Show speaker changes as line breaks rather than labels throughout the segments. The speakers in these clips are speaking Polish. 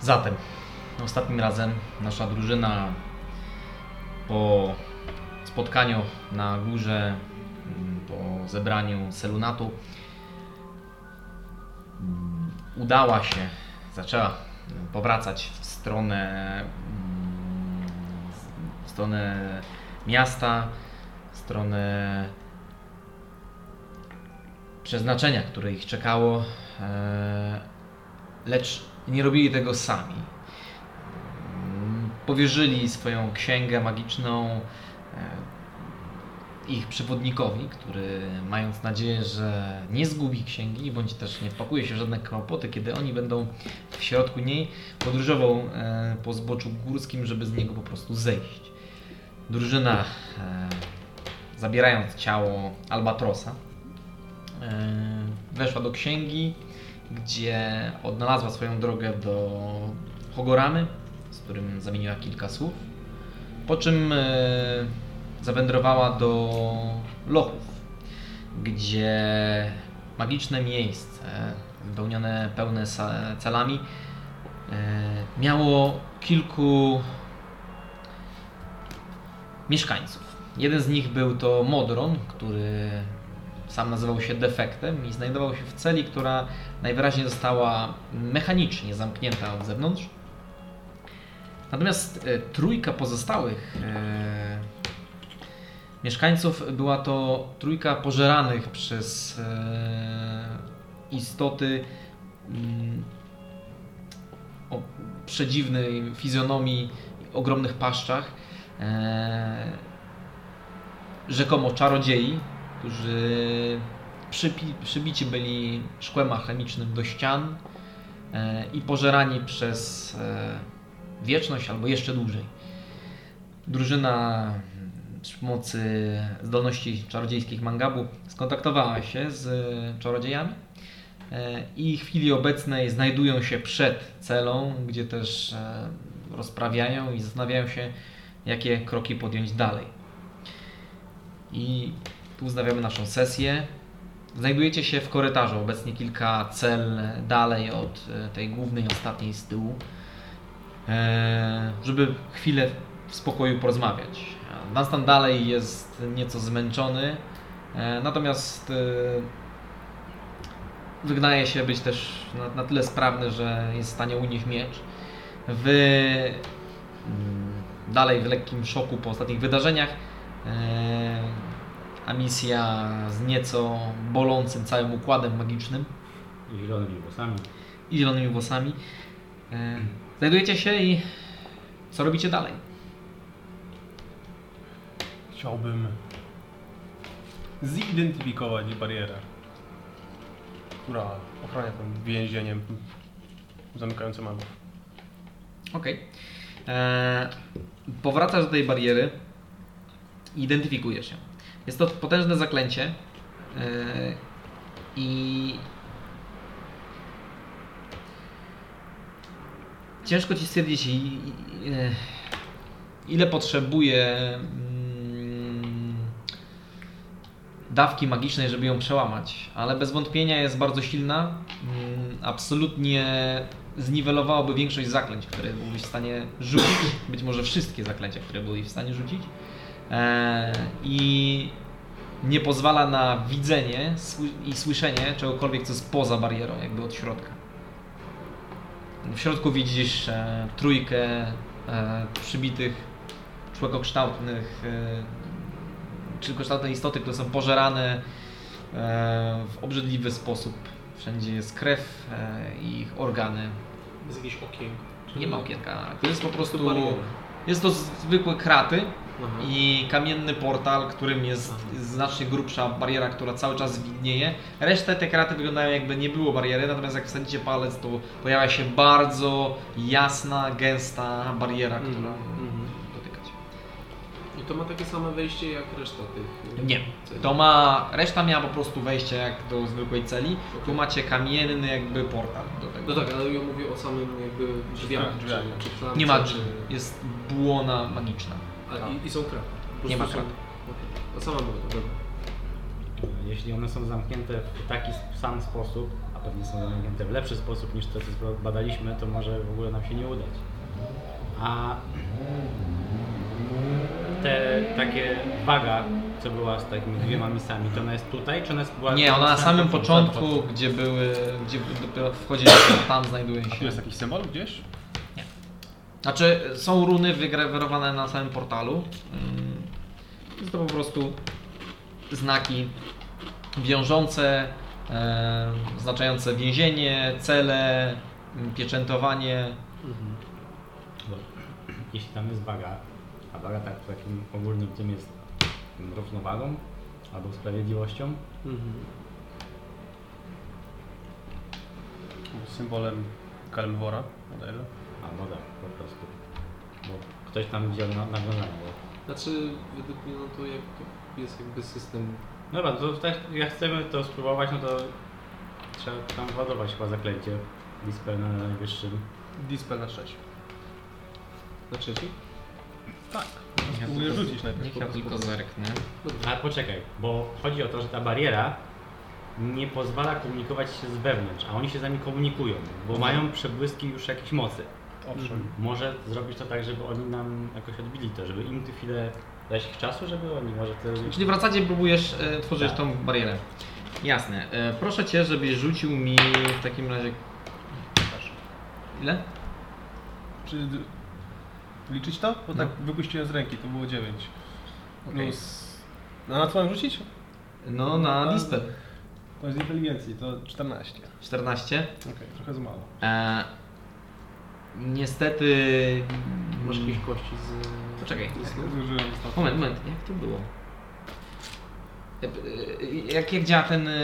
Zatem, ostatnim razem nasza drużyna po spotkaniu na górze, mm, po zebraniu Selunatu, mm, udała się, zaczęła mm, powracać w stronę, mm, w stronę miasta, w stronę przeznaczenia, które ich czekało. e, lecz nie robili tego sami. Mm, Powierzyli swoją księgę magiczną e, ich przewodnikowi, który mając nadzieję, że nie zgubi księgi, bądź też nie wpakuje się w żadne kłopoty, kiedy oni będą w środku niej, podróżował e, po zboczu górskim, żeby z niego po prostu zejść. Drużyna, e, zabierając ciało Albatrosa, e, weszła do księgi, gdzie odnalazła swoją drogę do Hogoramy, z którym zamieniła kilka słów. Po czym e, zawędrowała do Lochów, gdzie magiczne miejsce, wypełnione pełne sa- calami, e, miało kilku mieszkańców. Jeden z nich był to Modron, który sam nazywał się defektem i znajdował się w celi, która najwyraźniej została mechanicznie zamknięta od zewnątrz. Natomiast e, trójka pozostałych e, mieszkańców była to trójka pożeranych przez e, istoty mm, o przedziwnej fizjonomii, ogromnych paszczach, e, rzekomo czarodziei, którzy przypi, przybici byli szkłem alchemicznym do ścian e, i pożerani przez e, wieczność albo jeszcze dłużej. Drużyna mm, przy pomocy zdolności czarodziejskich Mangabu skontaktowała się z e, czarodziejami e, i w chwili obecnej znajdują się przed celą, gdzie też e, rozprawiają i zastanawiają się, jakie kroki podjąć dalej. I tu wznawiamy naszą sesję. Znajdujecie się w korytarzu, obecnie kilka cel dalej od e, tej głównej, ostatniej z tyłu, e, żeby chwilę w spokoju porozmawiać. Dunstan dalej jest nieco zmęczony, e, natomiast e, wydaje się być też na, na tyle sprawny, że jest w stanie unieść miecz. Wy mm, dalej w lekkim szoku po ostatnich wydarzeniach. e, a misja z nieco bolącym całym układem magicznym
I zielonymi włosami.
i zielonymi włosami. E, Znajdujecie się i co robicie dalej?
Chciałbym zidentyfikować barierę, która ochrania tym więzieniem zamykającym magów.
Okej. E, Powracasz do tej bariery i identyfikujesz się. Jest to potężne zaklęcie e, i ciężko ci stwierdzić i- i- e, ile potrzebuje mm, dawki magicznej, żeby ją przełamać, ale bez wątpienia jest bardzo silna. Mm, Absolutnie zniwelowałoby większość zaklęć, które byłbyś w stanie rzucić, być może wszystkie zaklęcia, które byłeś w stanie rzucić. Eee, I nie pozwala na widzenie sły- i słyszenie czegokolwiek, co jest poza barierą, jakby od środka. W środku widzisz e, trójkę e, przybitych, człekokształtnych, e, człekokształtne istoty, które są pożerane e, w obrzydliwy sposób. Wszędzie jest krew e, i ich organy.
Jest jakieś okienko.
Nie ma okienka, to jest po prostu... Jest to zwykłe kraty
No.
i kamienny portal, którym jest znacznie grubsza bariera, która cały czas widnieje. Resztę te kraty wyglądają jakby nie było bariery, natomiast jak wsadzicie palec, to pojawia się bardzo jasna, gęsta bariera, którą dotykać.
I to ma takie same wejście jak reszta tych.
Nie.
celi.
To ma, reszta miała po prostu wejście jak do zwykłej celi, tu macie kamienny jakby portal do tego.
No tak, ale ja mówię o samym jakby drzwiach.
Drzwiach.
Czy, czy klamce,
Nie ma
czy-
drzwi, jest błona magiczna.
A, i, I są kraty. Po
Nie
prostu
ma
są-
krat.
Okej. To sama była, dobra.
E, Jeśli one są zamknięte w taki s- sam sposób, a pewnie są zamknięte w lepszy sposób niż to, co badaliśmy, to może w ogóle nam się nie udać. A te takie waga, co była z takimi dwiema misami, to ona jest tutaj, czy ona jest była
Nie, ona na samym
samym
początku, gdzie były, gdzie dopiero wchodzili, tam znajduje
Tu
się.
jest jakiś symbol gdzieś?
Znaczy, są runy wygrawerowane na samym portalu. Mm, Jest to po prostu znaki wiążące, e, oznaczające więzienie, cele, m, pieczętowanie.
Bo Jeśli tam jest waga, a waga tak w takim ogólnym tym jest tym równowagą albo sprawiedliwością,
Mhm.
Symbolem Kalmwora modelu.
albo tak po prostu. Bo ktoś tam wziął na, nawiązanie. Bo...
Znaczy, według mnie, no to jak to jest jakby system.
Dobra, to tak jak chcemy to spróbować, no to trzeba tam ładować chyba zaklęcie. Dispel na najwyższym.
Dispel na 6.
Na trzeci?
Tak. Spróbuję rzucić najpierw.
Niech ja tylko zerknę.
Ale poczekaj, bo chodzi o to, że ta bariera nie pozwala komunikować się z wewnątrz, a oni się z nami komunikują, bo mają przebłyski już jakiejś mocy.
Owszem.
Może zrobić to tak, żeby oni nam jakoś odbili to, żeby im tu chwilę dać ich czasu, żeby oni może to...
Czyli wracacie, próbujesz e, tworzyć
Tak.
tą barierę. Jasne. E, proszę cię, żebyś rzucił mi w takim razie. Ile?
Czy d- liczyć to? Bo tak wypuściłem z ręki, to było 9.
Okej.
Plus... No, na co mam rzucić?
No, na
Na-
dispel.
To jest inteligencji, to 14.
14.
Okej, trochę za mało.
E, niestety.
Masz
mm,
Hmm.
jakieś kości z.
Poczekaj.
z snów?
Zużyłem ostatnio.
Moment, moment, jak to było? E, e, Jak, jak działa ten. e,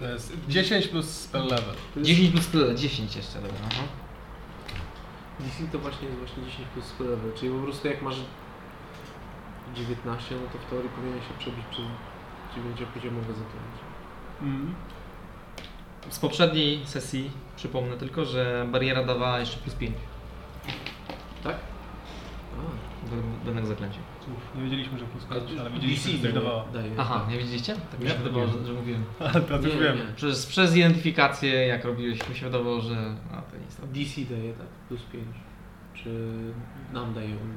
To jest 10 plus spell level.
To jest-
10 plus tyle, 10 jeszcze, dobra. Aha.
DC to właśnie jest właśnie 10 plus sprawy, czyli po prostu jak masz 19, no to w teorii powinien się przebić przez 9-poziomowe zaklęcie.
Mhm.
Z poprzedniej sesji przypomnę tylko, że bariera dawała jeszcze plus 5
Tak?
do danego zaklęcia.
Uf, nie wiedzieliśmy, że plus
A,
5, ale widzieliśmy, że
daje-
tak dawało.
daje.
Aha, nie widzieliście? Tak mi się
Nie.
wydawało, że, że mówiłem.
Ale teraz już
Nie,
wiemy.
nie.
Przez, przez identyfikację, jak robiłeś, mi się wydawało, że. A to nie jest to.
DC daje, tak? Plus 5. Czy nam daje on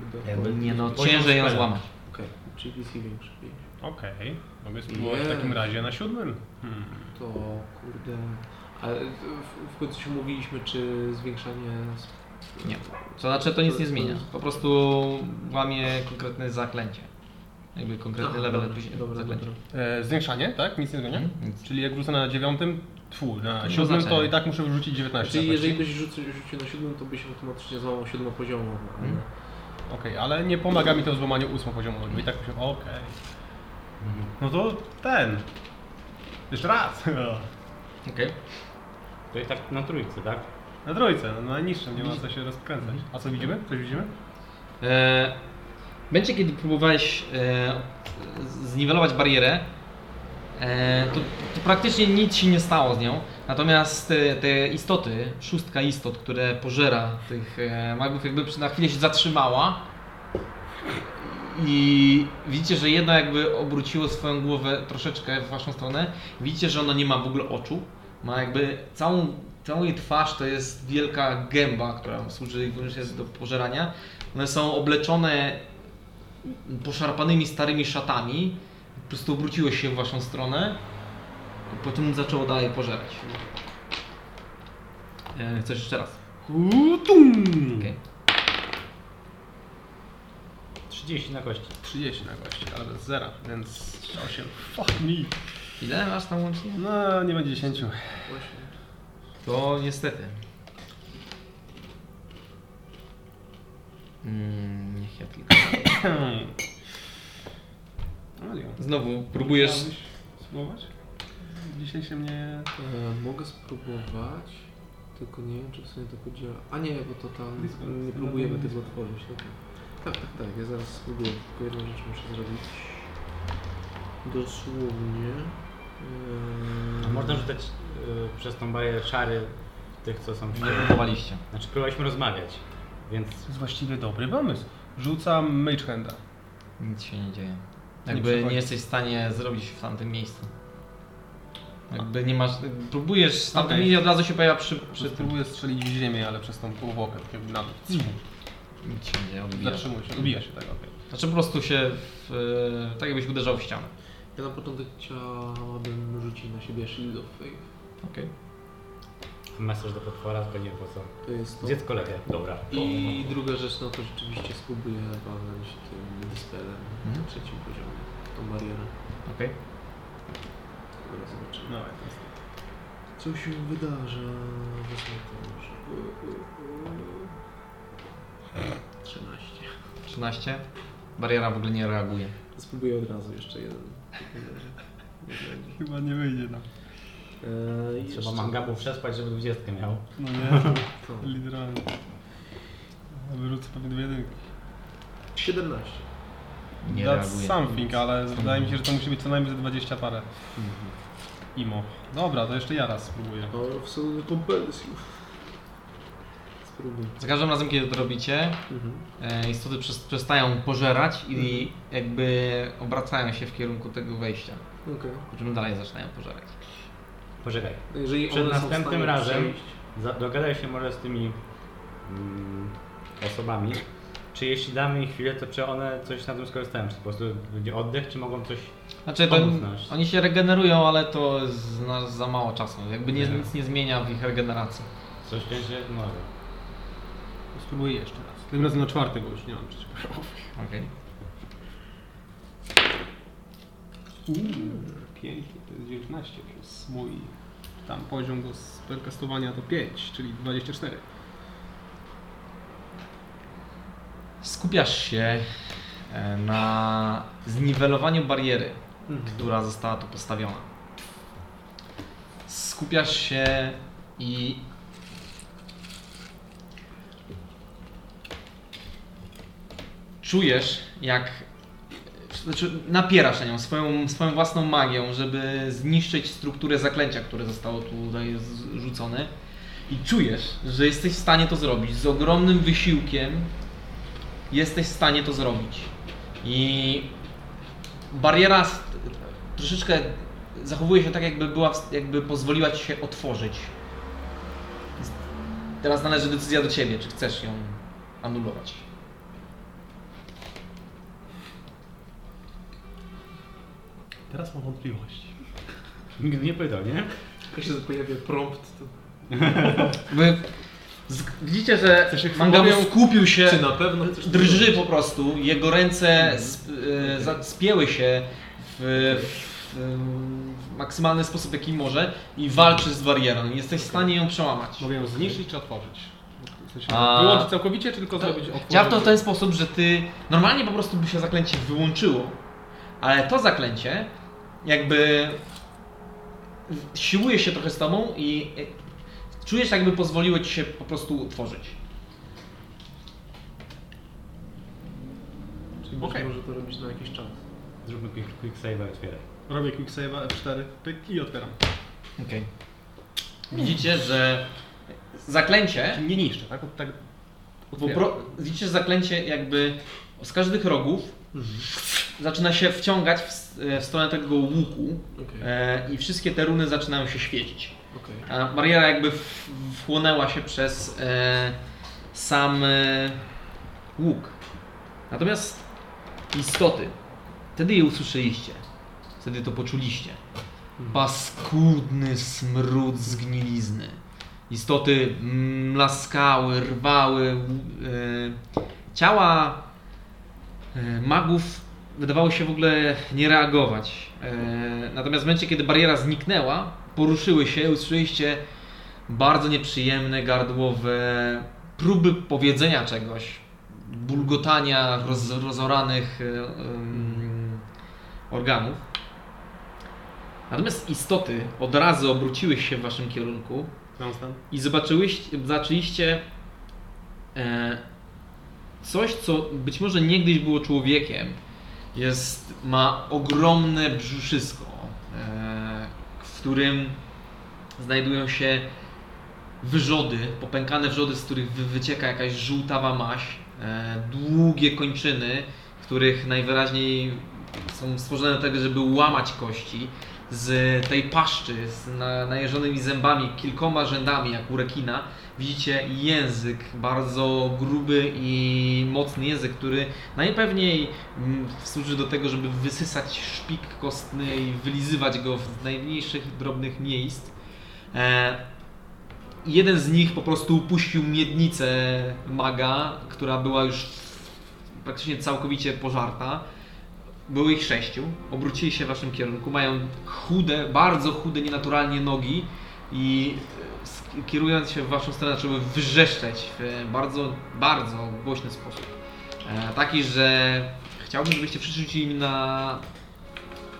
jakby do...
Jakby-
Nie no,
Poziom
ciężej ją
spela.
złamać.
Okej, czyli DC większy 5.
Okej, mogę spróbować w
Nie.
takim razie na siódmym. Hmm.
To kurde... Ale w, w końcu się umówiliśmy, czy zwiększanie... sp-
Nie. To znaczy, to nic nie zmienia. Po prostu łamie konkretne zaklęcie. Jakby konkretny
Aha,
level
dobra,
później-
dobra,
zaklęcia.
dobra.
E, zwiększanie, tak? Nic nie zmienia?
Mhm, nic.
Czyli jak wrzucę na dziewiątym, tfu, na
To nie
siódmym
znaczenia.
to i tak muszę wrzucić 19.
Czyli
na
jeżeli
kości.
byś rzucił, rzucił na 7, to byś automatycznie złamał 7 poziomów.
Mhm.
Okej, ale nie pomaga mi to w złamaniu ósmopoziomowego i tak myślę, okej.
Mhm.
No to ten. Jeszcze raz.
Okej.
To i tak na trójce, tak?
Na trójce, no, na najniższym, nie ma co się rozkręcać. A co widzimy? Coś widzimy?
E, Będzie kiedy próbowałeś e, zniwelować barierę, e, to, to praktycznie nic się nie stało z nią. Natomiast e, te istoty, szóstka istot, które pożera tych e, magów, jakby przy- na chwilę się zatrzymała. I widzicie, że jedno jakby obróciło swoją głowę troszeczkę w waszą stronę. Widzicie, że ono nie ma w ogóle oczu. Ma jakby całą, całą jej twarz to jest wielka gęba, która służy wyłącznie do pożerania. One są obleczone poszarpanymi starymi szatami. Po prostu obróciło się w waszą stronę. Po czym zaczęło dalej pożerać. E, Chcesz jeszcze raz?
Hutum!
Okej.
30 na kości.
30 na gości, ale bez zera, więc 8. Fuck me.
Ile masz tam łącznie?
No, nie będzie 10.
Właśnie.
To niestety. Mm, niech ja tylko.
No, nie.
Znowu próbujesz.
Chciałbyś spróbować? Dzisiaj się mnie...
E, mogę spróbować, tylko nie wiem, czy w sumie to podziela. A nie, bo to tam
Discord.
nie próbujemy tego otworzyć. Dobra. Tak, tak, tak, ja zaraz spróbuję, tylko jedną rzecz muszę zrobić. Dosłownie.
A
E,
można rzucać y, przez tą barierę czary tych, co są w
Nie próbowaliście.
Znaczy próbowaliśmy rozmawiać, więc
To jest właściwie dobry pomysł. Rzucam Mage Handa.
Nic się nie dzieje.
Nie
Jakby nie,
przechodzi.
jesteś w stanie zrobić w tamtym miejscu. Jakby nie masz. Próbujesz stamtąd
Okej.
i od razu się pojawia przy. przy tym.
Spróbuję strzelić w ziemię, ale przez tą półwokę, tak jakby na dół.
Nic się nie odbija.
Zatrzymuj się, odbija się tak, okej.
Znaczy po prostu się. W, e, tak jakbyś uderzał w ścianę.
Ja na początek chciałabym rzucić na siebie Shield of Faith.
Okej.
Masaż do potwora, tylko nie wiem po co.
To jest to.
Dziecko lepiej, dobra.
I druga rzecz, no to rzeczywiście spróbuję walnąć tym dispelem
Mhm.
na trzecim poziomie. Tą barierę.
Okej.
Dobra, zobaczymy.
No, jak to jest.
Co się wydarza? Wezmę to już. 13.
13. Bariera w ogóle nie reaguje.
Spróbuję od razu jeszcze jeden. Nie będzie.
Chyba nie wyjdzie no. nam.
Eee, i
Trzeba
jeszcze-
mangabu przespać, żeby dwudziestkę miał.
No nie,
To.
literalnie. Wyrzucę pewnie dwie jedynki.
17.
Nie
That's
reaguje.
something, ale wydaje mi się, że to musi być co najmniej ze 20 parę. Imo. Dobra, to jeszcze ja raz spróbuję.
Power of Soul Compulsion. Spróbuj.
Za każdym razem, kiedy to robicie,
Mhm.
e, istoty przes- przestają pożerać
Mhm.
i jakby obracają się w kierunku tego wejścia.
Okej.
Po czym dalej zaczynają pożerać.
Poczekaj,
No Jeżeli
Przed
one są w
następnym
stanie
razem-
przejść-
za- dogadaj się może z tymi mm, osobami, czy jeśli damy im chwilę, to czy one coś na tym skorzystają? Czy po prostu będzie oddech, czy mogą coś...
Znaczy, to,
Pomóc nas.
oni się regenerują, ale to jest za- za mało czasu. Jakby nie,
Nie.
nic nie zmienia w ich regeneracji.
Coś będzie... Może.
Spróbuję jeszcze raz. Tym razem na czwarty, bo już nie mam przeciwko.
Okej.
Pięknie, to jest 19 plus mój tam poziom do spelkastowania to 5, czyli 24.
Skupiasz się e, na zniwelowaniu bariery,
Mhm.
która została tu postawiona. Skupiasz się i czujesz, jak znaczy napierasz na nią swoją, swoją własną magią, żeby zniszczyć strukturę zaklęcia, które zostało tutaj z- rzucone. I czujesz, że jesteś w stanie to zrobić. Z ogromnym wysiłkiem jesteś w stanie to zrobić. I bariera s- troszeczkę zachowuje się tak, jakby, była, w- jakby pozwoliła ci się otworzyć. Z- Teraz należy decyzja do ciebie, czy chcesz ją anulować.
Teraz mam wątpliwość.
Nigdy nie pytał, nie?
Jak się pojawia prompt, to
Wy z- widzicie, że
Chcesz się
Mangabu
chwilą-
skupił się,
czy na pewno coś
drży po prostu, jego ręce
Mhm.
sp, e, za- spięły się w, w, w maksymalny sposób jaki może i walczy z barierą. Jesteś w stanie ją przełamać.
Mogę ją zniszczyć czy otworzyć? W sensie
A-
Wyłączyć całkowicie, czy
Tak.
tylko zrobić otwór?
Chciałem to w ten sposób, że ty. Normalnie po prostu by się zaklęcie wyłączyło, ale to zaklęcie jakby. siłuje się trochę z tobą i e, czujesz, jakby pozwoliło ci się po prostu utworzyć.
Czyli
Okej.
może to robić na jakiś czas.
Zróbmy quick, quick save, otwieraj.
Robię quick save'a F4, pyk i otwieram.
Okej. Widzicie, że zaklęcie.
Czyli nie niszczę, tak? Od- tak
Bo
otwieram.
pro, widzicie, że zaklęcie jakby z każdych rogów zaczyna się wciągać w, s- w stronę tego łuku
Okej.
e, i wszystkie te runy zaczynają się świecić.
Okej.
A bariera jakby w- wchłonęła się przez e, sam e, łuk. Natomiast istoty, wtedy je usłyszeliście, wtedy to poczuliście. Paskudny smród zgnilizny. Istoty mlaskały, rwały. E, ciała e, magów wydawało się w ogóle nie reagować. E, natomiast w momencie, kiedy bariera zniknęła, poruszyły się, usłyszeliście bardzo nieprzyjemne, gardłowe próby powiedzenia czegoś, bulgotania roz, rozoranych e, em, organów. Natomiast istoty od razu obróciły się w waszym kierunku
Dunstan.
i zobaczyłyście, zaczęliście e, coś, co być może niegdyś było człowiekiem. Jest, ma ogromne brzuszysko, e, w którym znajdują się wyrzody, popękane wrzody, z których wy- wycieka jakaś żółtawa maś, e, długie kończyny, których najwyraźniej są stworzone do tego, żeby łamać kości. z tej paszczy z na, najeżonymi zębami, kilkoma rzędami jak u rekina. Widzicie język, bardzo gruby i mocny język, który najpewniej mm, służy do tego, żeby wysysać szpik kostny i wylizywać go w najmniejszych drobnych miejsc. E, jeden z nich po prostu upuścił miednicę maga, która była już praktycznie całkowicie pożarta. Było ich sześciu, obrócili się w waszym kierunku, mają chude, bardzo chude, nienaturalnie nogi i e, sk- kierując się w waszą stronę zaczęły wrzeszczeć w bardzo, bardzo głośny sposób. E, taki, że chciałbym, żebyście przyszli im na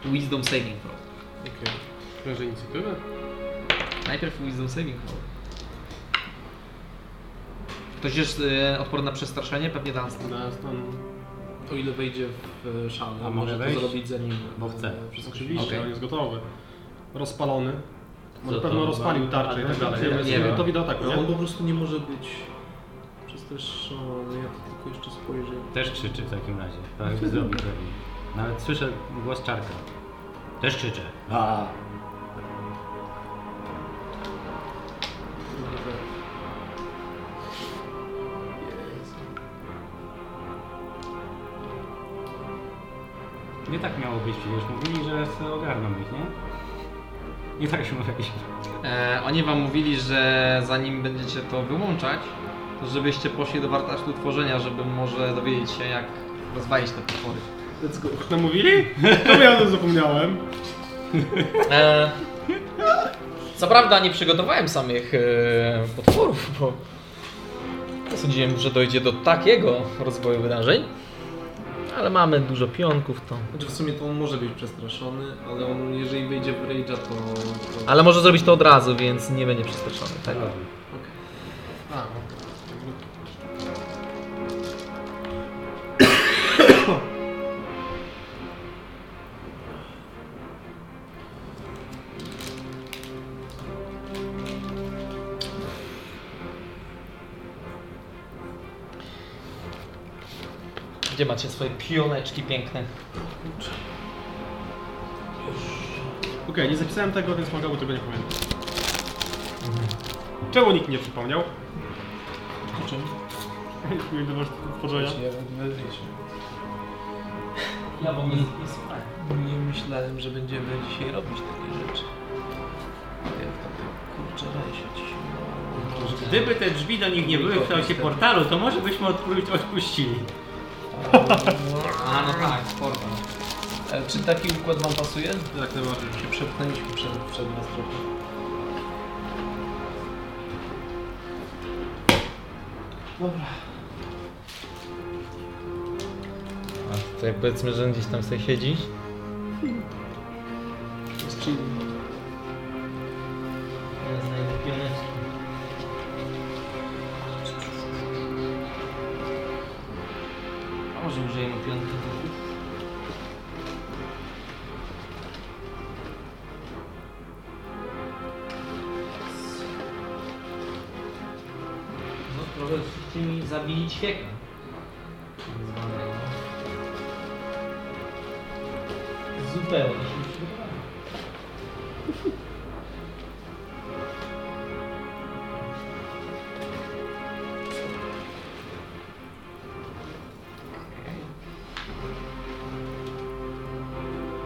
Wisdom Saving Throw.
Okej. Proszę inicjatywę?
Najpierw Wisdom Saving Throw. Ktoś jest y, odporny na przestraszenie? Pewnie Dunstan.
Na stan...
O ile wejdzie w e, szalę,
A
a
może
może
wejść?
to zrobić zanim
Bo chce.
e, wszystko się
Oczywiście,
Okej.
on jest gotowy. Rozpalony.
Co
Na
to
pewno
ma-
rozpalił tarczę i tak dalej.
Nie
Wiemy,
wiem.
że To widać tak,
No, on
nie?
po prostu nie może być przestraszony. No, Ja to tylko jeszcze spojrzę.
Też krzyczy w takim razie. Tak by zrobił pewnie. Nawet słyszę głos czarka. Też krzyczę. A. Nie tak miało być przecież. Mówili, że se ogarną ich, nie? Nie tak się mówili.
E, oni wam mówili, że zanim będziecie to wyłączać, to żebyście poszli do wartasztu tworzenia, żeby może dowiedzieć się jak rozwalić te potwory.
Let's go. No mówili? To ja o tym zapomniałem.
E, co prawda nie przygotowałem samych e, potworów, bo nie sądziłem, że dojdzie do takiego rozwoju wydarzeń. Ale mamy dużo pionków, to.
Znaczy w sumie to on może być przestraszony, ale on jeżeli wejdzie w rage'a to... to...
Ale może zrobić to od razu, więc nie będzie przestraszony. Tak?
Okej.
A, no.
Gdzie macie swoje pioneczki piękne?
Okej, nie zapisałem tego, więc mogę tego nie pamiętać. Czemu nikt nie przypomniał?
O czym?
Mieli do was tworzenia.
Ja będę wiedzieć.
Ja wam
Nie myślałem, że będziemy dzisiaj robić takie rzeczy. Jak to ty, kurczę, Rasia ci się No, udało.
Gdyby te drzwi do nich nie były w kształcie portalu, to może byśmy odpru- odpuścili.
A no tak, portal.
E, Czy taki układ wam pasuje?
Tak najbardziej.
Się przepchnęliśmy przed, przed nas trochę.
A tutaj powiedzmy, że gdzieś tam sobie siedzi.
Jest chill.
A może użyjemy pionki? No trochę z tymi zabili ćwieka. Zupełnie się nie przygotowałem.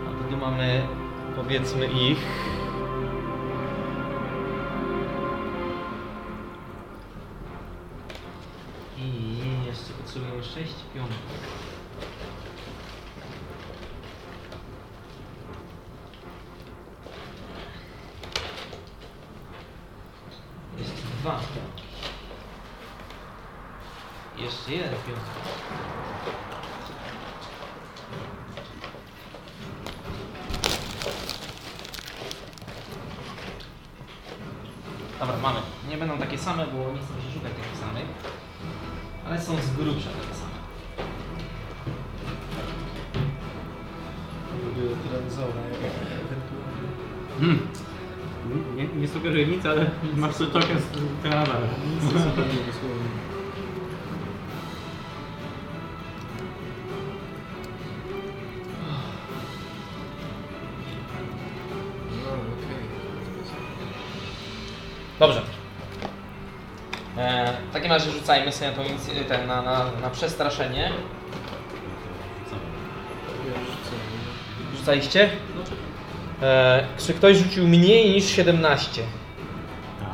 A wtedy mamy powiedzmy ich. I jeszcze potrzebujemy 6 pionków. Jeszcze dwa. Jeszcze jeden pionek. Dobra, mamy. Nie będą takie same, bo nie chcę się szukać takich samych. Ale są z grubsza takie same.
Lubię trenzowe, ewentualnie.
Hmm. Nie, nie sugeruję nic, ale masz tu token z Kanadara.
Dosłownie, dosłownie.
Dobrze. E, w takim razie rzucajmy sobie na, tą,
e,
inicj- ten, na, na, na przestraszenie. Rzucaliście?
No,
E, czy ktoś rzucił mniej niż 17?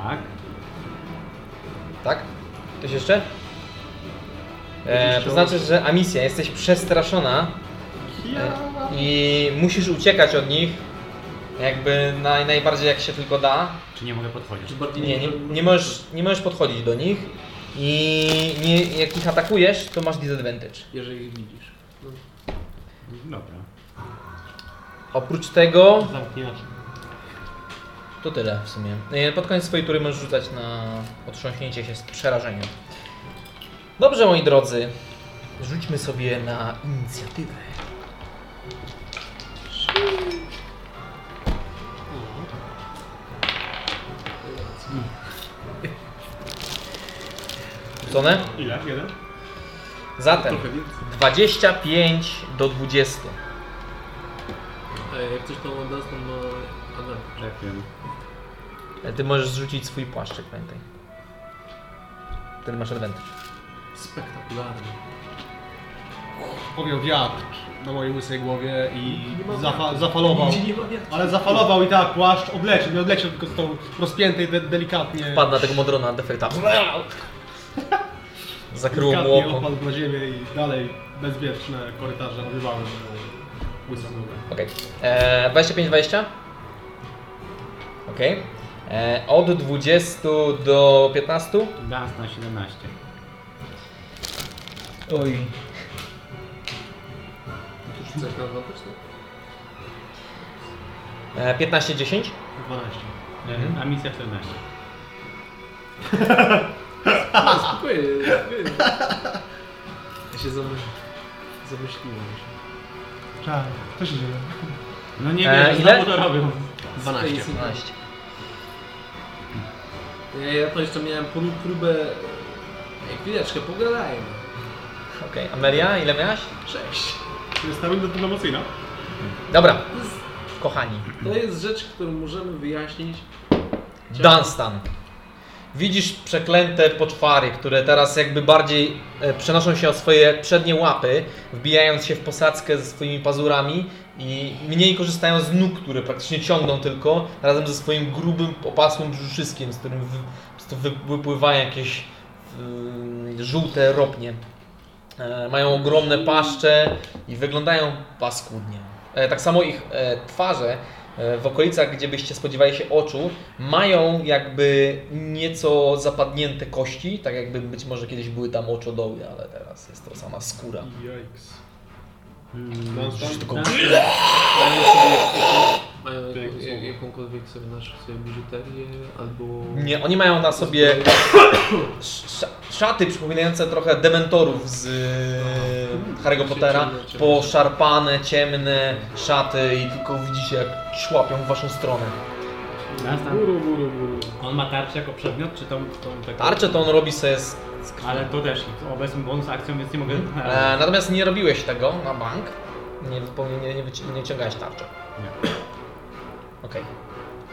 Tak.
Tak? Ktoś jeszcze? E, to znaczy, że Amisja, jesteś przestraszona e, i musisz uciekać od nich jakby naj, najbardziej jak się tylko da.
Czy nie mogę podchodzić?
Nie, nie, nie, możesz, nie możesz podchodzić do nich i nie, jak ich atakujesz, to masz disadvantage.
Jeżeli ich widzisz.
Dobra.
Oprócz tego
Zamknij oczy.
to tyle w sumie. E, Pod koniec swojej tury możesz rzucać na otrząśnięcie się z przerażeniem. Dobrze moi drodzy, rzućmy sobie na inicjatywę. Rzucone?
Ile? Jeden?
Zatem
Trochę więcej.
25 do 20.
Ej, jak coś to od nas, to ma advantage.
Tak wiem.
E, Ty możesz zrzucić swój płaszczyk, pamiętaj. Wtedy masz advantage.
Spektakularny.
Powiał wiatr na mojej łysej głowie i
Nie ma
zafa- zafalował.
Nigdzie nie ma wiatru.
Ale zafalował i tak płaszcz obleczył, nie odleciał, tylko został rozpięty i de- delikatnie.
Padł na tego modrona defekta. Zakryło mu
Delikatnie
oko.
opadł na ziemię i dalej bezwieczne korytarze obywały e, łysą głowę.
Okej. E, 25-20. Okej. E, Od 20 do 15.
Dance na 17.
Oj.
Już coś na advantage, tak?
E, 15-10.
12.
Mhm.
A misja 14.
Dziękuję, dziękuję. No, Ja się zamyśliłem. Zamyśliłem się.
Czarny. Co się dzieje?
No nie
E,
wiem,
ile?
znowu to robią.
12.
12.
Ja, ja to jeszcze miałem pró- próbę... Ej, chwileczkę, pogadajmy.
Okej. Amelia, ile miałaś?
Cześć.
To jest ta runda dyplomacyjna.
Dobra,
To jest,
kochani.
to jest rzecz, którą możemy wyjaśnić.
Dunstan. Widzisz przeklęte poczwary, które teraz jakby bardziej e, przenoszą się o swoje przednie łapy, wbijając się w posadzkę ze swoimi pazurami i mniej korzystają z nóg, które praktycznie ciągną tylko, razem ze swoim grubym, opasłym brzuszyskiem, z którym wy, po prostu wy, wypływają jakieś y, żółte ropnie. E, mają ogromne paszcze i wyglądają paskudnie. E, tak samo ich e, twarze e, w okolicach, gdzie byście spodziewali się oczu, mają jakby nieco zapadnięte kości, tak jakby być może kiedyś były tam oczodoły, ale teraz jest to sama skóra.
Yikes.
No,
Mm,
Dunstan?
Mają sobie jakąś- mają
Tak,
jaką-
słowo.
jakąkolwiek sobie naszą sobie biżuterię albo...
Nie, oni mają na sobie sz- szaty przypominające trochę dementorów z e, Harry'ego Pottera. Poszarpane, ciemne szaty i tylko widzicie jak szłapią w waszą stronę.
Dunstan.
Buru, buru, buru.
On ma tarczę jako przedmiot, czy tą, tą taką?
Tarczę to on robi sobie z... z krwi.
Ale to też obecny bonus akcją, więc nie mogę...
E, natomiast nie robiłeś tego na bank. Nie, wypełni- nie, nie, wyci- nie ciągałeś tarczy.
Nie.
Okej.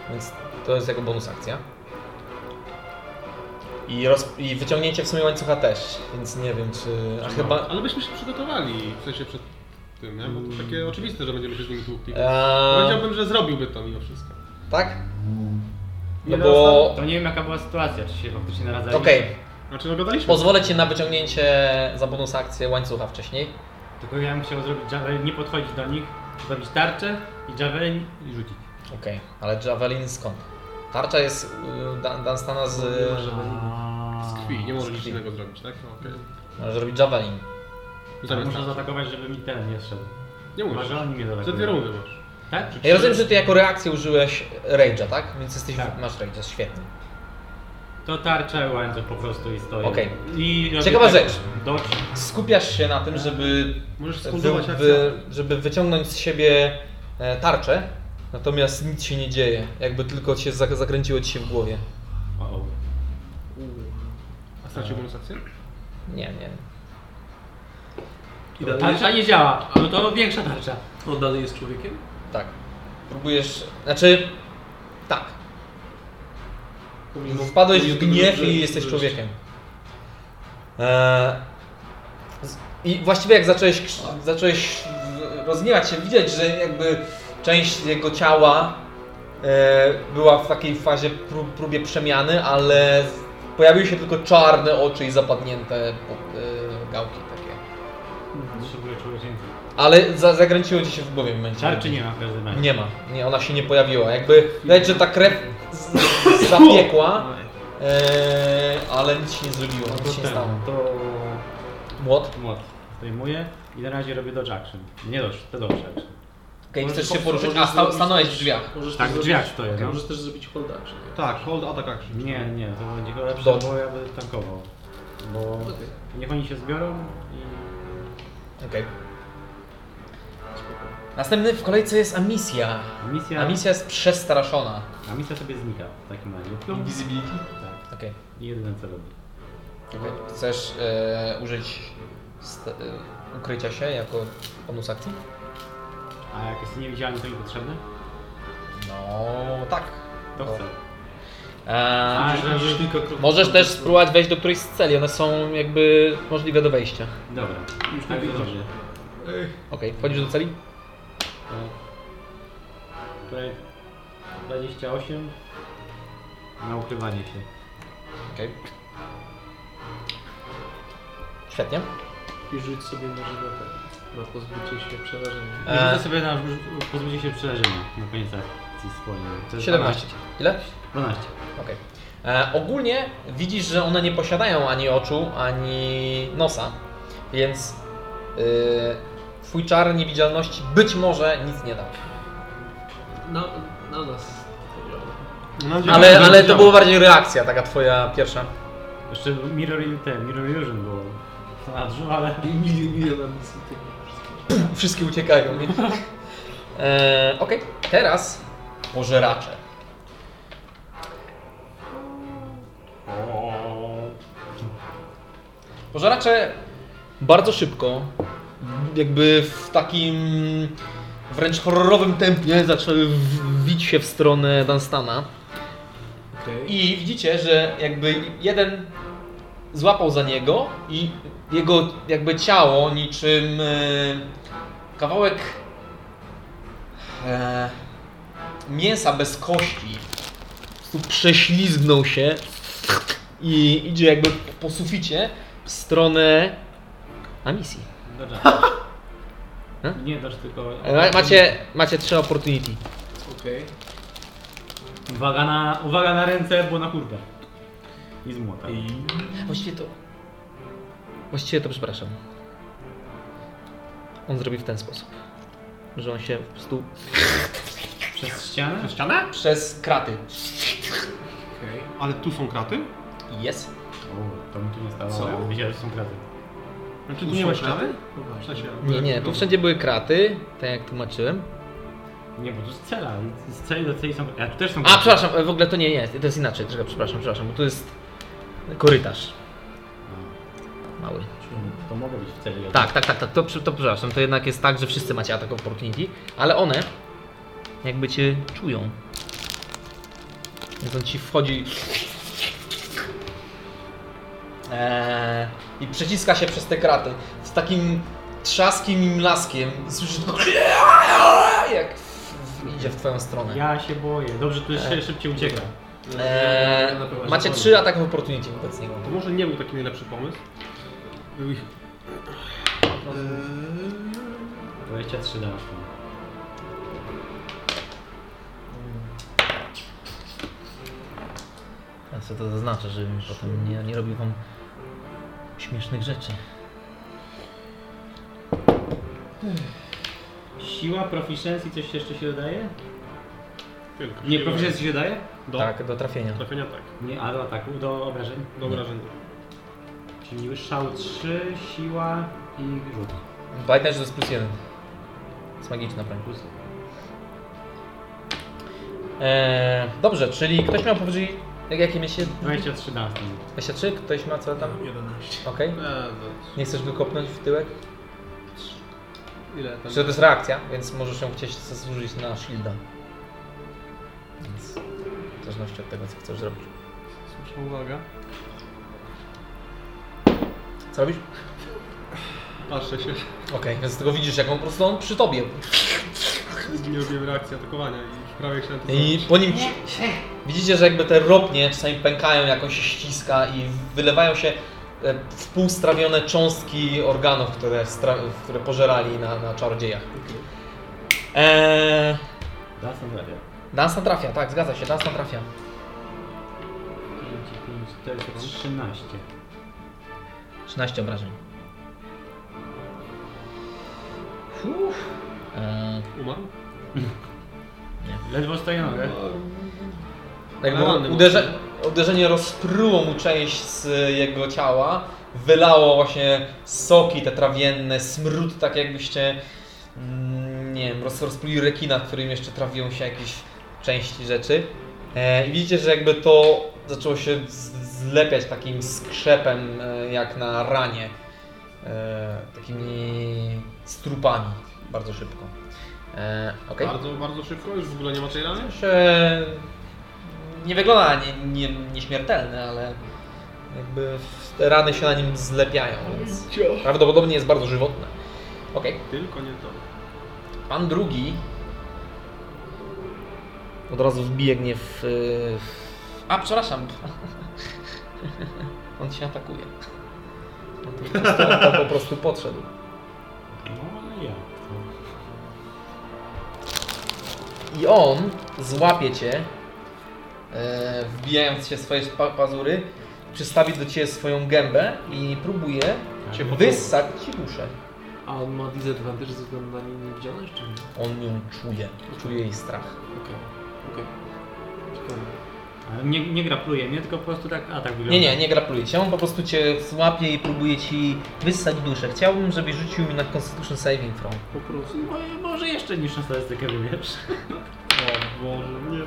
Więc to jest jako bonus akcja. I, roz... I wyciągnięcie w sumie łańcucha też, więc nie wiem czy... A
No.
chyba...
Ale byśmy się przygotowali, w sensie przed tym, nie? Bo to takie oczywiste, że będziemy się z nimi tłukli.
Mm. E,
Powiedziałbym, że zrobiłby to mimo wszystko.
tak? No
Nie
bo...
To nie wiem jaka była sytuacja, czy się faktycznie naradzali.
Okej,
Znaczy, no gadaliśmy.
pozwolę ci na wyciągnięcie za bonus akcję łańcucha wcześniej.
Tylko ja bym chciał zrobić javelin, nie podchodzić do nich, zrobić tarczę i javelin i rzucić.
Okej, ale javelin skąd? Tarcza jest y, Dan- Dunstana
No,
z...
Z krwi, nie możesz
z
nic
krwi.
innego zrobić, tak? No, Okej.
Możesz robić javelin.
Zamiast
Muszę
tak.
zaatakować, żeby mi ten nie szedł.
Nie mówisz.
Może oni mnie
Za
zaatakują.
dwie rundy masz.
Tak?
Ja No rozumiem, że ty jako reakcję użyłeś rage'a, tak? Więc jesteś,
Tak.
masz rage'a, świetnie.
To tarczę łańcuch po prostu i stoję.
Okej.
I robię
Ciekawa
tak-
rzecz.
Dodge.
Skupiasz się na tym, żeby,
Możesz
wy,
skoldować akcję.
wy, żeby wyciągnąć z siebie e, tarczę, natomiast nic się nie dzieje, jakby tylko cię zak- zakręciło ci się w głowie.
O, o.
A stracił bonus akcję?
Nie, nie.
I dalej
Tarcza
jest,
nie działa, no to większa tarcza.
on dalej jest człowiekiem?
Tak. Próbujesz, znaczy, tak.
Pomimo-
Wpadłeś w
pomimo tego,
gniew
że-
i jesteś
że-
człowiekiem. Eee, z- I właściwie jak zacząłeś, krz- zacząłeś w- rozgniewać się, widać, że jakby część jego ciała e, była w takiej fazie pró próbie przemiany, ale z- pojawiły się tylko czarne oczy i zapadnięte po- e, gałki takie.
No, Potrzebuję człowieczeństwa.
Ale za zagręciło ci się w głowie w momencie.
Czarczy nie ma w każdym razie.
Nie ma, nie, ona się nie pojawiła. Jakby widać, że ta krew z- z- zapiekła,
Oj.
No.
Eee, ale nic się nie zrobiło,
No
nic
to
się nie
ten,
stało.
to
Młot?
młot zdejmuję i na razie robię dodge action. Nie dodge, to dodge action.
Okej,
Możesz
chcesz się
powtórzyć,
poruszyć?
możesz
A, sta
zrobić-
stanąłeś w drzwiach.
Możesz
Tak,
też
w drzwiach stoję,
Okej,
no.
Możesz też zrobić hold action.
Tak, hold attack action.
Nie, nie, to będzie chyba lepsze,
Dobrze.
bo ja będę tankował. Bo
Okej.
niech oni się zbiorą i...
Okej. Następny w kolejce jest Amisja.
Misja, a misja,
Amisja jest przestraszona.
sobie znika w takim razie. Plum.
Invisibility?
Tak.
Okej.
I jedyne co robi.
Chcesz eee, użyć st- eee, ukrycia się jako bonus akcji?
A jak jest niewidzialny, to mi potrzebny?
No, tak.
To
O.
chcę.
Eee,
A, żeby...
Kilka kroków.
możesz też spróbować wejść do którejś z celi, one są jakby możliwe do wejścia.
Dobra.
Już
Tak,
tak
to
widzę.
dobrze.
Okej, wchodzisz do celi?
To... Tutaj 28 na ukrywanie się.
Okej. Świetnie.
I rzuć sobie może na ten, na pozbycie się przerażenia.
E.
Rzucę sobie na pozbycie się przerażenia na koniec akcji swojej. To jest
17. Ile?
12.
Okej. E, Ogólnie widzisz, że one nie posiadają ani oczu, ani nosa, więc yy, twój czar niewidzialności być może nic nie da.
Na, na nas. podziała.
No,
Ale,
dziękuję.
ale to była bardziej reakcja, taka twoja pierwsza.
Jeszcze Mirror, Il- te, Mirror Illusion było. Nadrzu, ale...
Milion, milion misji tych
Wszystkie uciekają. nie? E, Okej, teraz pożeracze. Pożeracze bardzo szybko, jakby w takim wręcz horrorowym tempie zaczęły w- wić się w stronę Dunstana.
Okej.
I widzicie, że jakby jeden złapał za niego i jego jakby ciało niczym e, kawałek e, mięsa bez kości po prostu prześlizgnął się i idzie jakby po suficie w stronę Amisji.
Dobrze.
Hmm?
Nie dasz tylko...
E, ma- Macie, macie trzy opportunity.
Okej.
Uwaga na, uwaga na ręce, bo na kurwę. I z młota.
I...
Właściwie to... Właściwie to przepraszam. On zrobi w ten sposób, że on się po prostu
Przez ścianę?
Ścianę?
przez kraty.
Okej.
Ale tu są kraty?
Jest.
O, to mi tu nie stało.
Co?
ale Wiedziałem, że są kraty.
Znaczy
Tu
tu nie
są
ma ściany?
No
W
właśnie.
sensie,
Nie, nie, tu wszędzie były kraty, tak jak tłumaczyłem.
Nie, bo to jest cela. Z celi do celi są... A, tu też są
A, przepraszam, e, w ogóle to nie jest, to jest inaczej, czekaj, przepraszam, przepraszam, bo tu jest korytarz mały.
Czy To mogę być w celi.
Tak, tak, tak, tak. To, przy- to przepraszam, to jednak jest tak, że wszyscy macie atak opportunity, ale one jakby cię czują. Więc on ci wchodzi eee, i przeciska się przez te kraty z takim trzaskiem i mlaskiem. Słyszysz tylko jak w- w- idzie w twoją stronę.
Ja się boję. Dobrze, tu jeszcze
E.
szybciej ucieka.
Eee, macie trzy ataki opportunity wobec niego.
To może nie był taki najlepszy pomysł. Był ich
23 dasz mi.
Ja sobie to zaznaczę, żebym potem nie, nie robił wam śmiesznych rzeczy.
Siła, proficiency, coś jeszcze się dodaje?
tylko
Nie,
siła.
proficiency się daje?
Do
Tak, do trafienia.
trafienia tak.
Nie, a do ataku, do obrażeń.
Do obrażenia.
Czyli szał 3, siła i rzut.
Pamiętaj, że to jest plus jeden. Jest magiczna broń.
Plus.
Eee, dobrze, czyli ktoś miał powyżej... jak- Jakie mieście?
23 dasz mi.
23? Ktoś ma co tam?
11.
Okej.
Eee, to-
Nie chcesz go kopnąć w tyłek?
Ile tam?
Czy to jest reakcja, więc możesz ją chcieć zasłużyć na shielda. Więc w zależności od tego, co chcesz zrobić.
Słuszna uwaga.
Co robisz?
Patrzę się.
Okej, więc tylko widzisz, jak on po prostu on przy tobie.
Nie robiłem reakcji atakowania i już prawie chciałem to
I po nim widzicie, że jakby te ropnie czasami pękają, jak on się ściska i wylewają się e, wpółstrawione cząstki organów, które, stra... które pożerali na, na czarodziejach. Eee,
Da sam radę.
Dunstan trafia, tak, zgadza się, Dunstan trafia.
5, 5, to jest 13.
13 obrażeń. Uff. Eee,
Umarł?
Ledwo stoję nogę.
Jakby
Ranny był.
Tak, uderze, uderzenie rozpruło mu część z e, jego ciała, wylało właśnie soki te trawienne, smród tak jakbyście, mm, nie wiem, roz, rozpluli rekina, w którym jeszcze trawią się jakieś części rzeczy. E, I widzicie, że jakby to zaczęło się z- zlepiać takim skrzepem e, jak na ranie, e, takimi strupami bardzo szybko. E, okej.
Bardzo, bardzo szybko, już w ogóle nie ma tej rany?
Że nie wygląda na nie, nie, nieśmiertelny, ale jakby w- te rany się na nim zlepiają, więc prawdopodobnie jest bardzo żywotne. Okej,
Tylko nie to.
pan drugi od razu wbiegnie w... y, w- A, przepraszam. On się atakuje. On to po prostu, on to po prostu podszedł.
No ale ja.
I on złapie cię, e, wbijając się w swoje pa- pazury, przystawi do ciebie swoją gębę i próbuje cię
poczuł.
wyssać ci duszę.
A on ma disadvantage ze względu na nie niewidzialność, czy nie?
On ją czuje, czuje jej strach.
Okej, okej. Ciekawe.
Ale nie, nie grapluje mnie, tylko po prostu tak atak wygląda.
Nie, nie, nie grapluje cię, on po prostu cię złapie i próbuje ci wyssać duszę. Chciałbym, żebyś rzucił mi na Constitution Saving Throw.
Po prostu.
Bo, może jeszcze niższą statystykę wybierz. O Boże, nie.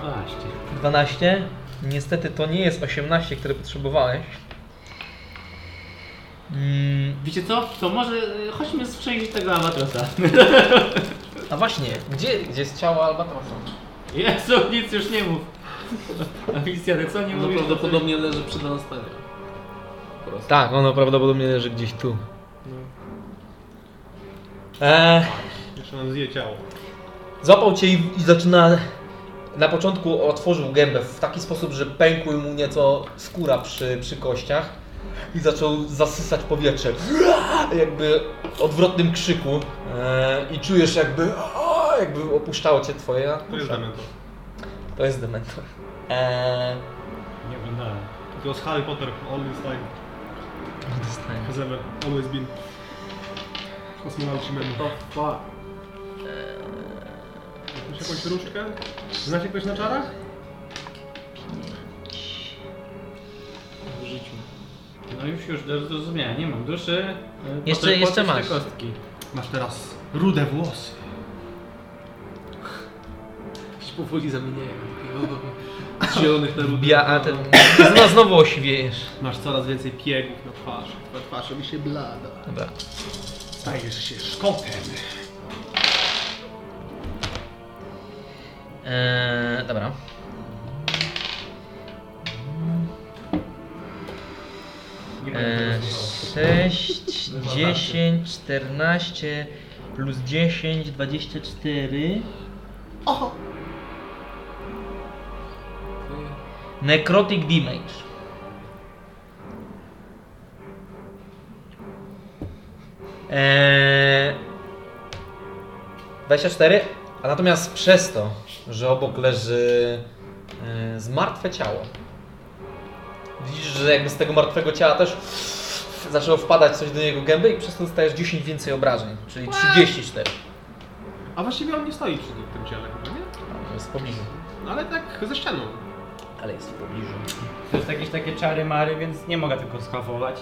12.
12. Niestety to nie jest 18, które potrzebowałeś. Mm,
Wiecie co? To może y, chodźmy strzelić tego albatrosa.
a właśnie, gdzie, gdzie jest ciało Albatrosa?
Jezu, nic już nie mów. Alicjany, co nie
No
mówisz?
prawdopodobnie leży przy Dunstanie. Po prostu.
Tak, ono prawdopodobnie leży gdzieś tu.
No.
Eee,
Jeszcze nam zje ciało.
złapał cię i, i zaczyna. Na początku otworzył gębę w taki sposób, że pękły mu nieco skóra przy, przy kościach i zaczął zasysać powietrze. Jakby w odwrotnym krzyku eee, i czujesz jakby, o, jakby opuszczało cię twoje.
To jest demento.
To jest dementor. Eee,
Nie oglądałem.
To jest Harry Potter, always time. Has ever, always been. Kosmonauci menu.
O, fuck.
Masz jakąś różdżkę? Znacie ktoś na czarach?
W życiu.
No już, już, zrozumiałem, nie mam duszy. y,
Jeszcze-
potem
jeszcze
potem
masz.
te kostki.
Masz teraz rude włosy.
Się powoli zamieniają. Z zielonych na rudy.
Ja, a ten. No, znowu osiwiejesz.
Masz coraz więcej piegów na twarzy. Na twarzy mi się blada.
Dobra.
Stajesz się szkotem.
Eee, dobra.
Nie
Eee,
będę tego słuchał.
6, 10, 14 plus 10, 24. Necrotic damage. Eee, 24. A natomiast przez to, że obok leży e, zmartwe ciało, widzisz, że jakby z tego martwego ciała też zaczęło wpadać coś do niego gęby i przez to dostajesz 10 więcej obrażeń, czyli 34.
A właściwie on nie stoi przy tym ciele chyba, nie?
No, Jest w pobliżu.
No ale tak ze ścianą.
Ale jest w pobliżu.
To jest jakieś takie czary mary, więc nie mogę tego skafować.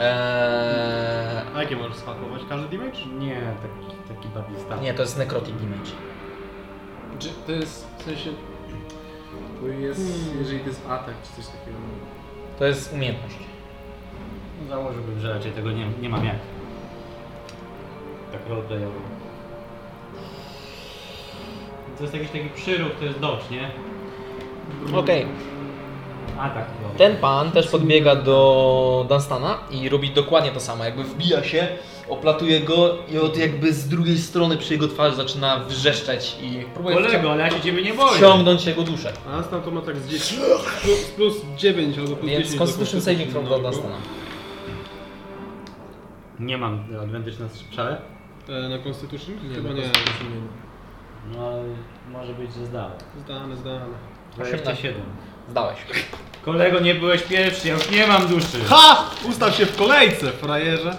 Eee,
A jakie możesz spakować? Każdy damage?
Nie, taki, taki babi stan.
nie, to jest necrotic damage.
Czy to jest w sensie. Bo jest,
Hmm.
jeżeli to jest atak czy coś takiego. no.
To jest umiejętność.
Założyłbym, że raczej tego nie, nie mam jak. Tak roleplayowo. To jest jakiś taki przyrób, to jest docz, nie?
Okej.
atak. No.
Ten pan też podbiega do Dunstana i robi dokładnie to samo. Jakby wbija się, oplatuje go i od jakby z drugiej strony przy jego twarzy zaczyna wrzeszczeć i próbuje
Kolego, ale ja się ciebie nie boję.
wciągnąć jego duszę.
A Astan to ma tak z 10. Plus, plus 9 albo plus 10.
Więc
do
Constitution Saving from
Constitution,
do Dunstana.
Nie mam advantage na strzale.
no. E, Na Constitution?
Nie,
Chyba
na
nie.
Constitution nie ma.
No, ale może być, że zdałem.
Zdane, zdane.
27.
Zdałeś.
Kolego, nie byłeś pierwszy, ja już nie mam duszy.
Ha! Ustaw się w kolejce, frajerze.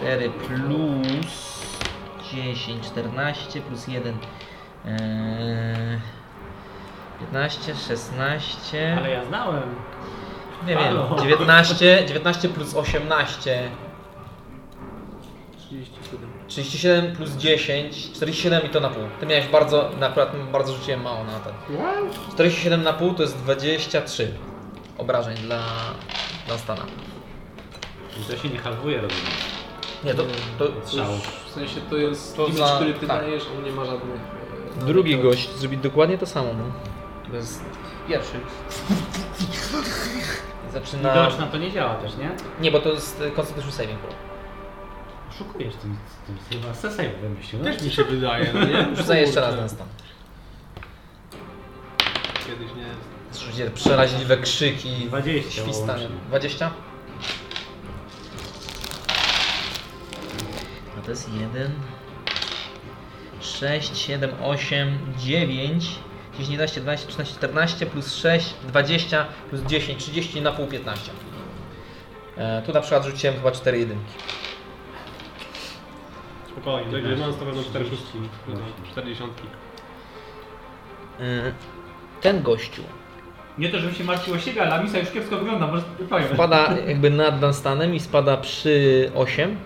4 plus 10, 14 plus 1. Eee, 15, 16.
Ale ja znałem.
nie wiem,
halo.
19, 19 plus 18,
37.
37 plus 10, 47 i to na pół. Ty miałeś bardzo, na akurat bardzo rzuciłem mało na ten. 47 na pół to jest 23 obrażeń dla Dunstana.
I to się nie halwuje, rozumiem.
Nie, to, to
Strzał.
W sensie to jest
To
limit,
za-
który ty
tak.
dajesz, on nie ma żadnych... e,
Drugi
żadnych-
gość zrobi dokładnie to samo. No.
To jest pierwszy.
Zaczyna.
Widoczna to nie działa też, nie?
Nie, bo to jest y, Constitution Saving Throw.
Szukujesz tym, tym chyba sesej wymyślił.
Też mi się wydaje, no nie?
Rzucaj jeszcze raz
Kurczę.
ten stan.
Kiedyś nie.
Słyszycie przeraźliwe krzyki,
20
świstanie.
łącznie.
20?
No to jest 1, 6, 7, 8, 9, 10, 11, 12, 13, 14 plus 6,
20 plus 10, 30 na pół 15. E, tu na przykład rzuciłem chyba 4 jedynki.
Spokojnie, będzie Tak, mam stawiam 4 szóstki. 40.
E, ten gościu
Nie to, żebym się martwił o siebie, ale Amisa już kiepsko wygląda, może powiem.
spada jakby nad Dunstanem i spada przy 8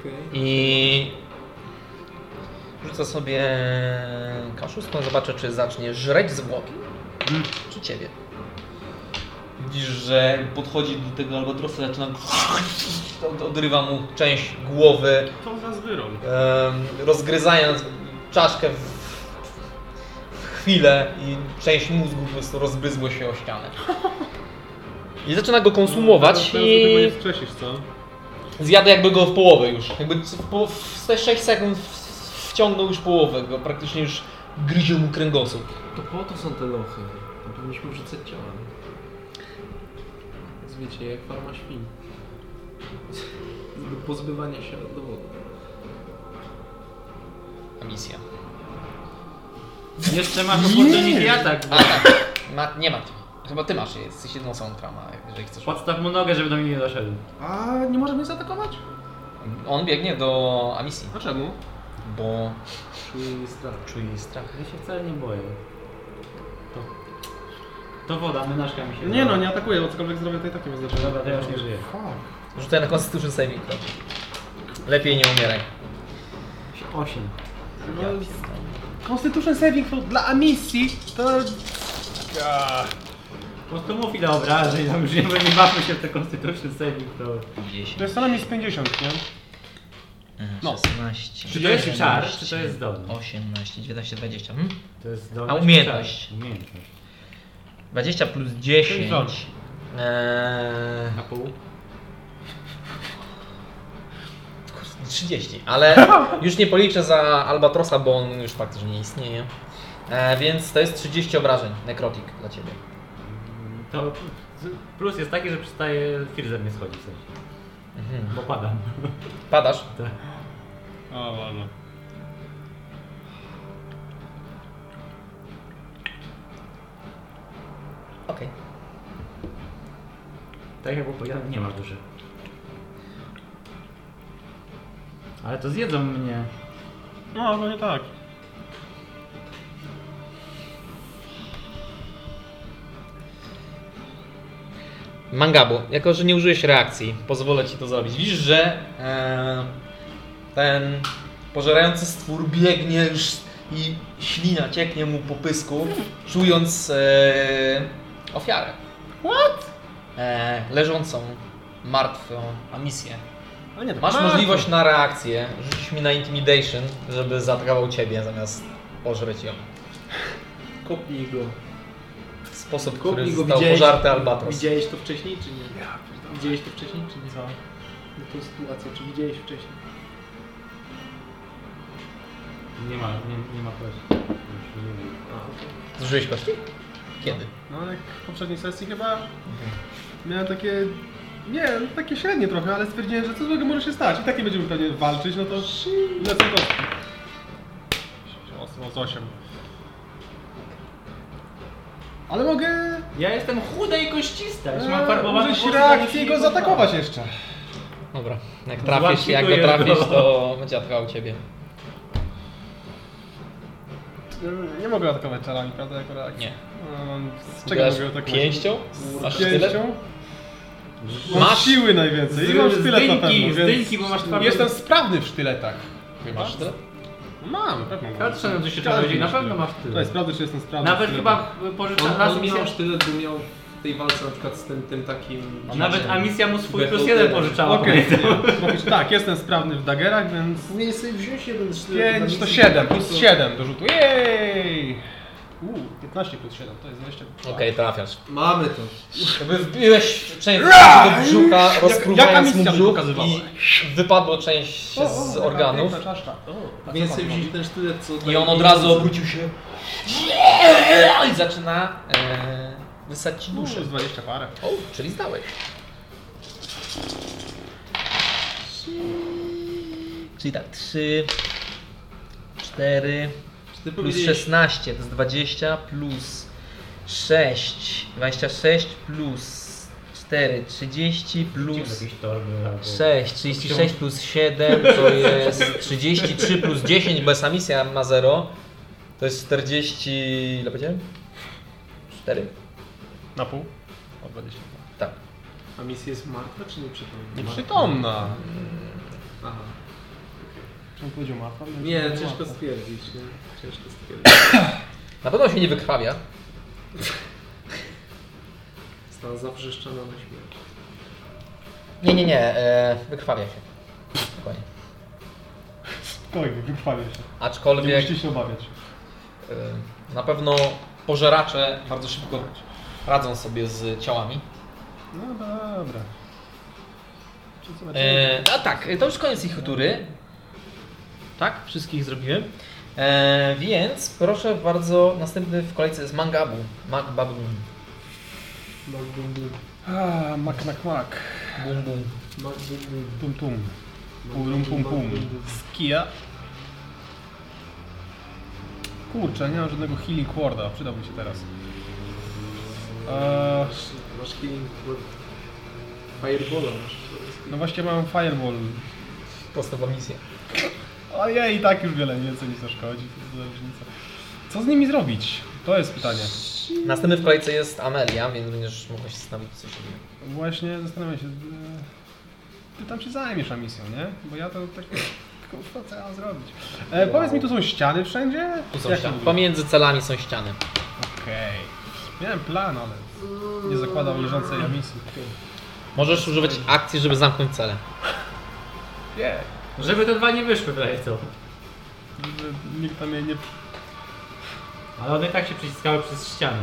Okej.
i rzuca sobie kaszuską, zobaczę czy zacznie żreć zwłoki, czy ciebie. Hmm. Widzisz, że podchodzi do tego albatrosa, zaczyna od- odrywa mu część głowy,
To za zwyrol.
em, rozgryzając czaszkę w, w chwilę i część mózgu po prostu rozbryzło się o ścianę. No, I zaczyna go konsumować
Teraz
i
tego nie wskrzesisz, co?
zjada jakby go w połowę już. Jakby c- w, po- w te 6 sekund w- wciągnął już połowę go, praktycznie już gryzie mu kręgosłup.
To po to są te lochy. To powinniśmy wrzucać ciała. Więc wiecie, jak farma świn. Do pozbywania się od dowodu.
Ta misja.
Jeszcze masz opportunity atak.
A tak, ma, nie ma cię. Chyba ty masz, jesteś jedną samą trama, jeżeli chcesz.
Podstaw mu nogę, żeby do mnie nie doszedł.
A nie może mnie zaatakować?
On biegnie do Amisji,
A czemu?
bo
Czuję strach.
czuje jej strach.
Ja się wcale nie boję. To, to woda, mynażka mi się
Nie no, nie atakuję, aczkolwiek zdrowie to i tak nie ma znaczenia.
Dobra, to ja już nie żyję.
Rzucaj na Constitution Saving Throw. Lepiej nie umieraj.
8. No,
No, Constitution Saving Throw dla Amisji to...
Po prostu mów ile obrażeń, tam już nie, nie bawmy się w te Constitution Saving Throw.
10,
To jest co najmniej z 50, nie?
Mhm.
no. 16.
Czy to jest czar, czy to jest zdolność?
18, 19, 20. Hmm?
To jest zdolność.
A umiejętność?
czy czar? Umiejętność.
20 plus
To jest
10.
zdolność.
Eee,
Na pół?
30, ale już nie policzę za Albatrosa, bo on już faktycznie nie istnieje. E, więc to jest 30 obrażeń, nekrotik dla ciebie.
To plus jest taki, że przestaje Firze mnie schodzi w sensie,
Mhm.
bo padam.
Padasz.
O, wolno.
Okej.
Tak jak było powiedziane, nie ma duszy. Ale to zjedzą mnie.
No, no nie tak.
Mangabu, jako że nie użyłeś reakcji, pozwolę ci to zrobić. Widzisz, że e, ten pożerający stwór biegnie już i ślina cieknie mu po pysku, czując e, ofiarę. What? E, leżącą, martwą, a misję.
A nie, to
Masz
tak.
możliwość na reakcję, rzuć mi na intimidation, żeby zaatakował ciebie zamiast pożreć ją.
kopnij go.
Sposób, który
Kopnij go,
został pożarty albatros.
Widziałeś to wcześniej, czy nie?
Ja pierdolę.
Widziałeś to wcześniej, czy nie?
Co?
No tą sytuację, czy widziałeś wcześniej?
Nie ma, nie, nie ma kości. Już nie wiem.
Zużyłeś kości? Kiedy?
No jak w poprzedniej sesji chyba miałem takie... Nie, no takie średnie trochę, ale stwierdziłem, że co złego może się stać. I tak nie będziemy pewnie walczyć, no to lecę kostki. O, z 8. Ale mogę...
Ja jestem chuda i koścista. Już mam
Eee,
farbowane
użyć
włosy,
reakcji i go
nie poznałem.
zaatakować jeszcze.
Dobra, jak
Złapisz
trafisz, jak
go
go
jedno.
trafisz, to będzie atakał ciebie.
Nie, nie mogę atakować czarami, prawda, jako reakcji?
Nie.
Ehm, Z czego
Uderzasz
mogę atakować?
pięścią? Masz
Z
tyle?
pięścią? Mam
Masz?
siły najwięcej i mam
Z- z
sztylet na
dynki,
pewno,
z
więc
dynki, bo masz twarde-
Jestem sprawny w sztyletach. Tak.
Masz tyle?
Mam, na pewno mam.
Ja trzymam, że się
Każdy
czarodziej,
ma
na pewno
sztylet.
masz tyle.
Słuchaj, sprawdzę, czy jestem sprawny w
Nawet
sztyletach.
chyba pożyczam
On,
raz
on
mi
miał sztylet, bo miał w tej walce na przykład z tym, tym takim...
Nawet Amicia mu swój plus
Beholder.
jeden pożyczała.
Okej.
pamiętam.
Mówisz, tak, jestem sprawny w dagerach, więc...
Powinien sobie wziąć jeden
5
sztylet.
to
dla misji,
7,
taki
plus
to-
7 do rzutu. Jej! Uuu, 15 plus 7, to jest 20.
Okej, trafiasz.
Mamy to.
Jakby wbiłeś część do brzucha, rozpruwając mu
misja by
brzuch
pokazywała?
i wypadło część
O, o,
z
taka
organów.
piękna czaszka. Tak,
Powinien sobie wziąć ten sztylet, co...
I
daje
on od razu
pieniądze.
obrócił się i zaczyna e, wysać ci
Uuu,
duszę.
z 20 parę.
O, czyli zdałeś.
Czyli tak, 3, 4,
Czy ty
plus
powiedziałeś
16 to jest 20, plus 6, 26, plus 4, 30, plus
Jakieś torby albo-
6, 36 plus 7 to jest 33 plus 10, bo sama misja ma 0.
To jest 40... ile powiedziałem? 4?
Na pół? O 20.
Tak.
A misja jest martwa, czy nieprzytomna?
Nieprzytomna.
Aha.
Czemu powiedział Marta?
Nie, ciężko stwierdzić, nie? Ciężko stwierdzić.
Na pewno się nie wykrwawia.
Została zawrzeszczona na śmierć.
Nie, nie, nie, e, wykrwawia się. Spokojnie.
Spokojnie, wykrwawię się. Nie
Aczkolwiek
musicie się obawiać.
e, na pewno pożeracze bardzo szybko radzą sobie z ciałami.
No dobra. Czy co macie?
E, a tak, to już koniec ich tury. Tak, wszystkich zrobiłem. E, więc proszę bardzo, następny w kolejce jest Mangabu. Mangabu.
Mak bum bum.
A, mak, mak, mak.
Bum, bum.
Mak bum bum.
Tum, tum.
Mak,
Pum, pum, pum.
mak, bum.
Skia. Kurczę, nie mam żadnego healing warda. Przydałby się teraz. Eee,
Masz, masz healing word. Fireballa masz.
no właśnie mam fireball.
Podstawowa misja.
Ale ja i tak już wiele więcej nie zaszkodzi. to za różnica. Co z nimi zrobić? To jest pytanie.
Następny w kolejce jest Amelia, więc będziesz mogła się zastanowić, co się dzieje.
Właśnie zastanawiam się. e, Ty tam się zajmiesz misją, nie? Bo ja to tak. Kurwa, co ja mam zrobić? E, Powiedz mi, tu są ściany
Tu są
wszędzie? Jak to
ściany.
wygląda?
Pomiędzy celami są ściany.
Okej. Miałem plan, ale nie zakładał leżącej misji.
Możesz używać akcji, żeby zamknąć cele.
Nie.
Żeby te dwa nie wyszły, wydaje to.
Żeby nikt tam jej nie...
Ale one i tak się przyciskały przez ścianę.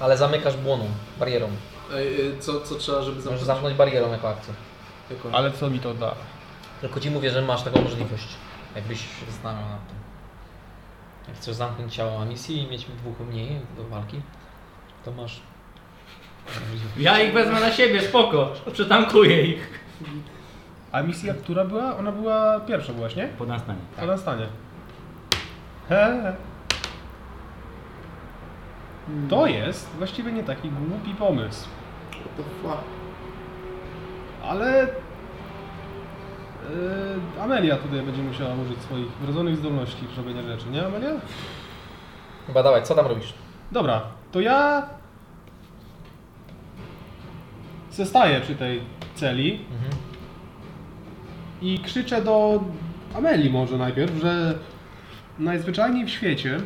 Ale zamykasz błoną, barierą.
Ej, ej, co, co trzeba, żeby
Możesz
zamknąć?
zamknąć barierą jako akcję.
Jako-
Ale co mi to da?
Tylko ci mówię, że masz taką możliwość. Jakbyś się zastanawiał nad tym. Jak chcesz zamknąć ciało misji i mieć dwóch mniej do walki, to masz.
Ja ich wezmę na siebie, spoko. Przytankuję ich.
A misja, która była? Ona była pierwsza byłaś, nie?
Pod nas na nie.
Ona stanie. He. To jest właściwie nie taki głupi pomysł.
What the fuck?
Ale... Yy, Amelia tutaj będzie musiała użyć swoich wrodzonych zdolności w robieniu rzeczy, nie Amelia?
Chyba dawaj, co tam robisz?
Dobra, to ja zostaję przy tej celi i krzyczę do Ameli może najpierw, że najzwyczajniej w świecie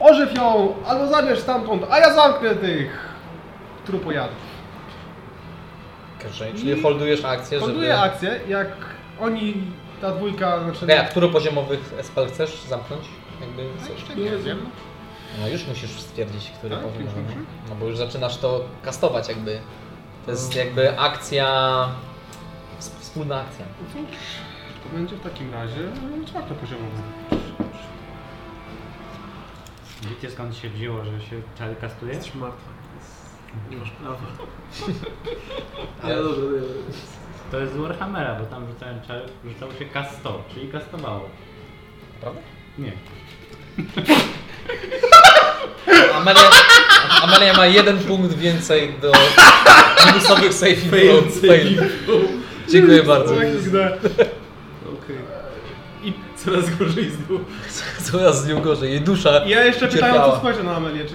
ożyw ją albo zabierz stamtąd, a ja zamknę tych trupojadów.
Okej, Czyli holdujesz akcję, żeby...
Konduję akcję, jak oni, ta dwójka, znaczy
Okej, a który poziomowych spell chcesz zamknąć? Jakby
A
coś.
jeszcze nie wiem.
No już musisz stwierdzić, który
Tak?
powinien.
Już muszę?
No bo już zaczynasz to kastować jakby. To jest
No.
jakby akcja... ws- Wspólna akcja.
No cóż, to będzie w takim razie no, czwartopoziomowy.
Wiecie skąd się wzięło, że się czary kastuje?
Jesteś martwa. więc Nie masz prawa.
Ale-
Ale dobrze, dobrze.
To jest z Warhammera, bo tam rzucałem czary, rzucało się kasto, czyli kastowało.
Prawda?
Nie.
Amelia, Amelia ma jeden punkt więcej do minusowych saving throw. Fail. Dziękuję bardzo.
Okej. I coraz gorzej znów.
Coraz z nią gorzej. Jej dusza
Ja jeszcze pytając,
Cierpiała.
co spojrzę na Amelię, czy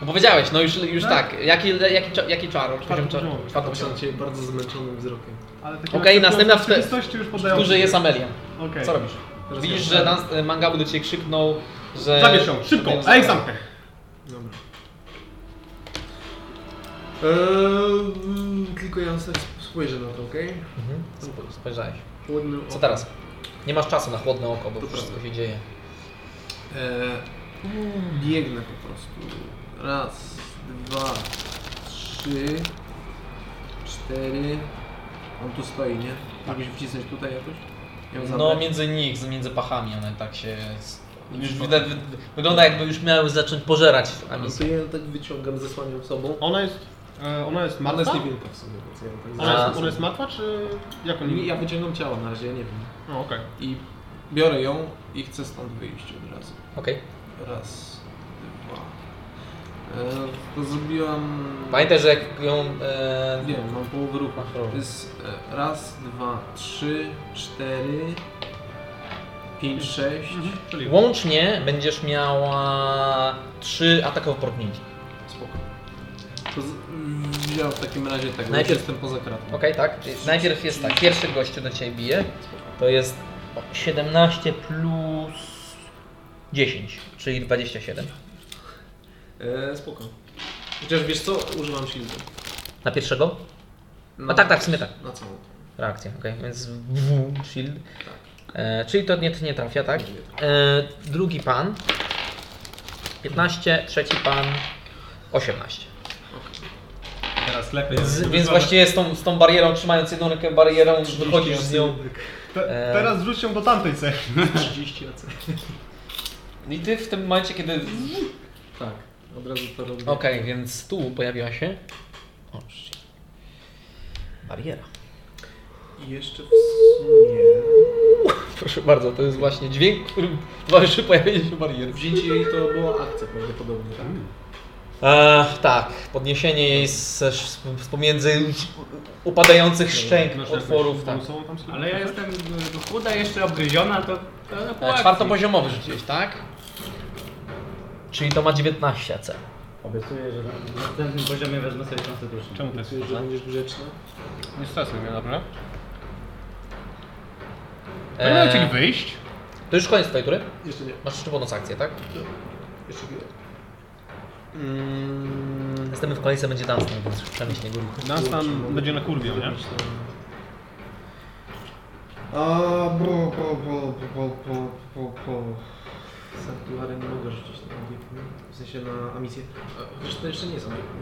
No powiedziałeś, no już, już
Tak?
tak. Jaki, jaki, cza- jaki czar? Poziom czar.
poziomowy.
Czwarty
Patrzę
poziom.
na ciebie bardzo zmęczonym wzrokiem.
Ale
Okej, następna w te-
rzeczywistości już podają.
Duży jest Amelia.
Okej.
Co robisz?
Teraz
Widzisz,
ja-
że nas, Mangabu do ciebie krzyknął, że...
Zabierz ją, szybko! Ej, zamknę!
Dobra. Eee, tylko ja sobie spojrzę na to, okej?
Mhm. Spo- Spojrzałeś.
Chłodny
Co
oko.
teraz? Nie masz czasu na chłodne oko, bo
No. To
wszystko
prawda.
się dzieje.
Eee, u, biegnę po prostu. Raz, dwa, trzy, cztery. On tu stoi, nie? Mógłbyś wcisnąć tutaj jakoś? Ją
No
zabrać?
między nich, między pachami one tak się... Już wyda, wy, wygląda jakby już miały zacząć pożerać
No
amisję.
to ja ją tak wyciągam, zasłaniam sobą.
Ona jest... E, ona jest
Ona
martwa?
jest niewielka w sumie, więc ja ją tak
Ona
A.
jest, ona jest martwa, czy... Jak
Nie,
oni...
Ja wyciągam ciało na razie, ja nie wiem.
O, okej.
I biorę ją i chcę stąd wyjść od razu.
Okej.
Raz, dwa. E, to zrobiłam.
Pamiętaj, że jak ją... E,
Nie, mam połowę ruchu.
Masz połowę.
To jest e, raz, dwa, trzy, cztery, pięć, sześć.
Mhm, czyli...
łącznie będziesz miała trzy ataki opornięcia.
Spoko. To z... wziąłem w takim razie tak, bo już
Najpierw-
jestem poza kratą.
Okej, tak. Najpierw jest tak. Pierwszy gościu do ciebie bije. To jest 17 plus 10, czyli 27.
E, spoko. Chociaż wiesz co, używam shieldu.
Na pierwszego?
Na,
No tak, tak, w sumie tak.
Na całą.
Reakcja, okej, więc w shield.
Tak.
E, czyli to nie, to nie trafia, tak?
Nie, nie
E, drugi pan 15, trzeci pan 18.
Teraz lepiej.
Z, więc właściwie z tą, z tą barierą, trzymając jedną rękę barierą, wychodzisz z nią.
Te,
E.
teraz wrzuć ją do tamtej cechy.
30 AC.
I ty w tym momencie, kiedy
Tak, od razu to robię.
Okej, więc tu pojawiła się. O, shit. Bariera.
I jeszcze w sumie...
Proszę bardzo, to jest właśnie dźwięk, którym towarzyszy pojawienie się bariery.
Wzięcie jej to była akcja prawdopodobnie, tak?
E, tak, podniesienie jej z, z, z pomiędzy upadających szczęk otworów. Tak.
Ale ja jestem y, chuda, jeszcze obgryziona, to... to po
E,
akcji.
czwartopoziomowy rzuciłeś, tak? Czyli to ma 19 C.
Obiecuję, że na następnym poziomie wezmę sobie Constitution.
Czemu to jest?
Myślę, że będziesz grzeczny.
Nie stresuj mnie, dobra? Będę chcieli
E,
wyjść.
to już koniec twojej tury?
Jeszcze nie.
Masz jeszcze bonus akcję, tak?
Jeszcze Mm, nie.
Następny w kolejce będzie Dunstan, więc przemyśl jego ruchy.
Nas tam będzie na kurwie, nie?
A, bo, bo, bo, bo, bo, bo, bo. Sanktuary nie mogę rzucić na ambitny. W sensie na ambicję. A, Chociaż to jeszcze nie jest ambitny.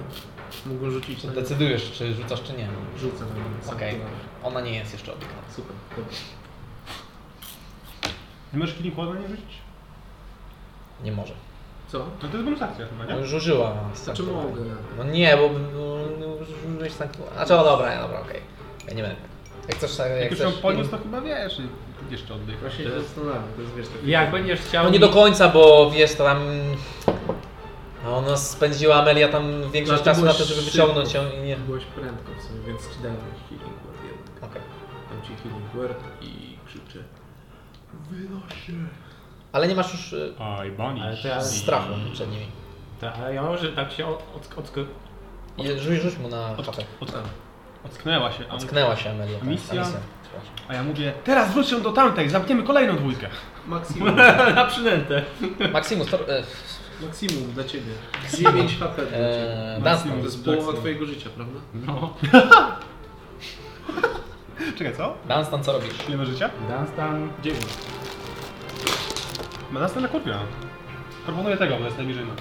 Mogą rzucić na...
Decydujesz, czy rzucasz, czy nie.
Rzucę na ambitny.
Okej.
Sanktuary.
Ona nie jest jeszcze obiektem.
Super, dobrze.
Nie możesz kilku chłodno nie rzucić?
Nie może.
Co?
To to jest bonus akcja chyba,
No
nie?
już użyła.
Znaczy
sanktuarium.
mogę.
No nie, bo no, już użyłeś sanktuarium. Znaczy, o dobra, dobra, okej. Ja nie będę. Jak chcesz, tak,
Jak
jak
już ją
chcesz.
podniósł, to chyba wiesz i jeszcze oddech.
Właśnie się zastanawiam, to jest wiesz taki...
Jak będziesz chciał...
No nie do końca, bo wiesz, to tam... No ona spędziła Amelia tam większość
Znaczy,
czasu na
byłeś
to, żeby
szybko.
wyciągnąć ją i nie...
Byłaś prędko w sumie, więc ci dałem healing word jednak.
Okej.
Dam ci healing word i krzyczę. Wynoś się.
Ale nie masz już y,
Oj, Bonnie. Ale to ja...
strachu przed nimi.
To, ale ja może tak się od, od, od,
I Rzuć, rzuć mu na
No tak.
HP.
Ocknęła się. a on-
Ocknęła się Amelia. Tak,
Misja?
ta przepraszam.
A ja mówię, teraz wróć ją do tamtej, zamkniemy kolejną dwójkę.
Maksimum.
na przynętę.
Maximus, to... E,
Maksimum dla ciebie. 9 HP dla ciebie.
e,
Maksimum.
Dunstan.
To jest połowa twojego życia, prawda?
No.
Czekaj, co?
Dunstan, co robisz?
Ile ma życia?
Dunstan...
9.
Ma następna kurwia. Proponuję tego, bo jest najbliżej nas.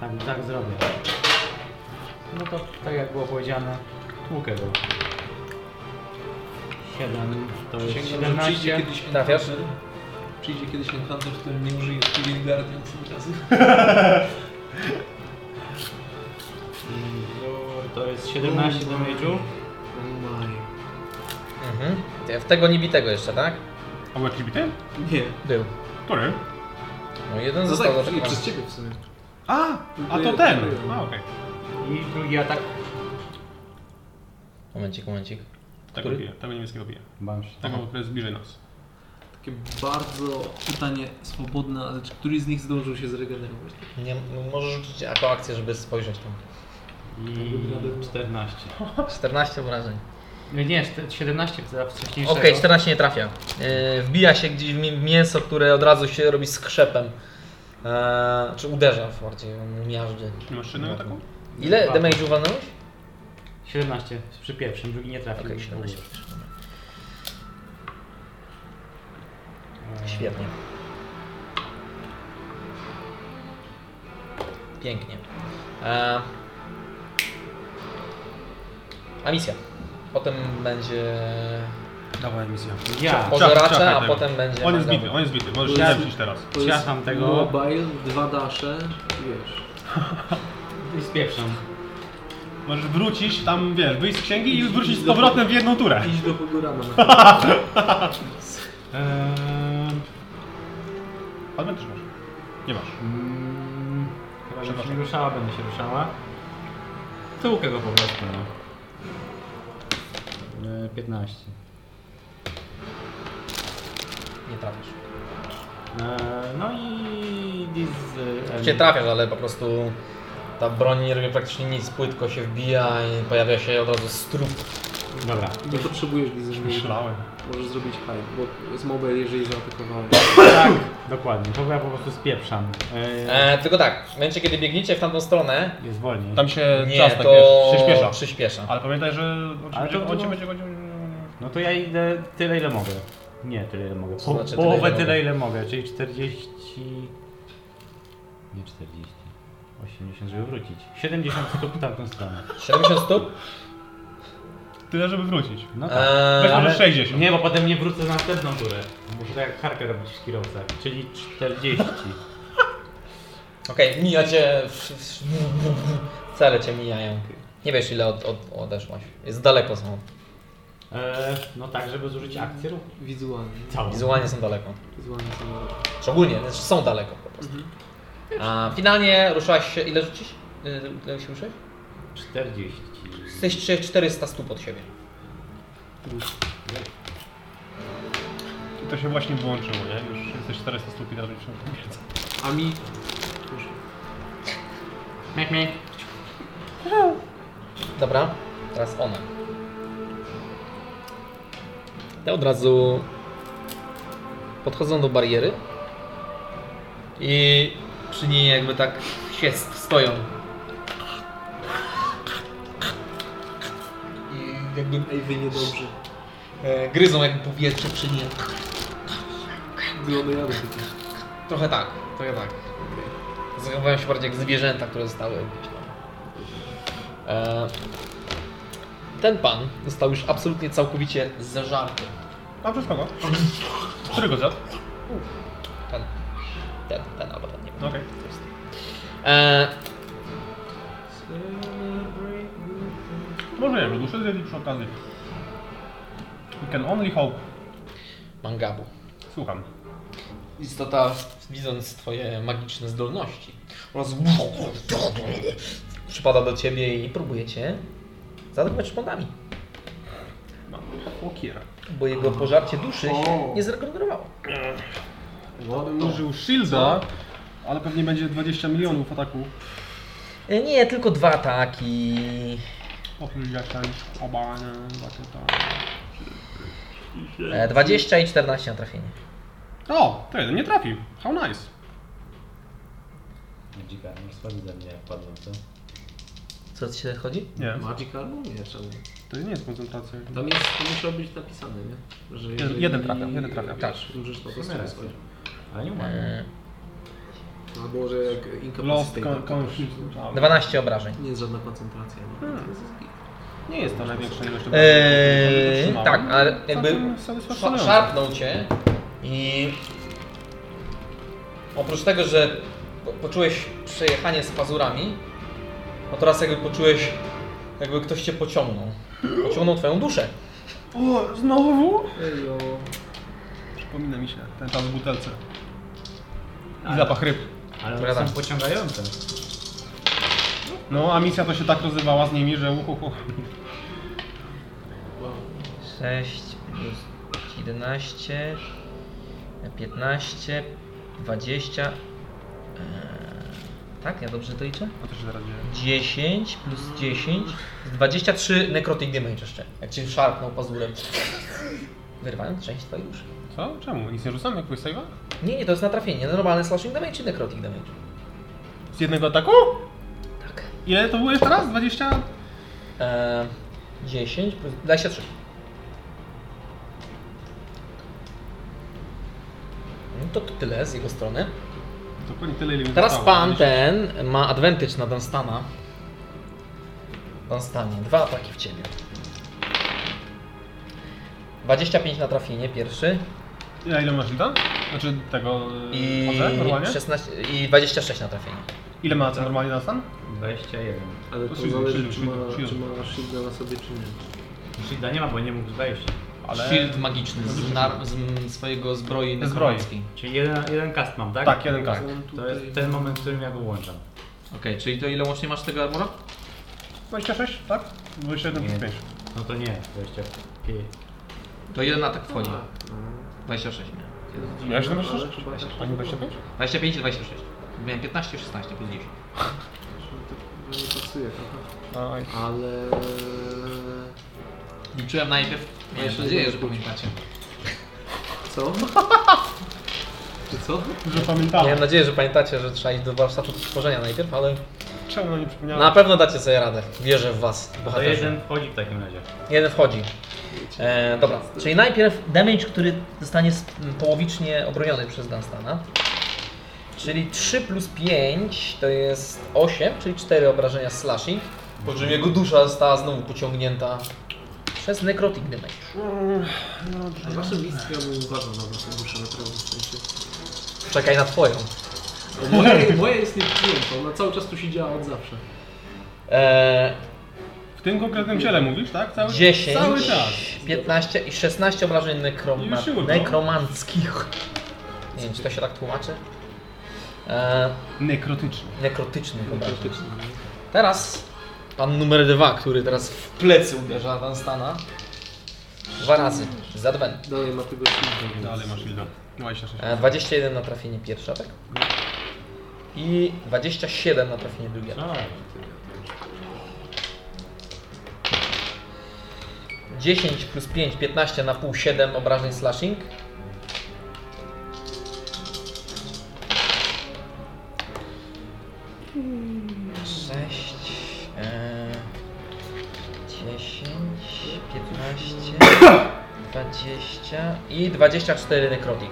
Tak, tak zrobię. No to tak jak było powiedziane, tłukę go. 7 to jest
Sięgam, że przyjdzie
17.
kiedyś
Trafiasz?
encounter- Przyjdzie kiedyś encounter, w którym nie użyję Healing Guardian czasu.
To jest 17 do mage'u.
Oh my.
Mhm. Ty W tego niebitego jeszcze, tak?
A był jakiś bity?
Nie.
Był.
Który?
No jeden
No
został
tak, czyli
atakowany.
przez ciebie w sumie. No.
A, a to ten. A, okej.
I drugi atak.
Momencik, momencik.
Tego
Który?
bije, tego niebieskiego bije.
Bam.
Tego, który Tak, jest bliżej nas.
Takie bardzo pytanie swobodne, ale czy któryś z nich zdążył się zregenerować?
Nie, no możesz rzucić jako akcję, żeby spojrzeć tam.
I 14.
14 obrażeń.
Nie, nie, czter- 17 za wcześniejszego.
Okej, 14 nie trafia. Yy, wbija się gdzieś w mi- mięso, które od razu się robi skrzepem. Eee, czy uderza w bardziej, on miażdży.
Nie masz czynnego taką?
Ile
Dwa.
damage uwalnąłeś?
17 przy pierwszym, drugi nie trafił.
Okej, 17.
Eee,
Świetnie. Pięknie. Eee, a misja. Potem będzie
Dawaj misja.
Ja
Czekaj,
pożeracze,
czekaj
a
tego.
potem będzie...
On jest
mangabu.
bity, on jest bity. Możesz
Ja-
ja... zemścić teraz.
To jest
ciacham tego
mobile, dwa dasze, wiesz.
i spieprzam.
Możesz wrócić tam, wiesz, wyjść z księgi i wrócić z powrotem w jedną turę.
Idź do Pogorana na
Eee,
Adwent też masz. Nie masz.
mm, Chyba, że się
Przepraszam.
ruszała, będę się ruszała. Tyłkę go po prostu, no. Eee, 15.
Nie trafisz.
Eee, no i... e, Dis,
Cię Znaczy, trafiasz, ale po prostu ta broń nie robi praktycznie nic, płytko się wbija i pojawia się od razu strup.
Dobra.
Nie potrzebujesz widzenia.
Myślałem.
Możesz zrobić hype, bo z mobile, jeżeli zaatakowałeś.
tak, dokładnie. To ja po prostu spieprzam. Eee,
E, tylko tak, w momencie kiedy biegniecie w tamtą stronę,
jest wolniej.
Tam się
nie,
czas tak,
to
wiesz, przyspiesza.
przyspiesza.
Ale pamiętaj, że on cię
Ale
będzie,
to
on cię
było-
będzie godził.
No to ja idę tyle, ile mogę. Nie, tyle, ile mogę. Po,
znaczy tyle,
połowę
ile
tyle,
mogę?
ile mogę, czyli 40... Nie 40. 80, żeby wrócić. 70 stóp w tamtą stronę.
70 stóp?
Tyle, żeby wrócić.
No tak.
Weź
E,
może
ale-
60.
Nie, bo potem nie wrócę na następną turę. Muszę tak jak harkę robić w kierowcach, czyli 40.
Okej, mijacie. Cele cię mijają. Nie wiesz ile od, od, odeszłaś. Jest daleko są.
E, no tak, żeby zużyć akcję ruchu.
Wizualnie.
Całą.
Wizualnie są daleko.
Wizualnie są
Szczególnie, znaczy są daleko po prostu.
Mhm.
A finalnie ruszyłaś się. Ile rzucisz? Ile, ile się ruszyłeś?
40.
Jesteś 400 stóp od siebie.
I to się właśnie wyłączyło, nie? Już jesteś 400 stóp i teraz będziesz miał więcej.
A mi...
Mech, mech.
Dobra, teraz ona. Te od razu podchodzą do bariery i przy niej jakby tak się st- stoją. I jakby
Ej, wy niedobrze.
e, gryzą jakby powietrze przy niej.
Glony jadę takie.
Trochę tak, trochę tak. Zachowują się bardziej jak zwierzęta, które zostały gdzieś tam. E, ten pan został już absolutnie całkowicie zażarty.
A przez kogo? Którego zjadł?
Ten, ten, ten albo ten, nie wiem.
No Okej.
E,
Może nie, że duszę zjedli przy okazji. We can only hope.
mangabu.
Słucham.
Istota, widząc twoje magiczne zdolności, oraz przypada do ciebie i próbuje cię zaatakować szponami,
Okier.
bo jego pożarcie duszy się nie zregenerowało.
Użył shielda, ale pewnie będzie 20 milionów ataku.
E, Nie, tylko dwa ataki.
Pochyl jakaś obana, takie tam.
E, 20 i 14 na trafienie.
O, to jeden nie trafi. How nice.
Dzika, no spadł ze mnie jak padłem, co?
Co ci się chodzi?
Nie,
Magic Armor? Nie, czemu?
to nie jest koncentracja.
Tam jest, to musiało być napisane, nie? Że
Jeden trafia, jeden trafia.
Tak. Możesz po prostu
Sumie
wysłać.
Ale nie umarł.
E,
Albo że jak
Lost
incapacitate.
con-
to też-
Confusion. tak.
12 obrażeń.
Nie jest żadna koncentracja. No. To jest zgi-
Nie jest to największa ilość
Eee,
obrażeń,
tak, ale
Całkiem
jakby Sza-
satysfakcjonujące.
szarpnął cię i oprócz tego, że po- poczułeś przejechanie z pazurami, no teraz jakby poczułeś, jakby ktoś cię pociągnął. Pociągnął twoją duszę.
O, znowu?
Ejo.
Przypomina mi się ten tam w butelce. I zapach ryb.
Ale
Dobra,
one
tak.
są pociągające.
No, a misja to się tak rozrywała z nimi, że uhu, uhu.
6 plus 11, 15, 20. Eee, tak, ja dobrze to liczę?
A to się zaraz dzieje.
10 plus 10, 23 necrotic damage jeszcze. Jak cię szarpnął pazurem. Wyrwałem część twojej duszy.
Co? Czemu? Nic nie rzucam? Jakiegoś save'a?
Nie, nie, to jest na trafienie. Normalny slashing damage czy necrotic damage?
Z jednego ataku?
Tak.
Ile to było jeszcze raz? 20?
Eee, 10 plus 23. No to, to tyle z jego strony.
Dokładnie tyle, ile mi
Teraz
zostało.
pan ten ma advantage na Dunstana. Dunstanie, dwa ataki w ciebie. 25 na trafienie pierwszy
Ile, ile masz lita? Znaczy tego...
i,
I... normalnie?
16, i 26 na trafienie.
Ile ma AC normalnie na stan?
21.
Ale
To
to
shield,
zależy,
shield,
czy ma,
shield, shield.
czy ma shielda na sobie, czy nie.
Shielda nie ma, bo nie mógł wejść.
Ale...
Shield magiczny z, nar- z m, swojego zbroi
Zbroi.
nekromanckiej.
Czyli jeden, jeden cast mam, tak?
Tak, jeden
Ja
kart.
mam
To
tutaj-
jest ten moment, w którym ja go łączam.
Okej, czyli to ile łącznie masz tego armora?
26, tak? 27 plus
Nie.
5.
No to nie, 25.
To jeden atak wchodzi.
A, no.
26 miałem.
Miałeś
Ale
numer 6?
chyba tak
A nie 25?
25 i 26. Miałem 15 i 16 plus 10.
to Nie pasuje trochę.
Aj.
Ale...
Liczyłem najpierw. Miałem
Jeszcze
nadzieję,
nie
że
wchodzi.
pamiętacie.
Co? Czy co?
Że pamiętałem.
Miałem nadzieję, że pamiętacie, że trzeba iść do warsztatu tworzenia najpierw, ale
Czemu no nie przypomniałem?
na pewno dacie sobie radę. Wierzę w was,
Tak. To
bohaterzy.
jeden wchodzi w takim razie.
Jeden wchodzi. E, dobra, czyli najpierw damage, który zostanie sp- m, połowicznie obroniony przez Dunstana. Czyli 3 plus 5 to jest 8, czyli 4 obrażenia slashing. Po czym jego dusza została znowu pociągnięta przez necrotic damage.
Mm, No dobrze.
W waszym listwie ja bym uważał na waszą duszę, naprawdę w sensie.
Czekaj na twoją.
Bo Moja, moja jest nieprzyjęta, ona cały czas tu siedziała od zawsze.
E,
W tym konkretnym ciele mówisz, tak? Cały,
10,
cały czas.
15 i 16 obrażeń nekroma
Już się udało.
nekromanckich. Nie wiem, czy to się tak tłumaczy. E,
Nekrotyczny.
nekrotycznych obrażeń. Teraz pan numer dwa, który teraz w plecy uderza Dunstana. Dwa razy z adwent.
Dalej ma tego silba.
Dalej masz Wilda. 26.
E, 21 na trafienie pierwsza, tak? I 27 na trafienie drugie.
No,
10 plus 5, 15 na pół, 7 obrażeń slashing. Sześć, e, 10, 15, 20 i 24 nekrotik.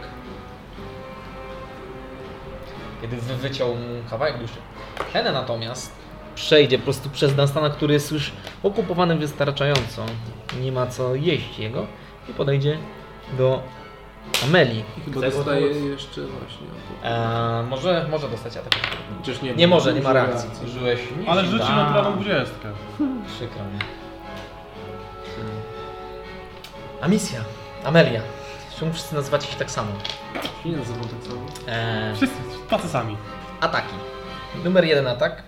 Kiedy wy- wyciął mu kawałek duszy. Henę natomiast przejdzie po prostu przez Dunstana, który jest już okupowany wystarczająco. Nie ma co jeść jego i podejdzie do Ameli.
I chyba
Chcę
dostaje
pomóc.
jeszcze właśnie. albo-
Eee, może, może dostać atak.
Chociaż
Nie może, nie ma
używa
reakcji. Użyłeś.
Ale rzucił
Tak.
naturalną 20.
Przykro mi. A misja. Amelia. Czemu wszyscy nazywacie się tak samo?
Się nie nazywam tak samo.
Eee,
Wszyscy tacy sami.
ataki. Numer jeden atak.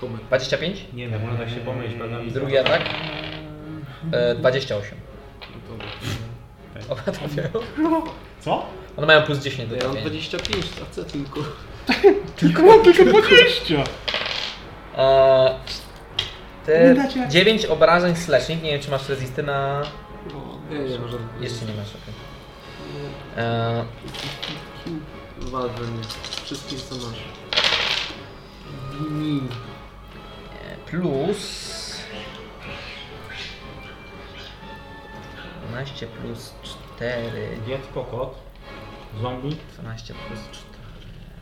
Komet.
25.
nie wiem, można tak się pomylić, prawda?
Drugi atak. Eee, 28.
No dobra.
Oba trafiają.
Co?
One mają plus 10 do
Ja mam
trafienia.
25 AC tylko.
Tylko mam No, tylko 20!
Eee,
Nie
te
dacie.
9 obrażeń slashing, nie wiem czy masz rezisty na...
Nie, No, nie ma żadnego.
Jeszcze nie masz, okej. Eee,
Wal we mnie. Wszystkim co masz. Dni.
plus... 12 plus 4...
Dziecko, kot. Zombie.
12 plus 4.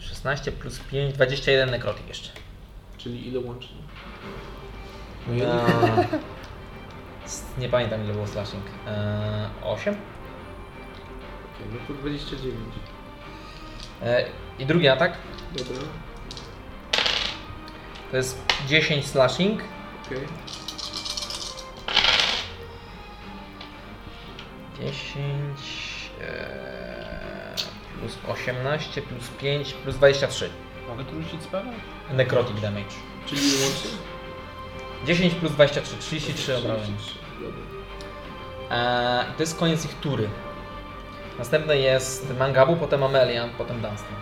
16 plus 5, 21 nekrotik jeszcze.
Czyli ile łącznie?
No. S- Nie pamiętam ile było slashing. Eee, 8?
Okej, no to 29.
Eee, I drugi atak
Dobra,
to jest 10 slashing.
okej.
10 eee, plus 18 plus 5 plus 23.
Mogę tu rzucić spelę?
Necrotic damage.
Czyli ile łącznie?
10 plus 23, 33 obrażeń.
33, Dobra.
Eee, to jest koniec ich tury. Następny jest Mangabu, potem Amelia, potem Dunstan.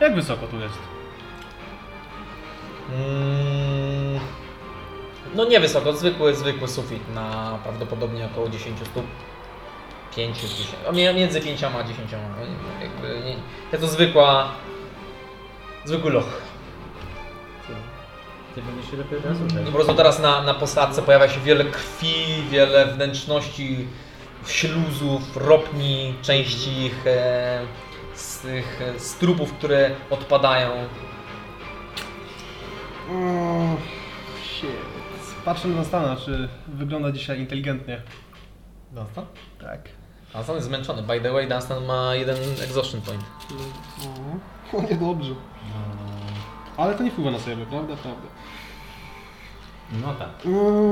Jak wysoko tu jest?
Mm, no nie wysoko, zwykły, zwykły sufit na prawdopodobnie około 10 stóp. 5 z 10. o, mie- Między 5 a 10. no nie- Jakby nie, jest to zwykła. Zwykły loch.
Ty będziesz się lepiej teraz
I po prostu teraz na, na posadzce pojawia się wiele krwi, wiele wnętrzności, śluzów, ropni, części ich, e, z tych e, strupów, które odpadają.
Mm, shit. Patrzę na Stana, czy wygląda dzisiaj inteligentnie.
Dunstan?
Tak.
Dunstan jest zmęczony. By the way, Dunstan ma jeden exhaustion point.
No, niedobrze. Ale to nie wpływa na sobie, prawda? Prawda.
No tak.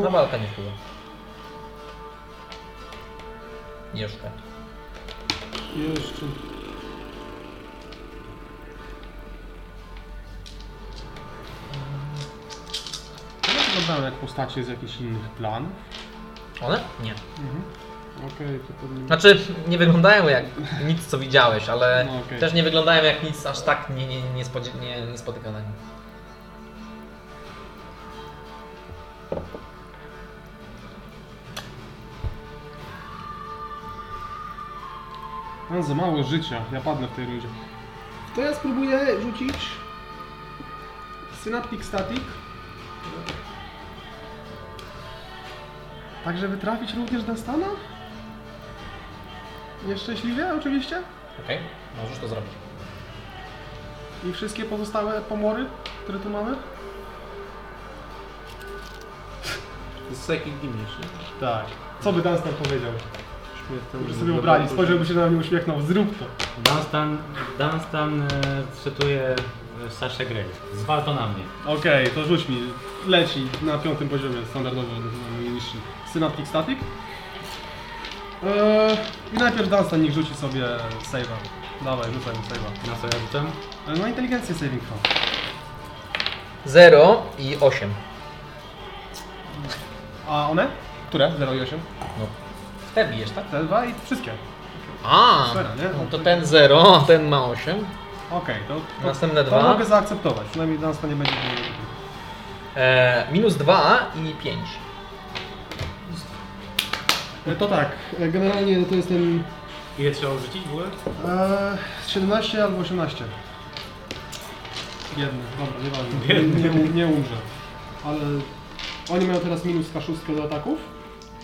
Na walka nie wpływa. Jeszcze.
Jeszcze.
Ja wyglądają jak postacie z jakichś innych planów.
One? Nie.
Mhm. Okej, to to...
Znaczy, nie wyglądają jak nic, co widziałeś, ale
No, okej.
też nie wyglądają jak nic aż tak nie, nie, nie, spodzie- nie, niespotykanego.
Mam za mało życia, ja padnę w tej rundzie.
To ja spróbuję rzucić.
Synaptic Static. Tak, żeby trafić również na Stana? Nieszczęśliwie, oczywiście.
Okej, możesz to zrobić.
I wszystkie pozostałe pomory, które tu mamy?
To jest psychic damage, nie?
Tak. Co by Dunstan powiedział?
Śmiertelny.
Żeby sobie obrali, spojrzałby się na mnie uśmiechnął, zrób to.
Dunstan, Dunstan e, cytuje e, Sasha Grey. Zwal to na mnie.
Okej, to rzuć mi. Leci na piątym poziomie standardowo na mój niższy. Synaptic Static. Eee, I najpierw Dunstan niech rzuci sobie save'a. Dawaj, rzucaj mu save'a.
Na co ja rzucam?
Eee, No inteligencję saving throw.
0 i 8.
A one? Które? 0 i 8?
Te bijesz, tak?
Te dwa i wszystkie.
A,
Sfera, nie?
no to ten 0, ten ma 8.
Okej, to, to,
Następne
to
dwa.
mogę zaakceptować. Przynajmniej Dunstan nie będzie...
E, minus 2 i 5.
E, To tak, e, generalnie to jest ten
Ile trzeba rzucić w ogóle?
Eee, 17 albo 18. Biedny, dobra, nieważne. Nie, nie, um- nie umrze. Ale oni mają teraz minus K6 do ataków.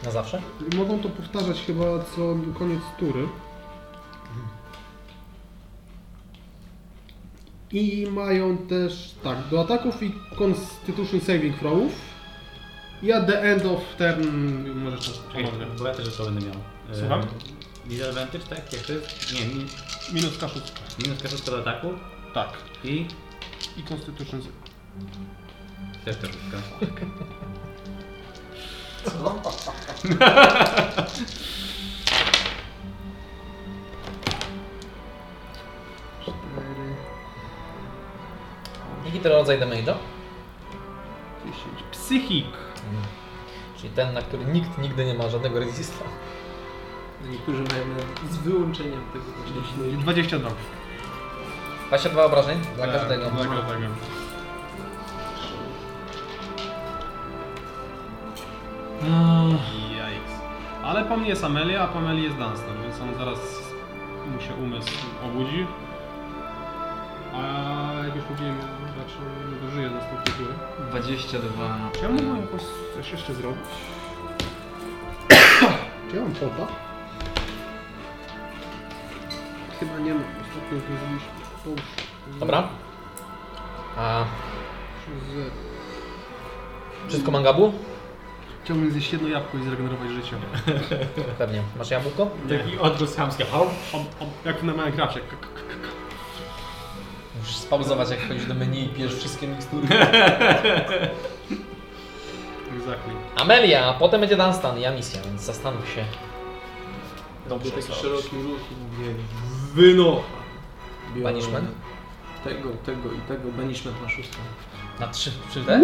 Na zawsze?
Mogą to powtarzać chyba co koniec tury. I mają też, tak, do ataków i Constitution Saving Throwów. I at the end of turn możesz też
Czekaj, bo ja też to będę miał. E,
Słucham?
Disadvantage, tak? Jak to jest? Nie, mi,
Minus K6.
minus kaszustka do ataku
Tak.
i
I Constitution
też kaszustka.
Jaki to rodzaj damage'a?
10. Psychik.
Czyli ten, na który nikt nigdy nie ma żadnego rezista.
Niektórzy mają nawet z wyłączeniem tego właśnie.
22.
22 obrażeń dla
Tak,
każdego.
Dla każdego. Jajks. Ale po mnie jest Amelia, a po Amelii jest Dunstan, więc on zaraz mu się umysł obudzi. A jak już mówiłem, raczej nie dożyje następnej góry.
22.
Czy ja mogłem jakoś coś jeszcze zrobić? Czy ja mam poda? chyba nie ma. Ostatnio to zrobiliśmy. To już.
Dobra. A
Z...
wszystko mangabu?
Chciałbym zjeść jedno jabłko i zregenerować życie.
Pewnie. Masz jabłko?
Taki odgłos chamski. Hop, hop, hop.
Jak na Minecrafcie.
Musisz spauzować, jak wchodzisz do menu i pijesz wszystkie mikstury.
Exactly.
Amelia, a potem będzie Dunstan i ja misja, więc zastanów się.
Dobrze, taki szeroki ruch i mówię, wynocha. Biorę
Banishment?
Tego, tego i tego, banishment na szóstkę.
Na trzy, trzy te?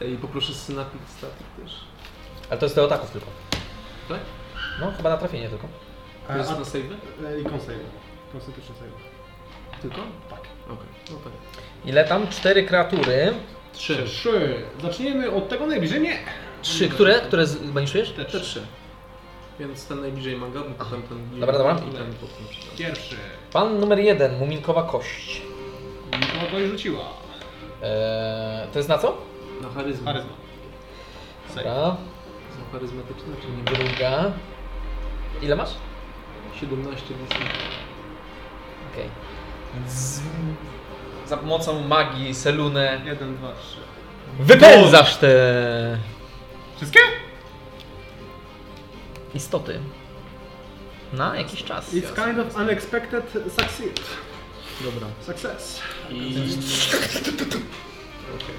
Ej, I poproszę synapik statyk też.
Ale to jest do ataków tylko.
Tak?
No, chyba na trafienie tylko.
To jest na save?
e, I konsejl. Konstytucja sejl.
Tylko? Tak. Okej, no tak.
Ile tam? Cztery kreatury.
Trzy.
Trzy. Zaczniemy od tego najbliżej. Nie!
Trzy, które? Które zbaniszujesz?
Te
Te trzy. Więc ten najbliżej Mangabu, potem ten...
Dobra, dobra.
I ten potem.
Pierwszy.
Pan numer jeden, muminkowa kość.
Nikogo go rzuciła.
Eee, to jest na co?
Na charyzmę.
Charyzma.
Dobra.
Są charyzmatyczne, czy nie?
Druga. Ile masz?
17 DC.
Okej. Z- Za pomocą magii, selunę.
Jeden, dwa, trzy.
Wypędzasz te
Wszystkie?
istoty. Na jakiś czas.
It's kind of unexpected succeed.
Dobra.
Success.
I... Okej.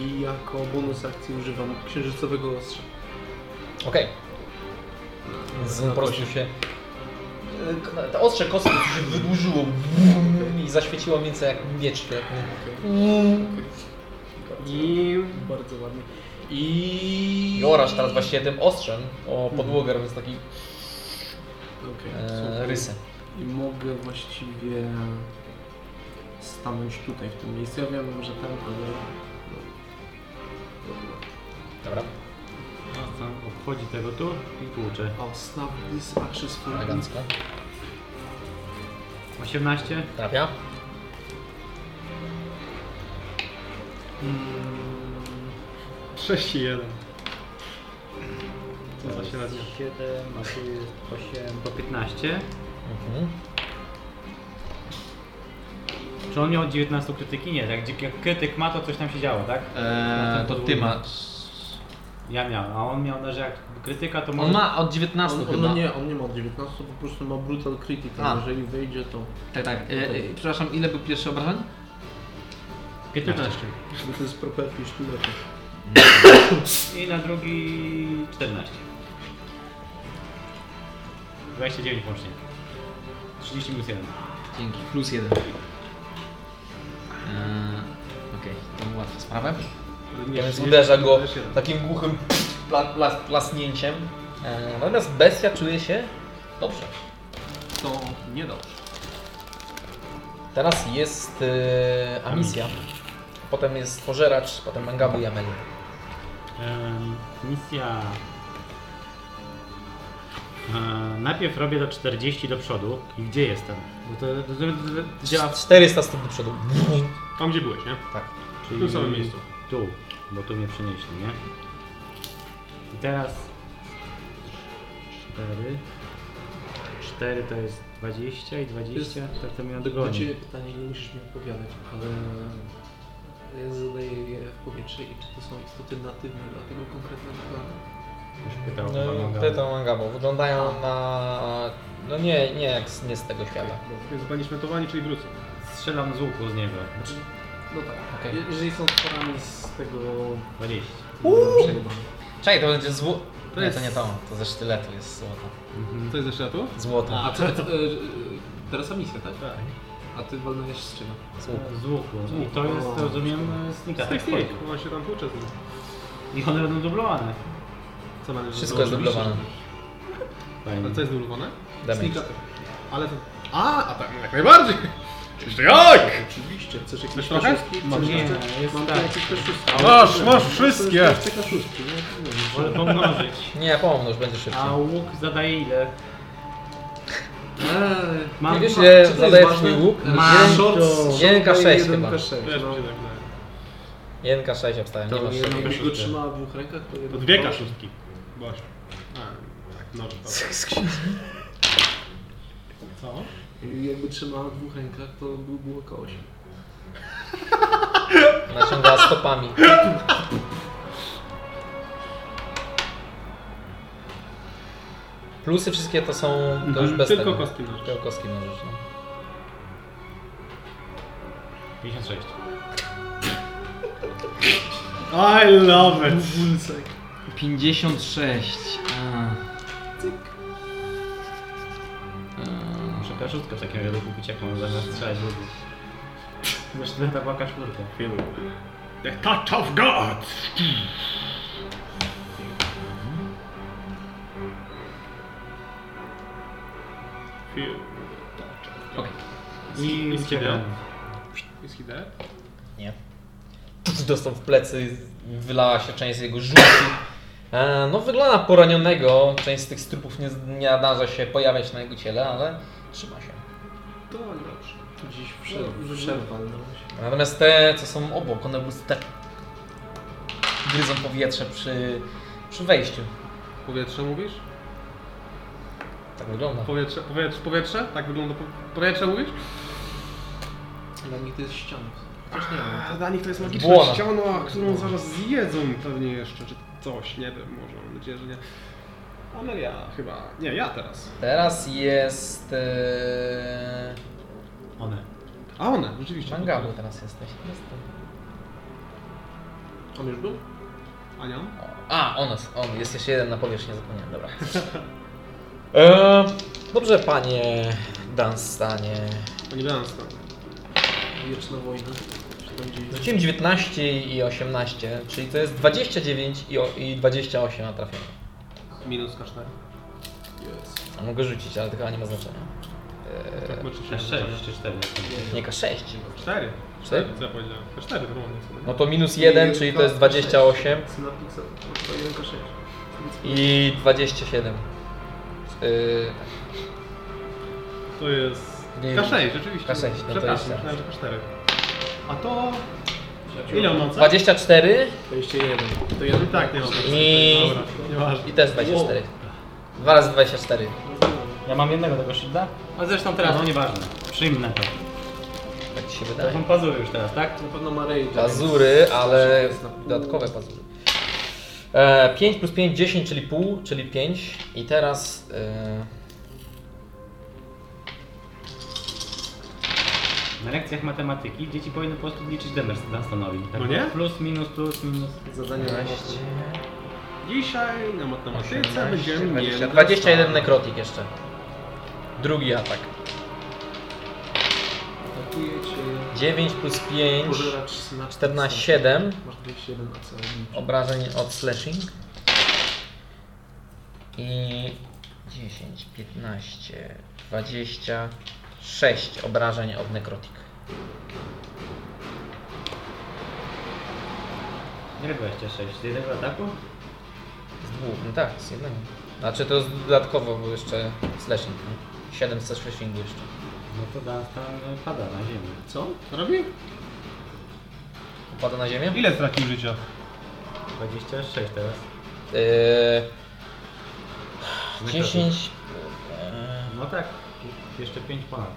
I jako bonus akcji używam księżycowego ostrza.
Okej. Z po prostu się. E, To ostrze kostki się wydłużyło i zaświeciło więcej jak miecz.
I... Bardzo ładnie. I...
Jorasz teraz właściwie tym ostrzem o podłogę, robiąc taki
Okej,
e,
super.
rysy.
I mogę właściwie stanąć tutaj, w tym miejscu. Ja wiem, że tam, ale... No. Dobra.
Dobra.
Obchodzi tego tu i tłucze.
O, snap this action for me.
Elegancko.
18.
Trafia.
Sześć i jeden.
No,
Co za średnia.
7, a tu jest 8. To 15.
Mhm.
Czy on miał 19 krytyki? Nie, tak gdzie jak krytyk ma, to coś tam się działo, tak?
Eee, to ty masz.
Ja miałem, a on miał, że jak krytyka, to
On ma od 19
On,
chyba.
on, nie, on nie ma 19, po prostu ma brutal critic,
A.
a jeżeli wejdzie to...
Tak, tak. E, e, przepraszam, ile był pierwszy obrażeń?
15.
Bo to jest property sztyletu.
I na drugi 14. 29 łącznie. 30 minus 1.
Dzięki, plus jeden. Eee, Okej, to był łatwa sprawa.
Ja więc uderza go takim głuchym pla, plas, plasnięciem. E, Natomiast bestia czuje się dobrze.
To niedobrze.
Teraz jest e, Amisja. Potem jest Pożeracz, potem Mangabu i Amelia.
Em, misja. E, najpierw robię do 40 do przodu. I gdzie jestem? Bo to, to, to, to, to działa. Tak,
400 stóp do przodu.
Tam gdzie byłeś, nie?
Czyli
tym samym miejscu.
Tu, bo tu mnie przenieśli, nie? I teraz 4. 4 to jest 20 i 20. Tak to miałem
Do
dogonić.
ciebie pytanie, nie musisz mi odpowiadać, ale ja zadaję je w powietrze i czy to są istoty natywne dla tego konkretnego planu?
Już pytał
No,
chyba Mangabu.
te to Mangabu. Wyglądają na... No nie, nie, jak z, nie z tego świata.
To jest banishmentowani, czyli wrócę.
Strzelam z łuku z niego.
Znaczy, no tak,
Okej.
Je- jeżeli są tworami z tego...
20.
Uuu!
Czekaj, to będzie zło...
To
nie,
jest-
to nie to. To ze sztyletu jest złoto.
Co No jest jeszcze tu?
Złoto.
A co, co, e, e, teraz misja, tak?
Tak.
A ty walnąłeś z czym?
Z łuku.
Z łuku. I to jest,
O.
rozumiem, snika.
Stick,
Tak,
stick. No się tam tłucze z nim.
I one będą dublowane.
Co będziesz
Wszystko jest
robił?
dublowane.
A co jest dublowane?
Damage.
Ale to... A, a tak, jak najbardziej! Jeszcze jak!
Oczywiście, chcesz jakieś
Chcesz trochę?
Chcesz
Masz.
Nie,
jeszcze?
jest
Mam tu
tak.
jakieś kaszustki.
Masz, masz wszystkie!
Te kaszustki, nie? Nie wiem.
Wolę pomnożyć.
Nie, pomóż, będzie szybciej.
A łuk zadaje ile?
Eee,
Mam
Nie wiesz, ile
czy to
zadaje
jest
twój
ważne?
łuk?
Ma
Jeden-
short, short
jeden K6
daje jeden
chyba.
K6,
Wiesz,
no.
mi się tak wydaje.
1k6 obstawiam, nie
To
masz.
jedno byś go
kaszustkę.
trzymała w dwóch rękach, to jedno...
To dwie kaszutki. Boś. A, tak, no to...
Skrzyni.
Co?
I Jakby trzymała w dwóch rękach, to by było około 8.
Naciąga stopami. Plusy wszystkie to są. To
Mhm.
już bez
Tylko
tego.
kostki nożne.
Tylko kostki możesz. No.
56.
I love it.
56. A.
Muszę kaszutkę w takim razie kupić, jak mam zamiast strzelać w ludzi. Zresztą ta była kaszurka.
The touch of God.
I z ciebie.
Jest he dead?
Dostał w plecy, wylała się część z jego żółci. E, No wygląda poranionego, część z tych strupów nie, nie nadarza się pojawiać na jego ciele, ale trzyma się.
To dobrze. Tu gdzieś wszedł, wszedł pan. no.
Natomiast te, co są obok, one po prostu tak gryzą powietrze przy, przy wejściu.
Powietrze mówisz?
Tak wygląda.
Powietrze, powietrze, powietrze? Tak wygląda po- powietrze mówisz?
Dla nich to jest ściana. Chociaż nie wiem.
A dla nich to jest magiczna
Błona.
ściana, którą zaraz zjedzą pewnie jeszcze, czy coś, nie wiem, może, mam nadzieję, że nie. Amelia chyba, nie, ja teraz.
Teraz jest... E...
One.
A one, rzeczywiście.
Mangabu teraz jesteś. Jest to.
On już był?
Ania?
A, on, jest- on jest jeszcze jeden na powierzchni, zapomniałem, dobra. E, dobrze, panie Danstanie.
Pani Benasta.
Wieczna wojna. Czy tam gdzieś...
Rzuciłem 19 i 18, czyli to jest 29 i, o, i 28 na trafienie.
Minus K4.
Jest.
A mogę rzucić, ale to chyba nie ma znaczenia. E,
Tak, bo czy
Na 6 czy 4.
Nie, 6.
4.
Cztery?
Co ja powiedziałem? K4 normalnie sobie.
No to minus 1, czyli to jest 28
Synaptic Cell. To 1K6.
i 27. Yy,
To jest...
Nie.
K6, rzeczywiście.
K6, no to
Przepraszam,
jest-
myślałem, że K4. A to... Ile on ma cech?
24
21. To 1
Tak, nie ma.
I-
Dobra, nieważne.
i też 24. Dwa razy 24.
Ja mam jednego tego szydda? A zresztą teraz, no nieważne. Przyjmę to.
Tak ci się
To
wydaje.
są pazury już teraz, tak?
Na pewno ma rage.
Pazury, ale dodatkowe pazury. E, 5 plus 5, 10, czyli pół, czyli 5. I teraz. E,
Na lekcjach matematyki dzieci powinny po prostu liczyć Demers Dunstanowi. Tak?
No nie?
Plus, minus, plus, minus.
Zadanie na mocy.
Dzisiaj na matematyce
18,
będziemy
20,
mieli...
21 nekrotik jeszcze. Drugi atak.
Atakuje cię
9 plus 5,
pożeracz synaptic
14,
cell.
7.
Masz 27 AC.
Obrażeń od slashing. I 10, 15, 20, 6 obrażeń od nekrotik.
Nie 26. Z jednego ataku?
Z dwóch, no tak, z jednego. Znaczy to jest dodatkowo, bo jeszcze slashing. nie? 7 ze slashingu jeszcze.
No to Dunstan e, pada na ziemię.
Co?
Co robi?
Upada na ziemię?
Ile stracił życia?
26 teraz.
Yy,
Nekrotyk.
10. yy,
No tak. Jeszcze 5 ponad.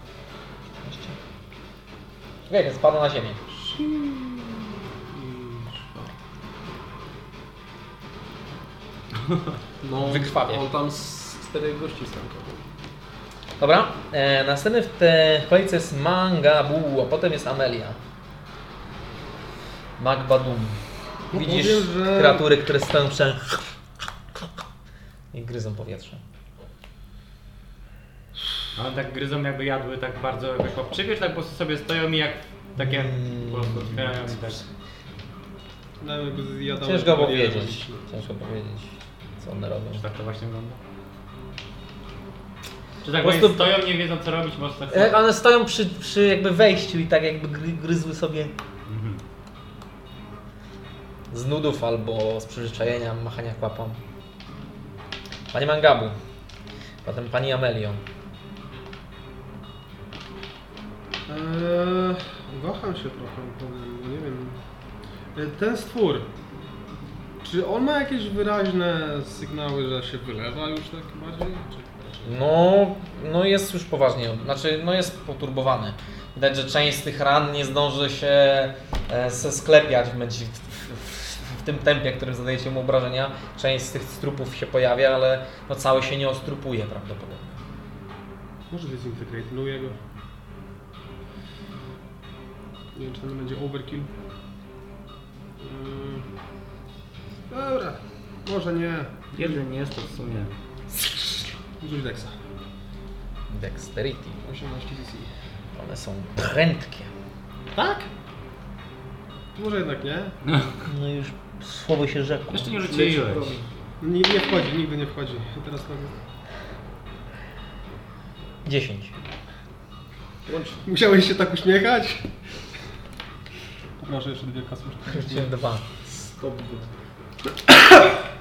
Okej, więc pada na ziemię.
No,
Wykrwawia.
On tam z czterech gości stankował.
Dobra, e, następny w te w kolejce jest Mangabu, a potem jest Amelia. Magbadum.
No
Widzisz
powiem, że-
kreatury, które stoją prze... i gryzą powietrze.
A one tak gryzą jakby jadły tak bardzo jakoś łapczywie, czy tak po prostu sobie stoją i jak takie po prostu
Mm,
otwierają i tak.
No, jakby zjadał-
Ciężko
nie
powiedzieć. Ciężko powiedzieć, co one robią.
Czy tak to właśnie wygląda? Czy tak
Po
właśnie
prostu- E-
stoją, nie wiedzą co robić, może tak
Jak
sobie...
one stoją przy, przy jakby wejściu i tak jakby gry- gryzły sobie
Mhm.
z nudów albo z przyzwyczajenia machania klapą. Panie Mangabu, potem pani Amelio.
Eee, waham się trochę, powiem, bo nie wiem. Eee, Ten stwór, czy on ma jakieś wyraźne sygnały, że się wylewa już tak bardziej? Czy, czy
No, no jest już poważnie, znaczy no jest poturbowany. Widać, że część z tych ran nie zdąży się e, sklepiać w, meci- w, w, w tym tempie, którym zadajecie mu obrażenia. Część z tych strupów się pojawia, ale no cały się nie ostrupuje prawdopodobnie.
Może dezintegruję go. Nie wiem, czy ten będzie overkill. Eee, Mm. Dobra, może nie.
Jeden jest to w sumie.
Rzuć Dexa.
Dexterity.
18 DC.
One są prędkie.
Tak? Może jednak nie.
No już słowo się rzekło.
Jeszcze nie rzuciłeś.
Nie, nie wchodzi, nigdy nie wchodzi. I Teraz powiem.
10.
Musiałeś się tak uśmiechać? Proszę, jeszcze dwie kasuszki.
Rzuciłem 2.
Stop.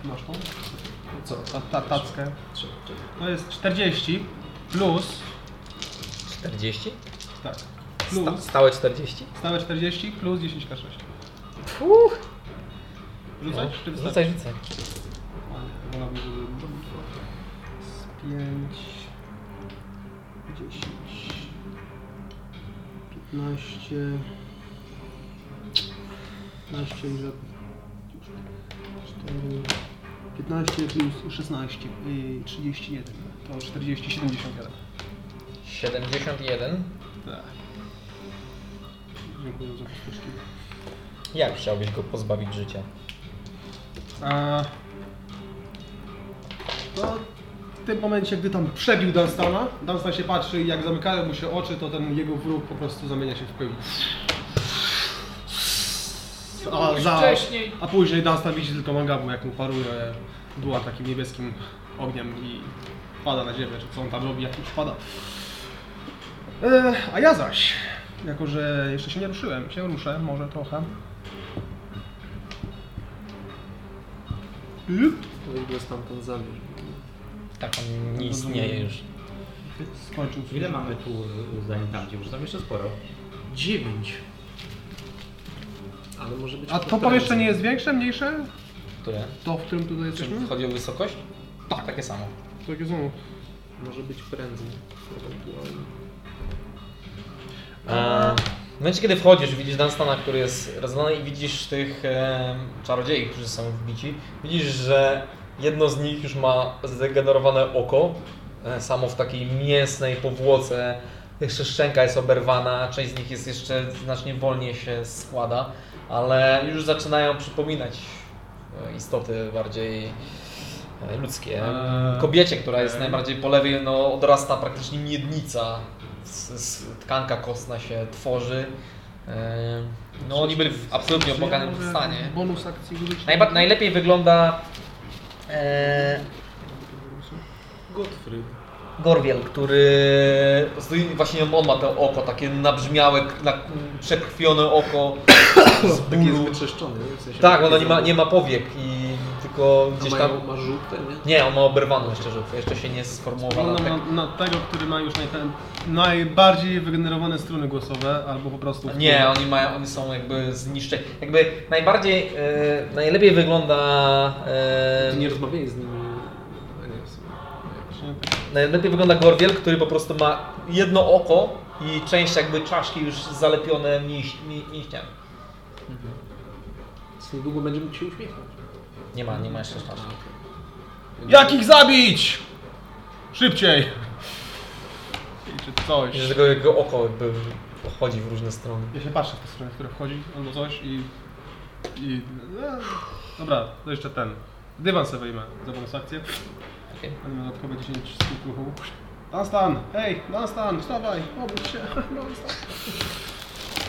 Masz tą?
Co?
Ta, ta tackę.
Trzeba, czekaj.
To jest 40 plus.
40?
Tak.
Sta
Plus.
stałe 40?
Stałe 40 plus 10k6.
Fuh! No,
Rzucać? Czy
rzucaj, rzucaj.
Wolałbym, żeby... Z 5... 10... 15... 15 ile... 4... 15 plus 16, y, 31, to 40, 71.
71.
Tak. Dziękuję za podpoczki.
Jak chciałbyś go pozbawić życia?
A... To w tym momencie, gdy tam przebił Dunstana, Dunstan się patrzy i jak zamykają mu się oczy, to ten jego wróg po prostu zamienia się w pył. A, za, a później Dunstan widzi tylko Mangabu, jak mu paruje dła takim niebieskim ogniem i pada na ziemię, czy co on tam robi, jak już pada. E, a ja zaś, jako że jeszcze się nie ruszyłem, się ruszę może trochę. Yp.
To w ogóle No stamtąd zabierz.
Tak, on nie istnieje już.
Skończył swój-
Ile mamy tu y, zanim tam gdzie? Bo tam jeszcze sporo.
9. Ale może być.
A to pomieszczenie jest większe, mniejsze?
Które?
To, w którym tutaj
Czy
jesteśmy?
chodzi o wysokość? Tak, takie samo.
Takie są.
Może być prędzej. Ewentualnie.
E, W momencie, kiedy wchodzisz, widzisz Dunstana, który jest rozlany i widzisz tych e, czarodziei, którzy są wbici. Widzisz, że jedno z nich już ma zdegenerowane oko, e, samo w takiej mięsnej powłoce. Jeszcze szczęka jest oberwana, część z nich jest jeszcze znacznie wolniej się składa, ale już zaczynają przypominać e, istoty bardziej e, ludzkie.
Eee,
Kobiecie, która jest
okej.
najbardziej po lewej, no odrasta praktycznie miednica s- s- tkanka kostna się tworzy. Ehm, No oni byli w absolutnie opłakanym stanie.
Bonus akcji użyć?
Najba- najlepiej wygląda e,
Gottfried.
Gorwiel, który stoi- właśnie on ma to oko, takie nabrzmiałe, na, przekrwione oko z
Taki jest
bólu.
wytrzeszczony. nie? W sensie
Tak,
taki
ono nie ma,
zęb-
nie ma powiek i tylko
A
gdzieś
ma-
tam...
Ma żółte, nie?
Nie, on ma oberwaną jeszcze żółtą, jeszcze się nie sformułowała.
Wyglądam
Tak,
na, na tego, który ma już naj, najbardziej wygenerowane struny głosowe, albo po prostu... w-
Nie, oni mają, oni są jakby zniszczeni. Jakby najbardziej, e, najlepiej wygląda, e,
Ty nie rozmawiaj z nimi. A nie, w sumie. Jak się-
najlepiej wygląda Gorwiel, który po prostu ma jedno oko i część jakby czaszki już zalepione mięś, mi- mięśniami.
Więc niedługo będzie mógł się uśmiechać.
Nie ma, nie ma jeszcze czaszki.
Jak ich zabić? Szybciej! I Czy coś.
Że tego jego oko jakby chodzi w różne strony.
Ja się patrzę w tę stronę, w którą wchodzi, albo coś i... i e, dobra, to jeszcze ten. Dywan sobie wyjmę za bonus akcję.
Okej.
Będę miał dodatkowe 10 stóp ruchu. Dunstan! Hej, Dunstan, wstawaj, obudź się, No, Dunstan.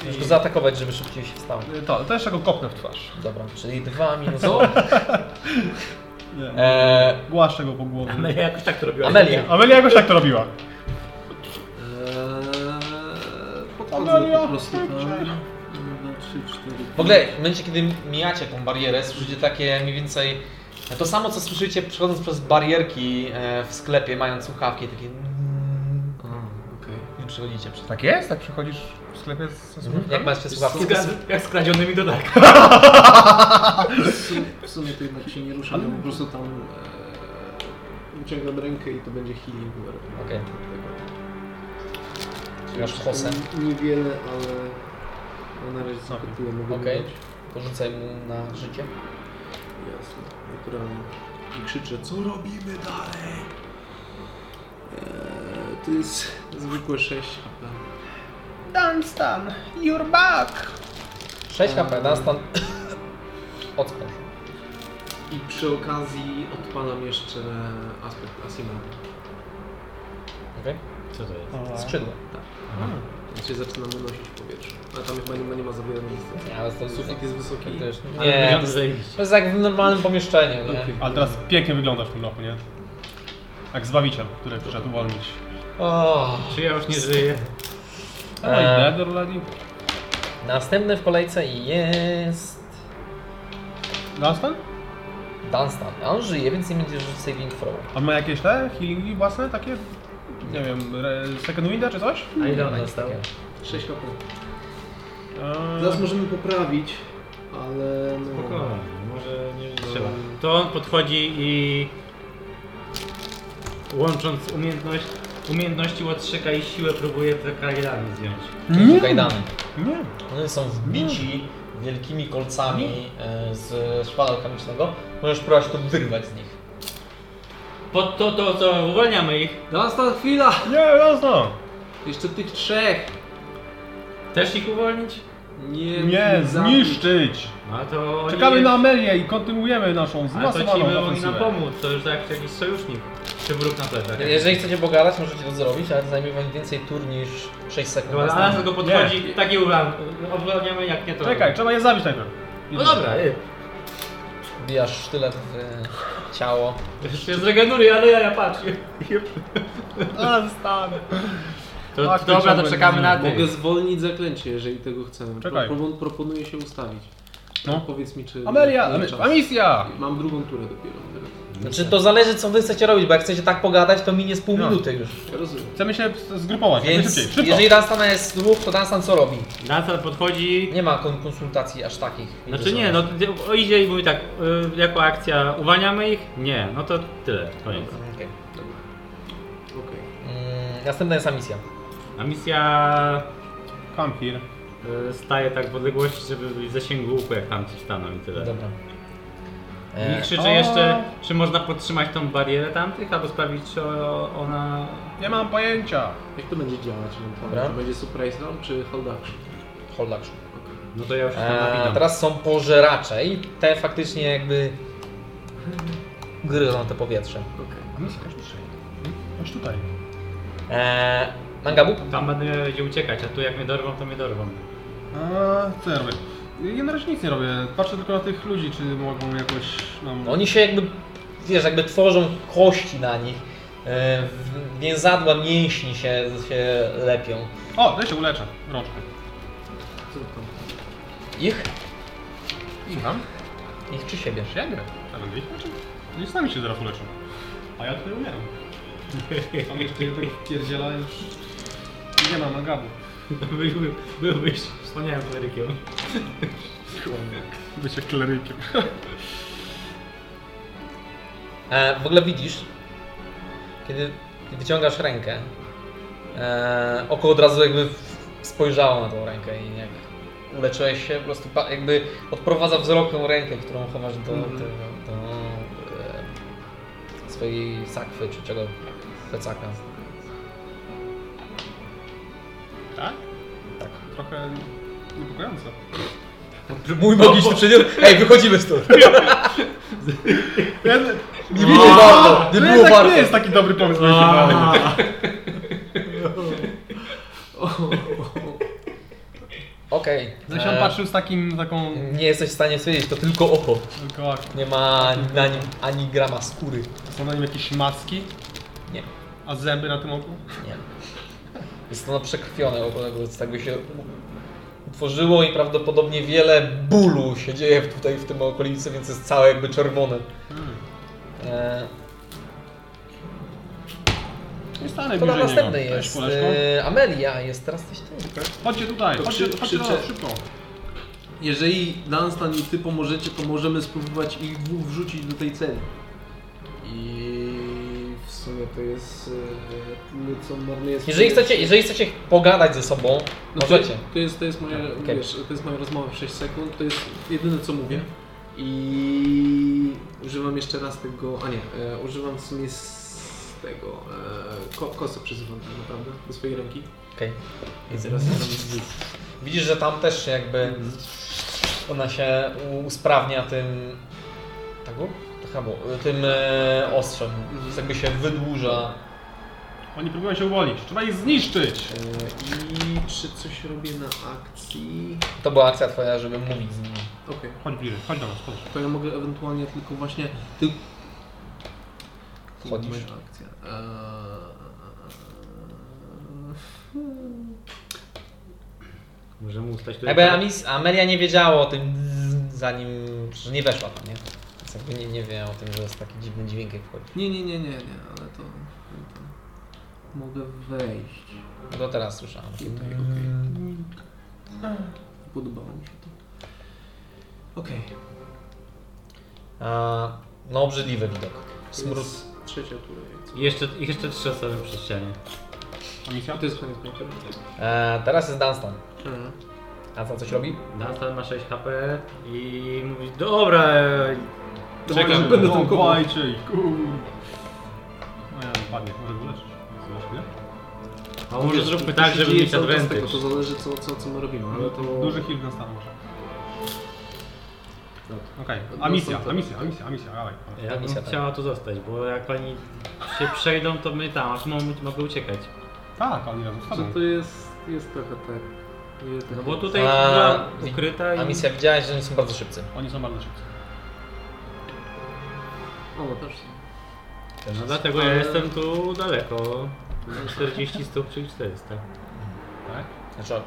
Musisz go zaatakować, żeby szybciej się wstał.
Y, To, to jeszcze go kopnę w twarz.
Dobra, czyli dwa minusowe.
Nie.
E,
Głaszczę go po głowie.
Amelia jakoś tak to robiła.
Amelia.
Amelia jakoś tak to robiła.
Eee,
Amelia,
Podchodzę po prostu tam.
szybciej.
Dwa, trzy, cztery.
W ogóle w momencie, kiedy mijacie tą barierę, słyszycie takie mniej więcej to samo, co słyszycie przechodząc przez barierki e, w sklepie, mając słuchawki, takie mm,
A, okej.
i przechodzicie przez
Tak jest? Tak przychodzisz w sklepie z... z
Mhm. Jak macie słuchawki?
Jak z- Jak z kradzionymi to tak.
W sumie- W sumie to jednak się nie rusza, bo po prostu tam e, Wyciągam rękę i to będzie healing Tak. word.
Okej.
Tego.
Masz Jose.
Niewiele, ale no, na razie tylko tyle mogę
Okej.
dodać.
To rzucaj mu na życie.
Jasne, naturalnie. I krzyczę, co robimy dalej? Eee, to jest zwykłe 6 HP.
Dunstan, you're back!
6 HP, Dunstan. Ocknął się.
I przy okazji odpalam jeszcze aspekt Asima.
Okej?
Co to jest?
No. Skrzydło.
Znaczy zaczynam unosić w powietrzu. A tam chyba nie ma, nie ma za wiele miejsca.
Nie, ale to jest...
Sufit jest wysoki.
to jest-
Ale
Nie,
wygląda zajebiście.
to jest jak w normalnym pomieszczeniu, nie?
Okej.
Ale teraz pięknie wyglądasz w tym roku, nie? Jak zbawiciel, który przyszedł uwolnić.
O,
Czy ja już nie żyję?
A
Eee.
E,
i Nether Lady?
Następny w kolejce jest...
Dunstan?
Dunstan. A on żyje, więc nie będzie rzucił saving throw.
On ma jakieś te healingi własne takie? Nie wiem, re, second winda czy coś? E,
A
ile ona
jest takiego?
6 HP. Zaraz
Eee,
możemy poprawić, ale no...
Spokojnie, może nie trzeba.
trzeba.
To on podchodzi i łącząc umiejętność, umiejętności łotrzyka i siłę próbuje te krajdami zdjąć.
Kilku kajdany.
nie.
One są wbici wielkimi kolcami e, z szpala alchemicznego. Możesz próbować to wyrwać z nich.
Pod to, to, to uwalniamy ich.
Dostan, chwila!
Nie, jasno.
Jeszcze tych trzech!
Też ich uwolnić?
Nie,
Nie,
zabić.
zniszczyć.
No to oni
Czekamy
jest-
na Amelię i kontynuujemy naszą
Ale to ci
zmasowaną
by mogli nam
ofensywę.
pomóc, to już tak jak jakiś sojusznik. Czy wróg na plecach.
Jeżeli chcecie pogadać, możecie to zrobić, ale to zajmie wam więcej tur niż 6 sekund.
Dobra,
następny.
Alan tylko podchodzi, nie. taki uwalniamy, uwalniamy jak nie to...
Czekaj, trzeba je zabić najpierw.
No dobra, y.
Wbijasz sztylet w e, ciało.
Już się zregeneruje, ale ja, ja patrzę.
Dunstan.
To,
Tak,
to
to
dobra, to
ciągle
czekamy na
będzie.
tych.
Mogę zwolnić zaklęcie, jeżeli tego chcemy.
Czekaj.
Propon- proponuję się ustawić.
No.
Powiedz mi, czy...
Amelia,
mamy czas.
Am- Amicia!
Mam drugą turę dopiero teraz.
Znaczy to zależy co wy chcecie robić, bo jak chcecie tak pogadać, to minie z pół
No.
minuty już.
Rozumiem.
Chcemy się z- zgrupować, jak
Więc
najszybciej, szybko.
jeżeli Dunstan jest dwóch, to Dunstan co robi?
Nasal podchodzi,
Nie ma kon- konsultacji aż takich.
Znaczy nie, no o idzie i mówi tak, y, jako akcja uwalniamy ich? Nie, no to tyle, koniec.
Okej.
Okej.
Mm, następna jest misja.
A misja
Come here.
y, staje tak w odległości, żeby być w zasięgu łuku, jak tam ci staną i tyle.
Dobra. E,
I krzyczy jeszcze, czy można podtrzymać tą barierę tamtych, albo sprawić, czy o- ona...
Nie mam pojęcia.
Jak to będzie działać? No, to
Dobra.
Czy będzie surprise round, czy hold action?
Hold action.
No to ja już tam
Eee,
widzę.
teraz są pożeracze i te faktycznie jakby gryzą to powietrze.
Okej.
Amicia, chodź tutaj. Hm? Chodź tutaj.
Eee, Mangabu?
Tam będę miał gdzie uciekać, a tu jak mnie dorwą, to mnie dorwą.
A, co ja robię? Ja na razie nic nie robię. Patrzę tylko na tych ludzi, czy mogą jakoś nam...
No Oni się jakby, wiesz, jakby tworzą kości na nich. Eee, w- więzadła mięśni się, się lepią.
O, ja się uleczę. Rączkę.
Co tam?
Ich?
Słucham?
Ich czy siebie?
Siebie. Ja będę ich leczył. Oni sami się zaraz uleczą. A ja tutaj umieram. A mnie tutaj tak wpierdziela już... Nie ma no magabu.
By, by, byłbyś wspaniałym klerykiem.
Bycie klerykiem.
E, w ogóle widzisz, kiedy wyciągasz rękę, e, oko od razu jakby w- spojrzało na tą rękę i jak uleczyłeś się, po prostu pa- jakby odprowadza wzrok tą rękę, którą chowasz do,
Mhm.
do, do e, swojej sakwy czy czego, plecaka.
Tak? Tak. Trochę niepokojące.
Mój
No,
magiczny przedmiot, ej wychodzimy stąd! Nie było warto, nie
To
było
jednak No, tak nie
warto!
jest taki dobry pomysł wyświetlany.
Okej,
Zaś Znaczy, on
e,
patrzył z takim, taką...
nie jesteś w stanie stwierdzić, to tylko oko.
Tylko,
Nie ma na nim ani grama skóry.
są na nim jakieś maski?
Nie.
A zęby na tym oku?
Nie. Jest ono przekrwione, oko, tak by- tak by się utworzyło i prawdopodobnie wiele bólu się dzieje w- tutaj w tym okolicy, więc jest całe jakby czerwone. E,
Nie stanę
to na
bliżej niego.
następny
Cześć,
jest.
koleżko.
E, Amelia jest teraz coś ty.
Chodźcie tutaj,
To
chodźcie,
krzy-
chodźcie do
krzyczę.
nas, szybko.
Jeżeli Dunstan i ty pomożecie, to możemy spróbować ich dwóch wrzucić do tej celi. I sumie to jest e, tyle, co marnuje...
Jeżeli chcecie, jeżeli chcecie pogadać ze sobą,
No to,
możecie. Tak,
to jest, to jest moja,
okej.
wiesz, to jest moja rozmowa w 6 sekund, to jest jedyne co mówię.
Mhm.
I używam jeszcze raz tego, a nie, e, używam w sumie z tego, e, ko, kosy przyzywam tak naprawdę, do swojej ręki.
Okej. Mhm.
I teraz ja tam-
Widzisz, że tam też jakby ona się u- usprawnia tym. Tak było? To chyba było. Tym e, ostrzem. Więc jakby się wydłuża.
Oni próbują się uwolnić. Trzeba ich zniszczyć.
e, I czy coś robię na akcji?
To była akcja twoja, żeby mówić z nimi.
Okej,
Chodź bliżej, chodź do nas, chodź.
to ja mogę ewentualnie tylko właśnie... Ty...
Wchodzisz.
Moja akcja. E, Eee,
Możemy ustać tutaj.
Jakby
tak?
Amis, Amelia nie wiedziała o tym zanim. że nie weszła tam, nie? Więc jakby nie, nie wie o tym, że jest taki dziwny dźwięk jak wchodzi.
Nie, nie, nie, nie, nie, ale to. to mogę wejść.
No To teraz słyszałam.
Tutaj, okej. Podobało mi się to. Okej,
A, no obrzydliwy widok. Smród.
Jest Trzecia tura. jak co.
I Jeszcze, i jeszcze trzy osoby przy ścianie.
A misja?
A to jest koniec mojej tury.
E, teraz jest Dunstan.
Mhm.
A co coś robi?
Dunstan ma 6 HP i mówi, dobra, e, czekam.
będę tam kopał.
Dawajcie ich, kur... No ja wypadnie, może wyleczysz. Zobacz, nie?
A może
Wiesz,
zróbmy
to
tak,
się
żeby
dzieje
mieć
cały czas
advantage.
Tego, to zależy co, co, co my robimy,
No
ale to...
Duży heal na stan może. Okej,
No,
a misja,
są to-
a misja, a misja, a misja, dawaj. dawaj.
Ja
Misja,
bym
tak.
No, chciała tu zostać, bo jak oni się przejdą, to my tam, aż mam- mogę uciekać.
Tak, oni razem
To,
wstaną.
to jest, jest trochę tak. Nie, tak.
No bo tutaj
A,
była
wi-
ukryta i...
A misja widziałaś, że oni są bardzo szybcy.
Oni są bardzo szybcy.
O, też.
No dlatego ja
Ale-
jestem tu daleko. 40 stóp, czyli 400.
Tak?
Znaczy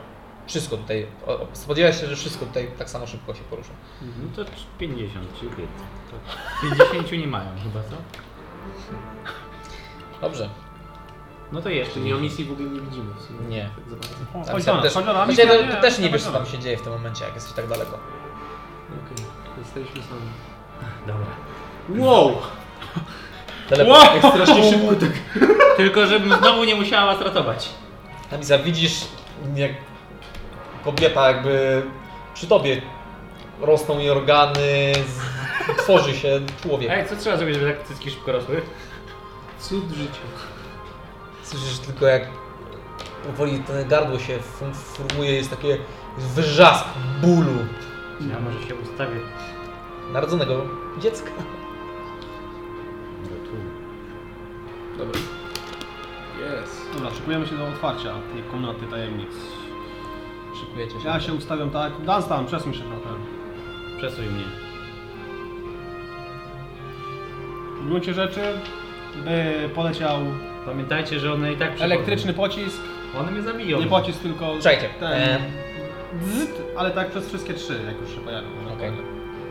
wszystko tutaj. o- o- Spodziewałeś się, że wszystko tutaj tak samo szybko się porusza.
No to 50, czyli 5. 50 nie mają chyba, co?
Dobrze.
No to jeszcze
Czyli
nie
o misji w ogóle nie widzimy w sumie.
Nie.
Tak za bardzo.
O,
Tam
Chodź
się
do nas,
też-
chodź do nas, a
Znaczy,
misja,
ja te- też nie
chodź
wiesz,
do
co tam
nas.
się dzieje w tym momencie, jak jesteś tak daleko.
Okej, jesteśmy sami.
Dobra.
Wow!
Teleport.
Jak strasznie szybko tak...
Tylko żebym znowu nie musiała was ratować.
Tamisa, widzisz, jak kobieta jakby przy tobie rosną jej organy, z... tworzy się człowiek.
Ej, co trzeba zrobić, żeby tak cycki szybko rosły?
Cud życia.
Słyszysz tylko jak powoli ten gardło się fun- formuje, jest takie wrzask bólu
Ja może się ustawię
narodzonego dziecka.
do tu.
Dobra. Jest.
Dobra, szykujemy się do otwarcia tej komnaty tajemnic.
Szykujecie się.
Ja się ustawiam tak, Dunstan, przesuń się trochę.
Przesuń mnie.
W gruncie rzeczy, by poleciał
Pamiętajcie, że one i tak przychodzą.
elektryczny pocisk,
One mnie zabiją.
nie pocisk tylko
Czekajcie,
ten,
e.
Zzzt, ale tak przez wszystkie trzy, jak już się pojawią.
Okej.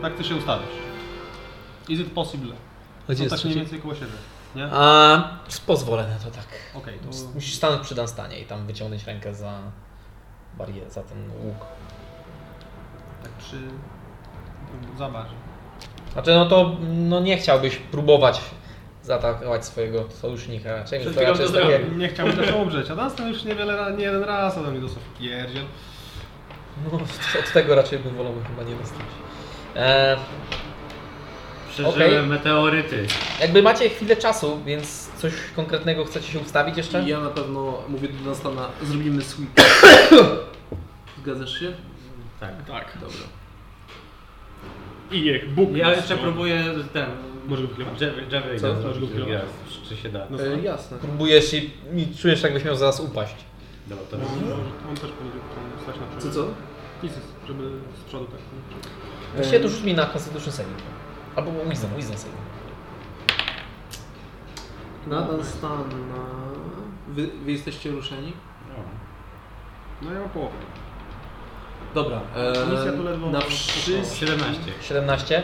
Tak ty się ustawisz. Is it possible?
Gdzie
Są
jest
tak
trzeci?
mniej więcej koło siebie, nie? Okej,
A, pozwolę na to tak.
to...
Musisz stanąć przy Dunstanie i tam wyciągnąć rękę za barierę, za ten łuk.
tak przy... za bardziej.
Znaczy, no to no nie chciałbyś próbować zaatakować swojego sojusznika raczej,
Przed
więc to
chwilą
raczej jest
to
takie...
Nie chciałbym też umrzeć, a Dunstan już niewiele, ra- nie jeden raz ode mnie dostał w pierdziel.
No, od tego raczej by wolałby chyba nie dostać. E,
Przeżyłem
Okej.
meteoryty.
jakby macie chwilę czasu, więc coś konkretnego chcecie się ustawić jeszcze?
I ja na pewno mówię do Dunstana, zrobimy sweep. Zgadzasz się?
Tak.
Tak.
Dobra.
I niech Bóg
Ja
nas
jeszcze
trzyma.
próbuję ten...
Może go wyklepać?
Jav- Javelina
Co?
zrobić
Możesz go
drugi
wyklepać?
raz, Czy się da?
No.
E, jasne.
Próbujesz i, i czujesz jakbyś miał zaraz upaść.
Dobra, to
Może- może On też powiedział, że stać na
Co,
przodu.
co?
Nic, żeby z przodu tak.
E,
Właściwie to rzuć mi na Constitution Saving. Albo Wisdom, Wisdom Saving.
Na Dunstana... Wy, wy jesteście ruszeni?
No ja mam połowę.
Dobra.
Misja tu
E,
ledwo-
na
O,
wszystkich...
17.
17.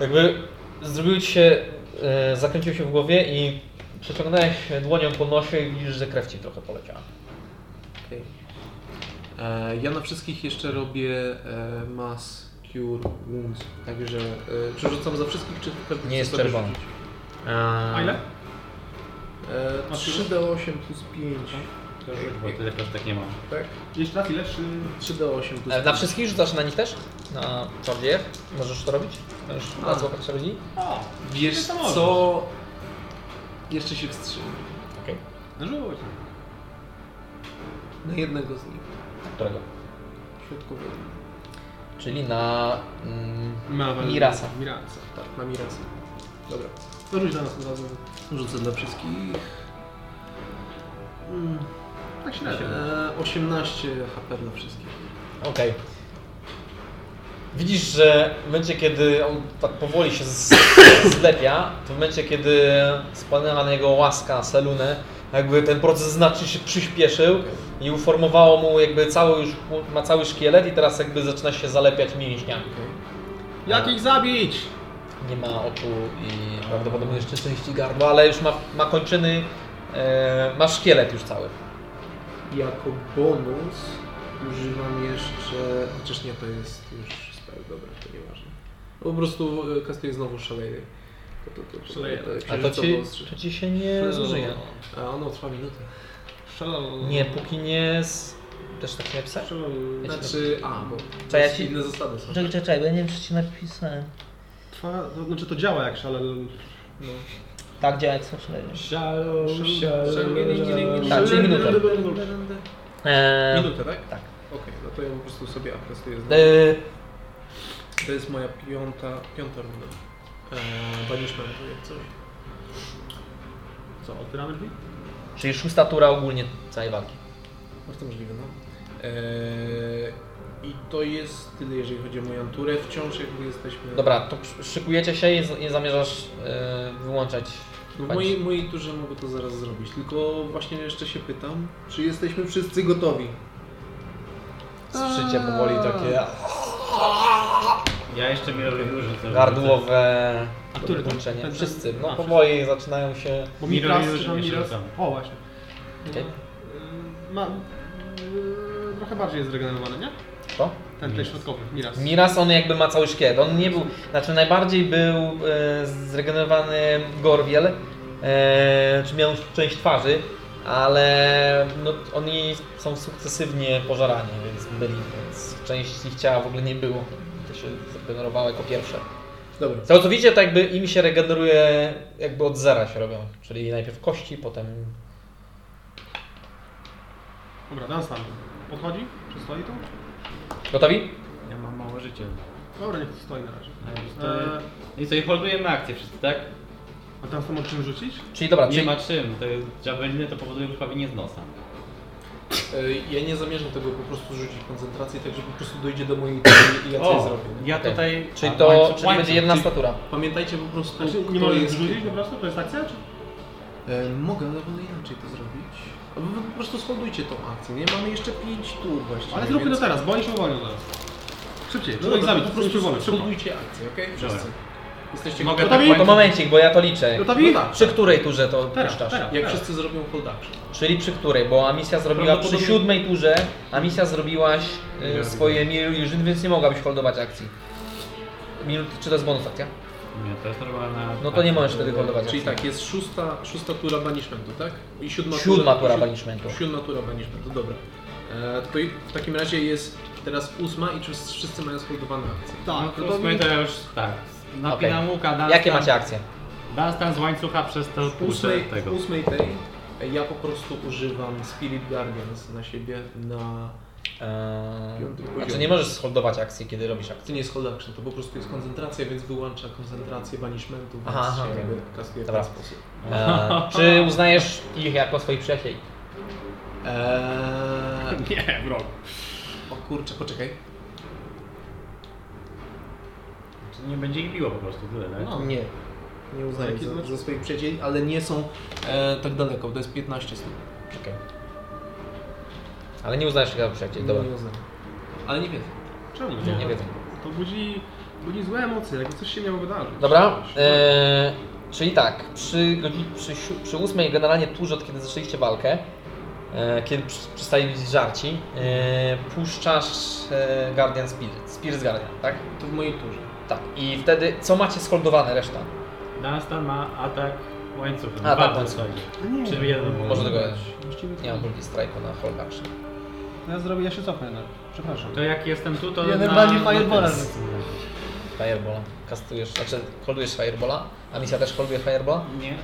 Jakby zrobiło ci się, e, zakręciło się w głowie i przeciągnąłeś dłonią po nosie i widzisz, że krew ci trochę poleciała.
Okej. E, Ja na wszystkich jeszcze robię e, mass cure wounds, także e, przerzucam za wszystkich czy w każdym
Nie jest
sobie
czerwony.
rzucić?
A ile?
E, 3D8 plus 5,
To rzuć, bo tyle kostek nie mam.
tak?
Jeszcze raz, ile? Trzy...
3D8 plus
E, Na wszystkich rzucasz na nich też? Na czarodziejach? Możesz to robić? Możesz tak, raz złapać czarodziei?
O,
Wiesz
to możesz.
co? Jeszcze się wstrzymam.
no rzuć.
Na jednego z nich.
Którego?
Środkowego.
Czyli na... Mm,
Mawel.
Mirasa.
Mirasa.
Tak, na Mirasa. Dobra.
To rzuć na nas od razu.
Rzucę dla wszystkich. Mm,
Tak średnio.
e, 18 HP dla wszystkich.
Okej. Widzisz, że w momencie, kiedy on tak powoli się z- zlepia, to w momencie, kiedy spadła na niego łaska Selunę, jakby ten proces znacznie się przyspieszył i uformowało mu jakby cały już, ma cały szkielet i teraz jakby zaczyna się zalepiać mięśniami.
Jak ich zabić?
Nie ma oczu i prawdopodobnie jeszcze części gardła, ale już ma, ma kończyny, e, ma szkielet już cały.
Jako bonus używam jeszcze... Chociaż nie, to jest już spell, dobra, to nieważne. Po prostu e, kastuję znowu szaleje. To, to, to, to,
Szaleje.
A to ci, to ci się nie zużyje.
A ono trwa minutę.
Szalol.
Nie, póki nie... Z... Też tak nie pisałem?
Szalol.
Znaczy, a, bo
Co ja
to
ci-
inne zasady są.
czekaj, czekaj, bo ja nie wiem, czy ci napisałem.
Trwa... to Znaczy to działa jak szalol.
Tak działa, jak są szalenie.
Sialo,
Tak, czyli minutę.
Minutę, tak?
tak.
Okej, no to ja po prostu sobie aprestuję znowu.
Eee,
To jest moja piąta, piąta runda. Eee, Banishment, jak coś.
Co, otwieramy drzwi?
czyli szósta tura ogólnie całej walki.
Bardzo możliwe, no. Eee, I to jest tyle, jeżeli chodzi o moją turę. Wciąż jakby jesteśmy...
Dobra, to sz- szykujecie się i, z- i zamierzasz e, wyłączać.
No w mojej, mojej turze mogę to zaraz zrobić, tylko właśnie jeszcze się pytam, czy jesteśmy wszyscy gotowi?
Słyszycie powoli takie
Ja jeszcze Mirror rzucę.
gardłowe
A który to?
wyłączenie.
Ten- ten-
Wszyscy, no
a,
powoli zaczynają się...
Bo
Mirror
Miras,
już
czy tam
nie
Miras?
rzucam.
O, właśnie.
Okej.
Yy, Ma... yy, Trochę bardziej jest zregenerowany, nie?
Co?
Ten, ten środkowy, Miras.
Miras on jakby ma cały szkielet. On nie był, znaczy najbardziej był e, zregenerowany Gorwiel, e, czy miał część twarzy, ale no, oni są sukcesywnie pożarani, więc byli, więc część ich ciała w ogóle nie było. To się zregenerowało jako pierwsze.
Dobra.
Z tego co widzicie, to jakby im się regeneruje, jakby od zera się robią. Czyli najpierw kości, potem
Dobra, Dan sam. Podchodzi? Czy stoi tu?
Gotowi?
Ja mam mało życia.
Dobra, niech stoi na razie.
To...
Eee,
E, I co, i holdujemy akcję wszyscy, tak?
a teraz to może czym rzucić?
Czyli dobra,
Nie
czyli,
ma czym, to jest javeliny, to powoduje krwawienie z nosa.
Eee, ja nie zamierzam tego po prostu rzucić koncentracji, także po prostu dojdzie do mojej tury i ja coś zrobię. nie?
ja
Okej.
tutaj...
czyli
A,
to
łańcuch,
czyli
łańcuch,
będzie jedna
czyli-
statura.
Pamiętajcie po prostu,
Znaczy, nie
kto
możesz
jest...
rzucić po prostu? To jest akcja? Czy...
E, mogę, ale wolę inaczej to zrobić. Albo wy po prostu schodujcie tą akcję, nie? Mamy jeszcze 5 tur właściwie.
Ale zróbmy to
no więc-
teraz, bo oni się uwolnią zaraz. Szybciej,
No
no ich
dobra,
zabić,
po
po prostu
prostu
wolno, szybko.
skodujcie akcję, okej? Wszyscy. Jesteście
Mogę
gotowi?
tak
To momencik, bo ja to liczę.
Gotowi? Tak.
No tak.
Przy której turze to
Teraz,
tak.
puszczasz?
teraz.
Jak wszyscy zrobią hold action.
Czyli przy której? Bo Amicia zrobiła przy
Prawdopodobnie-
siódmej turze, Amicia zrobiłaś y, swoje Mirużyn, więc nie mogłabyś holdować akcji. Minut, czy to jest bonus akcja?
Nie, to jest normalna...
No to nie możesz wtedy holdować
Czyli
akcji.
tak, jest szósta, szósta tura banishmentu, tak? I siódma,
Siódma tura
siód-
banishmentu.
Siódma tura banishmentu, dobra. E, tylko i- w takim razie jest teraz ósma i czy wszyscy mają sholdowane akcje.
Tak,
no,
to
to,
mi...
to już tak. Napinam łuka, Dunstan,
Jakie macie akcje?
Dunstan z łańcucha przez to
W ósmej,
puszę tego.
w ósmej tej e, ja po prostu używam Spirit Guardians na siebie na... Piąty
Eee,
poziom.
znaczy nie możesz holdować akcji, kiedy robisz akcję.
To nie jest hold action, to po prostu jest koncentracja, więc wyłącza koncentrację banishmentu, więc
Aha,
się
aha,
jakby
wiem.
kastuje w
Dobra.
ten sposób.
Eee, czy uznajesz ich jako swoich przyjacieli?
Eee,
Nie, bro.
o kurczę, poczekaj.
Czyli Nie będzie ich biło po prostu, tyle, tak?
No, nie. Nie uznaję
Jaki
za,
znaczy?
za swoich przyjacieli, ale nie są e, tak daleko, to jest 15 stóp.
Okej. Ale nie uznajesz ich jako przyjacieli, dobra.
Nie uznaję. Ale nie wiem.
Czemu?
Nie,
Nie wiedzą.
To budzi, budzi złe emocje, jakby coś się miało wydarzyć.
Dobra, e, czyli tak, przy, godzi- przy, siu- przy ósmej generalnie tuż od kiedy zaczęliście walkę, e, kiedy przy- przestali być żarci, e, puszczasz e, Guardian Spirit, Spirit Guardian, tak?
To w mojej turze.
Tak. I wtedy, co macie skoldowane reszta?
Dunstan ma atak Łańcuchem.
A, tak,
Bardzo
łańcuchem.
solidnie.
Nie,
Czyli jeden
Może tego ja.
Właściwie
Nie mam drugi strajku na hold action.
No Ja zrobię, ja się cofnę jednak. Przepraszam.
To jak jestem tu, to
Jeden
na...
brali
na
fireballa
ten.
Firebola. Kastujesz, znaczy holdujesz Firebola, a misja też holduje Firebola.
Nie.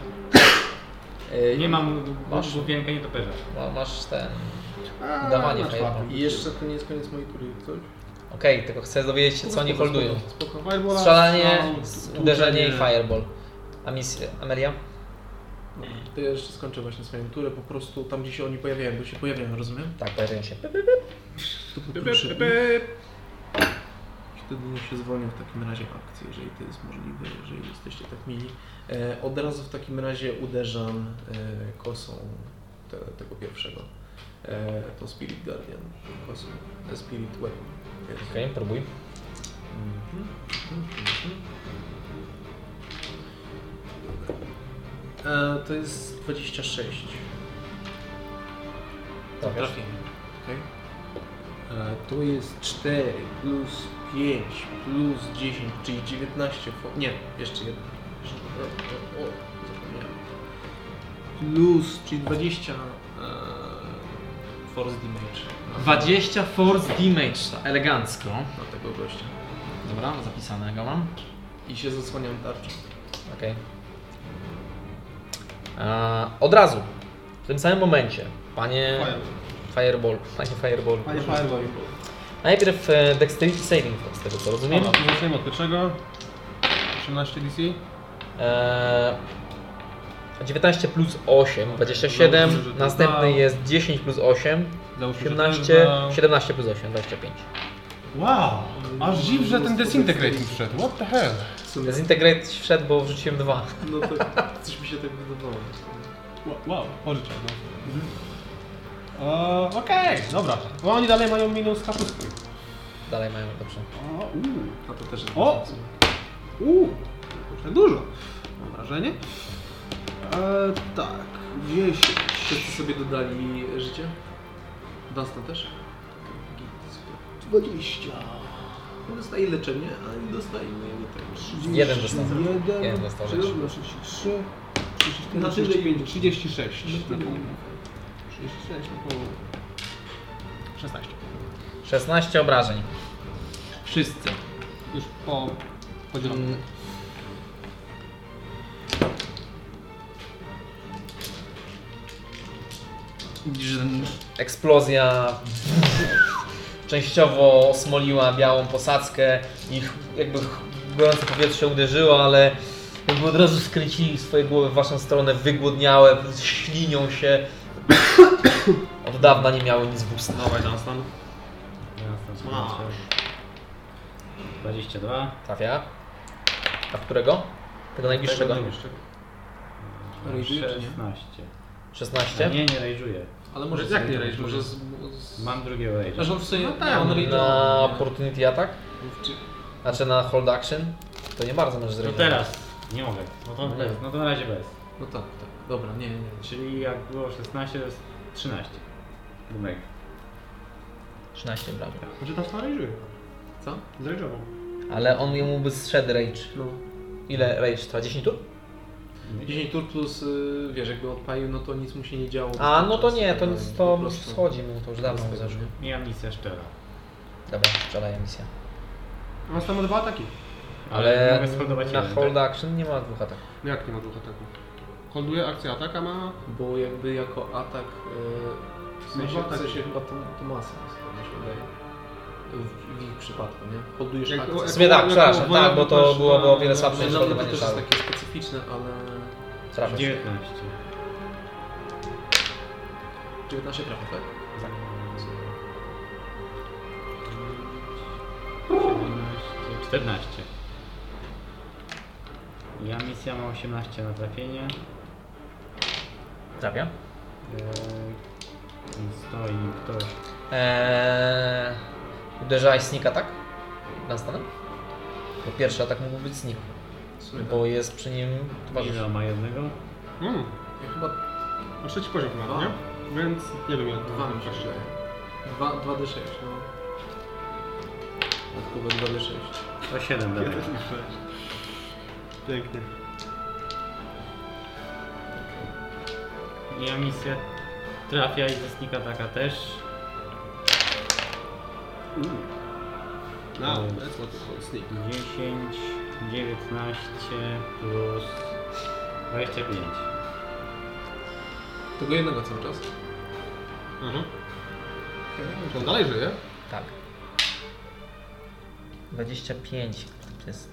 Yy,
Nie mam
Masz?
głupienka, nie toperza.
ma- Masz ten.
A,
Dawanie
masz
fireball.
łapy.
I jeszcze to nie jest koniec mojej tury, ktoś?
Okej, tylko chcę dowiedzieć się co oni
Spoko,
holdują.
Spoko, spoko.
Firebola,
Strzelanie,
strzał,
s-
tłuczenie.
uderzenie i Fireball. A misja, Amelia?
To ja jeszcze skończę właśnie swoją turę, po prostu tam gdzie się oni pojawiają, bo się pojawiają, rozumiem?
Tak, pojawiają się.
To po
Pyp,
pierwsze
pyp.
wtedy niech się zwolnią w takim razie akcje, jeżeli to jest możliwe, jeżeli jesteście tak mili. E, od razu w takim razie uderzam e, kosą te, tego pierwszego. E, to Spirit Guardian kosą. E, Spirit Weapon. Jest.
Okej, próbuj.
Mhm. E, to jest 26.
Trafiasz.
Okay. E, to jest 4 plus 5 plus 10, czyli 19. fo- Nie, jeszcze jedno. Jeszcze, o, o, o, zapomniałem. Plus, czyli 20 e, force damage
20 force damage, elegancko.
na tego gościa.
Dobra, zapisanego mam.
I się zasłaniam tarczą.
Okej. A, Od razu, w tym samym momencie, panie
Fireball.
Fireball, panie Fireball.
Panie Fireball.
Najpierw e, Dexterity Saving Throw, z tego co rozumiem.
Dobra, to zaczniemy od pierwszego. 18 DC.
Eee, 19 plus 8, 27.
Dobrze, że to
Następny
dał.
jest 10 plus 8,
Załóżmy, że to jest
18,
za-
17 plus 8, 25.
Wow! Aż dziw, że ten disintegrating wszedł. What the hell?
W sumie,
Zintegrate wszedł, bo wrzuciłem dwa.
no to coś mi się tak wydawało.
Wow, wow. pożyczę, no. Eee, Mhm. Okej, dobra. Bo oni dalej mają minus kapustki.
Dalej mają dobrze.
O, uuu.
No to też jest
O! Uuu, to dużo. Mam wrażenie. E, tak, 10.
Wszyscy sobie dodali życie? Dunstan też? Git, super.
20.
Dostaje leczenie, a nie dostaje mojego tego.
Jeden dostał.
1,
Jeden dostał rzeczy.
33, 34,
Na tyle
35, 36.
Na tyle.
36, na połowę. 16.
16 obrażeń.
Wszyscy.
Już po
Mm.
podzielonym.
Widzisz, że ten
Eksplozja częściowo osmoliła białą posadzkę i ch- jakby ch- gorące powietrze uderzyło, ale jakby od razu skręcili swoje głowy w waszą stronę, wygłodniałe, ślinią się. Od dawna nie miały nic w ustach.
Dawaj, Dunstan.
Teraz tam sobie strzelę. 22.
Trafia. A w którego? Tego najbliższego.
Tego najbliższego.
Rejduję, czy nie?
16. A
16.
nie, nie rage'uję.
Ale może
Jak
z-
nie rage?
Może z... z...
Mam drugiego rage'a.
Zresztą w sumie... No
tak,
on
no
rage-
Na
nie.
opportunity attack?
Czy-
Znaczy na hold action? To nie bardzo możesz
No
zrobić.
teraz. Nie mogę. No to
No nie.
bez. No to na razie bez.
No tak, tak. Dobra, nie, nie, nie.
Czyli jak było 16, to jest 13. Gumek.
13 brawo.
Znaczy Dunstan rage'uje.
Co?
Zrage'ował.
Ale on jemu by zszedł rage.
No.
Ile rage trwa? 10 tur?
10 tur plus, y, wiesz, jakby odpalił, no to nic mu się nie działo.
A, no to nie, to,
No,
nic-
po
to już
prostu.
schodzi mu, to już dawno mu
Bez tego.
zeszło.
Nie mam nic jeszcze.
Dobra, strzelaj misja.
Dunstan ma dwa ataki.
Ale
Ale
mogę składować
na
jeden,
hold
tak?
action nie ma dwóch ataków.
No jak nie ma dwóch ataków? Holduje akcję ataka, ma...
Bo jakby jako atak... y, W sensie,
No, atak.
w sensie chyba to, to ma sens, to mi się wydaje. W, w ich przypadku, nie? Podujesz
Jak-
akcję.
jak-
W sumie tak,
jako
przepraszam,
wola
tak, bo to
wypasz
byłoby
na-
o wiele
na-
słabsze niż
No, to
lądowanie
też jest
szalu.
takie specyficzne, ale...
Trafiasz.
19.
19 trafia, tak?
Za- 17, 14. Ja misja ma 18 na trafienie.
Trafia.
Eee, Stoi ktoś.
Eee, uderzałeś snika, tak? Nastanem? Bo pierwszy atak mógł być snik,
W sumie tak.
bo jest przy nim towarzysz.
Ile on ma jednego?
Mm.
Ja chyba
A trzeci poziom chyba, nie? Więc nie wiem jak
Dwa mi się
właściwie.
wydaje. Dwa, dwa D6, no. Dodatkowe 2D6.
To 7 dalej.
Pięknie.
I misja trafia i ze sneak ataka też.
No, that's what it's called, sneak.
10, 19 plus 25.
Tego jednego cały czas.
Mhm. Czy on dalej żyje?
Tak. 25 to jest.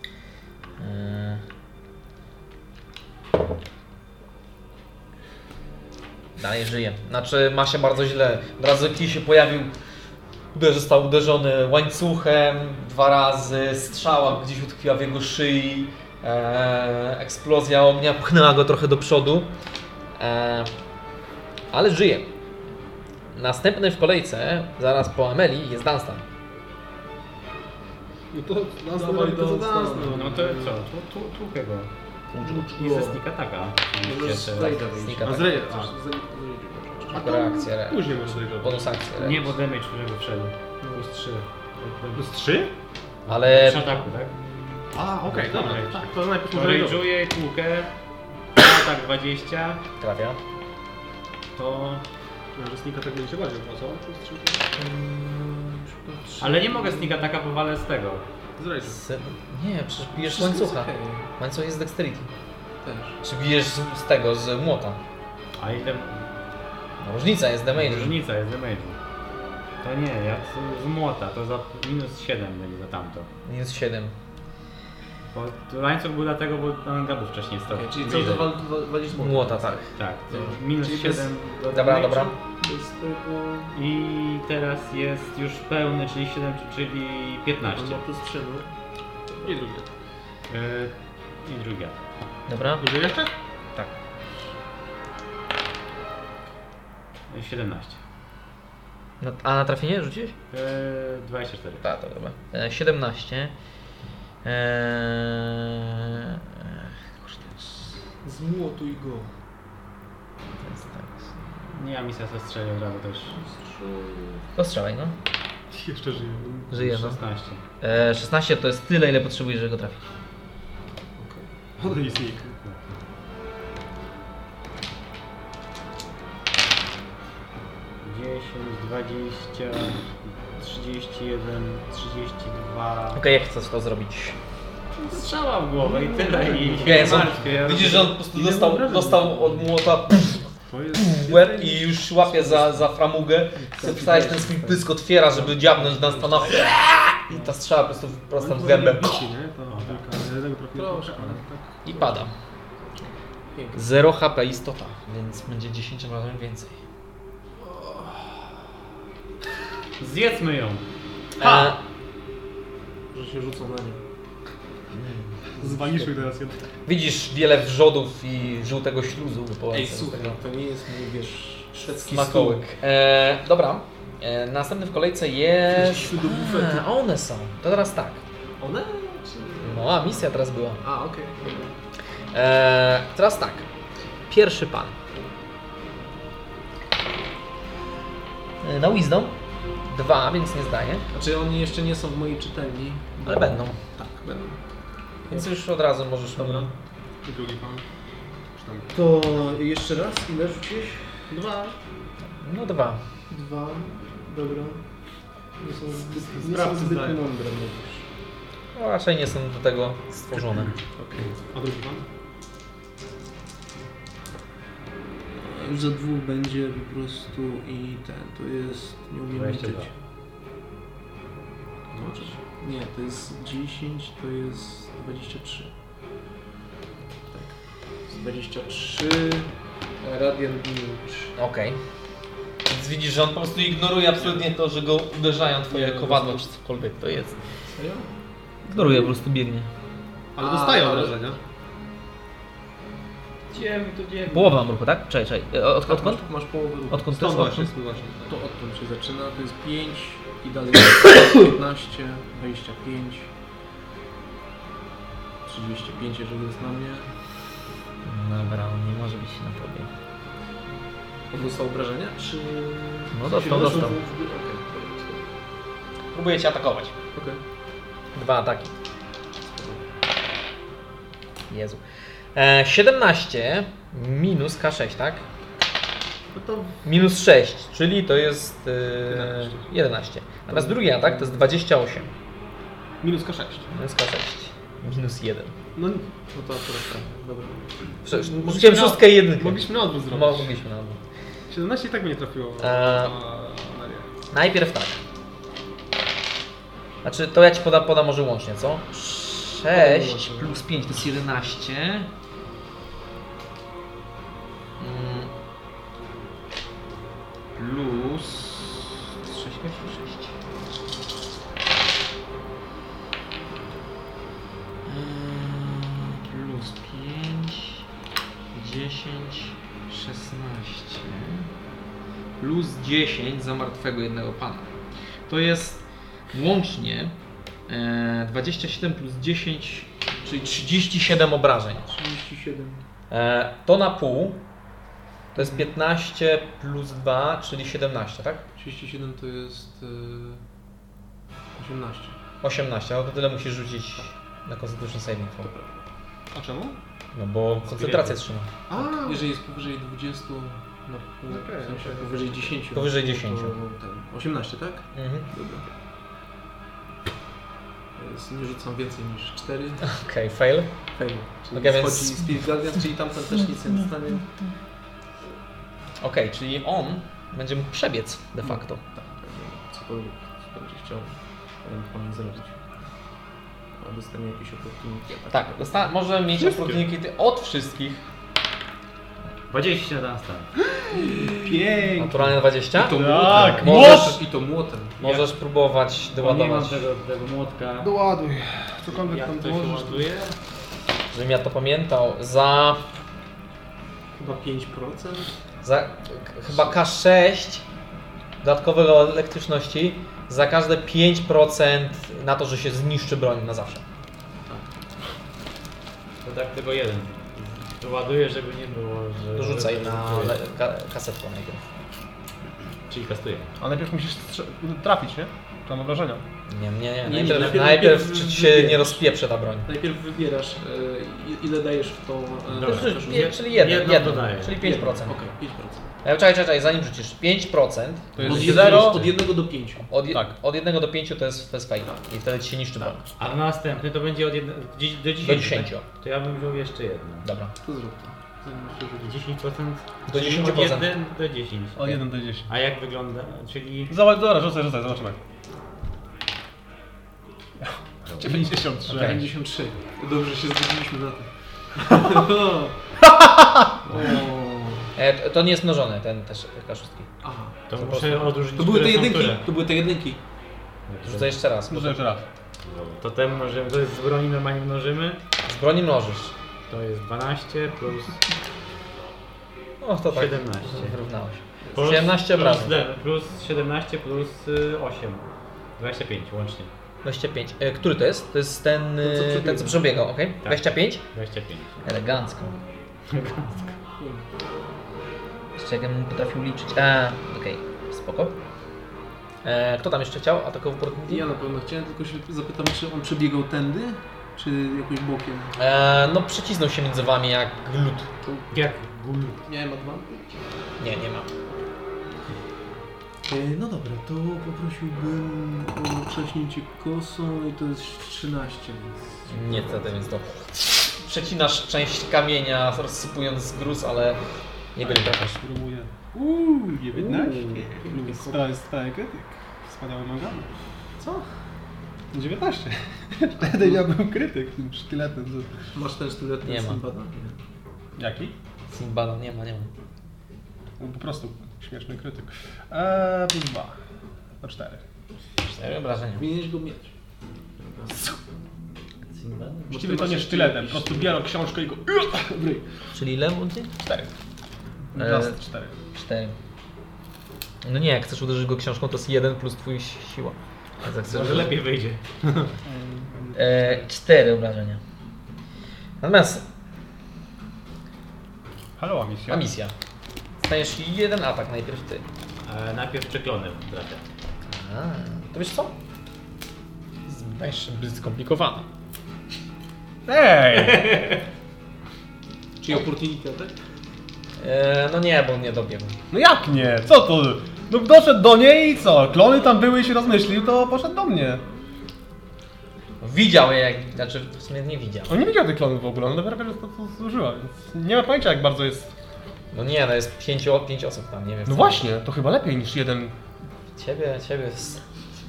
Yy. Dalej żyje. Znaczy ma się bardzo źle. Od razu kij się pojawił. uder- Został uderzony łańcuchem dwa razy, strzała gdzieś utkwiła w jego szyi, e, eksplozja ognia pchnęła go trochę do przodu, e, ale żyje. Następny w kolejce, zaraz po Ameli, jest Dunstan.
No to nas
Dawaj,
robi to za
dawaj,
nas.
dawaj.
No to co? Tu- tu- Tłukę go. I ze sneak ataka.
Możesz
Jeszcze raz. tak.
Slade'a wyjść.
Sneak attack.
zreje.
A, z- z- z-
A to
Reakcja, reakcja.
Później może dojść.
Bonus akcję.
Nie, bo damage, którego wszedł. Plus 3.
Plus 3?
Ale
Przy ataku, tak?
A, okej, dobra.
Okej.
Tak, to najpierw
To
może rejdu.
rage'uje tłukę. Atak 20.
trafia.
To...
Że snika tak będzie się bardziej opłacał. Plus trzy.
Ale nie mogę sneak ataka, bo walę z tego.
Z rejdu.
Z... Nie, przecież bijesz z
Wszystko jest
łańcucha.
okej,
Łańcuch jest z dexterity.
Też.
Czy bijesz z, z tego, z młota?
A ile...
No, różnica jest damage.
Różnica jest damage'u. To nie, ja z, z młota, to za minus 7 będzie za tamto.
Minus 7.
Bo to łańcuch był dlatego, bo na gabu wcześniej stał.
Okej, Czyli co to wal- wal- walisz młotem?
Młota, tak.
Tak, to
Dobra.
minus
Czyli
7 do
Dobra,
damage'u.
dobra.
To jest tylko...
I teraz jest już pełny, czyli 7, czyli 15.
Mhm.
On ma plus 3, no.
I drugie.
Yy, I druga.
Dobra.
Duży jeszcze?
17.
No, a na trafienie rzuciłeś?
Yy, 24.
Tak, to dobra. E, 17. Eee... Kurde,
Zmłotuj go.
to jest tak.
Nie, ja misja zastrzeli od razu też.
To strzelaj, no.
Jeszcze żyje.
Żyje, no.
16.
E, 16 to jest tyle, ile potrzebujesz, żeby go trafić.
Odej snik.
Dziesięć, dwadzieścia, trzydzieści jeden, trzydzieści dwa.
Okej, jak chcesz to zrobić?
Strzała w głowę i tyle i
Ja jestem-
martwię. Ja
Widzisz, że on po prostu dostał, dostał od młota
To jest...
w łeb i już łapie za, za framugę. Chcę wstać, ten swój pysk otwiera, żeby dziabnąć na stana. I ta strzała po prostu prosto w gębę.
Wisi, nie? To tylko jednego trafienia.
Proszę,
ale tak.
I pada.
Pięknie.
0 HP istota, więc będzie 10 razem więcej.
Zjedzmy ją.
Ha!
Że się rzucą na nie.
Zwaniszuj teraz jedno.
E, Widzisz wiele wrzodów i żółtego śluzu
Ej,
wypływającego z
słuchaj, no,
tego
to nie jest mój, wiesz, szwedzki
smakołyk. E, dobra, e, następny w kolejce jest...
Jakieś bufety.
A, one są. To teraz tak.
stół. One? Czy...
No, a misja teraz była.
A, okej.
E, teraz tak. Pierwszy pan. E, Na Wisdom. Dwa, więc nie zdaję.
Znaczy oni jeszcze nie są w mojej czytelni.
Ale będą.
Tak, będą.
Więc już od razu możesz. Dobra.
I drugi pan. Czy tam
To jeszcze raz, ile rzuciłeś? Dwa.
No dwa.
Dwa. Dobra. Nie są zbyt, nie są
Sprawcy
zbyt
zdają.
mądre, mówisz.
No, raczej nie są do tego stworzone.
A drugi pan?
Już za dwóch będzie po prostu i ten, to jest, nie umiem
22.
liczyć. Nie, to jest 10, to jest 23. Tak. Z 23. e, Radiant Damage.
Okej. Więc widzisz, że on po prostu ignoruje absolutnie to, że go uderzają twoje kowadło czy cokolwiek to jest.
Serio?
Ignoruje, po prostu biegnie.
Ale
A,
dostaje
ale-
obrażenia.
Dziemy, to dziemy.
Połowa mam ruchu, tak? Czekaj, czekaj. E, Od, odkąd?
Masz, masz połowę ruchu.
Odkąd to
Stąd
jest?
właśnie,
Odkąd?
stąd właśnie.
To odtąd się zaczyna, to jest 5 i dalej jest 15, 25, 35, jeżeli jest na mnie.
Dobra, on nie może być na tobie.
On dostał obrażenia, czy...
No
czy
dostał,
się
dostał.
weszło w- w- Okej,
Próbuje cię atakować.
okay, okej.
Dwa ataki. Jezu. E, 17 minus K6, tak?
No to
Minus 6, czyli to jest yy,
11.
11. Natomiast drugi
Mhm.
atak to jest 28.
Minus K6.
Minus 6. Minus 1.
No,
No to akurat tak, dobra.
Przecież
Mogliśmy
rzuciłem
na-
szóstkę i jedynkę.
mogliśmy na odwrót zrobić.
Mogliśmy na
17 i tak by nie trafiło.
Eee.
na Arię.
Najpierw tak. Znaczy, to ja ci podam, podam może łącznie, co? 6
plus 5 to jest 11. Mm, Plus 6, 6, 6. Mm, Plus 5, 10, 16. Plus 10 za martwego jednego pana. To jest łącznie e, 27 plus 10, czyli
37 obrażeń.
37.
E, to na pół to jest 15 plus 2, czyli 17, tak?
37 to jest... e, 18.
18, no to tyle musisz rzucić na Constitution Saving Throw.
A czemu?
No bo koncentrację trzyma.
A,
Jeżeli jest powyżej 20, no, no
Okej,
w sensie
okej.
powyżej 10.
Powyżej
no
10.
To, ten, 18, tak?
Mhm.
Dobra. Więc nie rzucam więcej niż 4.
Okej, fail.
Fail. Czyli
Okej,
okay,
więc-
wchodzi więc... Speed Guardian, czyli tamten też nic nie dostanie.
Okej, czyli on będzie mógł przebiec de facto.
Cokolwiek co będzie chciał ewentualnie zrobić. A dostanie jakieś opportunity. attack.
Tak, dosta- może mieć
Wszystkie.
opportunity od wszystkich.
20 na stan.
pięknie.
Naturalnie 20.
To
Tak,
młotem.
możesz-
I to młotem.
Możesz próbować
Bo nie mam
doładować.
tego, tego młotka.
Doładuj. Cokolwiek
Jak
tam
to się
dołożysz.
ładuje?
Żebym ja to pamiętał. Za.
Chyba 5%?
za k- chyba K6 dodatkowego elektryczności za każde 5% na to, że się zniszczy broń na zawsze.
To tak tylko jeden. Doładuję, żeby nie było, że...
Rzucaj na
Doładuję.
le- ka kasetkę najpierw.
Czyli kastuję.
A najpierw musisz strze- no, trafić, nie? Tam obrażenia.
Nie, nie, nie.
nie,
Najpierw,
najpierw-
najpierw
najpierw
czy ci się
wybierzesz.
nie rozpieprze ta broń.
Najpierw wybierasz, e, i- ile dajesz w tą... e,
Dobra.
kaszuję?
Czyli- Czyli jeden,
Jedną
jeden
dodaję.
czyli 5%.
Jedną,
Okay.
Okej, 5%.
Czekaj, czekaj, czekaj, zanim rzucisz. 5%
To
Od,
Zero.
jest
jednego, od jednego do 5.
od, je,
Tak.
od 1 do 5 to jest, to jest fail.
Tak.
I wtedy ci się niszczy broń.
A następny to będzie od jedne, gdzieś do 10.
Do 10.
tak? To ja bym wziął jeszcze jedno.
Dobra.
To zrób to. Zanim się
10%
rzuci.
Do
czyli
10%.
Od 1 do 10.
Od 1 do 10.
A jak wygląda? Czyli
Zobacz, dobra, rzucaj, rzucaj, zobaczymy. 93.
93. Dobrze się zgodziliśmy na to. No. O.
E, to- to nie jest mnożone, ten też e, K6.
Aha.
to
po
muszę odróżnić.
To były te
które są
jedynki,
które.
to były te jedynki.
Rzucę jeszcze raz. bo
Rzucaj jeszcze raz.
Dobra. To ten mnożymy, to jest z broni normalnie mnożymy.
Z broni mnożysz.
To jest 12 plus
O, to tak.
17.
Wyrównałeś.
plus
17
plus,
obrażeń.
de- plus 17 plus y, 8. 25 łącznie.
25. E, który to jest? To jest ten,
co
e, ten co
przebiegł.
przebiegał, ok? 25?
25.
Elegancko. Jeszcze jakbym potrafił liczyć. A, okej, spoko. E, kto tam jeszcze chciał? Atakowy opportunity?
Ja na pewno chciałem, tylko się zapytam, czy on przebiegał tędy, czy jakoś bokiem.
E, no przycisnął się między wami jak glut.
Jak gul.
Miałem advantage?
Nie, nie ma.
E, no dobra, to poprosiłbym o prześnięcie kosą i to jest 13, więc...
Niestety, więc to przecinasz część kamienia, rozsypując gruz, ale jego nie trafiasz.
Spróbuję. Uuu, 19.
Uuu,
To jest stały krytyk. Wspaniały mangamy.
Co?
19. Wtedy ja był krytyk tym sztyletem. co-
Masz ten sztylet, ten
Nie ma.
Sinbada?
Jaki?
Sinbada nie ma, nie ma.
No, po prostu śmieszny krytyk. Eee, plus 2. To 4.
Cztery obrażenia.
Powinieneś go mieć.
Właściwie to nie sztyletem, po prostu biorę książkę i go... W ryj.
Czyli ile łącznie?
4.
Eee.
Plus 4.
4. No nie, jak chcesz uderzyć go książką, to jest 1 plus twój si- siła. A tak chcesz.
Może lepiej wyjdzie.
E, 4 obrażenia. Natomiast
Halo, misja.
a misja. Stajesz jeden atak najpierw ty.
E, najpierw przeklony trafia.
A, to wiesz co? Zdajesz zbyt skomplikowana.
Ej!
Czyli opportunity, tak?
E, no nie, bo nie dobiegł.
No jak nie? Co to? No doszedł do niej i co? Klony tam były i się rozmyślił, to poszedł do mnie.
Widział je, jak, znaczy w sumie nie widział.
On nie widział tych klonów w ogóle, on dopiero pierwszy to, to zużyła, więc nie ma pojęcia jak bardzo jest...
No nie, no jest pięciu, pięć osób tam, nie wiem.
No
co-
właśnie, to chyba lepiej niż jeden...
Ciebie, ciebie. s-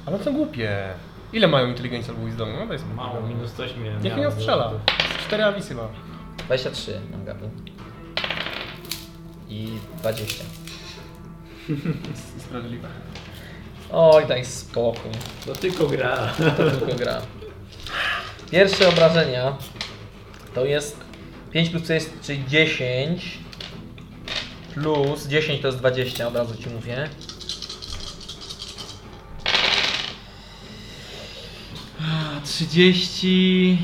Ale co głupie. Ile mają inteligencji albo wisdomu? No to jest
Mało, minus coś miałem.
Niech mnie
miałem.
ostrzela. Cztery awisy ma.
23 mam gabi. I 20.
Sprawiedliwe.
Oj, daj spokój.
To tylko gra.
To tylko gra. Pierwsze obrażenia to jest 5 plus 4 jest czyli 10 plus 10 to jest 20, od razu ci mówię.
A, 30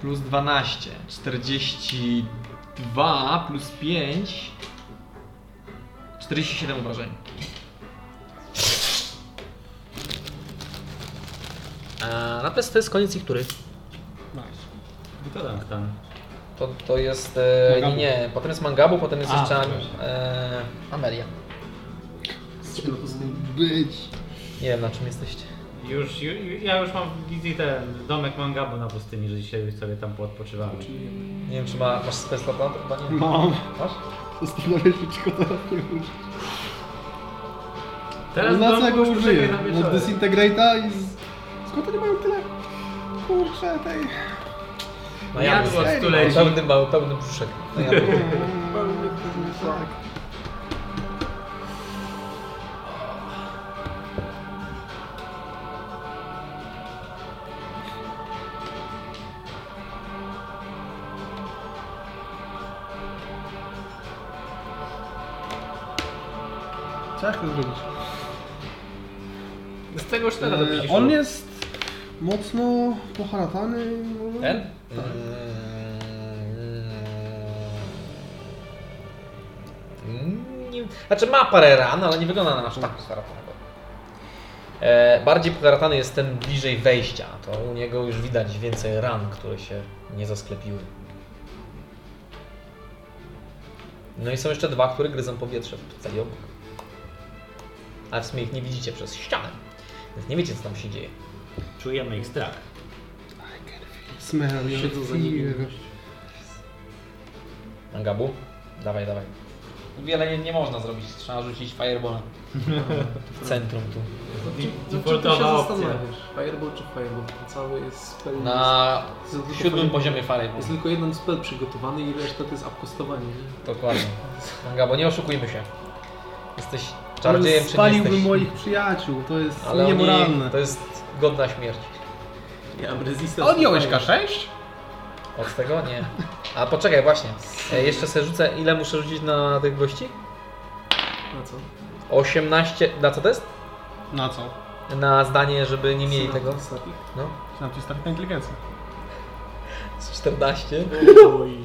plus 12, 42 plus 5, 47 obrażeń.
A, natomiast to jest koniec ich tury.
Wypadam tam.
To, to jest. E, nie,
Mangabu.
nie, potem jest Mangabu, potem jest
A,
jeszcze
przepraszam.
e, Amelia.
Trzeba to z nim być.
Nie wiem na czym jesteście.
Już, ju- ja już mam wizytę domek Mangabu na pustyni, że dzisiaj sobie tam poodpoczywamy.
Nie wiem czy ma, masz specjalistę, chyba nie.
No.
Mam.
Masz?
Zastanawiam się, czy go
Teraz
teraz nie użyć. na
w
co ja
domu
go
już
użyję?
poczekaj na
Od
wieczorek.
Disintegrate'a i z... Skąd oni mają tyle? Kurczę, tej...
No
Ja
bym-
była stuleci.
Pełny, mały, pełny brzuszek. No ja bym-
Tak.
Trzeba to zrobić.
Z tego sztera to
Eee,
przyszło.
E, on
on
jest...
jest mocno poharatany. może?
Ten? Mm, nie- Znaczy ma parę ran, ale nie wygląda na aż tak poharatanego. E, bardziej poharatany jest ten bliżej wejścia. To u niego już widać więcej ran, które się nie zasklepiły. No i są jeszcze dwa, które gryzą powietrze w celi obok. Ale w sumie ich nie widzicie przez ścianę. Więc nie wiecie, co tam się dzieje.
Czujemy ich strach.
Smell, ja
Siedzą za nim.
fear.
Mangabu? Dawaj, dawaj. Wiele nie, nie można zrobić, trzeba rzucić fireballa. W centrum tu.
Defaultowa opcja.
Fireball czy Fireball? Cały jest spell.
Na
jest- jest tylko
siódmym
fireball.
poziomie fireball.
Jest tylko jeden spell przygotowany i reszta to jest upkostowanie. nie?
Dokładnie. Mangabu, nie oszukujmy się. Jesteś czardziejem czy nie
Spaliłbym
jesteś.
moich przyjaciół, to jest
Ale oni,
niemoralne.
to jest godna śmierć.
Ja mam resistance.
Odjąłeś
na
K6?
Od tego? Nie. A poczekaj, właśnie. E, jeszcze sobie rzucę, ile muszę rzucić na tych gości?
fireball. Na co?
18, na co to jest?
Na co?
Na zdanie, żeby nie mieli tego.
Static.
No.
Znam ci start na inteligencję.
Z 14
Oj.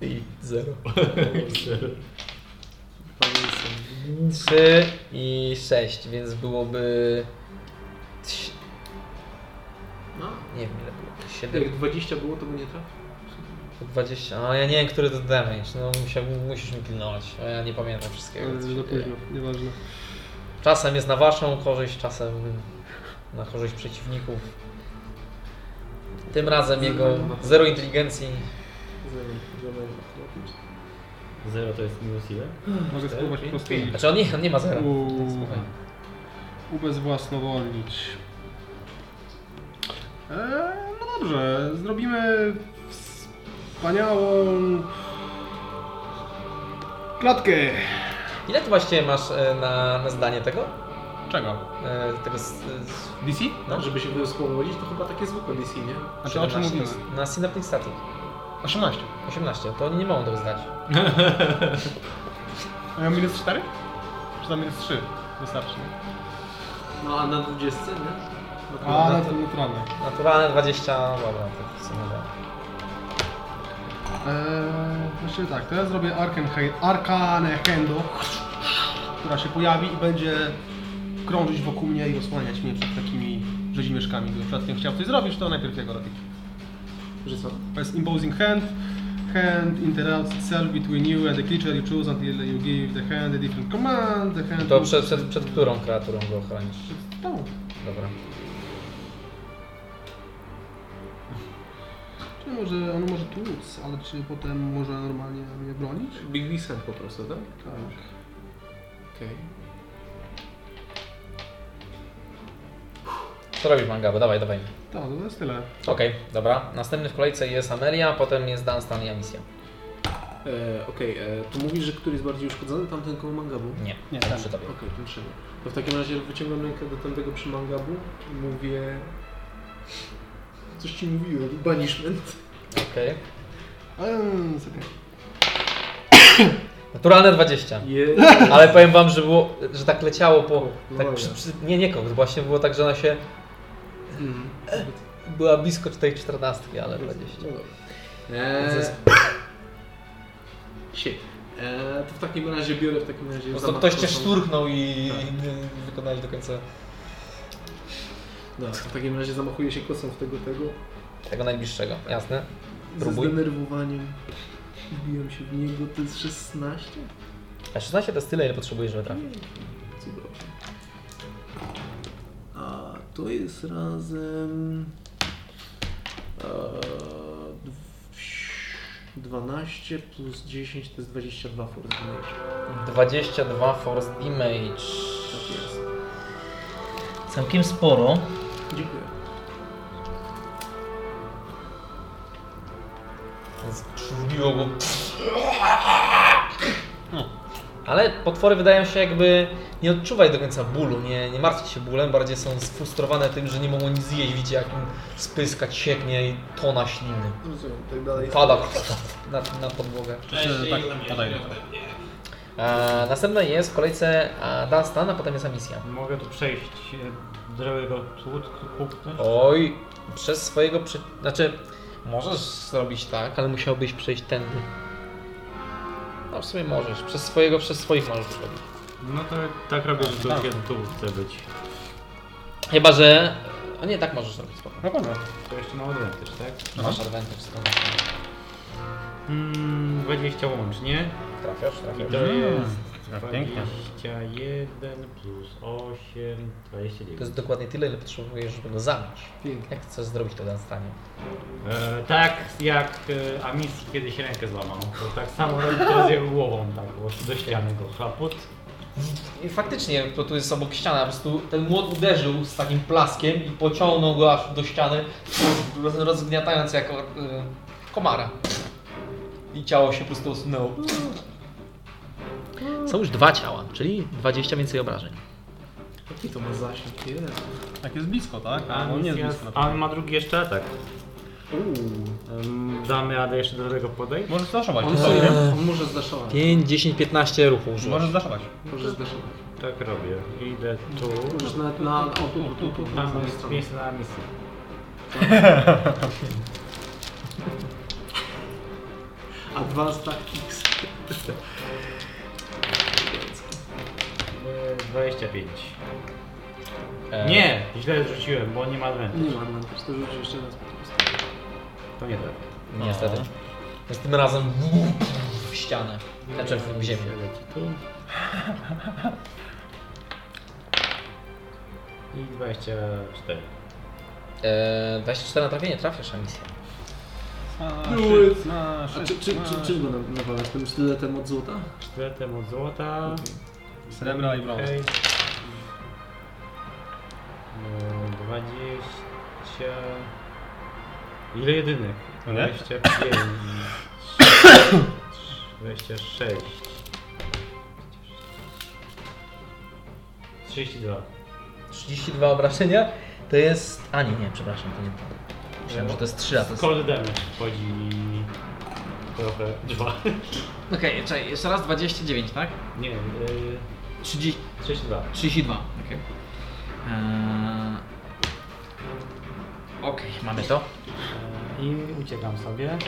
i 0.
Panie są.
3 i 6, więc byłoby. trz-
No.
Nie wiem ile było.
Jak
7,
20 było, to by nie trafił.
20. A No, ja nie wiem, który to damage. No musiał, musisz mi pilnować. a Ja nie pamiętam wszystkiego. co się
Za
dzieje.
późno, nieważne.
Czasem jest na waszą korzyść, czasem na korzyść przeciwników. Tym razem jego zero inteligencji.
Zero, zero.
Zero to jest minus ile?
Mogę spróbować po prostu ich
Znaczy on nie, on nie ma zera.
u-
Spokojnie.
ubezwłasnowolnić. Eee, no dobrze, zrobimy wspaniałą klatkę.
Ile ty właściwie masz e, na, na zdanie tego?
Czego?
E, tego z, z,
DC?
no?
Żeby się wyspowodzić, to chyba takie zwykłe DC, nie?
Znaczy o czym
17?
mówimy?
Na Synaptic Static.
18.
18, to oni nie mogą tego zdać.
Mają minus 4? Czy tam minus 3? Wystarczy.
No a na 20, nie? No
A, na to neutralne.
Naturalne 20, no dobra, to w sumie da.
Eee, Właściwie tak, to ja zrobię Arkenhe- Arkane Hendo, która się pojawi i będzie krążyć wokół mnie i osłaniać mnie przed takimi rzezimieszkami. Gdy przed tym chciał coś zrobić, to najpierw jego robi.
Że co?
To jest Imposing Hand. hand interacts itself between you and the creature you choose until you give the hand a different command. The hand
To przed, przed, przed którą kreaturą go ochronisz?
No,
Dobra.
czy może, on może tłuc, ale czy potem może normalnie mnie bronić?
Big Listen po prostu, tak?
Tak.
Okej.
Co robisz, Mangabu? Dawaj, dawaj.
Tak, to jest tyle.
Okej, dobra. Następny w kolejce jest Amelia, potem jest Dunstan i Amicia.
E, Okej, e, to mówisz, że który jest bardziej uszkodzony? Tamten koło mangabu?
Nie,
Nie,
nie
ten.
przy tobie.
Okej, ten trzeba. To w takim razie wyciągam rękę do tamtego przy mangabu i mówię... Coś ci mówiłem, banishment.
Okej.
Eee, jest okej.
Naturalne 20.
Je...
Ale powiem wam, że było, że tak leciało po... Tak
Moja.
przy, przy, nie, nie koks. Właśnie było tak, że ona się...
Mhm.
Była blisko tej 14, ale 20.
No dobra. Eee... Shit. Eee, to w takim razie biorę w takim razie
Po prostu
zamach
ktoś cię
kosą.
szturchnął i, i wykonałeś do końca
No, to w takim razie zamachuję się kosą w tego tego.
tego najbliższego. Jasne?
Ze
Próbuj.
zdenerwowaniem. Wbiłem się w niego, to jest 16?
A 16 to jest tyle, ile potrzebujesz, żeby trafić.
Cudownie. A to jest razem... E, dw- 12 plus 10 to jest 22 force damage.
22 force damage.
Tak jest.
Całkiem sporo.
Dziękuję.
Więc Rzuciło go. Hmm. Ale potwory wydają się jakby nie odczuwać do końca bólu, nie, nie martwić się bólem, bardziej są sfrustrowane tym, że nie mogą nic zjeść, widzicie jak im spyska, cieknie i tona śliny.
Rozumiem, tak dalej.
Pada na, na podłogę.
Tak, podaj.
E, następna jest w kolejce e, Dunstan, a potem jest Amicia.
Mogę tu przejść e, drogę tłuc, puknąć?
Oj, przez swojego przy... Znaczy, możesz zrobić tak, ale musiałbyś przejść tędy. No w sumie możesz. Przez swojego, przez swoich możesz zrobić.
No to tak robię, że drogę tu chcę być.
Chyba, że... A nie, tak możesz zrobić, spoko.
No dobra.
To jeszcze mam advantage, tak?
Masz advantage, skoro
Mm, 20 łącznie.
trafiasz,
I
trafiasz.
to jest
tak pięknie.
21 plus 8,
To
29.
jest dokładnie tyle, ile potrzebujesz, żeby go zabić.
Pięknie.
Jak chcesz zrobić to w stanie.
E, tak jak e, Amis kiedyś rękę złamał. To tak samo robi to z jego głową, tak, bo do ściany go chlaput.
I faktycznie, to tu jest obok ściana, po prostu ten młot uderzył z takim plaskiem i pociągnął go aż do ściany, roz- rozgniatając jako y, komara. I ciało się po prostu osunęło. Są już dwa ciała, czyli 20 więcej obrażeń.
Jaki to ma zasięg? Jeden.
Tak jest blisko, tak?
A
on nie jest blisko. na
A on ma drugi jeszcze atak. Em, Damy radę jeszcze do tego podejść?
Możesz zdaszować.
On, sobie, on może zdaszować.
5, 10, 15 ruchu
Możesz zdaszować.
Może zdaszować.
Tak robię. Idę tu.
Możesz nawet na... O, tu, tu, tu, tu, tu,
Tam
tu,
jest miejsce na misję.
Advanced Tactics.
25.
E,
Nie! Źle zrzuciłem, bo nie ma advantage.
E, Nie ma advantage, to rzuć jeszcze raz po prostu.
To nie tak.
Niestety. Więc tym no. razem w ścianę. Znaczy w ziemię.
Leci tu. I 24.
E, 24 na trafienie, trafiasz na misję.
szyb, na
A
szyb,
czy, czy,
na
czy,
szyb.
czym go na- nawalasz? Tym sztyletem od złota?
Sztyletem od złota.
Srebra i brąz.
Okej. No, 20. Ile jedynek?
No nie?
25. 26. 32.
32 obrażenia to jest. A nie, nie, przepraszam, to nie to. Myślałem, że to jest 3, a to jest.
Cold damage wchodzi trochę. Dwa.
Okej, czekaj, jeszcze raz 29, tak?
Nie, yy,
30,
32.
32. Okej. Eee, Okej, mamy to.
Eee, I uciekam sobie.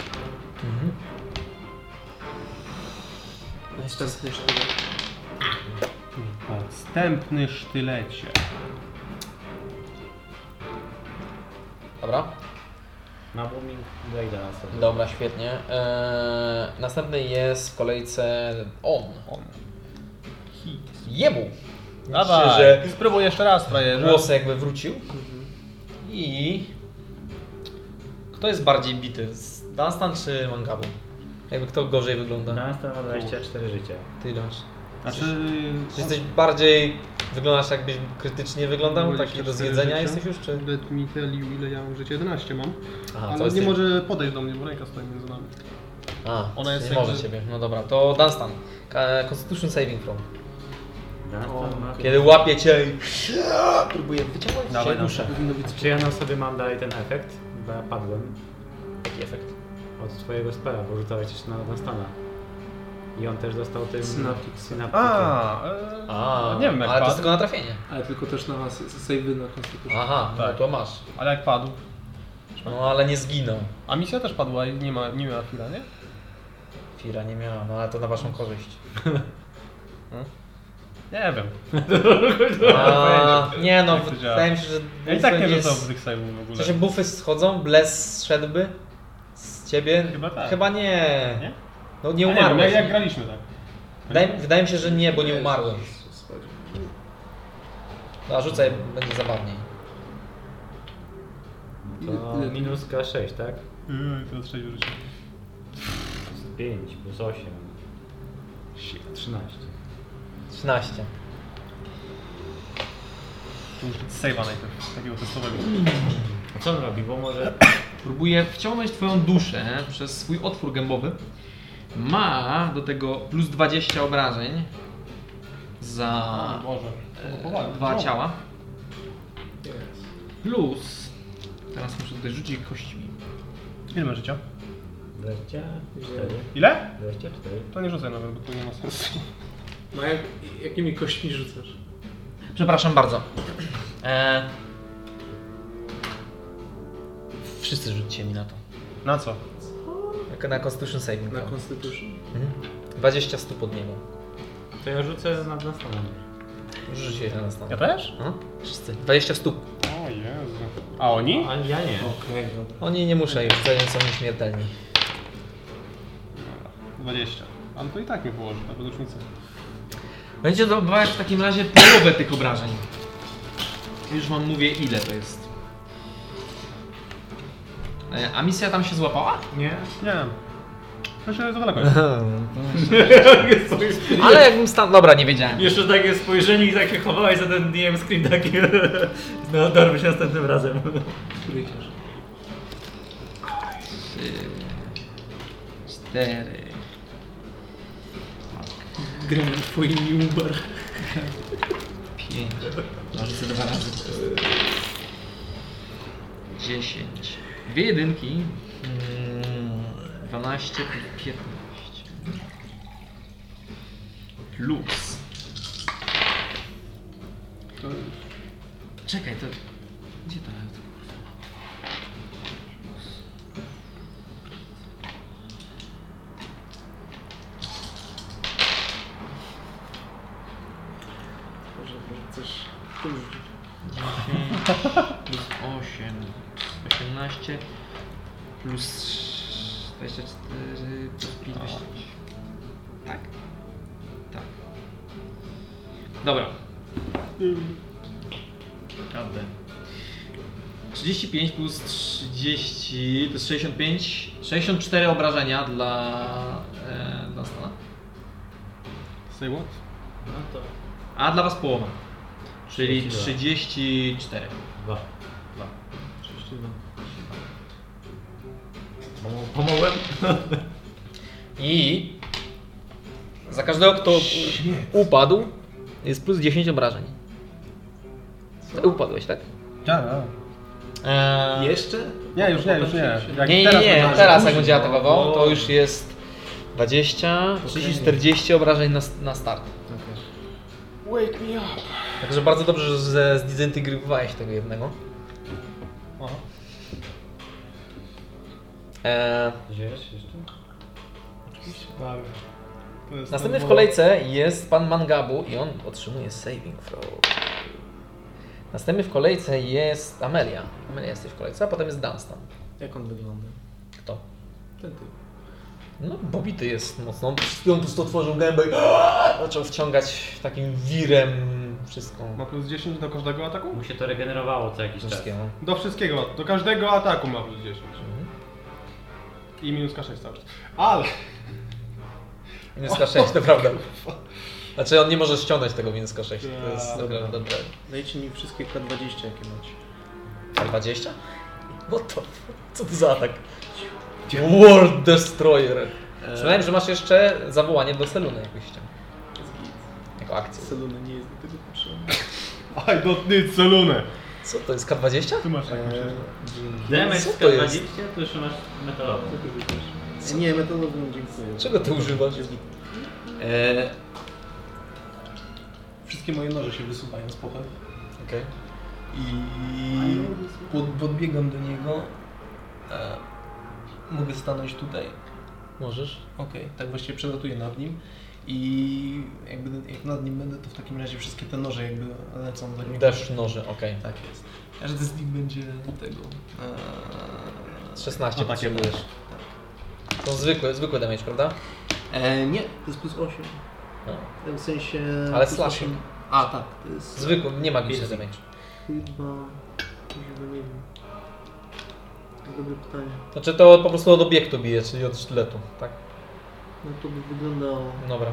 Następny sztylet.
Hmm. Tak.
Następny sztylecie.
Dobra.
Na bombing Blade'a na sobie.
Dobra, świetnie. Eee, następny jest w kolejce on. On. Jebu. Myślę, że
Dawaj, spróbuj jeszcze raz, frajerze.
głos jakby wrócił. Mhm. I... Kto jest bardziej bity? Z Dunstan czy Mangabu? Jakby kto gorzej wygląda?
Dance ma 24 życia.
Ty Lącz.
Znaczy...
Czy jesteś bardziej... Wyglądasz jakbyś krytycznie wyglądał? Taki
24
do zjedzenia
życia.
jesteś już, czy... no
Let mi tell you, ile ja mam życia. 11 mam.
Aha,
ale
to
on nie
jesteś-
może podejść do mnie, bo ręka stoi między nami.
A,
Ona jest
nie może
jakby-
ciebie. No dobra, to Dunstan. Ka- Constitution Saving Throw.
Dance ma...
Kiedy łapie cię i... Próbuję wyciągnąć
Dawaj,
cię duszę.
Powinno być
Czy ja na sobie mam dalej ten efekt? Bo ja padłem
Taki efekt.
od twojego spela, bo rzucałeś też na Dunstana. I on też dostał tym...
Synaptic.
synaptykiem.
A, e,
A,
nie wiem jak
ale to
padł,
jest tylko na trafienie.
ale tylko też na was save'y na konstytucję.
Aha,
Tak.
no to masz.
Ale jak padł.
No ale nie zginął.
A misja też padła i nie, ma, nie miała chwila, nie?
Fira nie miała, no ale to na waszą korzyść.
Nie wiem.
A, nie no,
Jak to działa?
wydaje mi się, że...
Ja i tak nie
jest-
rzucam tych save'ów w
W
ogóle.
sensie buffy schodzą, bless szedłby z ciebie?
Chyba tak.
Chyba nie.
Nie?
No
A
nie
nie wiem, jak,
umarłeś.
jak graliśmy tak.
Wydaje, wydaje mi się, że nie, bo nie umarłeś. No, a rzucaj, będzie zabawniej.
To minus K6, tak?
No,
Yy, teraz 6 życia.
5 plus 8. 13.
13.
Tu muszę save'a najpierw, takiego testowego.
A co on robi? Bo może...
Próbuje wciągnąć twoją duszę przez swój otwór gębowy. Ma do tego plus 20 obrażeń za
Boże.
e,
Powołałem.
dwa
Czemu?
ciała. Plus. Teraz muszę tutaj rzucić kośćmi.
Ile ma życia?
24.
Ile?
24.
To nie rzucaj nawet, bo to nie ma sensu.
No jak, jakimi kośćmi rzucasz?
Przepraszam bardzo. E... Wszyscy rzućcie mi na to.
Na co?
Jak na Constitution Saving.
Na
throw.
Constitution?
Mhm. 20 stóp od niego.
To ja rzucę na Dunstana.
Rzućcie się na nas.
Ja też?
Mhm. Wszyscy. 20 stóp.
O Jezu. A oni?
A ja nie.
Okej, dobra.
Oni nie muszą już, to nie są nieśmiertelni.
20. Ale to i tak nie położy, na podróżnicę.
Będzie dobywać w takim razie połowę tych obrażeń. Już wam mówię ile to jest. E, A misja tam się złapała?
Nie?
Nie wiem. To się za daleko.
Ale jakbym stan... Dobra, nie wiedziałem.
Jeszcze takie spojrzenie i takie chowałeś za ten DM screen taki. No, dorwę się następnym razem.
Który idziesz?
3, 4,
Gramy w twoim Uber.
5, może dwa razy. 10. Dwie jedynki. Mm, 12 plus 15. Plus. Czekaj, to. Gdzie to nawet?
Może chcesz tu rzucić.
8, 18 plus 24 plus 5, 25. Tak? Tak. Dobra. Prawda. 35 plus 30 to jest 65. 64 obrażenia dla, e, dla stana.
Say what?
No to.
A dla was połowa. Czyli
32.
34.
Dwa.
Oczywiście, no.
Pomo- Pomogłem?
I za każdego, kto upadł, jest plus 10 obrażeń. Ty upadłeś, tak?
Ja, ja.
Eee,
Jeszcze?
Nie, już nie, już nie. Jak
nie, nie, nie.
będzie-
Teraz, jak będzie atakował, to już jest 20, 30, 40 obrażeń na, na start.
Wake me up.
Także bardzo dobrze, że ze- zdezintegrowałeś tego jednego.
Aha.
Eee,
Gdzieś jeszcze?
To jest
następny w
ten-
kolejce jest pan Mangabu i on otrzymuje saving throw. Następny w kolejce jest Amelia. Amelia jesteś w kolejce, a potem jest Dunstan.
Jak on wygląda?
Kto?
Ten typ.
No, bobity jest mocno. On po prostu otworzył gębę i zaczął wciągać takim wirem wszystko.
Ma plus 10 do każdego ataku?
Mu się to regenerowało co jakiś czas.
Wszystkiego.
Do wszystkiego, do każdego ataku ma plus 10.
Mhm.
I minus K6 cały czas. Ale
Minus 6, to prawda. Znaczy on nie może ściągnąć tego minus 6. To jest
Tak.
dobra, dobra.
Dajcie mi wszystkie K20 jakie macie.
K20? What the Co to za atak? World Destroyer. Przypomniałem, E, że masz jeszcze zawołanie do Seluny jakbyś chciał. Jako akcję.
Salony nie jest do tego potrzebny.
E,
I don't need salunę.
Co to jest? K20?
Ty masz tak, jakąś
Eee,
rzecz?
Co
DMX
to jest?
20 to już masz metalowy.
Nie, metalowym dziękuję.
Czego ty używasz? Eee,
Wszystkie moje noże się wysuwają z pochwy.
Okej.
I pod, podbiegam do niego. E, mogę stanąć tutaj.
Możesz?
Okej, tak właściwie przelatuję nad nim. I jakby jak nad nim będę, to w takim razie wszystkie te noże jakby lecą do niego.
Deszcz noży, okej.
Tak jest. Każdy z nich będzie tego. e,
Z 16
No
Ataki
potrzebujesz. To zwykły, zwykły damage, prawda?
E, e, nie,
To jest plus 8.
No.
Eee.
W sensie...
Ale
plus
slashing.
osiem. A, tak. To jest...
Zwykły, nie ma bicia damage.
Chyba... Chyba nie wiem. To Dobre pytanie.
Znaczy to po prostu od obiektu bije, czyli od sztyletu, tak?
No to by wyglądało...
Dobra.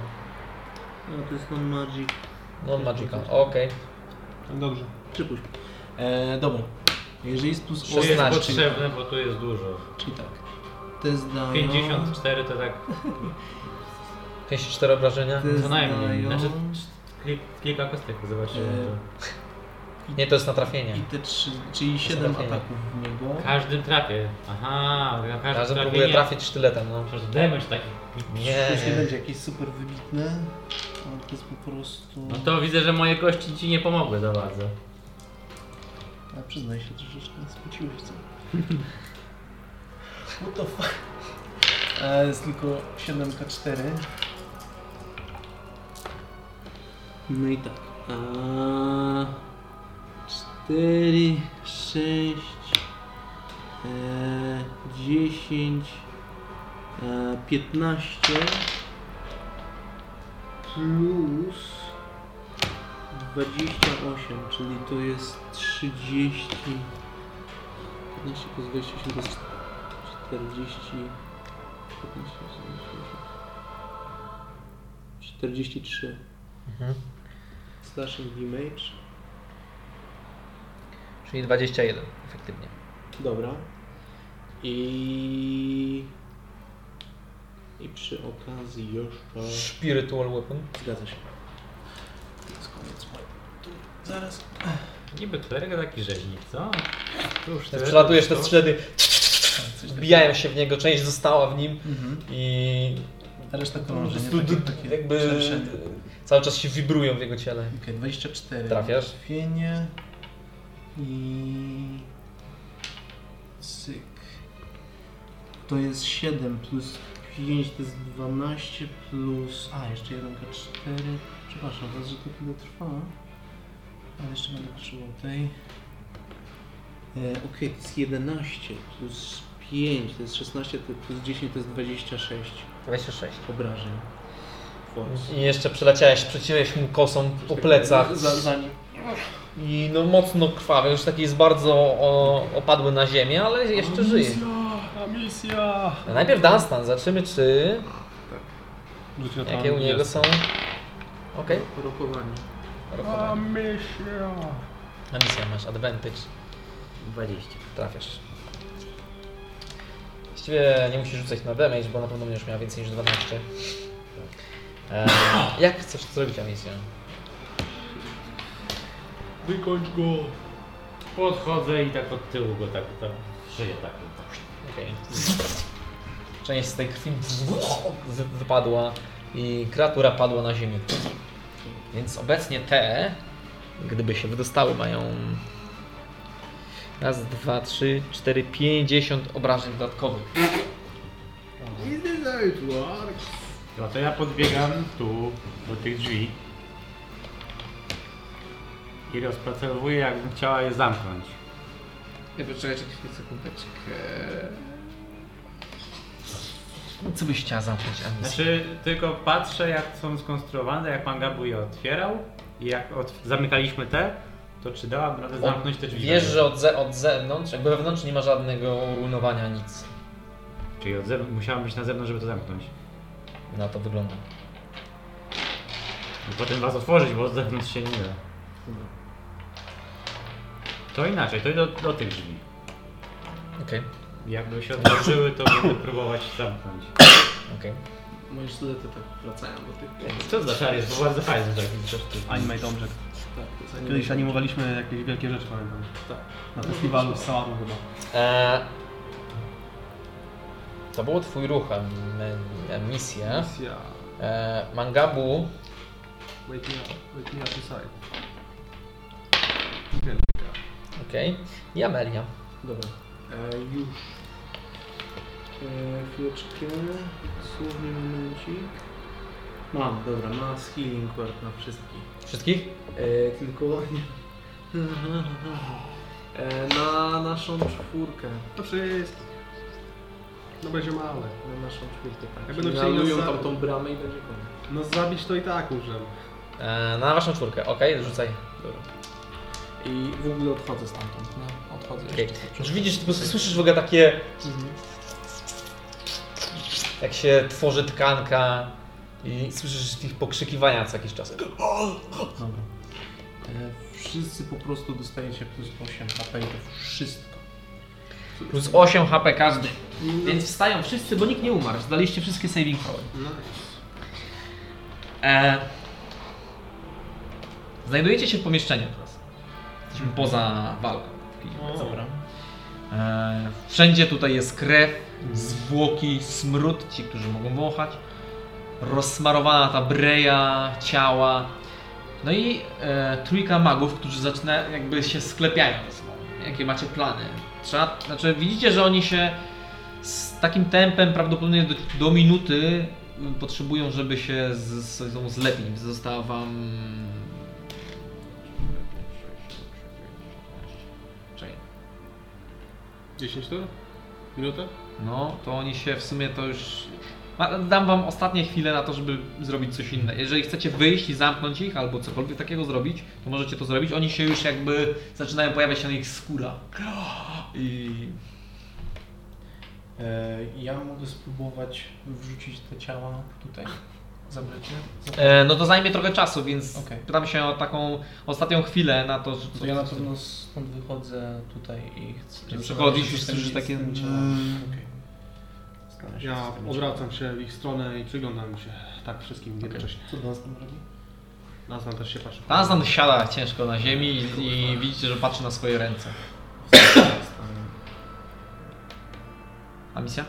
No to jest non-magic.
Non-magica, okej.
Dobrze.
Przypuść.
e, dobra. Jeżeli jest plus
To jest
16.
potrzebne, bo tu jest dużo.
czyli tak.
To jest dają...
54 to tak
54 obrażenia.
To jest
co najmniej.
dają-
Znaczy kil- kilka kostek zobaczymy.
Eee.
Nie, to jest na trafienie.
I te trzy, czyli 7
trafienie.
ataków w niego.
Każdym trafię. Aha, na każdym
Razem
trafię
próbuję
nie.
trafić sztyletem, no.
Przecież damage taki.
Nie,
To już nie
nie.
będzie jakieś super wybitne. ale To jest po prostu.
No to widzę, że moje kości ci nie pomogły za bardzo.
A przyznaj się troszeczkę, spociłeś co? What the fuck? E, jest tylko 7k4.
No i tak. Eee, 4, 6, eee, 10, eee, 15 plus 28, czyli to jest 30. 15 plus 28 to jest 40. 15, 43. Slashing damage.
Czyli 21, efektywnie.
Dobra. I... I przy okazji jeszcze...
Spiritual weapon.
Zgadza się.
To jest koniec mojej. Tu, zaraz.
Niby kleryk taki rzeźnik, co? Tu już tyle-
Przelatujesz te
to-
sztylety,
Coś
wbijają się w niego, część została w nim
Mhm.
i
A Reszta krążenia. Takie, takie
jakby
szersze.
cały czas się wibrują w jego ciele.
Okej, 24.
Trafiasz.
Trafienie. I... Syk.
To jest 7 plus 5 to jest 12 plus...
A, jeszcze 1k4. Przepraszam was, że to chwilę trwa. Ale jeszcze będę potrzebował tej.
E, Okej, to jest 11 plus 5 to jest 16 to plus 10 to jest 26
26.
obrażeń. Force.
I jeszcze przeleciałeś, przeciłeś mu kosą po plecach
Za, za nim.
i no mocno krwawy, już taki jest bardzo o, opadły na ziemię, ale jeszcze żyje.
A misja!
No Najpierw Dunstan, zobaczymy czy...
Rzuć na
jakie u
tam,
niego
jest.
są... Okej.
Rokowanie.
A
Okay.
misja!
Na misję masz, advantage.
20.
Trafiasz. Właściwie nie musisz rzucać na damage, bo na pewno będziesz miała więcej niż 12. E, jak chcesz zrobić misję?
Wykończ go!
Podchodzę i tak od tyłu go tak, tak szyję tak. tak.
Okej. Część z tej krwi wy- wypadła i kreatura padła na ziemię. Więc obecnie te, gdyby się wydostały, mają raz, dwa, trzy, cztery, pięćdziesiąt obrażeń dodatkowych.
No to ja podbiegam tu do tych drzwi i rozpracowuję jakbym chciała je zamknąć.
Ja poczekaj, czekaj, sekundeczkę. Co byś chciała zamknąć, Amis?
Znaczy, tylko patrzę jak są skonstruowane, jak pan Gabu je otwierał i jak od... zamykaliśmy te, to czy dałabym radę zamknąć te drzwi?
Wiesz, że od, ze od zewnątrz, jakby wewnątrz nie ma żadnego ruinowania, nic.
Czyli od zewnątrz, musiałem być na zewnątrz, żeby to zamknąć.
Na to wygląda.
I No potem was otworzyć, bo od zewnątrz się nie da. To inaczej, to do, do tych drzwi.
Okej, okay,
Jakby się otworzyły, to będę próbować zamknąć.
okej.
Moje studety tak wracają do tych...
Co za czar jest, bo bardzo fajny tak. zresztą.
Animate Object.
Tak, to jest
Kiedyś animowaliśmy jakieś wielkie rzeczy, pamiętam.
Tak.
Na festiwalu z Sałamu chyba.
Eee, To był twój ruch, em, em,
Tak?
misja.
Misja.
Eee, Mangabu
Wake me up, wake me up inside.
Okej. I Amelia.
Dobra. E, już. E, chwileczkę. Słowny momencik. Mam, dobra, ma healing word na wszystkich.
Wszystkich?
E, tylko nie. E, na naszą czwórkę.
To wszystko. No będzie małe.
Na naszą czwórkę, tak.
Ja
Ja
będę
będą
chcieli nas
Nalują tam
zabić.
tą bramę i będzie koniec.
No zabić to i tak umrzemy.
Eee, na waszą czwórkę, okej, rzucaj.
Dobra. I w ogóle odchodzę stamtąd. No, odchodzę
Okej.
jeszcze.
Już widzisz, po prostu słyszysz w ogóle takie... Jak się tworzy tkanka i słyszysz ich pokrzykiwania co jakiś czas.
Dobra. E, wszyscy po prostu dostajecie plus 8 HP i to wszystko.
Plus 8 HP każdy.
Więc wstają wszyscy, bo nikt nie umarł. Zdaliście wszystkie saving throwy. E... Znajdujecie się w pomieszczeniu teraz. Jesteśmy poza walką. Dobra. E... Wszędzie tutaj jest krew, zwłoki, smród, ci, którzy mogą wąchać. Rozsmarowana ta breja, ciała. No i e, trójka magów, którzy zaczynają, jakby się sklepiają ze sobą. Jakie macie plany? Trzeba, znaczy widzicie, że oni się z takim tempem prawdopodobnie do, do minuty y, potrzebują, żeby się z, z, z zlepić. Została wam... Czekaj.
10 tur? Minutę?
No, to oni się w sumie to już... Ma- Dam wam ostatnie chwile na to, żeby zrobić coś innego. Jeżeli chcecie wyjść i zamknąć ich, albo cokolwiek takiego zrobić, to możecie to zrobić. Oni się już jakby zaczynają pojawiać się na ich skóra. I
E, ja mogę spróbować wrzucić te ciała tutaj. Zabrać je?
E, no to zajmie trochę czasu, więc
Okej.
pytam się o taką ostatnią chwilę na to, że
To ja na pewno stąd wychodzę tutaj i chcę...
Żeby przechodzić,
zobaczyć,
już
co z tym-
słyszysz
z
takie- Mm.
tym ciałem. Okej. Zastanawiam się, co
Ja
z tym
odwracam się w ich stronę i przyglądam się tak wszystkim jednocześnie.
ciałem. Co nas tam robi?
Nazwan też się patrzy.
Tarzan siada ciężko na ziemi i, i widzicie, że patrzy na swoje ręce. A misja?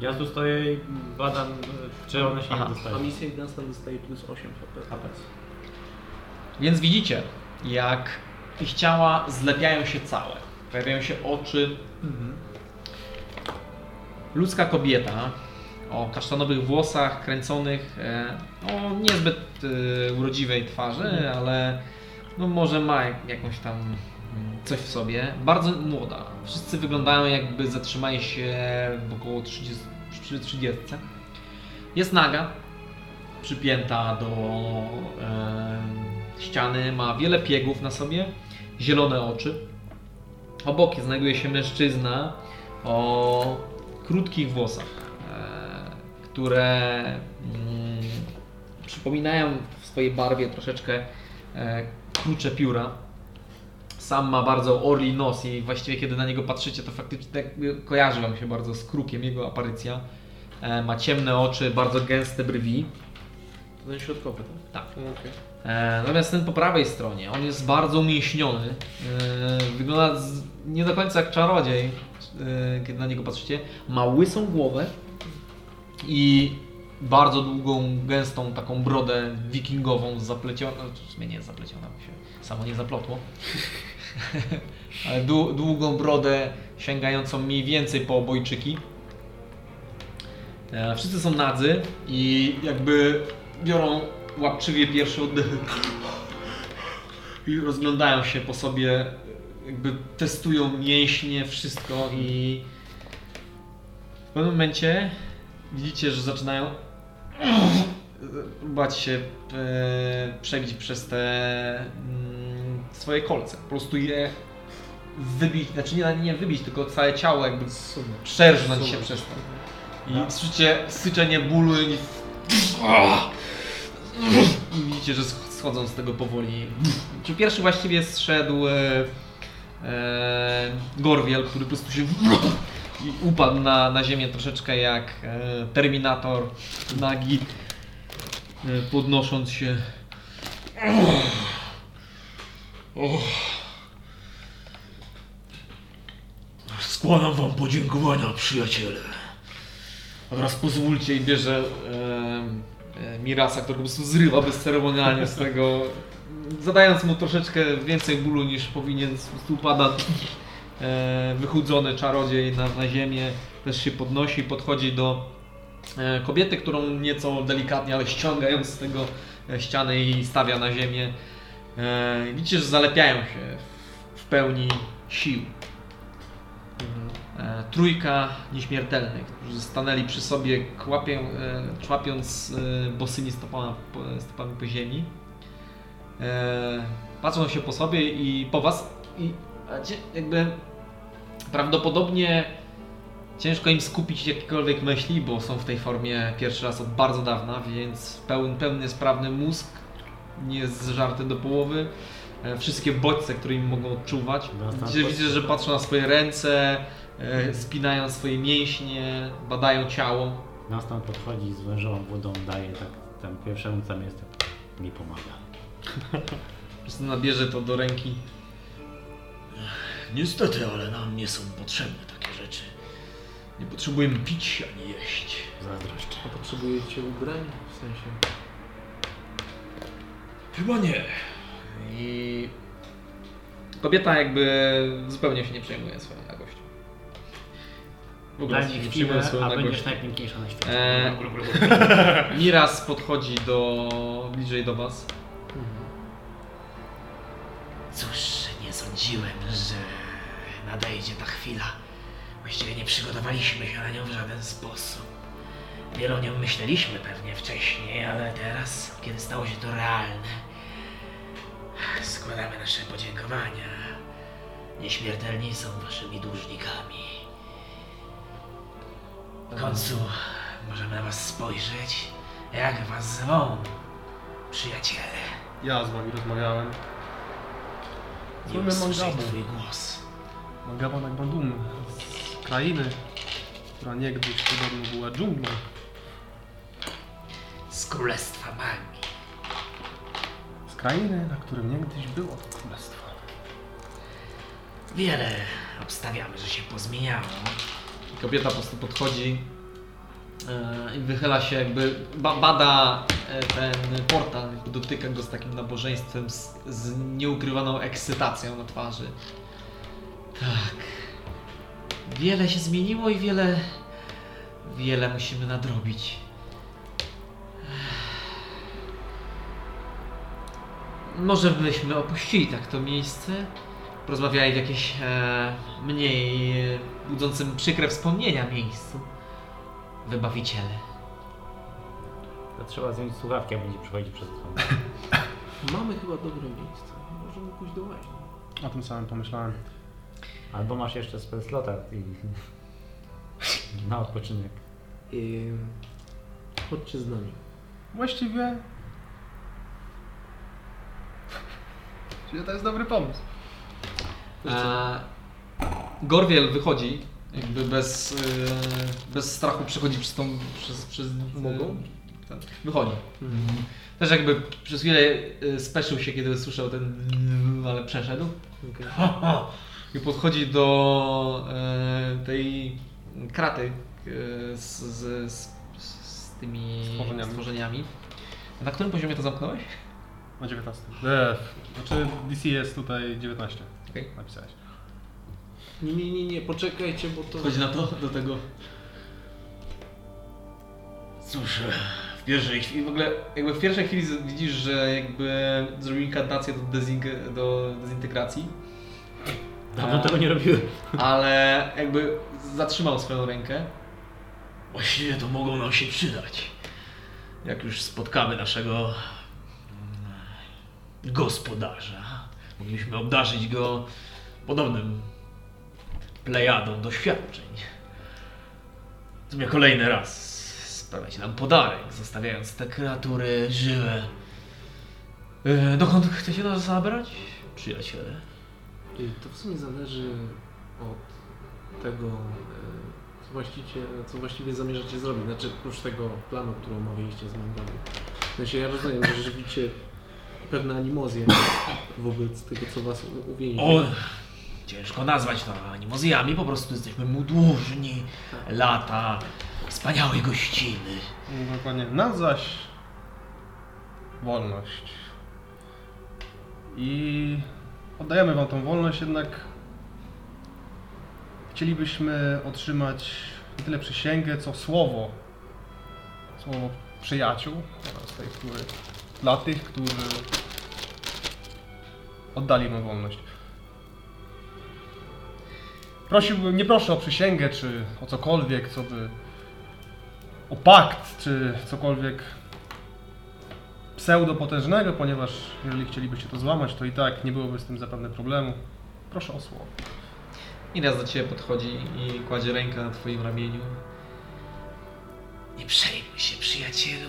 Ja tu stoję i badam, e, czy one się
Aha.
nie
A
dostają.
misja Ignacy dostaje plus 8 HP.
Więc widzicie, jak ich ciała zlepiają się całe. Pojawiają się oczy. Ludzka kobieta o kasztanowych włosach, kręconych, e, o niezbyt e, urodziwej twarzy, ale no może ma jak- jakąś tam mm, coś w sobie. Bardzo młoda. Wszyscy wyglądają jakby zatrzymali się w około 30, przy 30. Jest naga, przypięta do e, ściany, ma wiele piegów na sobie, zielone oczy. Obok znajduje się mężczyzna o krótkich włosach, e, które mm, przypominają w swojej barwie troszeczkę e, krucze pióra. Sam ma bardzo orli nos i właściwie kiedy na niego patrzycie, to faktycznie tak jakby kojarzy Wam się bardzo z krukiem jego aparycja. E, ma ciemne oczy, bardzo gęste brwi.
To ten środkowy, tak?
Tak.
No, Okej.
E, Natomiast ten po prawej stronie, on jest bardzo umięśniony. E, Wygląda z, nie do końca jak czarodziej, e, kiedy na niego patrzycie. Ma łysą głowę i bardzo długą, gęstą taką brodę wikingową zaplecioną. W sumie nie zaplecioną bo się, samo nie zaplotło. Ale dłu- długą brodę sięgającą mniej więcej po obojczyki. E, Wszyscy są nadzy i jakby biorą łapczywie pierwsze oddechy i rozglądają się po sobie, jakby testują mięśnie, wszystko i w pewnym momencie widzicie, że zaczynają bać się e, przebić przez te mm, swoje kolce. Po prostu je wybić, znaczy nie, nie wybić, tylko całe ciało jakby przerżnąć się przez to. I słyszycie syczenie bólu i i widzicie, że sch- schodzą z tego powoli. Czy pierwszy właściwie zszedł e, e, Gorwiel, który po prostu się i upadł na, na ziemię troszeczkę jak e, Terminator nagi, e, podnosząc się. Och. Składam wam podziękowania, przyjaciele. A teraz pozwólcie i bierze e, e, Mirasa, który po prostu zrywa bezceremonialnie z tego, zadając mu troszeczkę więcej bólu niż powinien, po prostu upada e, wychudzony czarodziej na, na ziemię, też się podnosi, podchodzi do e, kobiety, którą nieco delikatnie, ale ściągając z tego e, ściany i stawia na ziemię. E, widzicie, że zalepiają się w, w pełni sił. E, trójka nieśmiertelnych, którzy stanęli przy sobie, kłapię, e, człapiąc e, bosymi stopami po, stopami po ziemi. E, patrzą się po sobie i po was i macie jakby prawdopodobnie ciężko im skupić jakiekolwiek myśli, bo są w tej formie pierwszy raz od bardzo dawna, więc pełen, pełny, sprawny mózg nie jest zżarty do połowy. E, Wszystkie bodźce, które im mogą odczuwać.
Dostęp
Widzicie,
do-
widzicie, że patrzą na swoje ręce, e, spinają swoje mięśnie, badają ciało.
Nas tam podchodzi i z wężową wodą daje tak tam pierwszemu co jest tak nie pomaga.
Justyna bierze to do ręki.
Niestety, ale nam nie są potrzebne takie rzeczy.
Nie potrzebujemy pić ani jeść.
Zazdroszczę.
A potrzebujecie ubrań? W sensie...
Chyba nie.
I kobieta jakby zupełnie się nie przejmuje swoją nagością. W
Daj
się
mi
nie
chwilę,
przejmuje swoją
a będziesz tak-
nagością.
najpiękniejsza na świecie.
E, Miras podchodzi do bliżej do was.
Cóż, nie sądziłem, że nadejdzie ta chwila. Właściwie nie przygotowaliśmy się na nią w żaden sposób. Wiele o nią myśleliśmy pewnie wcześniej, ale teraz, kiedy stało się to realne, składamy nasze podziękowania. Nieśmiertelni są waszymi dłużnikami. W końcu możemy na was spojrzeć, jak was zwą, przyjaciele.
Ja z wami rozmawiałem.
Nie
Słynny
usłyszeć
Mangabu.
twój głos.
Mangaba Nagbandum z krainy, która niegdyś podobno była dżunglą.
z królestwa magii.
Z krainy, na którym niegdyś było królestwo.
Wiele obstawiamy, że się pozmieniało.
Kobieta po prostu podchodzi e, i wychyla się jakby, ba, bada e, ten portal, jakby dotyka go z takim nabożeństwem, z, z nieukrywaną ekscytacją na twarzy. Tak. Wiele się zmieniło i wiele, wiele musimy nadrobić. Ech. Może byśmy opuścili tak to miejsce, rozmawiali w jakieś e, mniej e, budzącym przykre wspomnienia miejscu. Wybawiciele.
To trzeba zdjąć słuchawki, a będzie przechodzić przez to.
Mamy chyba dobre miejsce. Możemy pójść do łaźni.
O tym samym pomyślałem.
Albo masz jeszcze spell slota i... na odpoczynek.
Yy, chodźcie z nami.
Właściwie... Czyli to jest dobry pomysł.
E, Gorwiel wychodzi, jakby bez, e, bez strachu przechodzi przez tą. przez. przez e,
Mogą? Mhm.
ten, wychodzi. Też jakby przez chwilę e, speszył się, kiedy słyszał ten. ale przeszedł.
Okej.
I podchodzi do e, tej kraty e, z, z, z, z tymi
Stworzeniami.
stworzeniami. Na którym poziomie to zamknąłeś?
Na 19. Def. Znaczy DC jest tutaj 19.
Okej.
Napisałeś.
Nie, nie, nie, nie, poczekajcie, bo to...
Chodzi na to, do tego. Cóż,
e,
w pierwszej chwili, w ogóle jakby w pierwszej chwili z- widzisz, że jakby zrobili kadnację do, dezing- do dezintegracji.
Dawno tego nie robiłem.
E, ale jakby zatrzymał swoją rękę.
Właściwie to mogą nam się przydać. Jak już spotkamy naszego mm, gospodarza, mogliśmy obdarzyć go podobnym plejadą doświadczeń. Zmie kolejny raz sprawiać nam podarek, zostawiając te kreatury żywe. E, Dokąd chcecie nas zabrać, przyjaciele?
I Y, To w sumie zależy od tego, e, co, właściwie, co właściwie zamierzacie zrobić. Znaczy, oprócz tego planu, który omawialiście z Mangami. W sensie, ja rozumiem, że żywicie pewne animozje wobec tego, co was u- uwięzi.
O,
Mhm.
ciężko nazwać to animozjami, po prostu jesteśmy mu dłużni lata wspaniałej gościny.
Dokładnie. Nam zaś wolność. I oddajemy wam tą wolność, jednak chcielibyśmy otrzymać nie tyle przysięgę, co słowo. Słowo przyjaciół oraz tych, którzy, dla tych, którzy oddali mu wolność. Prosiłbym, nie proszę o przysięgę czy o cokolwiek, co by o pakt czy cokolwiek pseudopotężnego, ponieważ jeżeli chcielibyście to złamać, to i tak nie byłoby z tym zapewne problemu. Proszę o słowo.
Ina do ciebie podchodzi i kładzie rękę na twoim ramieniu.
Nie przejmuj się, przyjacielu.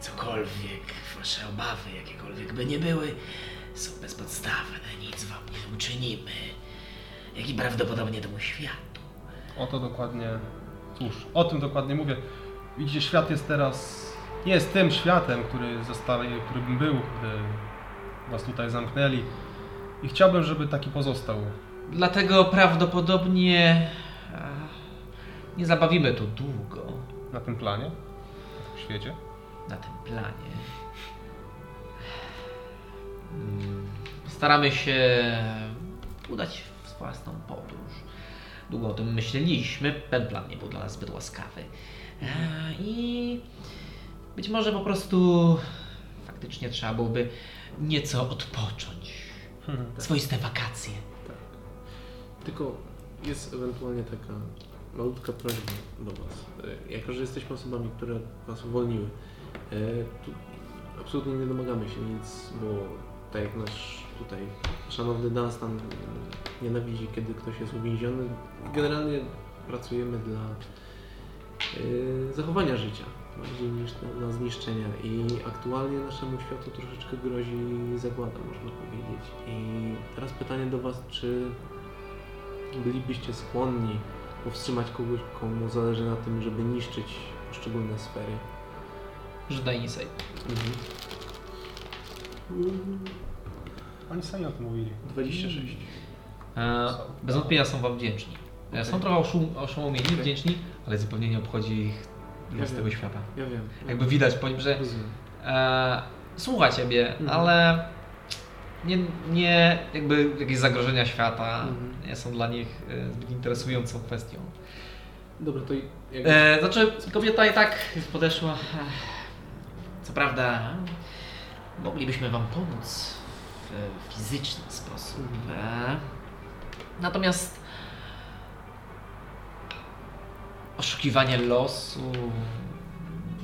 Cokolwiek, wasze obawy, jakiekolwiek by nie były, są bezpodstawne. Nic wam nie uczynimy. Jak i prawdopodobnie temu światu.
O to dokładnie, cóż, o tym dokładnie mówię. Widzicie, świat jest teraz, nie jest tym światem, który został, którym był, gdy was tutaj zamknęli. I chciałbym, żeby taki pozostał.
Dlatego prawdopodobnie e, nie zabawimy tu długo
Na tym planie? W świecie?
na tym planie. Mm, Staramy się udać w własną podróż. Długo o tym myśleliśmy, ten plan nie był dla nas zbyt łaskawy. E, I być może po prostu faktycznie trzeba byłoby nieco odpocząć. Swoiste wakacje.
Tylko jest ewentualnie taka malutka prośba do Was. E, Jako, że jesteśmy osobami, które Was uwolniły, e, tu absolutnie nie domagamy się nic, bo tak jak nasz tutaj szanowny Dunstan e, nienawidzi, kiedy ktoś jest uwięziony, generalnie pracujemy dla e, zachowania życia bardziej niż na, na zniszczenia i aktualnie naszemu światu troszeczkę grozi zagłada, można powiedzieć. I teraz pytanie do Was, czy bylibyście skłonni powstrzymać kogoś, komu zależy na tym, żeby niszczyć poszczególne sfery.
Żydaj insight.
Mhm.
Oni sami o tym mówili.
26.
E, bez wątpienia są Wam wdzięczni. E, Są trochę oszum, oszołomieni,
Okej.
wdzięczni, ale zupełnie nie obchodzi ich los
wiem.
tego świata.
Ja wiem.
Jakby widać po nim, że
Rozumiem.
e, słucha Ciebie,
Mhm.
ale nie, nie jakby jakieś zagrożenia świata
Mhm.
nie są dla nich e, zbyt interesującą kwestią.
Dobra, to i- jak...
E, znaczy, kobieta i tak podeszła. Co prawda, moglibyśmy Wam pomóc w fizyczny sposób.
Mhm.
E, natomiast oszukiwanie losu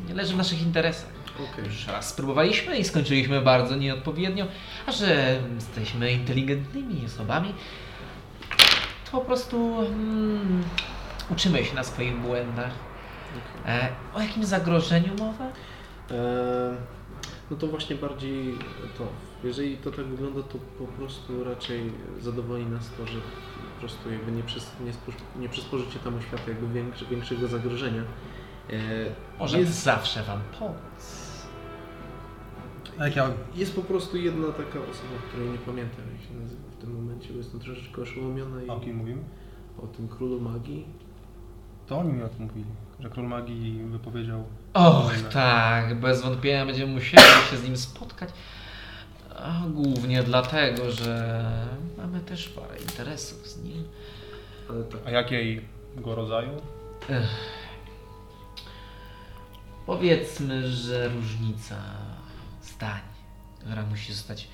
nie leży w naszych interesach.
Okej.
Już raz spróbowaliśmy i skończyliśmy bardzo nieodpowiednio, a że jesteśmy inteligentnymi osobami, to po prostu mm, uczymy się na swoich błędach. E, o jakim zagrożeniu mowa?
E, No to właśnie bardziej to. Jeżeli to tak wygląda, to po prostu raczej zadowoli nas to, że po prostu jakby nie, przys nie, spusz- nie przysporzycie temu światu jakby większe, większego zagrożenia. E,
Możemy
jest,
zawsze Wam pomóc.
Jak ja
jest po prostu jedna taka osoba, której nie pamiętam jak się nazywa w tym momencie, bo jestem troszeczkę oszołomiona i
o kim mówimy?
o tym królu magii.
To oni mi o tym mówili, że król magii wypowiedział.
Och,
Wojnę.
tak, bez wątpienia będziemy musieli się z nim spotkać. A głównie dlatego, że mamy też parę interesów z nim.
Ale tak,
A jakiej go rodzaju?
Powiedzmy, że różnica zdań, która musi zostać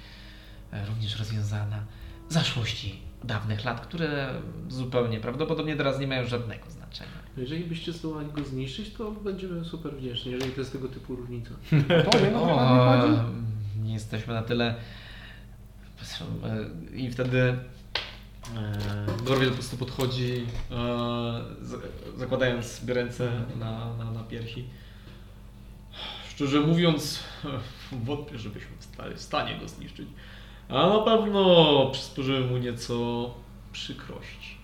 e, również rozwiązana, zaszłości dawnych lat, które zupełnie prawdopodobnie teraz nie mają żadnego znaczenia.
Jeżeli byście zdołali go zniszczyć, to będziemy super wdzięczni, jeżeli to jest tego typu różnica.
To o niego chyba nie chodzi?
nie jesteśmy na tyle. E, I wtedy e, Gorwiel po prostu podchodzi, e, z- zakładając sobie ręce na, na, na piersi. Szczerze mówiąc, e, wątpię, żebyśmy stali w stanie go zniszczyć. A na pewno przysporzymy mu nieco przykrości.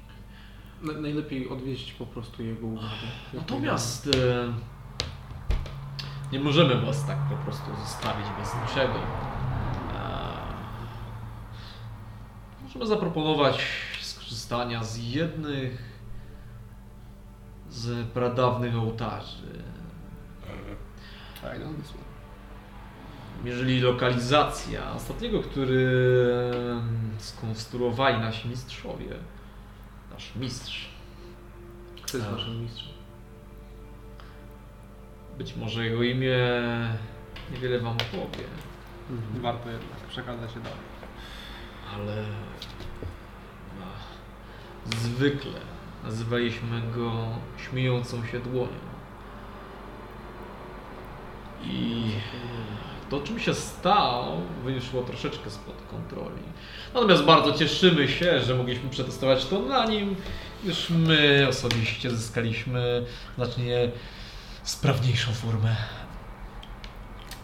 Na, najlepiej odwieźć po prostu jego uwagę.
Natomiast e, nie możemy was tak po prostu zostawić bez niczego. E, Możemy zaproponować skorzystania z jednych z pradawnych ołtarzy.
Fajny pomysł.
Jeżeli lokalizacja ostatniego, który em, skonstruowali nasi mistrzowie, nasz mistrz,
Kto jest naszym mistrzem?
być może jego imię niewiele wam powie,
Warto jednak przekazać się dalej.
ale ach, zwykle nazywaliśmy go śmiejącą się dłonią. I to, czym się stał, wyszło troszeczkę spod kontroli. Natomiast bardzo cieszymy się, że mogliśmy przetestować to na nim, gdyż my osobiście zyskaliśmy znacznie sprawniejszą formę.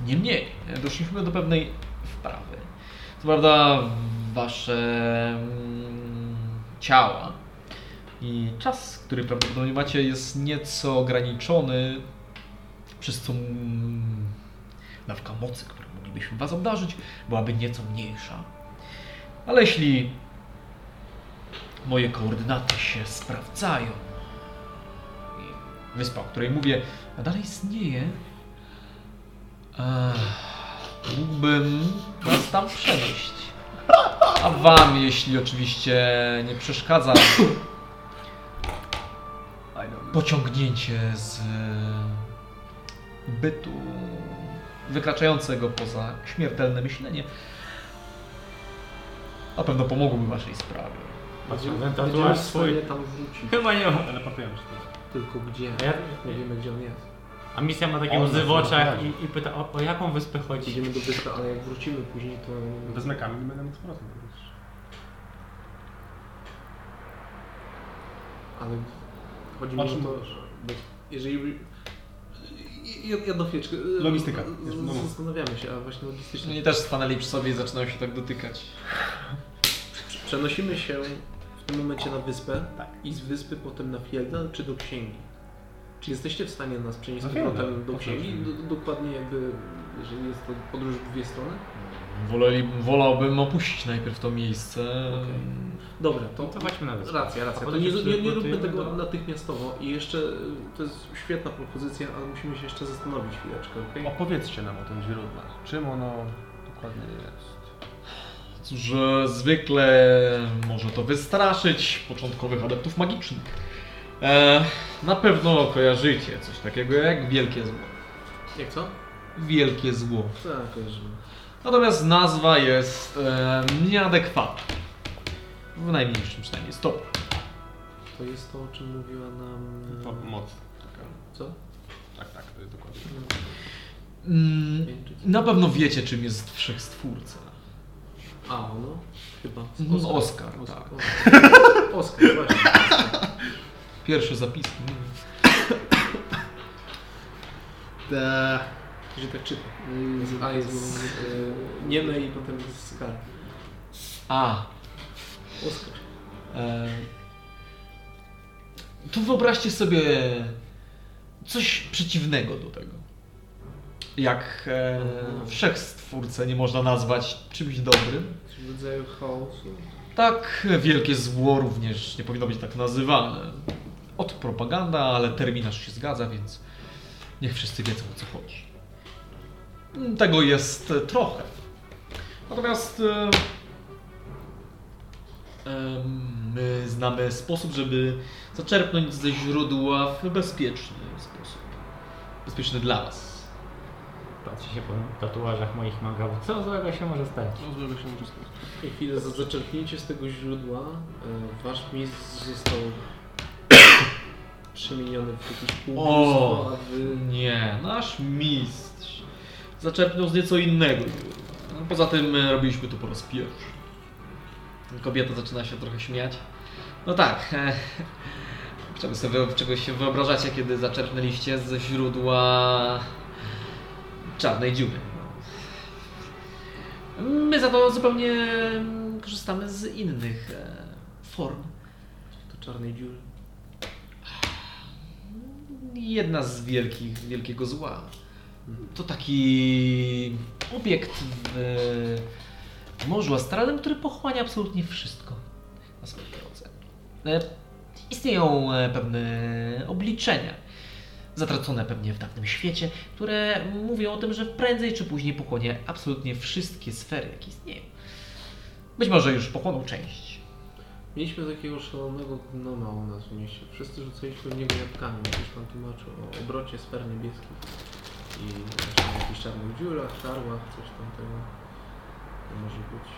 Niemniej, doszliśmy do pewnej wprawy. Co prawda, wasze mm, ciała i czas, który prawdopodobnie macie, jest nieco ograniczony, przez co mm, dawka mocy, którą moglibyśmy was obdarzyć, byłaby nieco mniejsza. Ale jeśli moje koordynaty się sprawdzają i wyspa, o której mówię, nadal istnieje, Ech, mógłbym was tam przenieść. A wam, jeśli oczywiście nie przeszkadza pociągnięcie z e, bytu wykraczającego poza śmiertelne myślenie, na pewno pomogłoby waszej sprawie.
Patrzę, ten
Będziemy
tatuaż
w stanie
swój.
tam wrócić,
Chyba nie ma. Teleportujemy się teraz.
tylko gdzie.
A ja-
Nie wiemy gdzie on jest.
A misja ma takie
On
łzy w
nas
oczach
nie
i, i pyta, o, o jaką wyspę chodzi?
no, tak. Idziemy do wyspy, ale jak wrócimy później, to...
Wezmę kamień i będę mógł z powrotem wrócić.
Ale chodzi mi
O
o
czym
No to,
mówisz?
bo jeżeli... Ja- Jedną chwileczkę.
Logistyka.
Z-
Jest, no mów.
Zastanawiamy się, a właśnie logistycznie.
Oni też stanęli przy sobie i zaczynają się tak dotykać.
Przenosimy się w tym momencie na wyspę
Tak.
i z wyspy potem na Fjeldan czy do księgi. Czy jesteście w stanie nas przenieść
Na
z powrotem
Fjeldan,
do księgi?
oczywiście.
Do, dokładnie jakby, jeżeli jest to podróż w dwie strony?
Woleli, wolałbym opuścić najpierw to miejsce.
Dobra, to,
No to chodźmy na wyspę.
Racja,
A
racja. To
potem
nie,
się
nie, nie róbmy
przeportujemy
tego
do-
natychmiastowo i jeszcze y, to jest świetna propozycja, ale musimy się jeszcze zastanowić chwileczkę, okej?
Opowiedzcie nam o tym źródle. Czym ono dokładnie jest?
Cóż, e, zwykle może to wystraszyć początkowych adeptów magicznych. E, na pewno kojarzycie coś takiego jak wielkie zło.
Jak co?
Wielkie zło.
Tak, kojarzymy.
Natomiast nazwa jest e, nieadekwatna. W najmniejszym przynajmniej stopniu.
To jest to, o czym mówiła nam...
e,
y,
To moc. Taka.
Co?
Tak, tak, to jest dokładnie.
Mm,
Jęczyć.
na pewno wiecie czym jest wszechstwórca.
A, no, chyba.
Mhm, Oskar, tak.
Oskar, Oskar właśnie.
Pierwsze zapiski.
Te...
Że tak czyta. A jest y, Niemę i potem jest Skar.
A,
Oskar.
E, To wyobraźcie sobie coś przeciwnego do tego. Jak e,
Mhm.
wszechstwórcę nie można nazwać czymś dobrym,
Coś w rodzaju chaosu.
tak wielkie zło również nie powinno być tak nazywane. Od propaganda, ale terminarz się zgadza, więc niech wszyscy wiedzą o co chodzi. Mm, Tego jest e, trochę. Natomiast e, em, my znamy sposób, żeby zaczerpnąć ze źródła w bezpieczny sposób. Bezpieczny dla Was.
Patrzę się po tatuażach moich mangabów. Co złego się może stać?
No, złego się może stać.
W tej chwili za zaczerpnięcie z tego źródła e, wasz mistrz został przemieniony w jakiś półbóstwo, a wy...
Nie, nasz mistrz zaczerpnął z nieco innego. No, Poza tym e, robiliśmy to po raz pierwszy. Kobieta zaczyna się trochę śmiać. No tak. e, Czego sobie wyo- czegoś się wyobrażacie, kiedy zaczerpnęliście ze źródła czarnej dziury. My za to zupełnie mm, korzystamy z innych e, form.
do czarnej dziury.
jedna z wielkich, wielkiego zła. To taki obiekt w, w Morzu Astralnym, który pochłania absolutnie wszystko na swojej drodze. E, Istnieją e, pewne obliczenia, zatracone pewnie w dawnym świecie, które mówią o tym, że prędzej czy później pochłonie absolutnie wszystkie sfery, jakie istnieją. Być może już pochłonął część.
Mieliśmy takiego szalonego gnoma u nas w mieście. Wszyscy rzucaliśmy w niego jabłkami. Ktoś pan tłumaczył o obrocie sfer niebieskich i właśnie o jakichś czarnych dziurach, czarłach, coś tamtego. To może być.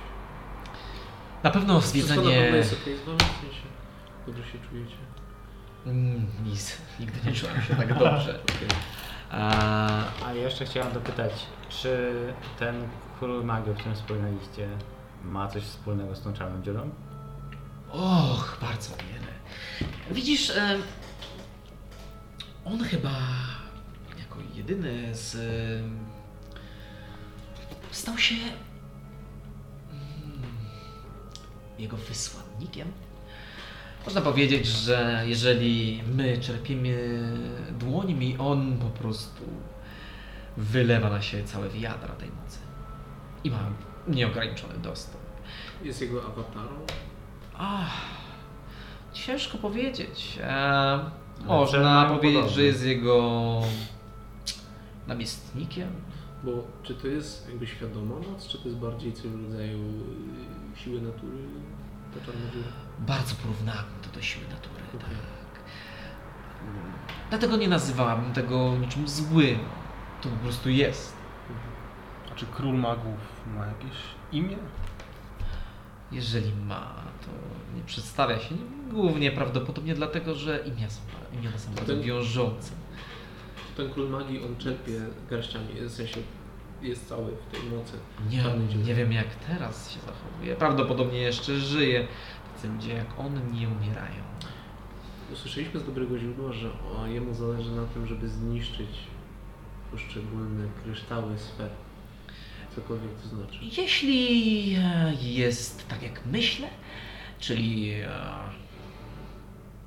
Na pewno
Wszystko na pewno
zwiedzenie...
jest okej z wami, w sensie dobrze się czujecie.
Mm, Nic, nigdy nie czułem się tak dobrze. A,
A jeszcze chciałem dopytać, czy ten król magii, o którym wspominaliście, ma coś wspólnego z tą czarną dziurą?
Och, bardzo wiele. Widzisz, em, on chyba jako jedyny z. em, stał się. mm, jego wysłannikiem. Można powiedzieć, że jeżeli my czerpiemy dłońmi, on po prostu wylewa na siebie całe wiadra tej mocy. I ma nieograniczony dostęp.
Jest jego awatarą.
Ach, ciężko powiedzieć. E, można
mają
powiedzieć,
podobne.
że jest jego namiestnikiem.
Bo czy to jest jakby świadoma moc, czy to jest bardziej coś w rodzaju y, siły natury, ta czarna dziura?
Bardzo porównałabym to do siły natury,
Mhm.
tak. Mm, Dlatego nie nazywałabym tego niczym złym. To po prostu jest.
A czy król magów ma jakieś imię?
Jeżeli ma, to nie przedstawia się nim. Głównie prawdopodobnie dlatego, że imiona są, imiona są bardzo
Ten-
wiążące.
Ten król magii, on czerpie garściami, w sensie jest cały w tej mocy.
Nie,
Czarny dziób.
nie wiem jak teraz się zachowuje. Prawdopodobnie jeszcze żyje. Tacy ludzie jak on nie umierają.
Usłyszeliśmy z dobrego źródła, że o, jemu zależy na tym, żeby zniszczyć poszczególne kryształy sfer. Cokolwiek to znaczy.
Jeśli e, jest tak jak myślę, czyli e,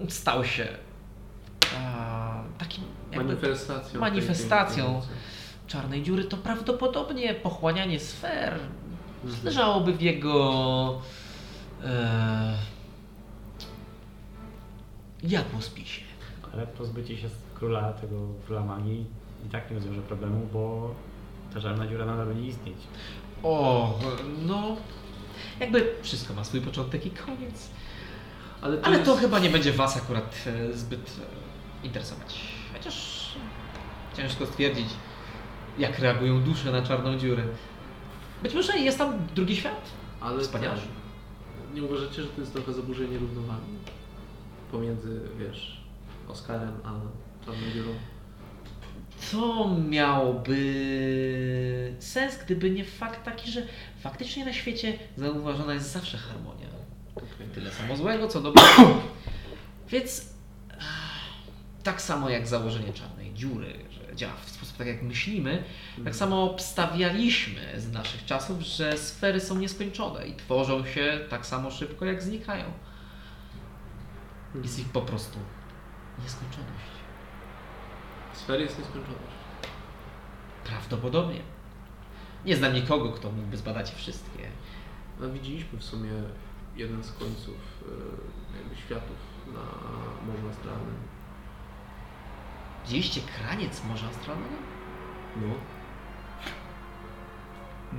stał się e, takim jakby
Manifestacją. tej- tej
manifestacją.
mocy.
czarnej dziury, to prawdopodobnie pochłanianie sfer leżałoby w jego e, jadłospisie.
Ale pozbycie się króla, tego króla magii i tak nie rozwiąże problemu, bo ta czarna dziura nadal będzie istnieć.
O, no. Jakby wszystko ma swój początek i koniec.
Ale to,
Ale to
jest,
chyba nie będzie Was akurat e, zbyt e, interesować. Chociaż ciężko stwierdzić, jak reagują dusze na czarną dziurę. Być może jest tam drugi świat?
ale
Wspaniale.
to- Nie uważacie, że to jest trochę zaburzenie równowagi? Pomiędzy, wiesz, Oskarem a czarną dziurą.
To miałoby sens, gdyby nie fakt taki, że faktycznie na świecie zauważona jest zawsze harmonia.
Okej.
Tyle samo złego, co dobrego. Więc ach, tak samo jak założenie czarnej dziury, że działa w sposób tak jak myślimy, tak samo obstawialiśmy z naszych czasów, że sfery są nieskończone i tworzą się tak samo szybko jak znikają. Jest ich po prostu nieskończoność.
Sfery jest nieskończoność.
Prawdopodobnie. Nie znam nikogo, kto mógłby zbadać wszystkie.
No, widzieliśmy w sumie jeden z końców e, jakby światów na Morzu Astralnym.
Widzieliście kraniec Morza Astralnego?
No.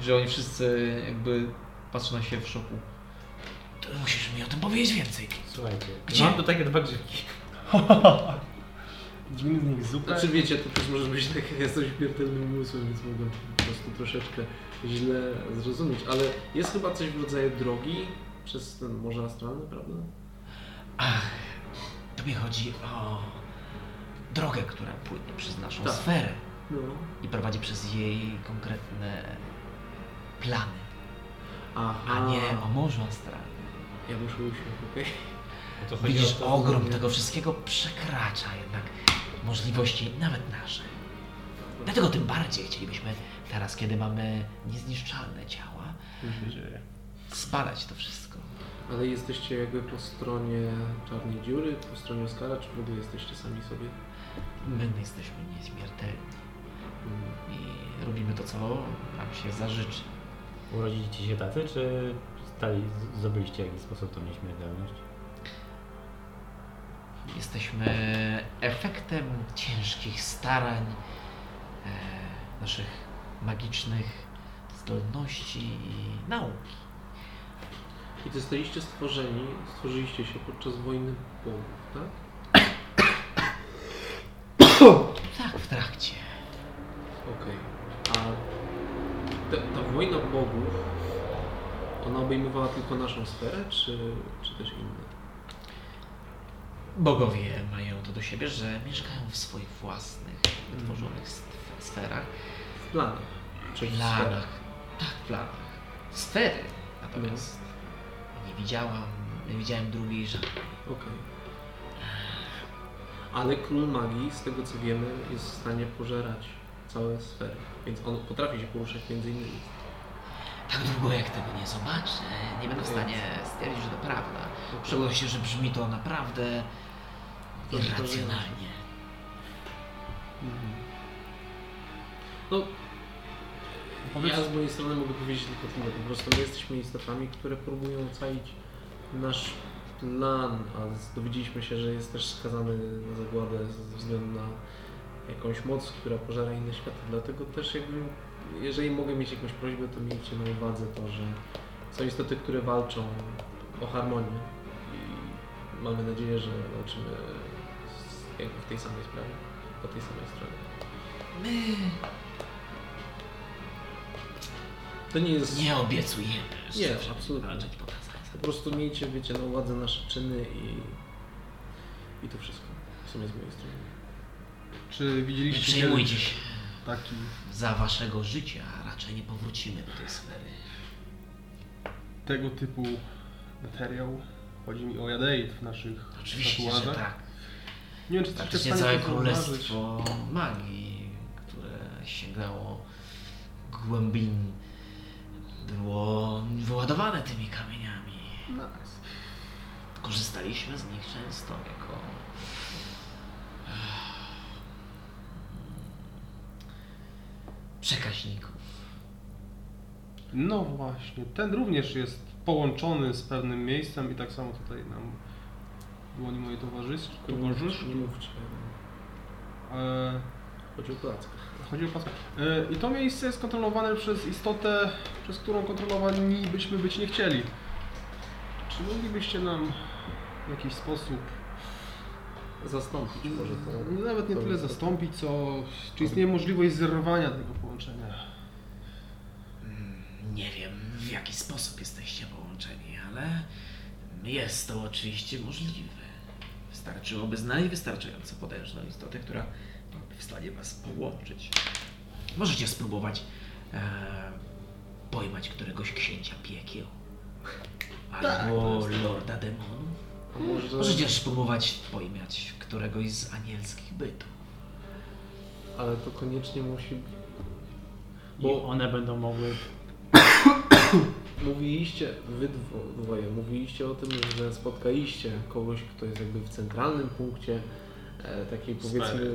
Że oni wszyscy jakby patrzą na siebie w szoku.
To musisz mi o tym powiedzieć więcej.
Słuchajcie,
Gdzie?
mam tu takie dwa grzybki.
Zmienię z nich zupę.
Znaczy wiecie, to też może być tak, ja jestem śmiertelnym umysłem, więc mogę po prostu troszeczkę źle zrozumieć, ale jest chyba coś w rodzaju drogi przez ten Morze Astralne, prawda?
Ach, tobie chodzi o drogę, która płynie przez naszą
Tak.
sferę
No.
i prowadzi przez jej konkretne plany,
Aha.
a nie o morzu astralnym.
Ja muszę usiąść, okej?
Bo to chodzi
Widzisz,
o to,
ogrom
nie?
tego wszystkiego przekracza jednak możliwości nawet nasze. Dlatego tym bardziej chcielibyśmy teraz, kiedy mamy niezniszczalne ciała, zbadać to wszystko.
Ale jesteście jakby po stronie Czarnej Dziury, po stronie Oskara, czy w ogóle jesteście sami sobie?
My jesteśmy nieśmiertelni
Mm.
i robimy to, co nam się zażyczy.
Urodziliście się tacy, czy stali, z- zdobyliście w jakiś sposób tą nieśmiertelność?
Jesteśmy efektem ciężkich starań, e, naszych magicznych zdolności i nauki.
I zostaliście stworzeni, stworzyliście się podczas wojny bogów, tak?
Tak, w trakcie.
Okej. A ta, ta wojna bogów, ona obejmowała tylko naszą sferę, czy, czy też inne?
Bogowie mają to do siebie, że mieszkają w swoich własnych, wytworzonych sf- sferach,
W planach. Czy w
planach.
sferach? No.
Tak, planach. Sfery natomiast nie widziałam, nie widziałem drugiej żadnej.
Okej. Ale król magii, z tego co wiemy, jest w stanie pożerać całe sfery. Więc on potrafi się poruszać między innymi.
Tak długo jak tego nie zobaczę, nie będę w stanie stwierdzić, że to prawda. W szczególności, że brzmi to naprawdę irracjonalnie.
Mhm. No, ja z mojej strony mogę powiedzieć tylko tyle. Po prostu my jesteśmy istotami, które próbują ocalić nasz plan, a z- dowiedzieliśmy się, że jest też skazany na zagładę z- ze względu na jakąś moc, która pożera inne światy. Dlatego też jakbym, jeżeli mogę mieć jakąś prośbę, to miejcie na uwadze to, że są istoty, które walczą o harmonię i mamy nadzieję, że walczymy z- jakby w tej samej sprawie, po tej samej stronie.
My
To nie jest...
nie obiecujemy, że
Nie,
zawsze
absolutnie.
będziemy walczyć po
Po
tazańsku.
prostu miejcie, wiecie, no, na uwadze nasze czyny i, i to wszystko. W sumie z mojej strony.
Czy
Nie
widzieliście
przejmujcie się.
taki
Za waszego życia raczej nie powrócimy do tej sfery.
tego typu materiał? Chodzi mi o jadeit w naszych
Oczywiście, że
tatuażach.
tak.
Nie wiem, czy jesteście w
Praktycznie
stanie
całe
to zauważyć.
królestwo magii, które sięgało głębin, było wyładowane tymi kamieniami.
Nice.
Korzystaliśmy z nich często jako. e, przekaźników.
No właśnie, ten również jest połączony z pewnym miejscem i tak samo tutaj nam dłoni moje towarzystwo. Towarzysz?
Nie mówcie.
E,
Chodzi o placka.
chodzi o pas. E, I to miejsce jest kontrolowane przez istotę, przez którą kontrolowani byśmy być nie chcieli. Czy moglibyście nam w jakiś sposób,
Zastąpić może to.
nawet nie tyle zastąpić, co czy istnieje możliwość zerwania tego połączenia?
Mm, Nie wiem w jaki sposób jesteście połączeni, ale jest to oczywiście możliwe. Wystarczyłoby znaleźć wystarczająco potężną istotę, która byłaby w stanie was połączyć. Możecie spróbować e, pojmać któregoś księcia piekieł albo lorda demonów.
A może,
Możecie spróbować pojmać któregoś z anielskich bytów.
Ale to koniecznie musi.
I
Bo-
one będą mogły...
Mówiliście, wy dwo- dwoje, mówiliście o tym, że spotkaliście kogoś, kto jest jakby w centralnym punkcie e, takiej powiedzmy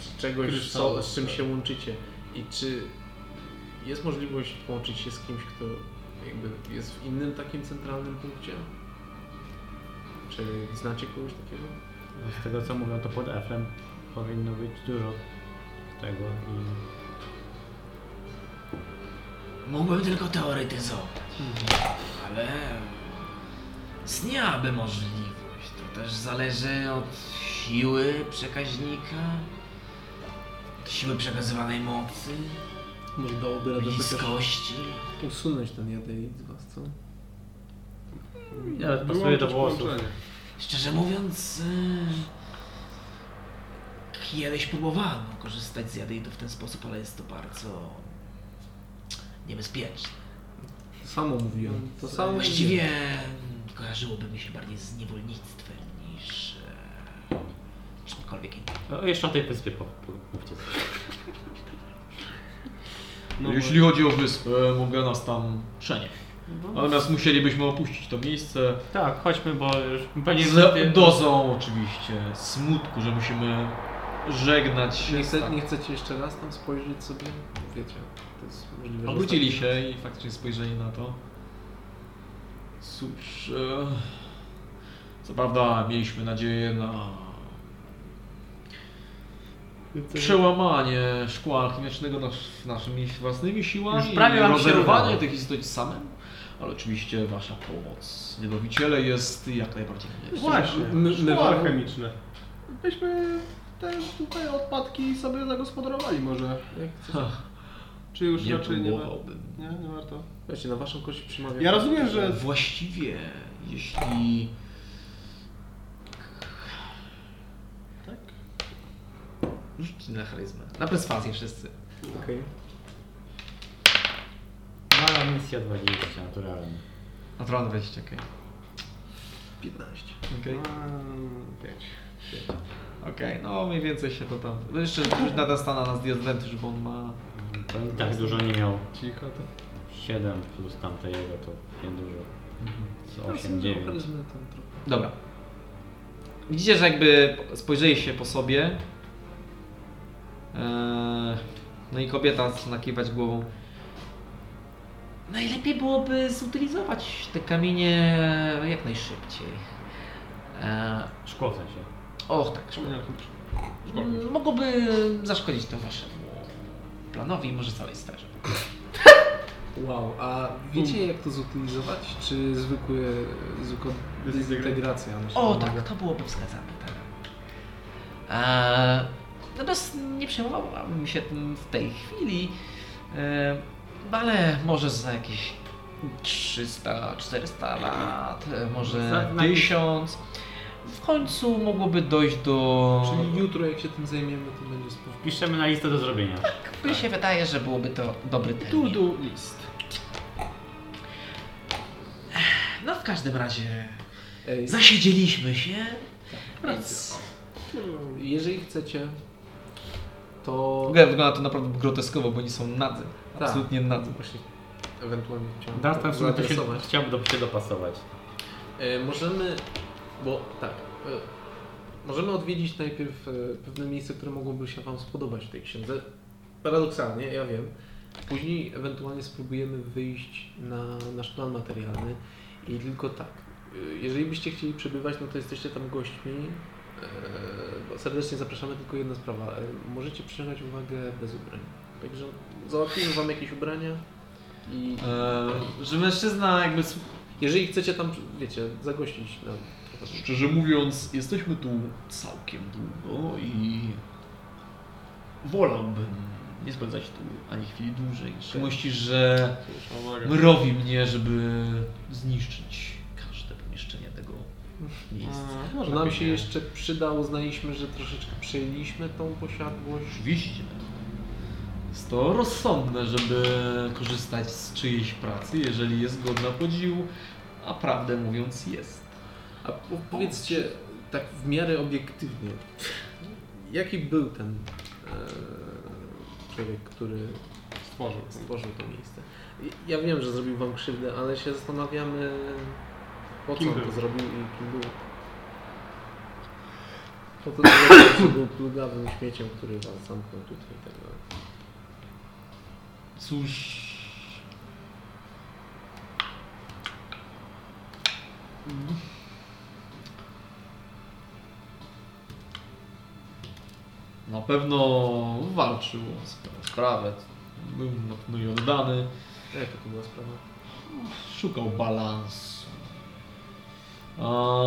z czegoś, co, z czym się łączycie. I czy jest możliwość połączyć się z kimś, kto jakby jest w innym takim centralnym punkcie? Czy znacie kogoś takiego?
Z tego co mówią, to pod F-em powinno być dużo tego i...
Mógłbym tylko teoretyzować, ale istniałaby możliwość. To też zależy od siły przekaźnika, siły przekazywanej mocy,
Może dałoby radę chociaż
bliskości.
usunąć ten jadeit z was, co?
Nawet pasuje do
Wyłączyć
włosów.
połączenie.
Szczerze mówiąc, e, kiedyś próbowano korzystać z jadeitu w ten sposób, ale jest to bardzo niebezpieczne.
To samo mówiłem. To samo
Właściwie kojarzyłoby mi się bardziej z niewolnictwem niż e, czymkolwiek innym.
O, No, Jeszcze o tej wyspie po- po- mówcie.
Jeśli chodzi o wyspę, mogę nas tam przenieść. Natomiast musielibyśmy opuścić to miejsce
Tak, chodźmy, bo już pewnie...
z dozą oczywiście smutku, że musimy żegnać się.
Nie,
z
chce,
tak-
nie chcecie jeszcze raz tam spojrzeć sobie? Wiecie, to jest możliwe, że
Obrócili się i faktycznie spojrzeli na to. Cóż, e, co prawda mieliśmy nadzieję na przełamanie szkła alchemicznego nasz, naszymi własnymi siłami
Już prawie
i
wam się
rozerwanie
udało.
tych istot samemu, ale oczywiście wasza pomoc, wybawiciele, jest jak najbardziej konieczna.
Właśnie,
My- my-
szkło
my-
alchemiczne. Byśmy te tutaj odpadki sobie zagospodarowali może.
Jak chcecie.
Czy już
Nie
raczej nie, wa-
próbowałbym.
nie, nie warto?
Wiecie, na waszą kość przymawia.
Ja rozumiem, że
Właściwie, jeśli
Tak?
Rzućcie na charyzmę. Na perswazję wszyscy.
Okej.
Mała misja 20, naturalnie.
Naturalne wejście, okej.
15.
Okej.
Mm, pięć.
Okej, no mniej więcej się to tam... No, Jeszcze nada stana nas diadwenty, żeby on ma...
To i tak dużo nie miał.
Cicho to.
7 plus tamte jego to nie dużo. Co 8, 9.
Charyzmy tam trochę.
Dobra. Widzicie, że jakby spojrzeli się po sobie. Eee, No i kobieta zaczyna kiwać głową. Najlepiej byłoby zutylizować te kamienie e, jak najszybciej. Eee,
Szkło w sensie.
Och, tak, szkoda. Mm, Mogłoby zaszkodzić to waszemu planowi i może całej straży.
Wow, a wiecie jak to zutylizować? Czy zwykłe, zwykła dezintegracja? myślę,
O,
że mogę?
tak, to byłoby wskazane, tak. Eee, natomiast nie przejmowałabym się tym w tej chwili, eee, ale może za jakieś 300-400 lat, e, może
Za- na-
1000. W końcu mogłoby dojść do...
Czyli jutro jak się tym zajmiemy, to będzie spoko.
Piszemy na listę do zrobienia.
Mi
Tak.
się wydaje, że byłoby to dobry termin.
To-do list.
No w każdym razie
Ej,
zasiedzieliśmy się, więc...
jeżeli chcecie,
W
to
ogóle wygląda to naprawdę groteskowo, bo oni są nadzy.
Tak.
Absolutnie nadzy.
Właśnie, ewentualnie chciałem
Dastan w sumie to się,
zaadresować.
chciałbym się dopasować.
E, Możemy, bo tak, e, możemy odwiedzić najpierw e, pewne miejsce, które mogłoby się Wam spodobać w tej księdze. Paradoksalnie, ja wiem. Później ewentualnie spróbujemy wyjść na nasz plan materialny i tylko tak. e, Jeżeli byście chcieli przebywać, no to jesteście tam gośćmi. e, bo Serdecznie zapraszamy, tylko jedna sprawa. e, Możecie przyjąć uwagę bez ubrań. Także załatwimy Wam jakieś ubrania i
Eee, że mężczyzna jakby
jeżeli chcecie tam, wiecie, zagościć na
Szczerze mówiąc, jesteśmy tu całkiem długo i wolałbym nie spędzać tu ani chwili dłużej. Czy myślisz, że mrowi mnie, żeby zniszczyć każde pomieszczenie tego miejsca?
Może
tak
nam się jeszcze przyda, uznaliśmy, że troszeczkę przejęliśmy tą posiadłość.
Oczywiście. Jest to rozsądne, żeby korzystać z czyjejś pracy, jeżeli jest godna podziwu, a prawdę mówiąc jest.
A po- powiedzcie tak w miarę obiektywnie, jaki był ten e, człowiek, który
Stworzył.
stworzył to miejsce? I- Ja wiem, że zrobił wam krzywdę, ale się zastanawiamy, po co
Kim
on to
był?
zrobił i kim był. Po to, że był plugawym śmieciem, który was zamknął tutaj. i Tak dalej.
Cóż. Na pewno walczył o sp- sprawę. Był na pewno i oddany.
Jaka to była sprawa?
Szukał balansu. A,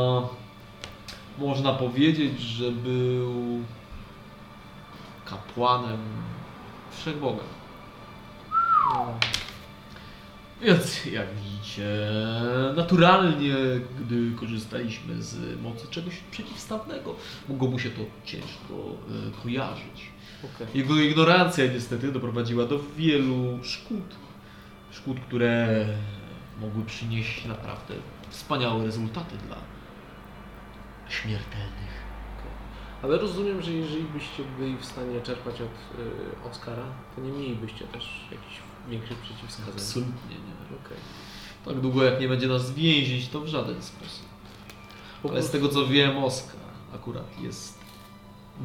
Można powiedzieć, że był kapłanem wszechboga. Więc jak widzicie, naturalnie, gdy korzystaliśmy z mocy czegoś przeciwstawnego, mogło mu się to ciężko e, kojarzyć. Jego ignorancja niestety doprowadziła do wielu szkód. Szkód, które mogły przynieść naprawdę wspaniałe rezultaty dla śmiertelnych.
Ale rozumiem, że jeżeli byście byli w stanie czerpać od y, Oscara, to nie mielibyście też jakichś większych przeciwwskazań.
Absolutnie nie.
Okej.
Tak długo jak nie będzie nas więzić, to w żaden sposób.
Po
Ale z
prostu-
tego co wiem, Oskar akurat jest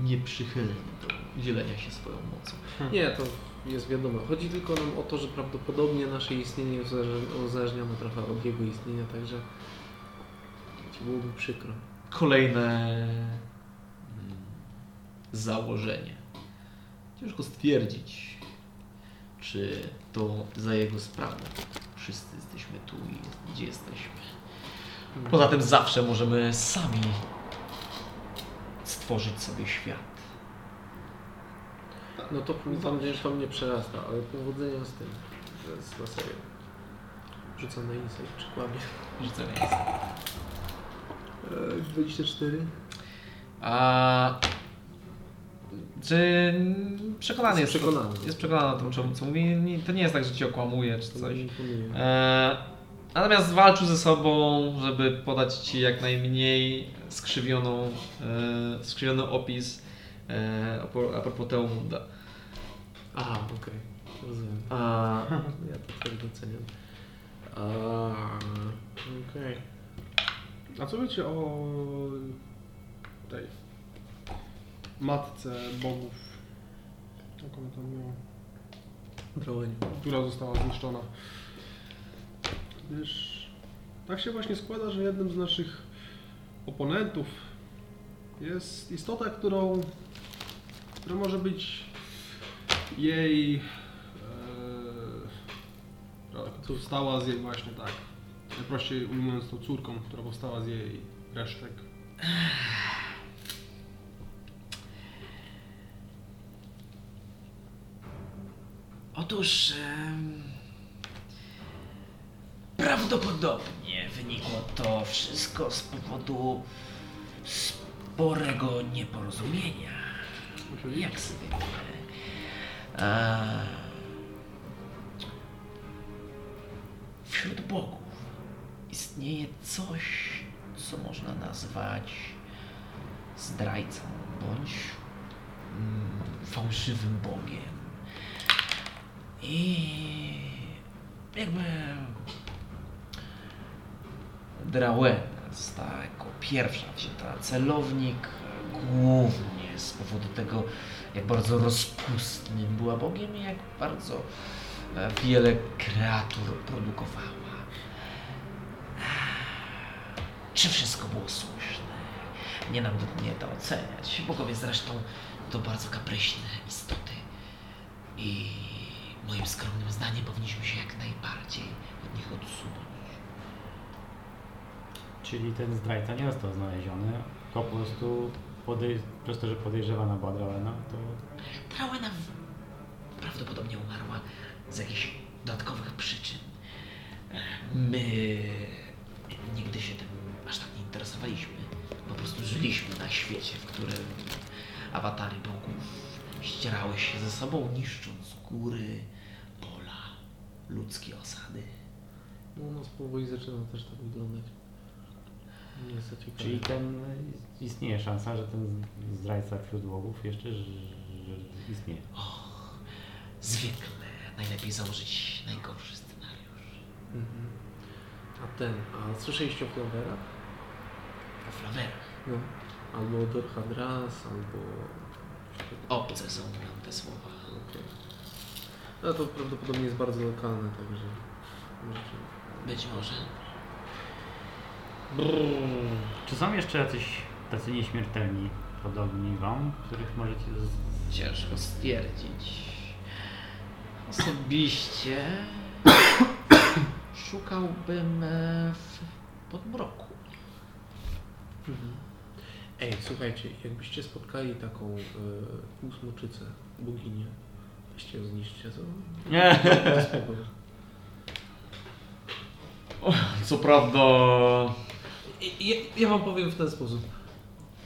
nieprzychylny do dzielenia się swoją mocą.
Nie, to jest wiadomo. Chodzi tylko nam o to, że prawdopodobnie nasze istnienie jest uzależ- uzależnione trochę od jego istnienia, także ci byłoby przykro.
Kolejne mm, założenie. Ciężko stwierdzić, czy to za jego sprawą wszyscy jesteśmy tu i jest, gdzie jesteśmy. Poza tym zawsze możemy sami stworzyć sobie świat.
No to, to, mnie, to mnie przerasta, ale powodzenia z tym. To jest na serio. Rzucam na insight, czy kłamie.
Rzucenie
E, 24.
A czy przekonany jest,
Jest przekonany.
jest przekonany o tym, czemu- co mówi. Nie- To nie jest tak, że cię okłamuje czy
To
coś.
mi imponuje.
E, natomiast walczył ze sobą, żeby podać ci jak najmniej skrzywioną, e, skrzywiony opis e, a po- a propos Teumunda.
Aha, okej. Rozumiem.
A
Ja to tak doceniam. A, Okej.
A co wiecie o tej matce bogów? Jak ona tam miała?
Broń.
która została zniszczona. Wiesz, tak się właśnie składa, że jednym z naszych oponentów jest istota, którą, która może być jej. E, która powstała z jej właśnie tak. Najprościej ujmując to córką, która powstała z jej resztek.
Otóż em, prawdopodobnie wynikło to wszystko z powodu sporego nieporozumienia. Jak e, zwykle. A, wśród bogów istnieje coś, co można nazwać zdrajcą bądź mm, fałszywym bogiem. I jakby Drawen została jako pierwsza wzięta na celownik, głównie z powodu tego, jak bardzo rozpustnym była Bogiem i jak bardzo e, wiele kreatur produkowała. Czy wszystko było słuszne? Nie nam nie to oceniać. Bogowie zresztą to bardzo kapryśne istoty. I moim skromnym zdaniem powinniśmy się jak najbardziej od nich odsunąć.
Czyli ten zdrajca nie został znaleziony, to po prostu podej- przez to, że podejrzewana była Dralena, to
Trałena prawdopodobnie umarła z jakichś dodatkowych przyczyn. My nigdy się tym aż tak nie interesowaliśmy. Po prostu żyliśmy na świecie, w którym awatary bogów ścierały się ze sobą, niszcząc góry, pola, ludzkie osady.
No u nas powoli zaczyna też tak wyglądać. Nie jest to ciekawe.
czyli ten istnieje szansa, że ten zdrajca wśród bogów jeszcze ż- ż- istnieje.
Zwykle najlepiej założyć najgorszy scenariusz.
Mhm. A ten, a słyszeliście o Flowerach?
O flawerach.
No. Albo o Dorhadras, albo...
Obce są nam te słowa.
okej. No to prawdopodobnie jest bardzo lokalne, także... Możecie...
Być może.
Czy są jeszcze jacyś tacy nieśmiertelni, podobni wam, których możecie z-
Ciężko stwierdzić. Osobiście szukałbym e, w podmroku.
Ej, słuchajcie, jakbyście spotkali taką e, półsmoczycę, boginię, weźcie ją zniszczcie, to... to spoko.
Co prawda...
I- Ja, ja wam powiem w ten sposób.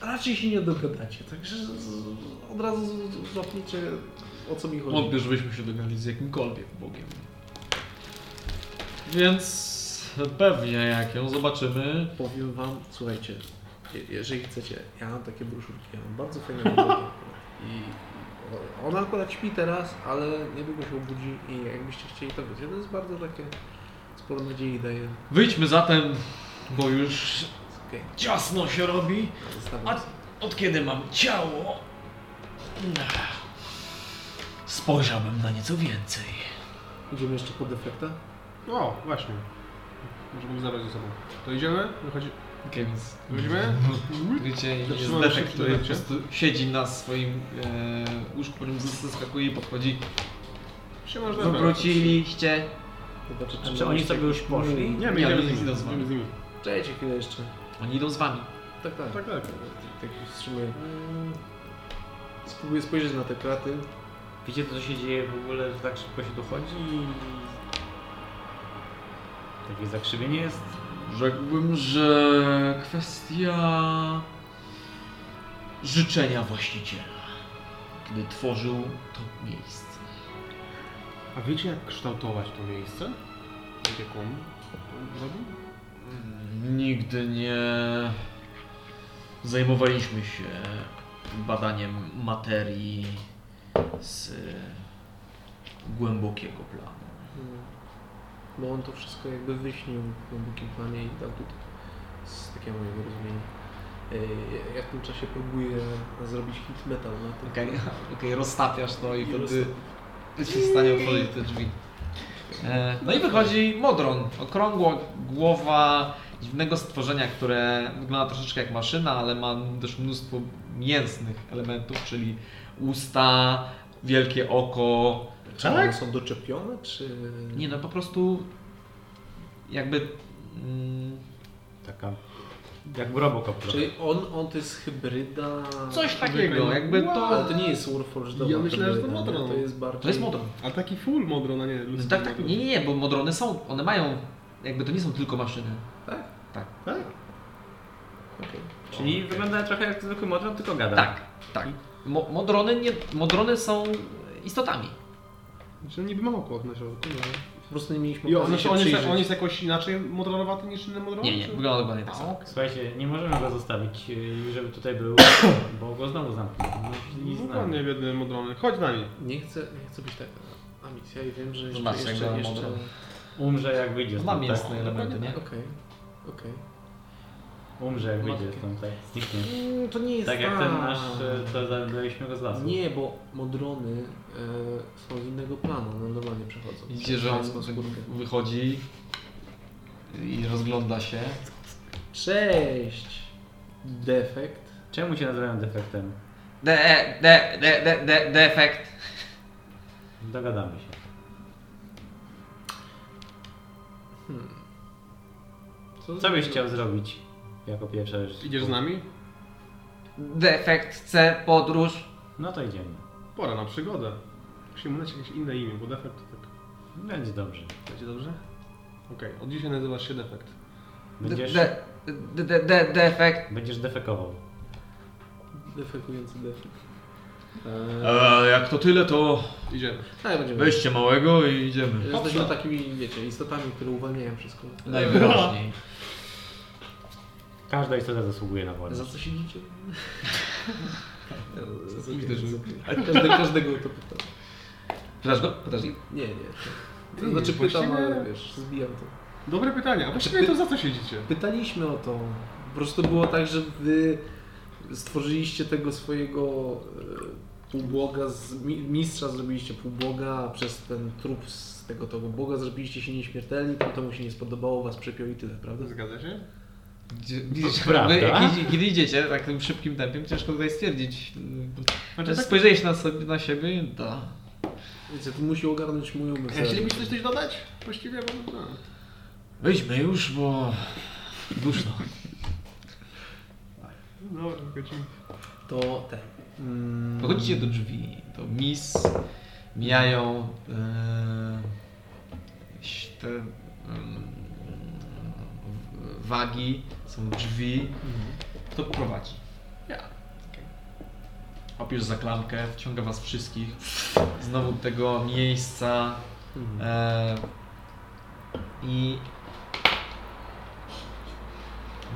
Raczej się nie dogadacie, także z- z- od razu z- z- złapniecie o co mi chodzi.
Wątpię, żebyśmy się dogadali z jakimkolwiek Bogiem. Więc... Pewnie, jak ją zobaczymy,
Powiem wam, słuchajcie, je- jeżeli chcecie, ja mam takie broszurki, ja mam bardzo fajne broszurki. I ona akurat śpi teraz, ale niedługo się obudzi i jakbyście chcieli to wiecie, to jest bardzo takie sporo nadziei daje.
Wyjdźmy zatem, bo już
Okej.
ciasno się robi.
Zostawiam
A od kiedy mam ciało, spojrzałbym na nieco więcej.
Idziemy jeszcze po defekta?
O, właśnie. Możemy zabrać ze sobą. To idziemy? Wychodzi...
Okej, więc
Wychodzimy?
wiecie, jest
Zatrzymam się
defekt,
w
który po
trakcie.
prostu siedzi na swoim e, łóżku, którym zaskakuje i podchodzi.
Się
No,
można
Wróciliście.
Zobaczę,
A czy oni sobie już poszli?
Nie, my
Nie,
idziemy
my
z nimi.
idą z wami.
Idziemy z nimi.
Czekajcie chwilę jeszcze.
Oni idą z wami.
Tak, tak.
Tak, tak.
Tak się wstrzymuję. Spróbuję spojrzeć na te kraty.
Wiecie co się dzieje w ogóle, że tak szybko się dochodzi i... Takie zakrzywienie jest.
Rzekłbym, że kwestia życzenia właściciela, kiedy tworzył to miejsce.
A wiecie jak kształtować to miejsce? Jakie kum? Zrobił?
Nigdy nie zajmowaliśmy się badaniem materii z y, głębokiego planu.
Bo on to wszystko jakby wyśnił w głębokim planie i dał tutaj. Z takiego mojego rozumienia. Yy, Ja w tym czasie próbuję zrobić hit metal na tym.
Okej, okej, roztapiasz to i
I
wtedy
roztapiam.
jesteś w stanie otworzyć te drzwi. E, No i wychodzi Modron. Okrągła głowa dziwnego stworzenia, które wygląda troszeczkę jak maszyna, ale ma też mnóstwo mięsnych elementów, czyli usta, wielkie oko.
Czy one są doczepione, czy...
Nie no, po prostu jakby... Mm,
Taka... Jak w Robocop trochę.
Czyli on, on to jest hybryda...
coś takiego, jakby
Ale
to...
to nie jest Warforged.
Ja myślałem, że to Modron.
To jest bardziej...
To jest Modron.
Ale taki full modron, a No nie ludzki.
Tak, tak, nie, nie, nie, bo Modrony są, one mają, jakby to nie są tylko maszyny.
Okej.
Czyli wygląda trochę jak zwykły model, tylko gada.
Tak, tak. Mo modrony, nie, modrony są istotami.
Znaczy niby ma oko na środku, no.
Po prostu nie mieliśmy
I on,
okazji
znaczy,
się
on, jest,
przyjrzeć.
on jest jakoś inaczej modronowaty niż inne modrony?
Nie, nie,
czy-
wygląda dokładnie tak samo.
Słuchajcie, nie możemy go zostawić, yy, żeby tutaj był, bo go znowu zamkną. No, nie
No,
znam.
Dokładnie, biedny modrony. Chodź z nami.
Nie chcę, nie chcę być tak amisja i wiem, że jeszcze...
masz
jeszcze,
jakby
jeszcze...
Modron.
Umrze jak wyjdzie
Ma
stąd.
mięsne
tak.
elementy, nie?
Okej, okej.
Umrze jak
Ma
wyjdzie
takie-
stąd, tak. Zniknie.
Mm, To nie jest
Tak jak
tak.
ten nasz, yy, co zadaliśmy go z lasu.
Nie, bo modrony e, są z innego planu, one normalnie przechodzą.
Widzicie, że on
Przez pańską skórkę.
wychodzi i rozgląda się.
Cześć! Defekt.
Czemu cię nazywają defektem?
De, e, de, de, de, de, defekt.
Dogadamy się. Co byś chciał zrobić jako pierwsza rzecz?
No Idziesz z nami?
Defekt chce podróż.
No to idziemy.
Pora na przygodę. Musimy dać jakieś inne imię, bo defekt to tak.
Będzie dobrze.
Będzie dobrze? Okej, od dzisiaj nazywasz się defekt.
De,
Będziesz,
de, de, de, defekt.
będziesz defekował.
Defekujący defekt.
E, jak to tyle, to
Idziemy.
Tak, będziemy.
weźcie małego i idziemy.
Jesteśmy takimi, wiecie, istotami, które uwalniają wszystko.
Najwyraźniej.
Każda istota zasługuje na wolność.
Za co siedzicie?
Widzę, że-
Każdy, każdego o to pyta.
Pytasz go? Pytasz go?
Nie, nie. To
Nie,
znaczy pytam,
właściwie-
ale wiesz, zbijam to.
Dobre pytanie, a właściwie to za co siedzicie?
Pytaliśmy o to. Po prostu było tak, że wy stworzyliście tego swojego e, półbłoga, z, mi- mistrza zrobiliście półbłoga, a przez ten trup z tego tego boga zrobiliście się nieśmiertelni, to mu się nie spodobało, was przepiął i tyle, prawda?
Zgadza się?
Gdzie- Widzisz,
Prawda?
wy, jak idzie, kiedy idziecie tak tym szybkim tempem, ciężko tutaj stwierdzić.
Znaczy, tak,
Spojrzeliście na, sobie, na siebie, da.
Więc to musi ogarnąć mój umysł.
chcielibyście coś dodać? Właściwie, bo... No.
Wejdźmy już, bo duszno.
Dobra, godziny.
To ten. Mm,
Podchodzicie do drzwi, to mis, mijają e, jakieś te em, wagi, są drzwi, to prowadzi. Ja. Łapiesz za klamkę, wciąga was wszystkich, znowu do tego miejsca
Mhm.
e, i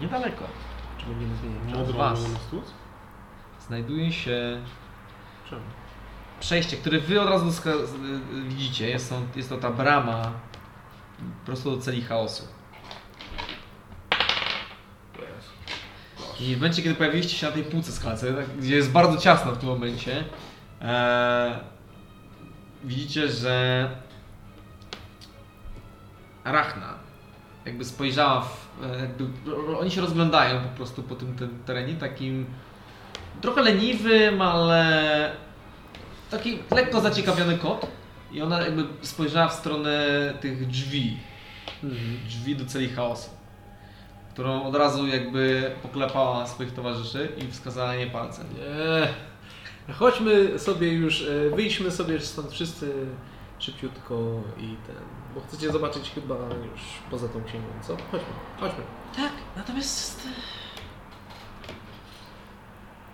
niedaleko
Czy będziemy zmieniać czas?
od
Modrą
was
nas tłuc?
znajduje się
Czemu?
przejście, które wy od razu doska- z- y, y, widzicie. Jest, są, jest to ta brama prosto do celi chaosu. I w momencie, kiedy pojawiliście się na tej półce skalce, tak, gdzie jest bardzo ciasno w tym momencie, e, widzicie, że Rachna jakby spojrzała w, e, jakby, ro- oni się rozglądają po prostu po tym tym terenie, takim trochę leniwym, ale taki lekko zaciekawiony kot i ona jakby spojrzała w stronę tych drzwi, drzwi do celi chaosu, którą od razu jakby poklepała swoich towarzyszy i wskazała na nie palcem.
Nie. Chodźmy sobie już, e, wyjdźmy sobie stąd wszyscy szybciutko i ten. Bo chcecie zobaczyć chyba już poza tą księgą, co? Chodźmy, chodźmy.
Tak, natomiast...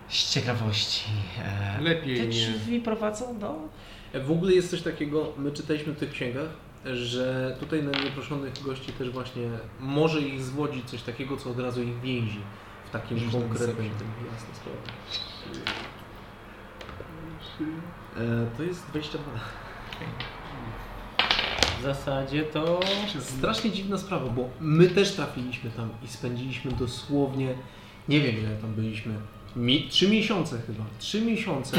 Z ciekawości. e,
Lepiej nie.
prowadzą do...
E, W ogóle jest coś takiego, my czytaliśmy w tych księgach, że tutaj na nieproszonych gości też właśnie może ich zwodzić coś takiego, co od razu ich więzi w takim
Rzuć na
konkretnym
deception.
tym jasnym sprawie. E, to jest 22.
W zasadzie to...
Strasznie dziwna sprawa, bo my też trafiliśmy tam i spędziliśmy dosłownie, nie wiem ile tam byliśmy, mi, trzy miesiące chyba, trzy miesiące,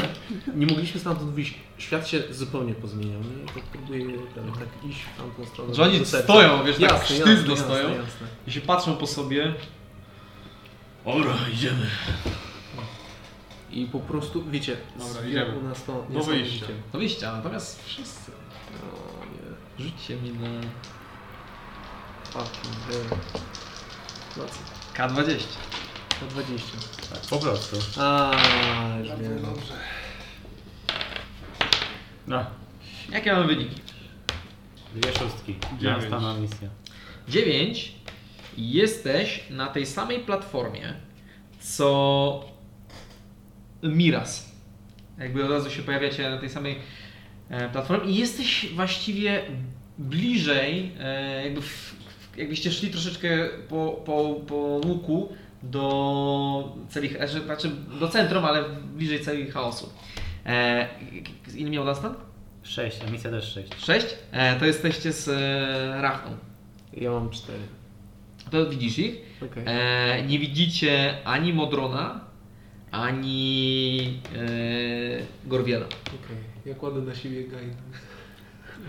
nie mogliśmy stamtąd wyjść. Świat się zupełnie pozmieniał, nie? I To próbuję tam, tak iść w tamtą stronę.
Że oni
do serca.
stoją, wiesz, tak
Jasne,
sztywno
jasne,
stoją.
Jasne, jasne.
I się patrzą po sobie. Dobra, idziemy.
I po prostu, wiecie,
Dobra,
zbiera
idziemy.
u nas to
Do wyjścia.
niesamowicie.
Do wyjścia, natomiast wszyscy.
O nie,
Rzućcie mi na
fucking hell. No co,
K20.
na 20.
Tak, Po prostu.
A, już wiem.
No.
Jakie mamy wyniki?
Dwie szóstki.
Dziewięć.
Nastana misja.
9. Jesteś na tej samej platformie, co Miras. Jakby od razu się pojawiacie na tej samej e, platformie i jesteś właściwie bliżej, e, jakby w, w- jakbyście szli troszeczkę po, po, po łuku do celi, że- znaczy do centrum, ale bliżej celi chaosu. E, ile miał nas tam?
Sześć, a misja też sześć.
6? E, to jesteście z e, Rachną.
Ja mam 4.
To widzisz ich.
Okej.
E, nie widzicie ani Modrona, ani e, Gorwiela.
Okej, ja kładę na siebie gain.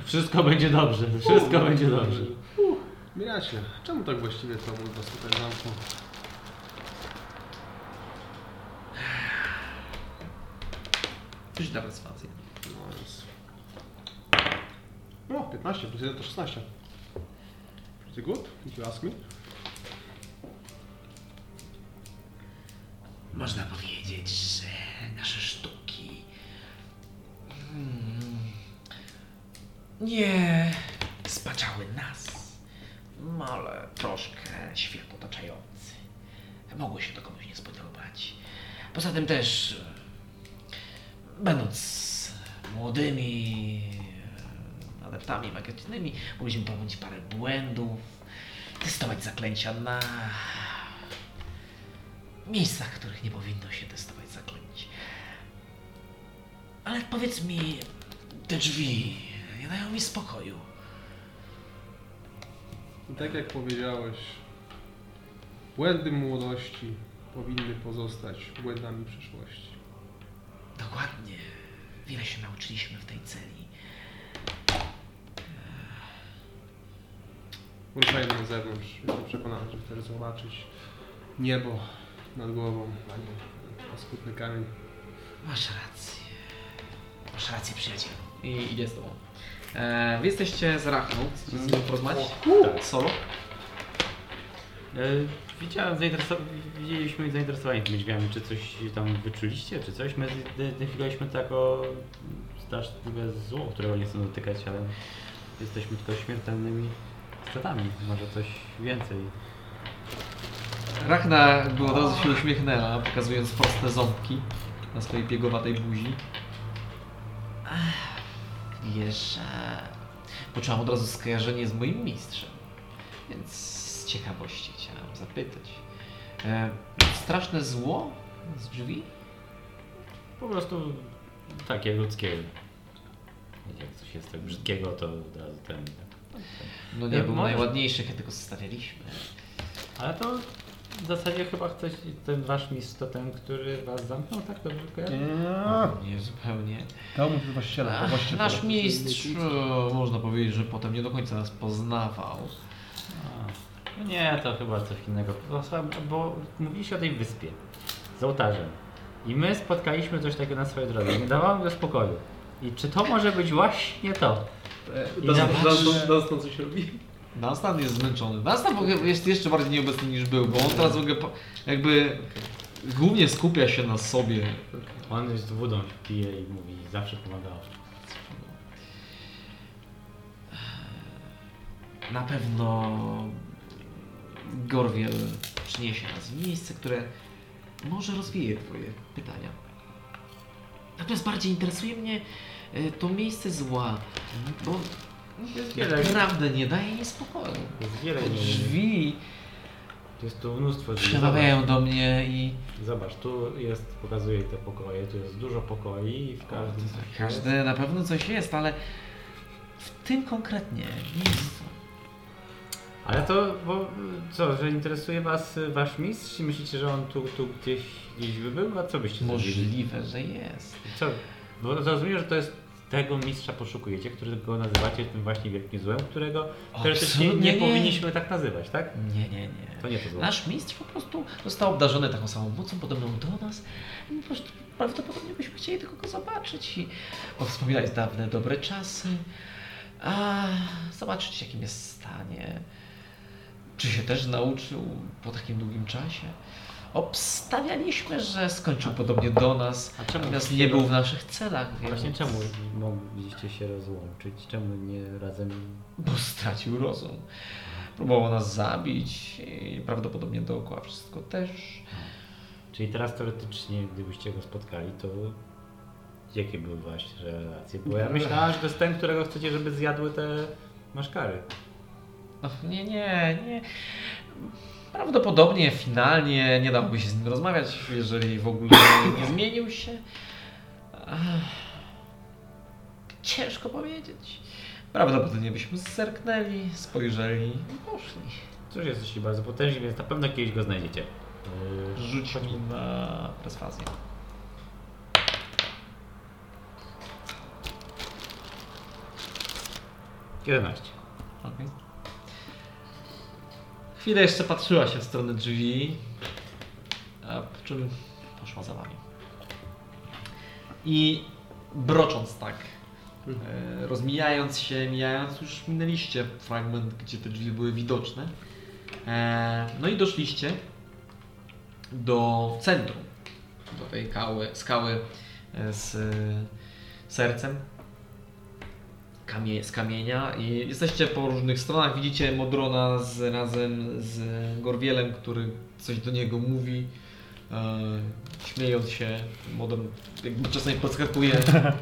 Wszystko będzie dobrze, wszystko będzie dobrze.
Miracie, czemu tak właściwie to mój was tutaj zamknął?
Coś tam jest facet.
No jest. No, 15 plus 1 to 16. Pretty good, if you ask me.
Można powiedzieć, że nasze sztuki. mm, Nie spaczały nas, no ale troszkę świat otaczający. Mogło się to komuś nie spodobać. Poza tym też, e, będąc młodymi e, adeptami magicznymi, mogliśmy popełnić parę błędów, testować zaklęcia na miejscach, których nie powinno się testować zaklęć. Ale Tak, powiedz mi, te drzwi nie dają mi spokoju.
I tak jak powiedziałeś, błędy młodości powinny pozostać błędami przyszłości.
Dokładnie. Wiele się nauczyliśmy w tej celi.
Eee, Ruszajmy na zewnątrz, jestem przekonany, że chcesz zobaczyć niebo nad głową, a nie paskudny kamień.
Masz rację. Masz rację, przyjacielu.
I idzie z tobą. E, wy jesteście z Rachną, z którym porozmawiać. Solo.
Widziałem, zainteresow... widzieliśmy zainteresowanie tymi drzwiami. Czy coś tam wyczuliście, czy coś? My zdefiniowaliśmy to jako straszliwe zło, którego nie chcemy dotykać, ale jesteśmy tylko śmiertelnymi istotami. Może coś więcej.
Rachna jakby od razu się uśmiechnęła, pokazując proste ząbki na swojej piegowatej buzi.
Wiesz, e, poczułam od razu skojarzenie z moim mistrzem, więc z ciekawości chciałam zapytać. E, straszne zło z drzwi?
Po prostu takie ludzkie. Wiecie, Jak coś jest tak brzydkiego, to od razu ten. tak.
No nie,
E,
był
może-
najładniejszy, kiedy go stawialiśmy.
Ale to w zasadzie chyba chcesz, ten wasz mistrz to ten, który was zamknął, tak dobrze kojarzę?
Nie zupełnie.
Eee, To mów właściciela, to właściciel.
Nasz mistrz, e,
O, można powiedzieć, że potem nie do końca nas poznawał.
A, No nie, to chyba coś innego. Bo, bo mówiliście o tej wyspie z ołtarzem. I my spotkaliśmy coś takiego na swojej drodze. Nie dawałem go spokoju. I czy to może być właśnie to?
Dostąd coś
No,
robi.
Dunstan jest zmęczony. Dunstan w ogóle jest jeszcze bardziej nieobecny niż był, bo on teraz w ogóle po- jakby głównie skupia się na sobie.
On jest wodą pije i mówi, zawsze pomagało.
na pewno Gorwiel przyniesie nas w miejsce, które może rozwieje twoje pytania. Natomiast bardziej interesuje mnie e, to miejsce zła, bo
tak
wiele-
naprawdę nie daje mi spokoju.
Jest wiele
Te
innych.
drzwi
Jest tu mnóstwo drzwi.
przemawiają do mnie i
Zobacz, tu jest, pokazuję te pokoje, tu jest dużo pokoi i w każdym...
każdy na pewno coś jest, ale w tym konkretnie nie jest.
Ale to, bo co, że interesuje was y, wasz mistrz i myślicie, że on tu, tu gdzieś, gdzieś by był? A co byście zrobili?
Możliwe, że jest.
Co? Bo rozumiem, że to jest tego mistrza poszukujecie, którego nazywacie tym właśnie wielkim złem, którego teoretycznie
Absolutnie
nie
nie.
powinniśmy tak nazywać, tak?
Nie, nie, nie.
To nie to zło.
Nasz mistrz po prostu został obdarzony taką samą mocą, podobną do nas. My po prostu prawdopodobnie byśmy chcieli tylko go zobaczyć i wspominać dawne dobre czasy. A zobaczyć w jakim jest stanie. Czy się też nauczył po takim długim czasie. Obstawialiśmy, że skończył podobnie do nas,
A czemu
natomiast
się
nie był
roz-
w naszych celach, więc...
Właśnie czemu mogliście się rozłączyć? Czemu nie razem
Bo stracił rozum. Próbował nas zabić i prawdopodobnie dookoła wszystko też.
Czyli teraz teoretycznie, gdybyście go spotkali, to jakie były właśnie relacje? Bo
No.
ja myślałem, że to jest ten, którego chcecie, żeby zjadły te maszkary.
Och, No, nie, nie, nie. Prawdopodobnie finalnie nie dałoby się z nim rozmawiać, jeżeli w ogóle nie zmienił się. Ach. Ciężko powiedzieć. Prawdopodobnie byśmy zerknęli, spojrzeli i poszli.
Cóż, jesteście bardzo potężni, więc na pewno kiedyś go znajdziecie.
Rzuć mi na perswazję.
Yy, 11.
Okej. Chwilę jeszcze patrzyła się w stronę drzwi, a po czym
Poszła za wami.
I brocząc tak, e, rozmijając się, mijając, już minęliście fragment, gdzie te drzwi były widoczne. E, No i doszliście do centrum, do tej kały, skały e, z e, sercem kamie, z kamienia i jesteście po różnych stronach. Widzicie Modrona z, razem z Gorwielem, który coś do niego mówi. E, śmiejąc się, modem jakby czasami podskakuje. E,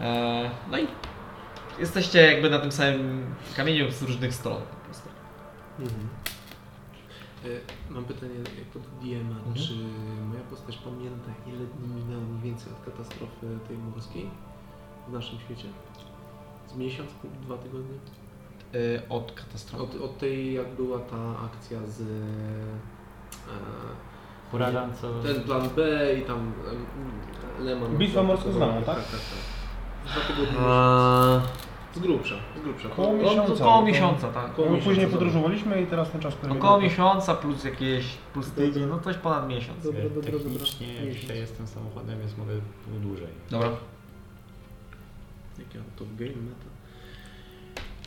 e, no i jesteście jakby na tym samym kamieniu z różnych stron. po prostu.
Mhm.
E, Mam pytanie pod DM,
Mhm.
czy moja postać pamięta ile dni minęło mniej więcej od katastrofy tej morskiej w naszym świecie? Z miesiąc, pół, dwa tygodnie?
E, od katastrofy.
Od, od tej jak była ta akcja z... E,
Huragan, co...
ten plan B i tam e, Lehman...
Mhm. Bitwa morską
Lehman,
znaną, tak?
Tak, tak, Dwa tygodnie.
A,
Z grubsza, z grubsza.
Koło
Koło-
miesiąca.
No, około miesiąca, tak.
koło
No, później
miesiąca,
podróżowaliśmy i teraz ten czas, który
Około
minął.
miesiąca plus jakieś, plus tydzień, no coś ponad miesiąc.
Dobra, dobra, dobra.
Technicznie ja
Miesiąc.
dzisiaj jestem samochodem, więc mogę dłużej.
Dobra.
Jakie to w game meta.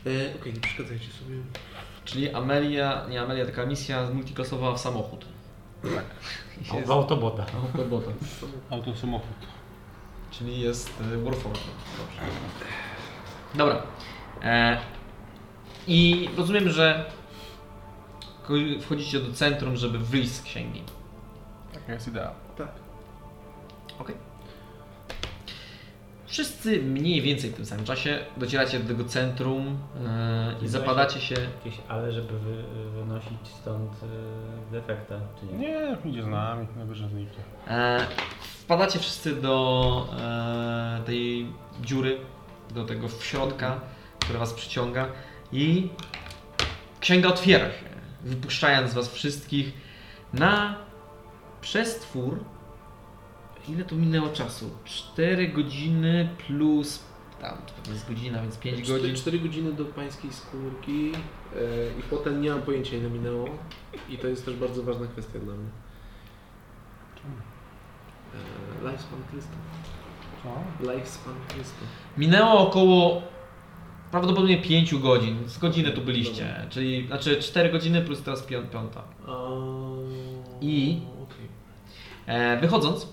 E, Okej, nie przeszkadzajcie sobie.
Czyli Amelia, nie Amelia, taka misja multiklasowa w samochód.
Jest... Z autobota.
Autobota.
Auto samochód.
Czyli jest y, Warforged. Dobrze. Dobra. E, I rozumiem, że ko- wchodzicie do centrum, żeby wyjść z księgi.
Taka jest idea.
Wszyscy mniej więcej w tym samym czasie docieracie do tego centrum e, i zapadacie się.
Jakieś ale, żeby wy, wynosić stąd y, defekta, czy nie?
Nie, idzie z nami, najwyżej zniknie.
E, wpadacie wszyscy do e, tej dziury, do tego środka, które was przyciąga i księga otwiera się, wypuszczając was wszystkich na przestwór. Ile tu minęło czasu? 4 godziny plus tam, to jest godzina, więc 5 godzin.
4 godziny do pańskiej skórki e, i potem nie mam pojęcia ile minęło. I to jest też bardzo ważna kwestia dla mnie. E, Lifespan Krysto.
Co?
Lifespan Krysto.
Minęło około prawdopodobnie 5 godzin. Z godziny tu byliście, czyli znaczy 4 godziny plus teraz pią- piąta. I?
Okej.
E, wychodząc,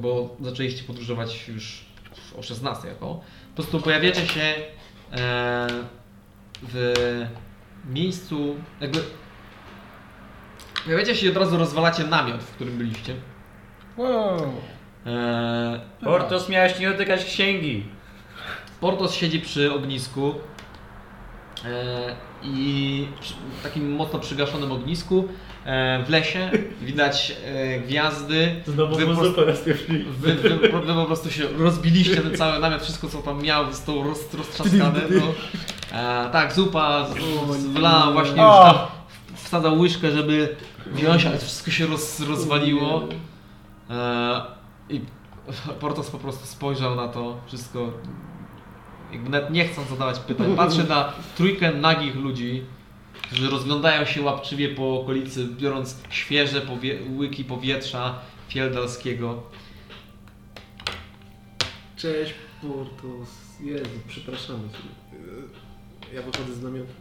bo zaczęliście podróżować już o 16 około, po prostu pojawiacie się e, w miejscu, jakby pojawiacie się i od razu rozwalacie namiot, w którym byliście.
Wow.
E,
Portos miałeś nie dotykać księgi!
Portos siedzi przy ognisku e, i przy, w takim mocno przygaszonym ognisku e, w lesie widać e, gwiazdy.
Znowu
Wy po-
mu zupę rozpieszli.
Wy, wy, wy po prostu się rozbiliście ten cały namiot, wszystko co tam miał zostało roz, roztrzaskane. No. E, tak, zupa z, z, wlała właśnie już tam wsadzał łyżkę, żeby wziąć, ale wszystko się roz, rozwaliło. E, I Portos po prostu spojrzał na to wszystko, jakby nawet nie chcąc zadawać pytań. Patrzy na trójkę nagich ludzi, którzy rozglądają się łapczywie po okolicy, biorąc świeże powie- łyki powietrza fieldalskiego.
Cześć Portos. Jezu, przepraszamy cię. E, Ja wychodzę z namiotu.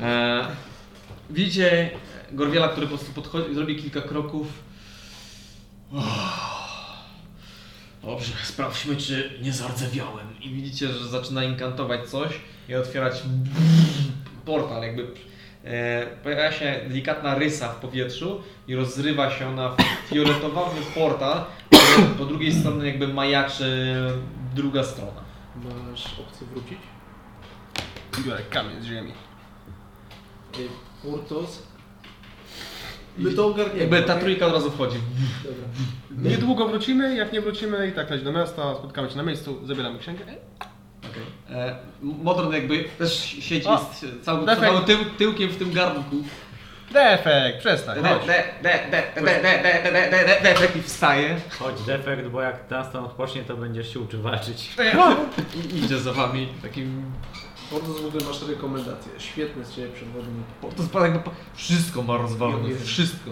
E, widzicie Gorwiela, który po prostu podchodzi, zrobi kilka kroków. Oh. Dobrze, sprawdźmy, czy nie zardzewiałem. I widzicie, że zaczyna inkantować coś i otwierać portal, jakby e, pojawia się delikatna rysa w powietrzu i rozrywa się ona w fioletowy portal, który po drugiej stronie jakby majaczy druga strona.
Masz opcję wrócić?
Biorę kamień z ziemi.
Ej, Portos. My to ogarniemy.
Jakby ta
okej?
trójka od razu wchodzi.
Dobra.
Niedługo wrócimy, jak nie wrócimy i tak leć do miasta, spotkamy się na miejscu, zabieramy księgę.
E, Modron jakby też siedzi
O,
z całym,
defekt.
całym tył, tyłkiem w tym garnku.
Defekt, przestań,
De, de,
chodź.
Tak, de, de, de, de, de, de, de, de, de, de, i wstaje
Chodź defekt, bo jak Dunstan odpocznie, to będziesz się uczył walczyć.
i idzie za wami takim...
Portos w ogóle masz rekomendacje. Świetny z ciebie przewodnik.
Po, to spada jakby... po- Wszystko ma rozwalone,
Ja wiem.
wszystko.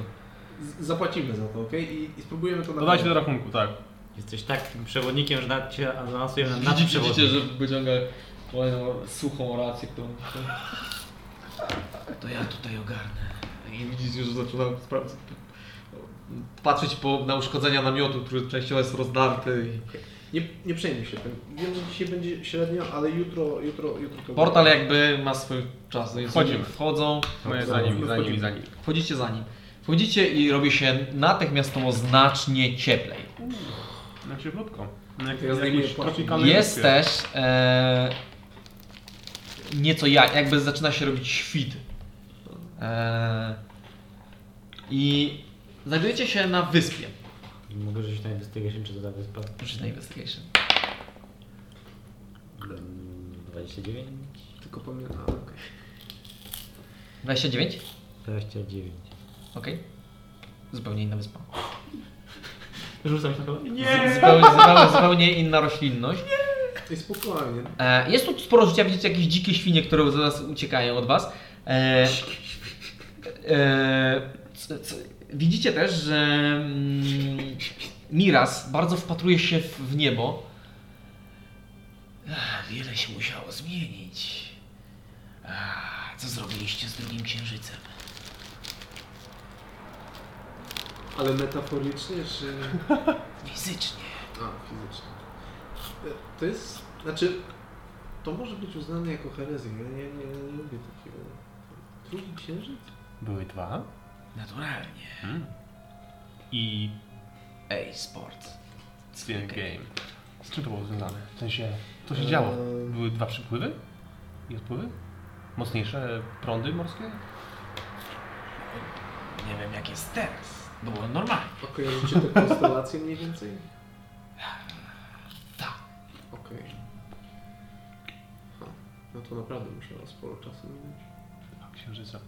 Z- Zapłacimy za to, ok? I, i spróbujemy to
Dodajcie do rachunku, tak.
Jesteś takim przewodnikiem, że nawet cię awansuje na
Widzicie, widzicie,
nadprzewodnik.
że wyciąga kolejną suchą rację, którą...
To ja tutaj ogarnę.
I widzicie, że zaczyna sprawdzać... Patrzeć po, na uszkodzenia namiotu, który częściowo jest rozdarty. I...
Nie, nie przejmuj się tym. Wiem, że dzisiaj będzie średnio, ale jutro, jutro, jutro to
Portal jakby ma swój czas. Oni
Wchodzimy.
Wchodzą.
Moje za nimi, za nimi, za nimi.
Wchodzicie za nim. Wchodzicie i robi się natychmiastowo znacznie cieplej.
Na cieplutko. Jak,
Ja zdejmuję
jakiś
płaszcz.
tropikalny
Jest
wyspie.
też e, nieco ja, jakby zaczyna się robić świt. E, I znajdujecie się na wyspie.
Mogę rzucić na investigation, czy to tak ta wyspa?
Proszę na investigation.
Mm, 29?
Tylko pamiętam. Okay.
29?
29.
Ok. Zupełnie inna wyspa.
Rzucam się na kogo? Nie!
Zupełnie, zupełnie, zupełnie inna roślinność.
I spokojnie.
E, jest tu sporo życia, widzicie jakieś dzikie świnie, które zaraz uciekają od was. E, e, c, c, widzicie też, że mm, Miras bardzo wpatruje się w, w niebo.
Wiele się musiało zmienić. Ah, Co zrobiliście z drugim księżycem?
Ale metaforycznie czy...
Fizycznie.
A, fizycznie. E, To jest... Znaczy... To może być uznane jako herezję. Ja nie, nie, nie lubię takiego... Drugi księżyc?
Były dwa.
Naturalnie.
I
Ej, sport.
Sphere Game.
Z czym to było związane? W sensie, co się działo?
Eee.
Były dwa przypływy i odpływy? Mocniejsze prądy morskie?
Nie wiem jak jest teraz. Było normalnie.
A kojarzycie te konstelacje mniej więcej? Tak. Okej. Ha, No to naprawdę musiało sporo czasu minąć.
A, Księżyca.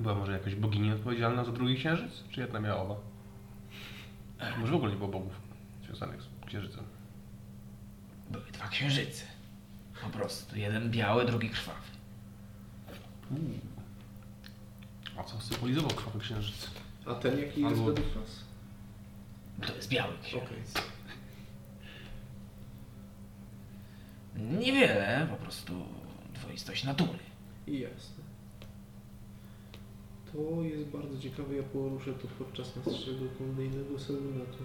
Była może jakaś bogini odpowiedzialna za drugi księżyc? Czy jedna miała oba? Czy może w ogóle nie było bogów związanych z księżycem?
Były dwa księżyce. Po prostu. Jeden biały, drugi krwawy.
A co symbolizował krwawy księżyc?
A ten jaki jest
Albo-
według was?
To jest biały księżyc.
Okej.
Niewiele, po prostu dwoistość natury.
I Jasne. To jest bardzo ciekawe, ja poruszę to podczas naszego kolejnego seminatu.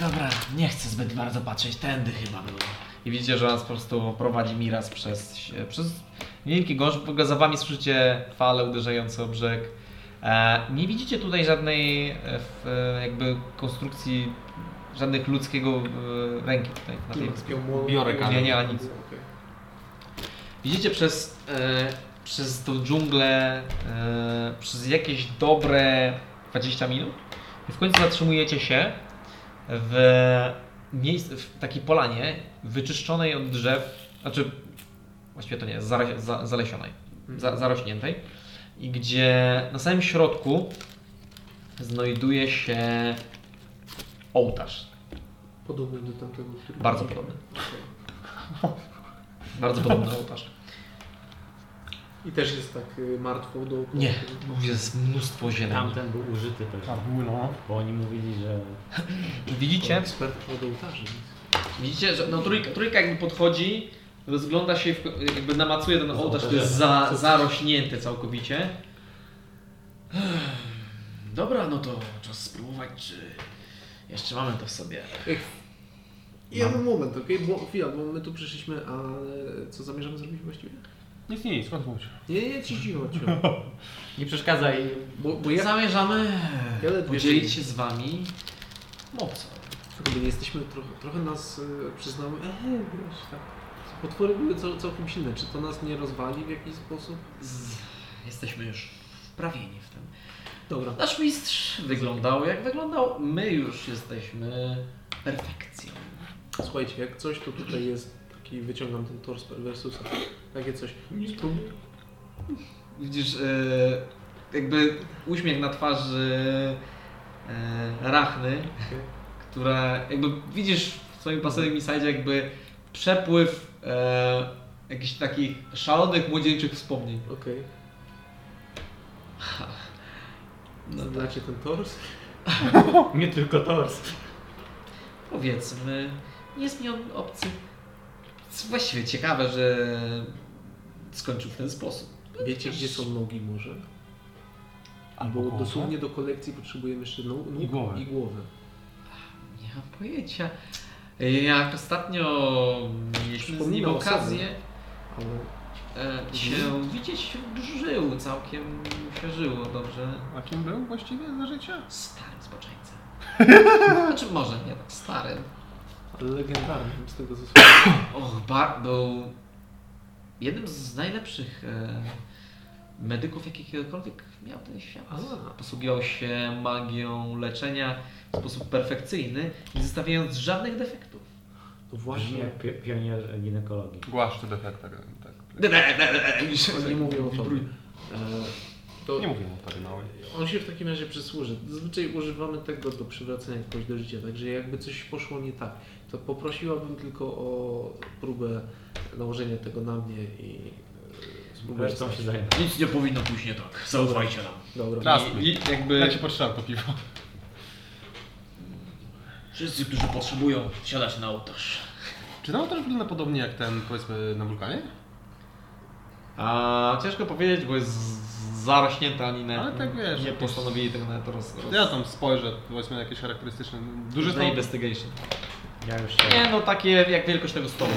Dobra, nie chcę zbyt bardzo patrzeć. Tędy chyba było.
I widzicie, że nas po prostu prowadzi Miraz przez, przez wielki gorz. W ogóle za wami słyszycie fale uderzające o brzeg. E, nie widzicie tutaj żadnej e, w, e, jakby konstrukcji, żadnych ludzkiego e, ręki tutaj na tej wyspie.
Biorę kamień.
Nie, nie, a nic.
Okej.
Widzicie przez, e, przez tą dżunglę e, przez jakieś dobre 20 minut i w końcu zatrzymujecie się w, miejsc, w takiej polanie wyczyszczonej od drzew, znaczy właściwie to nie, zare, za, zalesionej, za, zarośniętej i gdzie na samym środku znajduje się ołtarz,
Podobny do tamtego, który...
bardzo podobny,
Okej.
bardzo podobny ołtarz.
I też jest tak y, martwo do...
Nie, jest mnóstwo zieleni.
Tamten był użyty
A
pewnie.
były no.
Bo oni mówili, że
Widzicie?
Ekspert od ołtarzy.
Widzicie, że no trójka, trójka jakby podchodzi, rozgląda się, w- jakby namacuje ten ołtarz, to jest za, zarośnięty całkowicie.
Dobra, no to czas spróbować, czy jeszcze mamy to w sobie.
Jeden moment, okej? Bo chwila, bo my tu przyszliśmy, a co zamierzamy zrobić właściwie?
Nic, nic, skąd mówić?
Nie, nie, ci cicho, cicho.
nie przeszkadzaj.
Bo, bo ja...
Zamierzamy
ja ledwie-
Podzielić się z wami mocą.
Jakby nie jesteśmy trochę, trochę nas y, przyznały, eee, wiesz, tak. Potwory były cał, całkiem silne. Czy to nas nie rozwali w jakiś sposób?
Z... Jesteśmy już wprawieni w tym.
Dobra.
Nasz mistrz wyglądał jak wyglądał. My już jesteśmy perfekcją.
Słuchajcie, jak coś, to tutaj jest taki, wyciągam ten tors versus takie coś. Spróbuj.
Widzisz, e, jakby uśmiech na twarzy e, Rachny, która jakby widzisz w swoim pasowym insajdzie jakby przepływ e, jakichś takich szalonych, młodzieńczych wspomnień.
Okej.
No tak.
Znacie ten tors?
Nie tylko tors.
Powiedzmy, jest mi on obcy. Jest Właściwie ciekawe, że skończył w ten sposób.
Wiecie, gdzie są nogi może? Albo
głowę.
dosłownie do kolekcji potrzebujemy jeszcze nóg nóg
I głowę.
I głowy.
Nie mam pojęcia. E, Jak ostatnio mieliśmy z nim
Przypomina o sobie.
okazję
Ale
e, się widzieć, żył całkiem, się żyło dobrze.
A kim był właściwie za życia?
Starym zboczeńcem. Znaczy może nie tak starym.
Ale legendarnym z tego zespołu.
Och, Bart był jednym z najlepszych e, medyków, jaki kiedykolwiek miał ten świat.
A.
Posługiwał się magią leczenia w sposób perfekcyjny, nie zostawiając żadnych defektów.
To
Właśnie
właśnie.
jak pio- pionier ginekologii.
Głaszczy defekt, tak. tak.
On nie mówił o tobie. E, to
Nie mówię mu tak, no. wtedy małej.
on się w takim razie przysłuży. Zazwyczaj używamy tego do przywracania kogoś do życia, także jakby coś poszło nie tak, to poprosiłabym tylko o próbę nałożenia tego na mnie i e, spróbujesz
Zresztą się zajmę.
Nic nie powinno pójść nie tak. Zaufajcie nam.
Dobra.
Trust me.
I jakby...
Ja ci potrzebam to piwo.
Wszyscy, którzy potrzebują, siadać na ołtarz.
Czy tam też wygląda podobnie jak ten, powiedzmy, na wulkanie?
A ciężko powiedzieć, bo jest z- zarośnięta, ani nawet
Ale tak wiesz,
nie
jakieś-
postanowili tego nawet roz... roz...
Ja tam spojrzę, powiedzmy, jakieś charakterystyczne. Duży
Duży
to...
investigation.
Ja już się...
Nie no, takie jak wielkość tego stołu.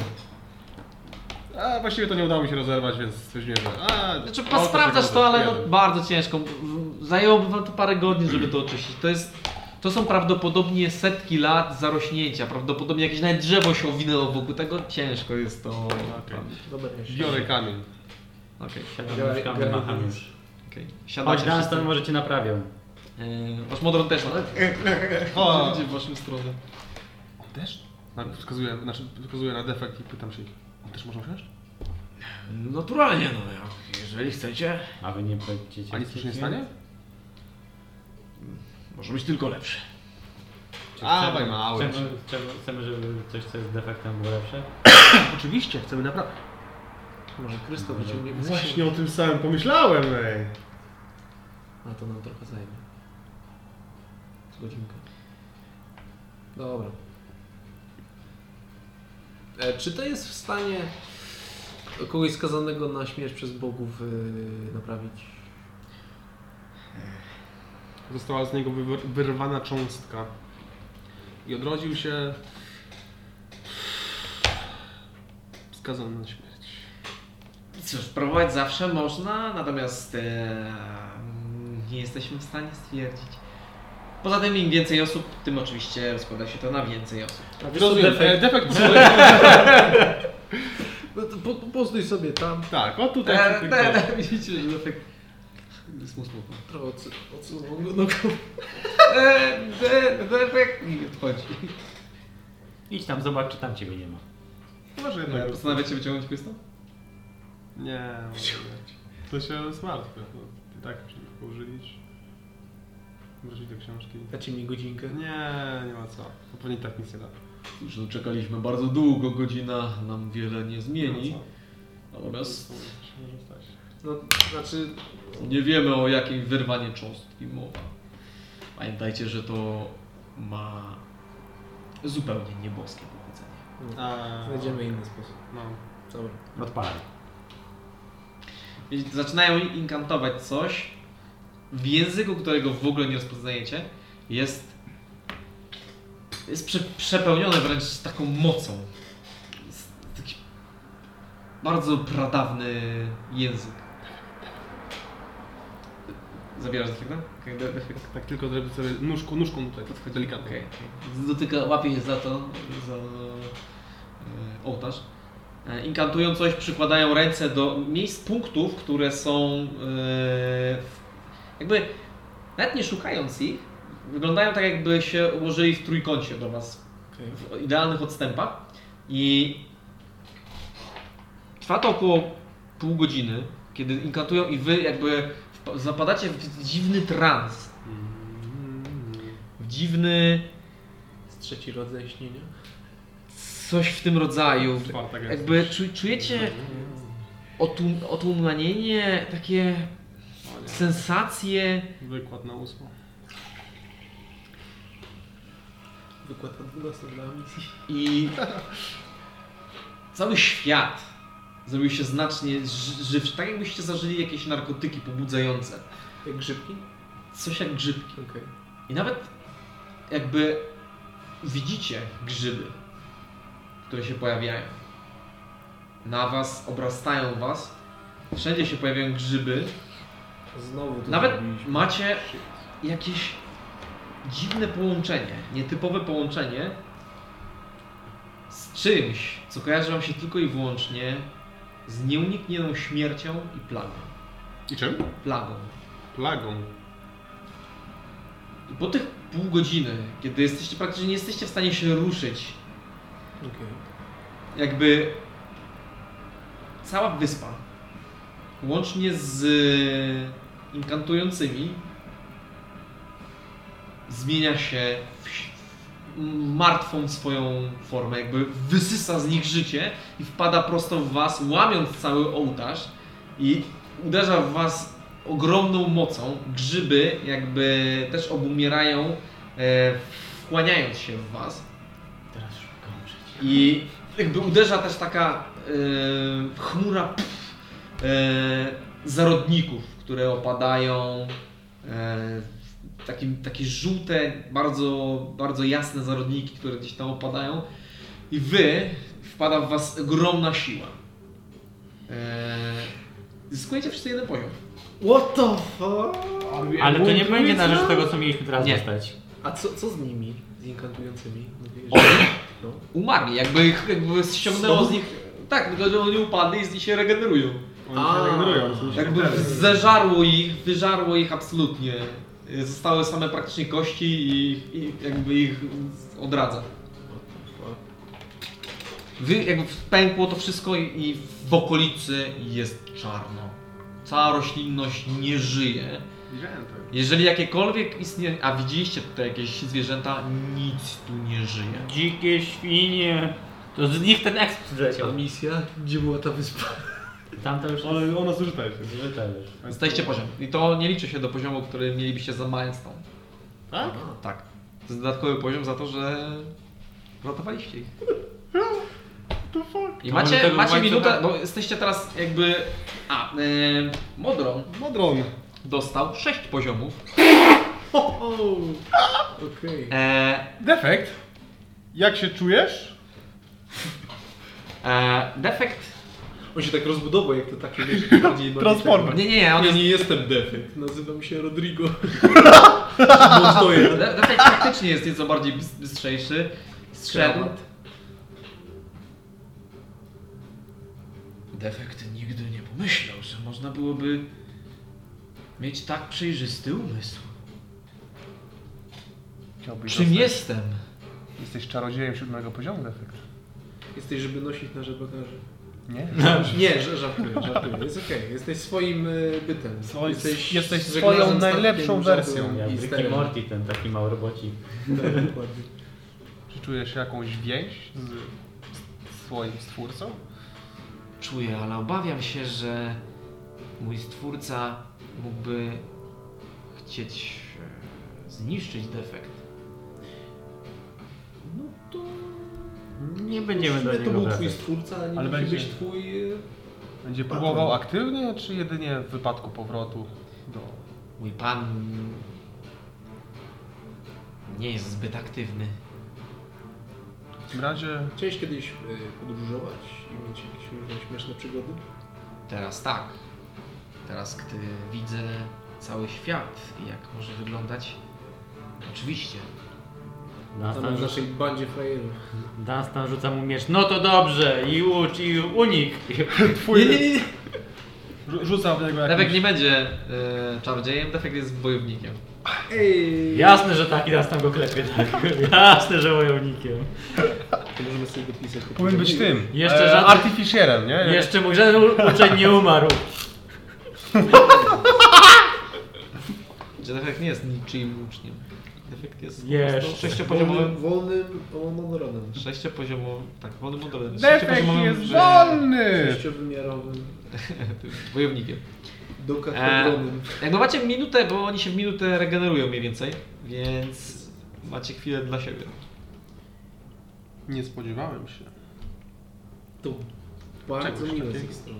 A właściwie to nie udało mi się rozerwać, więc stwierdziłem, że... A,
Znaczy,
o,
pa,
to
sprawdzasz
tego
to, ale no,
jeden.
bardzo ciężko. Zajęłoby wam to parę godzin, żeby to oczyścić. To jest... To są prawdopodobnie setki lat zarośnięcia, prawdopodobnie jakieś nawet drzewo się owinęło wokół tego, ciężko jest to...
Okej.
Dobra, jeszcze.
Biorę kamień.
Okej,
Siadam już kamerę, macham już.
okej.
Chodź,
Siadacie wszyscy.
Dunstan, może cię naprawiam.
Yy, Wasz modron też, ale...
O.
Idzie w waszą stronę.
On też? Na- Wskazuję, znaczy, wskazuję na defekt i pytam się, on też może usiąść?
Naturalnie, no jak- jeżeli chcecie,
A wy nie będziecie...
A nic mu się nie stanie?
może być tylko lepszy.
A, baj mały.
Chcemy, chcemy, chcemy, żeby coś, co jest defektem było lepsze?
Oczywiście, chcemy naprawdę...
Może Krystof wyciągnie bez
o tym samym pomyślałem, ej.
A to nam trochę zajmie. Z godzinkę. Dobra. E, czy to jest w stanie kogoś skazanego na śmierć przez bogów yy, naprawić?
Została z niego wywr- wyrwana cząstka. I odrodził się... Skazany na śmierć.
Cóż, próbować zawsze można, natomiast e,
mm,
nie jesteśmy w stanie stwierdzić. Poza tym im więcej osób, tym oczywiście składa się to na więcej osób.
Rozumiem, defekt. defekt
No to po, po, postój sobie tam,
Tak, o tutaj.
Te, E, te, te, widzicie, że efekt jest mu smutno.
trochę odsu- odsunął go nogą.
E, de- defekt nie odchodzi.
Idź tam, zobacz, czy tam ciebie nie ma.
Może
E, Postanawiacie wyciągnąć pistol?
Nie. To się zmartwia. No, ty tak szybko użyć. Wrócić do książki.
Dacie mi godzinkę.
Nie, nie ma co. To pewnie tak nic nie da.
Już no, czekaliśmy bardzo długo, godzina nam wiele nie
Nie
zmieni.
No
ma co.
Natomiast
Może stać.
No, znaczy,
nie wiemy o jakim wyrwanie cząstki mowa. Pamiętajcie, że to ma zupełnie nieboskie pochodzenie.
A,
znajdziemy inny sposób.
No.
Dobra.
Odpalaj.
I Zaczynają inkantować coś w języku, którego w ogóle nie rozpoznajecie. Jest, jest prze, przepełnione wręcz taką mocą. Jest taki bardzo pradawny język. Zabierasz defekta? Okej, de- defekt.
Tak tylko zrobię sobie nóżką, nóżką tutaj, tak delikatnie.
Okej. Dotyka, łapie je za to, za e, ołtarz. E, Inkantują coś, przykładają ręce do miejsc, punktów, które są e, w- jakby nawet nie szukając ich, wyglądają tak jakby się ułożyli w trójkącie do Was, w idealnych odstępach i trwa to około pół godziny, kiedy inkantują i Wy jakby wpa- zapadacie w dziwny trans, w dziwny
Jest trzeci rodzaj śnienia.
Coś w tym rodzaju.
Czwarta gęstość.
Jakby czu, czujecie otum, otłumnienie, takie
O nie.
sensacje.
Wykład na ósmą.
Wykład na 12 dla misji.
I cały świat zrobił się znacznie ży- żywszy. Tak jakbyście zażyli jakieś narkotyki pobudzające.
Jak grzybki?
Coś jak grzybki.
Okej.
I nawet jakby widzicie grzyby, które się pojawiają. Na was, obrastają was. Wszędzie się pojawiają grzyby.
Znowu to
Nawet
zrobiliśmy.
macie jakieś dziwne połączenie, nietypowe połączenie z czymś, co kojarzy wam się tylko i wyłącznie z nieuniknioną śmiercią i plagą.
I czym?
plagą.
Plagą.
I po tych pół godziny, kiedy jesteście praktycznie nie jesteście w stanie się ruszyć,
Okej.
jakby cała wyspa, łącznie z e, inkantującymi, zmienia się w ś- w martwą swoją formę, jakby wysysa z nich życie i wpada prosto w was, łamiąc cały ołtarz i uderza w was ogromną mocą. Grzyby jakby też obumierają, e, wchłaniając się w was.
Teraz szukam przecież.
I jakby uderza też taka e, chmura pff, e, zarodników, które opadają. E, takie, takie żółte, bardzo, bardzo jasne zarodniki, które gdzieś tam opadają. I wy, wpada w was ogromna siła. E, zyskujecie wszyscy jeden poziom.
What the fuck?
Ale to nie będzie na rzecz tego, co mieliśmy teraz
Nie.
dostać.
A co, co z nimi? Z inkantującymi? Mówię,
Oni
że- No.
umarli, jakby, ich- jakby ściągnęło z nich... Tak, tylko że oni upadli i z nich się regenerują.
Oni się tak
A.
regenerują, są
Jakby
śmiertelni.
zeżarło ich, wyżarło ich absolutnie. Zostały same praktycznie kości i, i jakby ich odradza. Wy, jakby pękło to wszystko i- i w okolicy jest czarno. Cała roślinność nie żyje.
Widziałem to.
Jeżeli jakiekolwiek istnieje, a widzieliście tutaj jakieś zwierzęta, nic tu nie żyje.
Dzikie świnie. To z nich ten eksp zleciał.
A misja? Gdzie była ta wyspa?
Tamta już jest
Ale ona zużyta jest.
zżyta już.
Zdajcie poziom. I to nie liczy się do poziomu, który mielibyście za Milestone.
Tak?
Tak. To jest dodatkowy poziom za to, że ratowaliście ich. I
No, To może
macie,
tego
macie
White'a-
minutę, bo jesteście teraz jakby... A, yy, Modron
Modron.
dostał 6 poziomów.
Okej.
E,
Defekt. Jak się czujesz?
e, defekt...
On się tak rozbudował, jak to takie wiesz, bardziej...
Transformer.
Nie, nie, nie, on
Ja
jest...
nie jestem defekt, nazywam się Rodrigo. Montoya.
De- Defekt faktycznie jest nieco bardziej bys- bystrzejszy. Strzedł.
Krawat.
Defekt nigdy nie pomyślał, że można byłoby mieć tak przejrzysty umysł.
Chciałbyś
Czym
zostać-
jestem?
Jesteś czarodziejem siódmego poziomu, defekt.
Jesteś, żeby nosić na żebrakarze.
Nie?
No.
Nie, ż- żartuję, żartuję. Jest okej. Jesteś swoim y, bytem.
Swoim-
jesteś
jesteś
żeglarzem,
swoją
statkiem,
najlepszą wersją.
żaglą
Jak
I
Ricky
sterem.
Morty, ten taki mały robocik.
Tak, dokładnie.
Czy czujesz jakąś więź z swoim stwórcą?
Czuję, ale obawiam się, że mój stwórca mógłby chcieć e, zniszczyć defekt.
Nie będziemy do
Musimy,
niego
to był twój
wracać.
twórca, a
Ale
nie Ale musi
będzie-
być twój... y,
Będzie
Patron.
próbował aktywnie, czy jedynie w wypadku powrotu do...
Mój pan nie jest zbyt aktywny.
W tym razie
Chciałeś kiedyś y, podróżować i mieć jakieś różne śmieszne przygody?
Teraz tak. Teraz, gdy widzę cały świat i jak może wyglądać, oczywiście.
Tam w naszej bandzie frajerów.
Dunstan rzuca mu miecz. No to dobrze! I łódź, i unik!
twój... Nie, nie, nie. Rzucał w niego
Defekt
jakimś...
nie będzie e, czarodziejem, Defekt jest wojownikiem.
Ej!
Jasne, że taki Dunstan go klepie, tak. Jasne, że wojownikiem.
To możemy sobie dopisać. to
Powinien być
powiedzenie.
tym.
Jeszcze
e,
żaden-
Artificierem, nie?
Jeszcze mój żaden u- uczeń nie umarł.
Że Znaczy, Defekt nie jest niczym uczniem. Defekt jest
Jeszcze.
sześciopoziomowym...
Wolnym, wolnym honorowanym.
Sześciopoziomowym... Tak, wolnym modelem.
Defekt jest wolny!
Sześciowymiarowym.
Wojownikiem.
Dokatedronym.
Jakby macie minutę, bo oni się w minutę regenerują mniej więcej, więc macie chwilę dla siebie.
Nie spodziewałem się.
Tu. Bardzo
Czegoś
miłe z
takiego.
ich strony.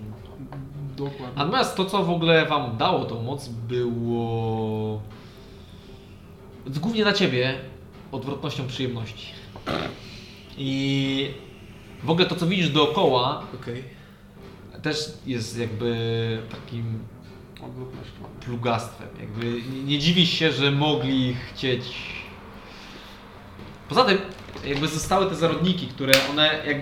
Dokładnie.
Natomiast to, co w ogóle wam dało tą moc, było... Głównie na ciebie odwrotnością przyjemności. I w ogóle to, co widzisz dookoła,
Okej.
też jest jakby takim
Odwrotnością.
plugastwem. Jakby nie- nie dziwisz się, że mogli chcieć. Poza tym, jakby zostały te zarodniki, które one jak,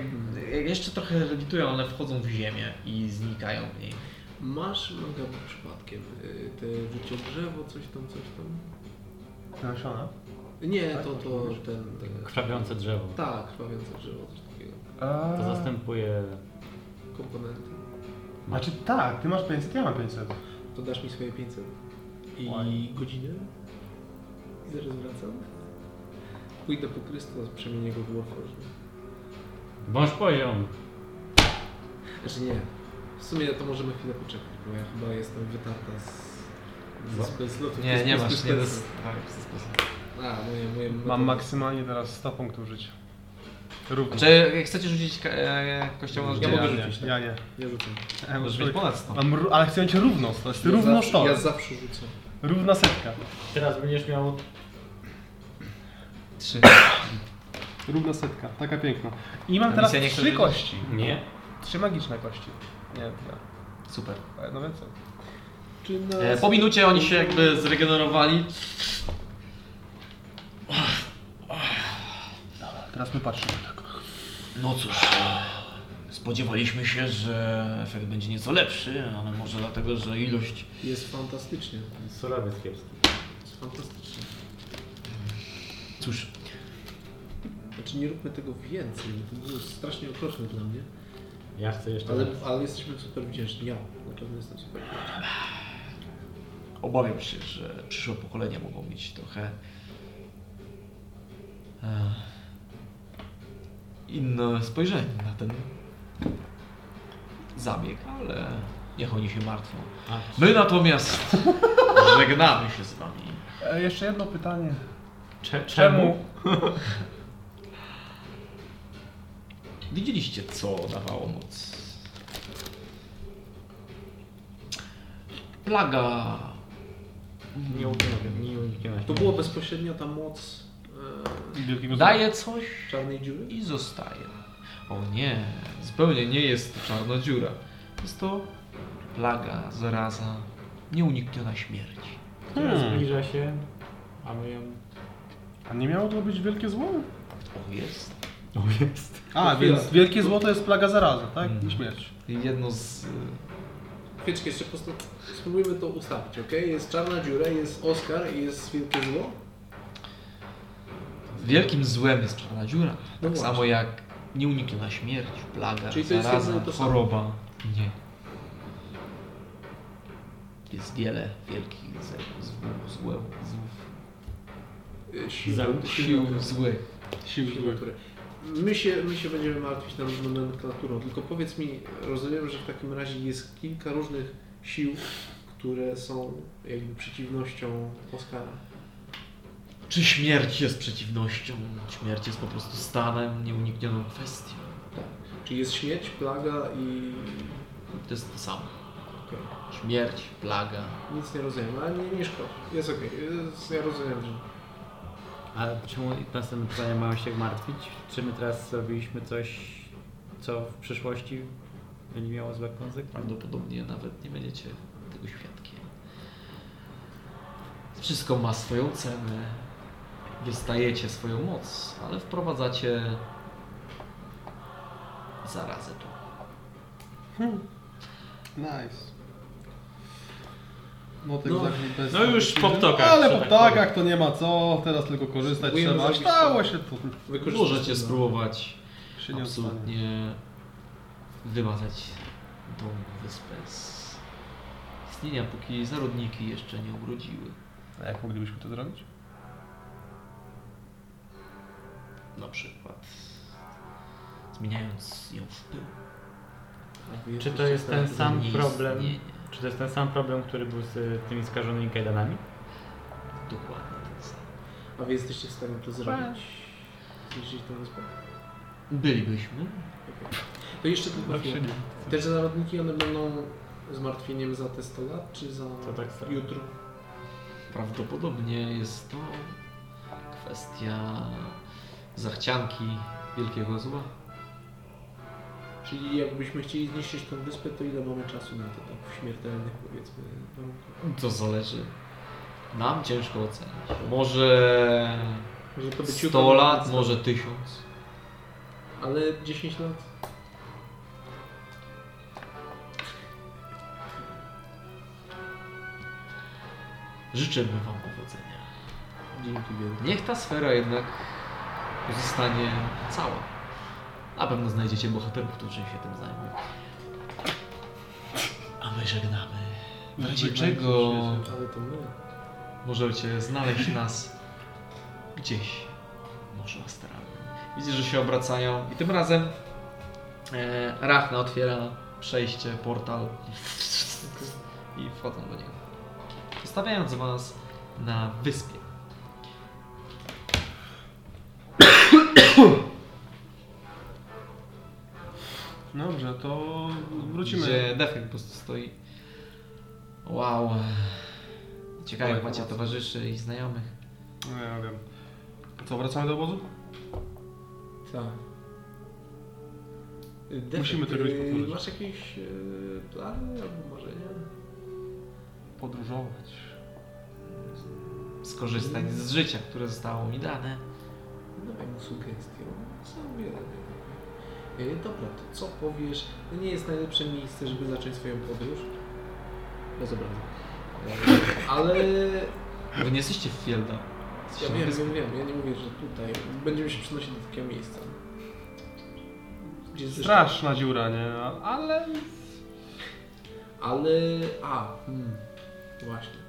jak jeszcze trochę redytują, one wchodzą w ziemię i znikają w niej.
Masz magabu przypadkiem y, te życie drzewo, coś tam, coś tam?
Nasiona?
Nie, to, to ten... ten
Krwawiące drzewo.
Tak, krwawiące drzewo, coś takiego.
To
Eee,
zastępuje...
Komponenty.
Znaczy tak, ty masz 500, ja mam 500.
To dasz mi swoje 500. I
Oj.
godzinę. I zaraz wracam. Pójdę po Chrystus, przemienię go w Warforge.
Bądź poziom.
Znaczy nie. W sumie to możemy chwilę poczekać, bo ja chyba jestem wytarta z...
Bo-
Z, z lotów.
Nie,
z-
nie
z- z-
masz.
z-
Nie, tak, to
A, moje, moje...
Mam maksymalnie teraz 100 punktów życia. Równo.
Czy chcecie rzucić ka- e, kościołem na
Ja
rzucenie?
mogę
Ja
rzucić. tak? Ja nie.
Ja rzucam.
Ja
Możesz mieć ponad 100.
Mam ró- ale chcę mieć równo 100, jest
Ja
równo
zawsze-
100.
Ja zawsze rzucam.
Równa setka.
Teraz będziesz miał...
Trzy.
Równa setka, taka piękna. I mam
A
teraz
misja nie chce
trzy
rzucić?
kości.
Nie?
Trzy magiczne kości. Nie, nie.
Super.
No więcej.
Czy na...
E, Po minucie oni się jakby zregenerowali.
Teraz my patrzymy.
No cóż, e, spodziewaliśmy się, że efekt będzie nieco lepszy, ale może dlatego, że ilość
Jest fantastycznie.
Solawiec kiepski.
Jest fantastycznie.
Cóż,
Znaczy nie róbmy tego więcej, bo to było strasznie okroczne dla mnie.
Ja chcę jeszcze
Ale,
raz.
ale jesteśmy super wdzięczni. Ja na pewno jestem super wdzięczny.
obawiam się, że przyszłe pokolenia mogą mieć trochę e, inne spojrzenie na ten zabieg, ale niech oni się martwią.
A,
My natomiast żegnamy się z wami.
E, jeszcze jedno pytanie.
Cze-
Czemu?
Widzieliście, co dawało moc. Plaga.
Nie uniknąłem. Nie uniknąłem.
To była bezpośrednio ta moc
Wielkiego zła.
Daje coś
e, czarnej dziury?
i zostaje. O nie, zupełnie nie jest to czarna dziura. Jest to plaga, zaraza, nieunikniona śmierć.
Teraz
Hmm.
zbliża się, a my ją...
A nie miało to być wielkie zło?
O jest.
O, jest.
A, więc wielkie zło to jest plaga zaraza, tak? I śmierć.
Jedno z. e,
Chwieczkę, jeszcze posta- spróbujmy to ustawić, ok? Jest czarna dziura, jest Oscar i jest wielkie zło.
Wielkim złem jest czarna dziura.
No
tak samo
właśnie.
jak nieunikniona śmierć, plaga,
Czyli to jest
zaraza,
jedno i to samo.
choroba. Nie. Jest wiele wielkich ze- złów, złów, złów,
E, siły-
Za-
siły-
sił złych.
Siły złych.
nomenklatury. My się, my się będziemy martwić nam nomenklaturą, tylko powiedz mi, rozumiem, że w takim razie jest kilka różnych sił, które są jakby przeciwnością Oscara.
Czy śmierć jest przeciwnością? Śmierć jest po prostu stanem, nieuniknioną kwestią.
Czyli jest śmierć, plaga i
To jest to samo.
Okej.
Śmierć, plaga.
nic nie rozumiem, ale nie, nie szkodzi. Jest okej, jest- ja rozumiem, że
A czemu następne pytania mają się martwić? Czy my teraz zrobiliśmy coś, co w przyszłości będzie miało złe konsekwencje?
Prawdopodobnie nawet nie będziecie tego świadkiem. Wszystko ma swoją cenę. Dostajecie swoją moc, ale wprowadzacie zarazę tu.
Nice. Motyk no, bez
no już po ptokach,
Ale
że
po
tak
ptakach to nie ma co, teraz tylko korzystać
Spróbujemy
trzeba.
zrobić to.
Stało się to.
wykorzystać-
Możecie spróbować
Się nie odstanie.
absolutnie wymazać tą wyspę z istnienia, póki zarodniki jeszcze nie urodziły.
A jak moglibyśmy to zrobić?
Na przykład zmieniając ją w pył.
A, wy
Czy to
jesteście
jest ten
teraz-
sam
Nie
problem?
istnieje.
Czy to jest ten sam problem, który był z e, tymi skażonymi kajdanami?
Dokładnie ten sam.
A wy jesteście w stanie to zrobić? Zniszczyć tę wyspę?
Bylibyśmy.
To jeszcze tylko
Zawsze
chwilę.
nie.
Te zarodniki, one będą zmartwieniem za te 100 lat, czy za
To tak samo.
jutro?
Prawdopodobnie jest to kwestia zachcianki wielkiego zła.
Czyli jakbyśmy chcieli zniszczyć tą wyspę, to ile mamy czasu na to tak w śmiertelnych powiedzmy no, warunkach?
To zależy. Nam ciężko ocenić. Może
Może to być
100
jutro,
lat,
więc-
może 1000.
Ale 10 lat?
Życzymy Wam powodzenia.
Dzięki wielkie.
Niech ta sfera jednak pozostanie cała. Na pewno znajdziecie bohaterów, którzy się tym zajmą. A my żegnamy. W razie czego
Ale to my.
możecie znaleźć nas gdzieś. Może astralnym. Widzisz, że się obracają i tym razem e, Rachna otwiera przejście, portal i wchodzą do niego. Zostawiając was na wyspie.
Dobrze, to wrócimy.
Gdzie Defek po prostu stoi. Wow. Ciekawe jak macie towarzyszy i znajomych.
No ja wiem. Co, wracamy do obozu?
Tak. Defekt,
Musimy to jakoś
y,
powtórzyć.
Masz jakieś y, plany albo marzenia?
Podróżować.
Skorzystać z życia, które zostało mi dane.
Dawaj mu sugestię. Co wiele. Y, Dobra, to co powiesz? To nie jest najlepsze miejsce, żeby zacząć swoją podróż. Bez obrazy. Y, Ale
Wy nie jesteście w Fielda.
ja wiem, wiem, wiem. Ja nie mówię, że tutaj. Będziemy się przenosić do takiego miejsca. Gdzie zresztą-
Straszna dziura, nie? Ale
Ale... A, hmm. Właśnie.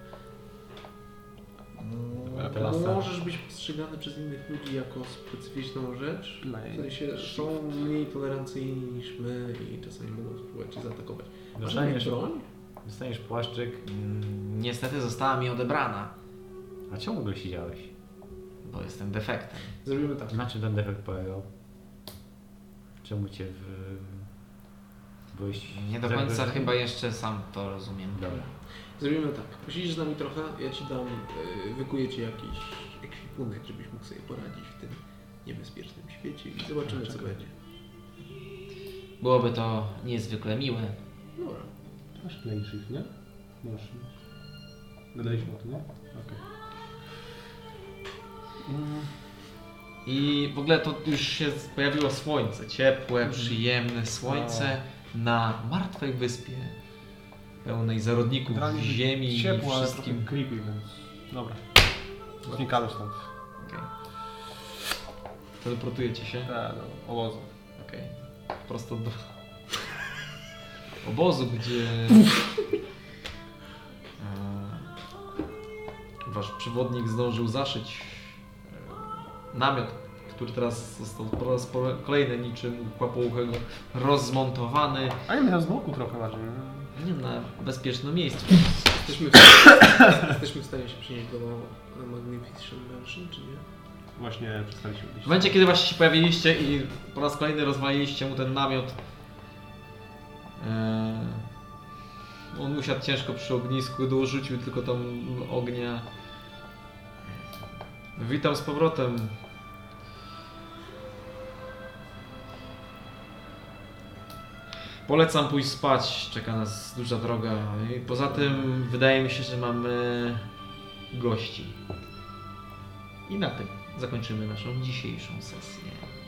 No,
Dobra, teraz tak.
Możesz być postrzegany przez innych ludzi jako specyficzną rzecz. W sensie są mniej tolerancyjni niż my i czasami mogą spróbować cię zaatakować. Masz jakąś
Dostaniesz,
broń?
dostaniesz płaszczyk.
Mm, Niestety została mi odebrana,
A czemu go siedziałeś?
bo jestem defektem.
Zrobimy tak.
Na czym ten defekt polegał? Czemu cię w... byłeś...
Nie do końca chyba jeszcze sam to rozumiem.
Tak.
Dobra.
Zrobimy tak. Posiedzisz z nami trochę, ja ci dam, yy, wykuję ci jakiś ekwipunek, żebyś mógł sobie poradzić w tym niebezpiecznym świecie i zobaczymy co będzie.
Byłoby to niezwykle miłe.
Dobra.
Masz planeshift, nie? Masz. Gadaliśmy o tym, nie? Okej. Mm,
I w ogóle to już się pojawiło słońce. Ciepłe,
Mhm.
przyjemne słońce na martwej wyspie. Pełnej zarodników
Generalnie
ziemi i
Ciepło, ale
wszystkim.
trochę creepy, więc... Dobra. Znikamy stąd.
Teleportujecie się?
Tak,
no,
do obozu.
Okej. Prosto do obozu, gdzie e, wasz przewodnik zdążył zaszyć e, namiot, który teraz został po raz po- kolejny niczym kłapouchego rozmontowany.
A nie, my tam z boku trochę bardziej. no, nie?
Nie wiem, na bezpieczne miejsce.
Jesteśmy w stanie, jesteśmy w stanie się przynieść do e, Magnificent Mansion, czy nie?
Właśnie przestaliśmy
W
gdzieś.
momencie, kiedy właśnie się pojawiliście i po raz kolejny rozwaliliście mu ten namiot, e, on usiadł ciężko przy ognisku, dorzucił tylko tam ognia. Witam z powrotem. Polecam pójść spać, czeka nas duża droga. I poza tym wydaje mi się, że mamy gości. I na tym zakończymy naszą dzisiejszą sesję.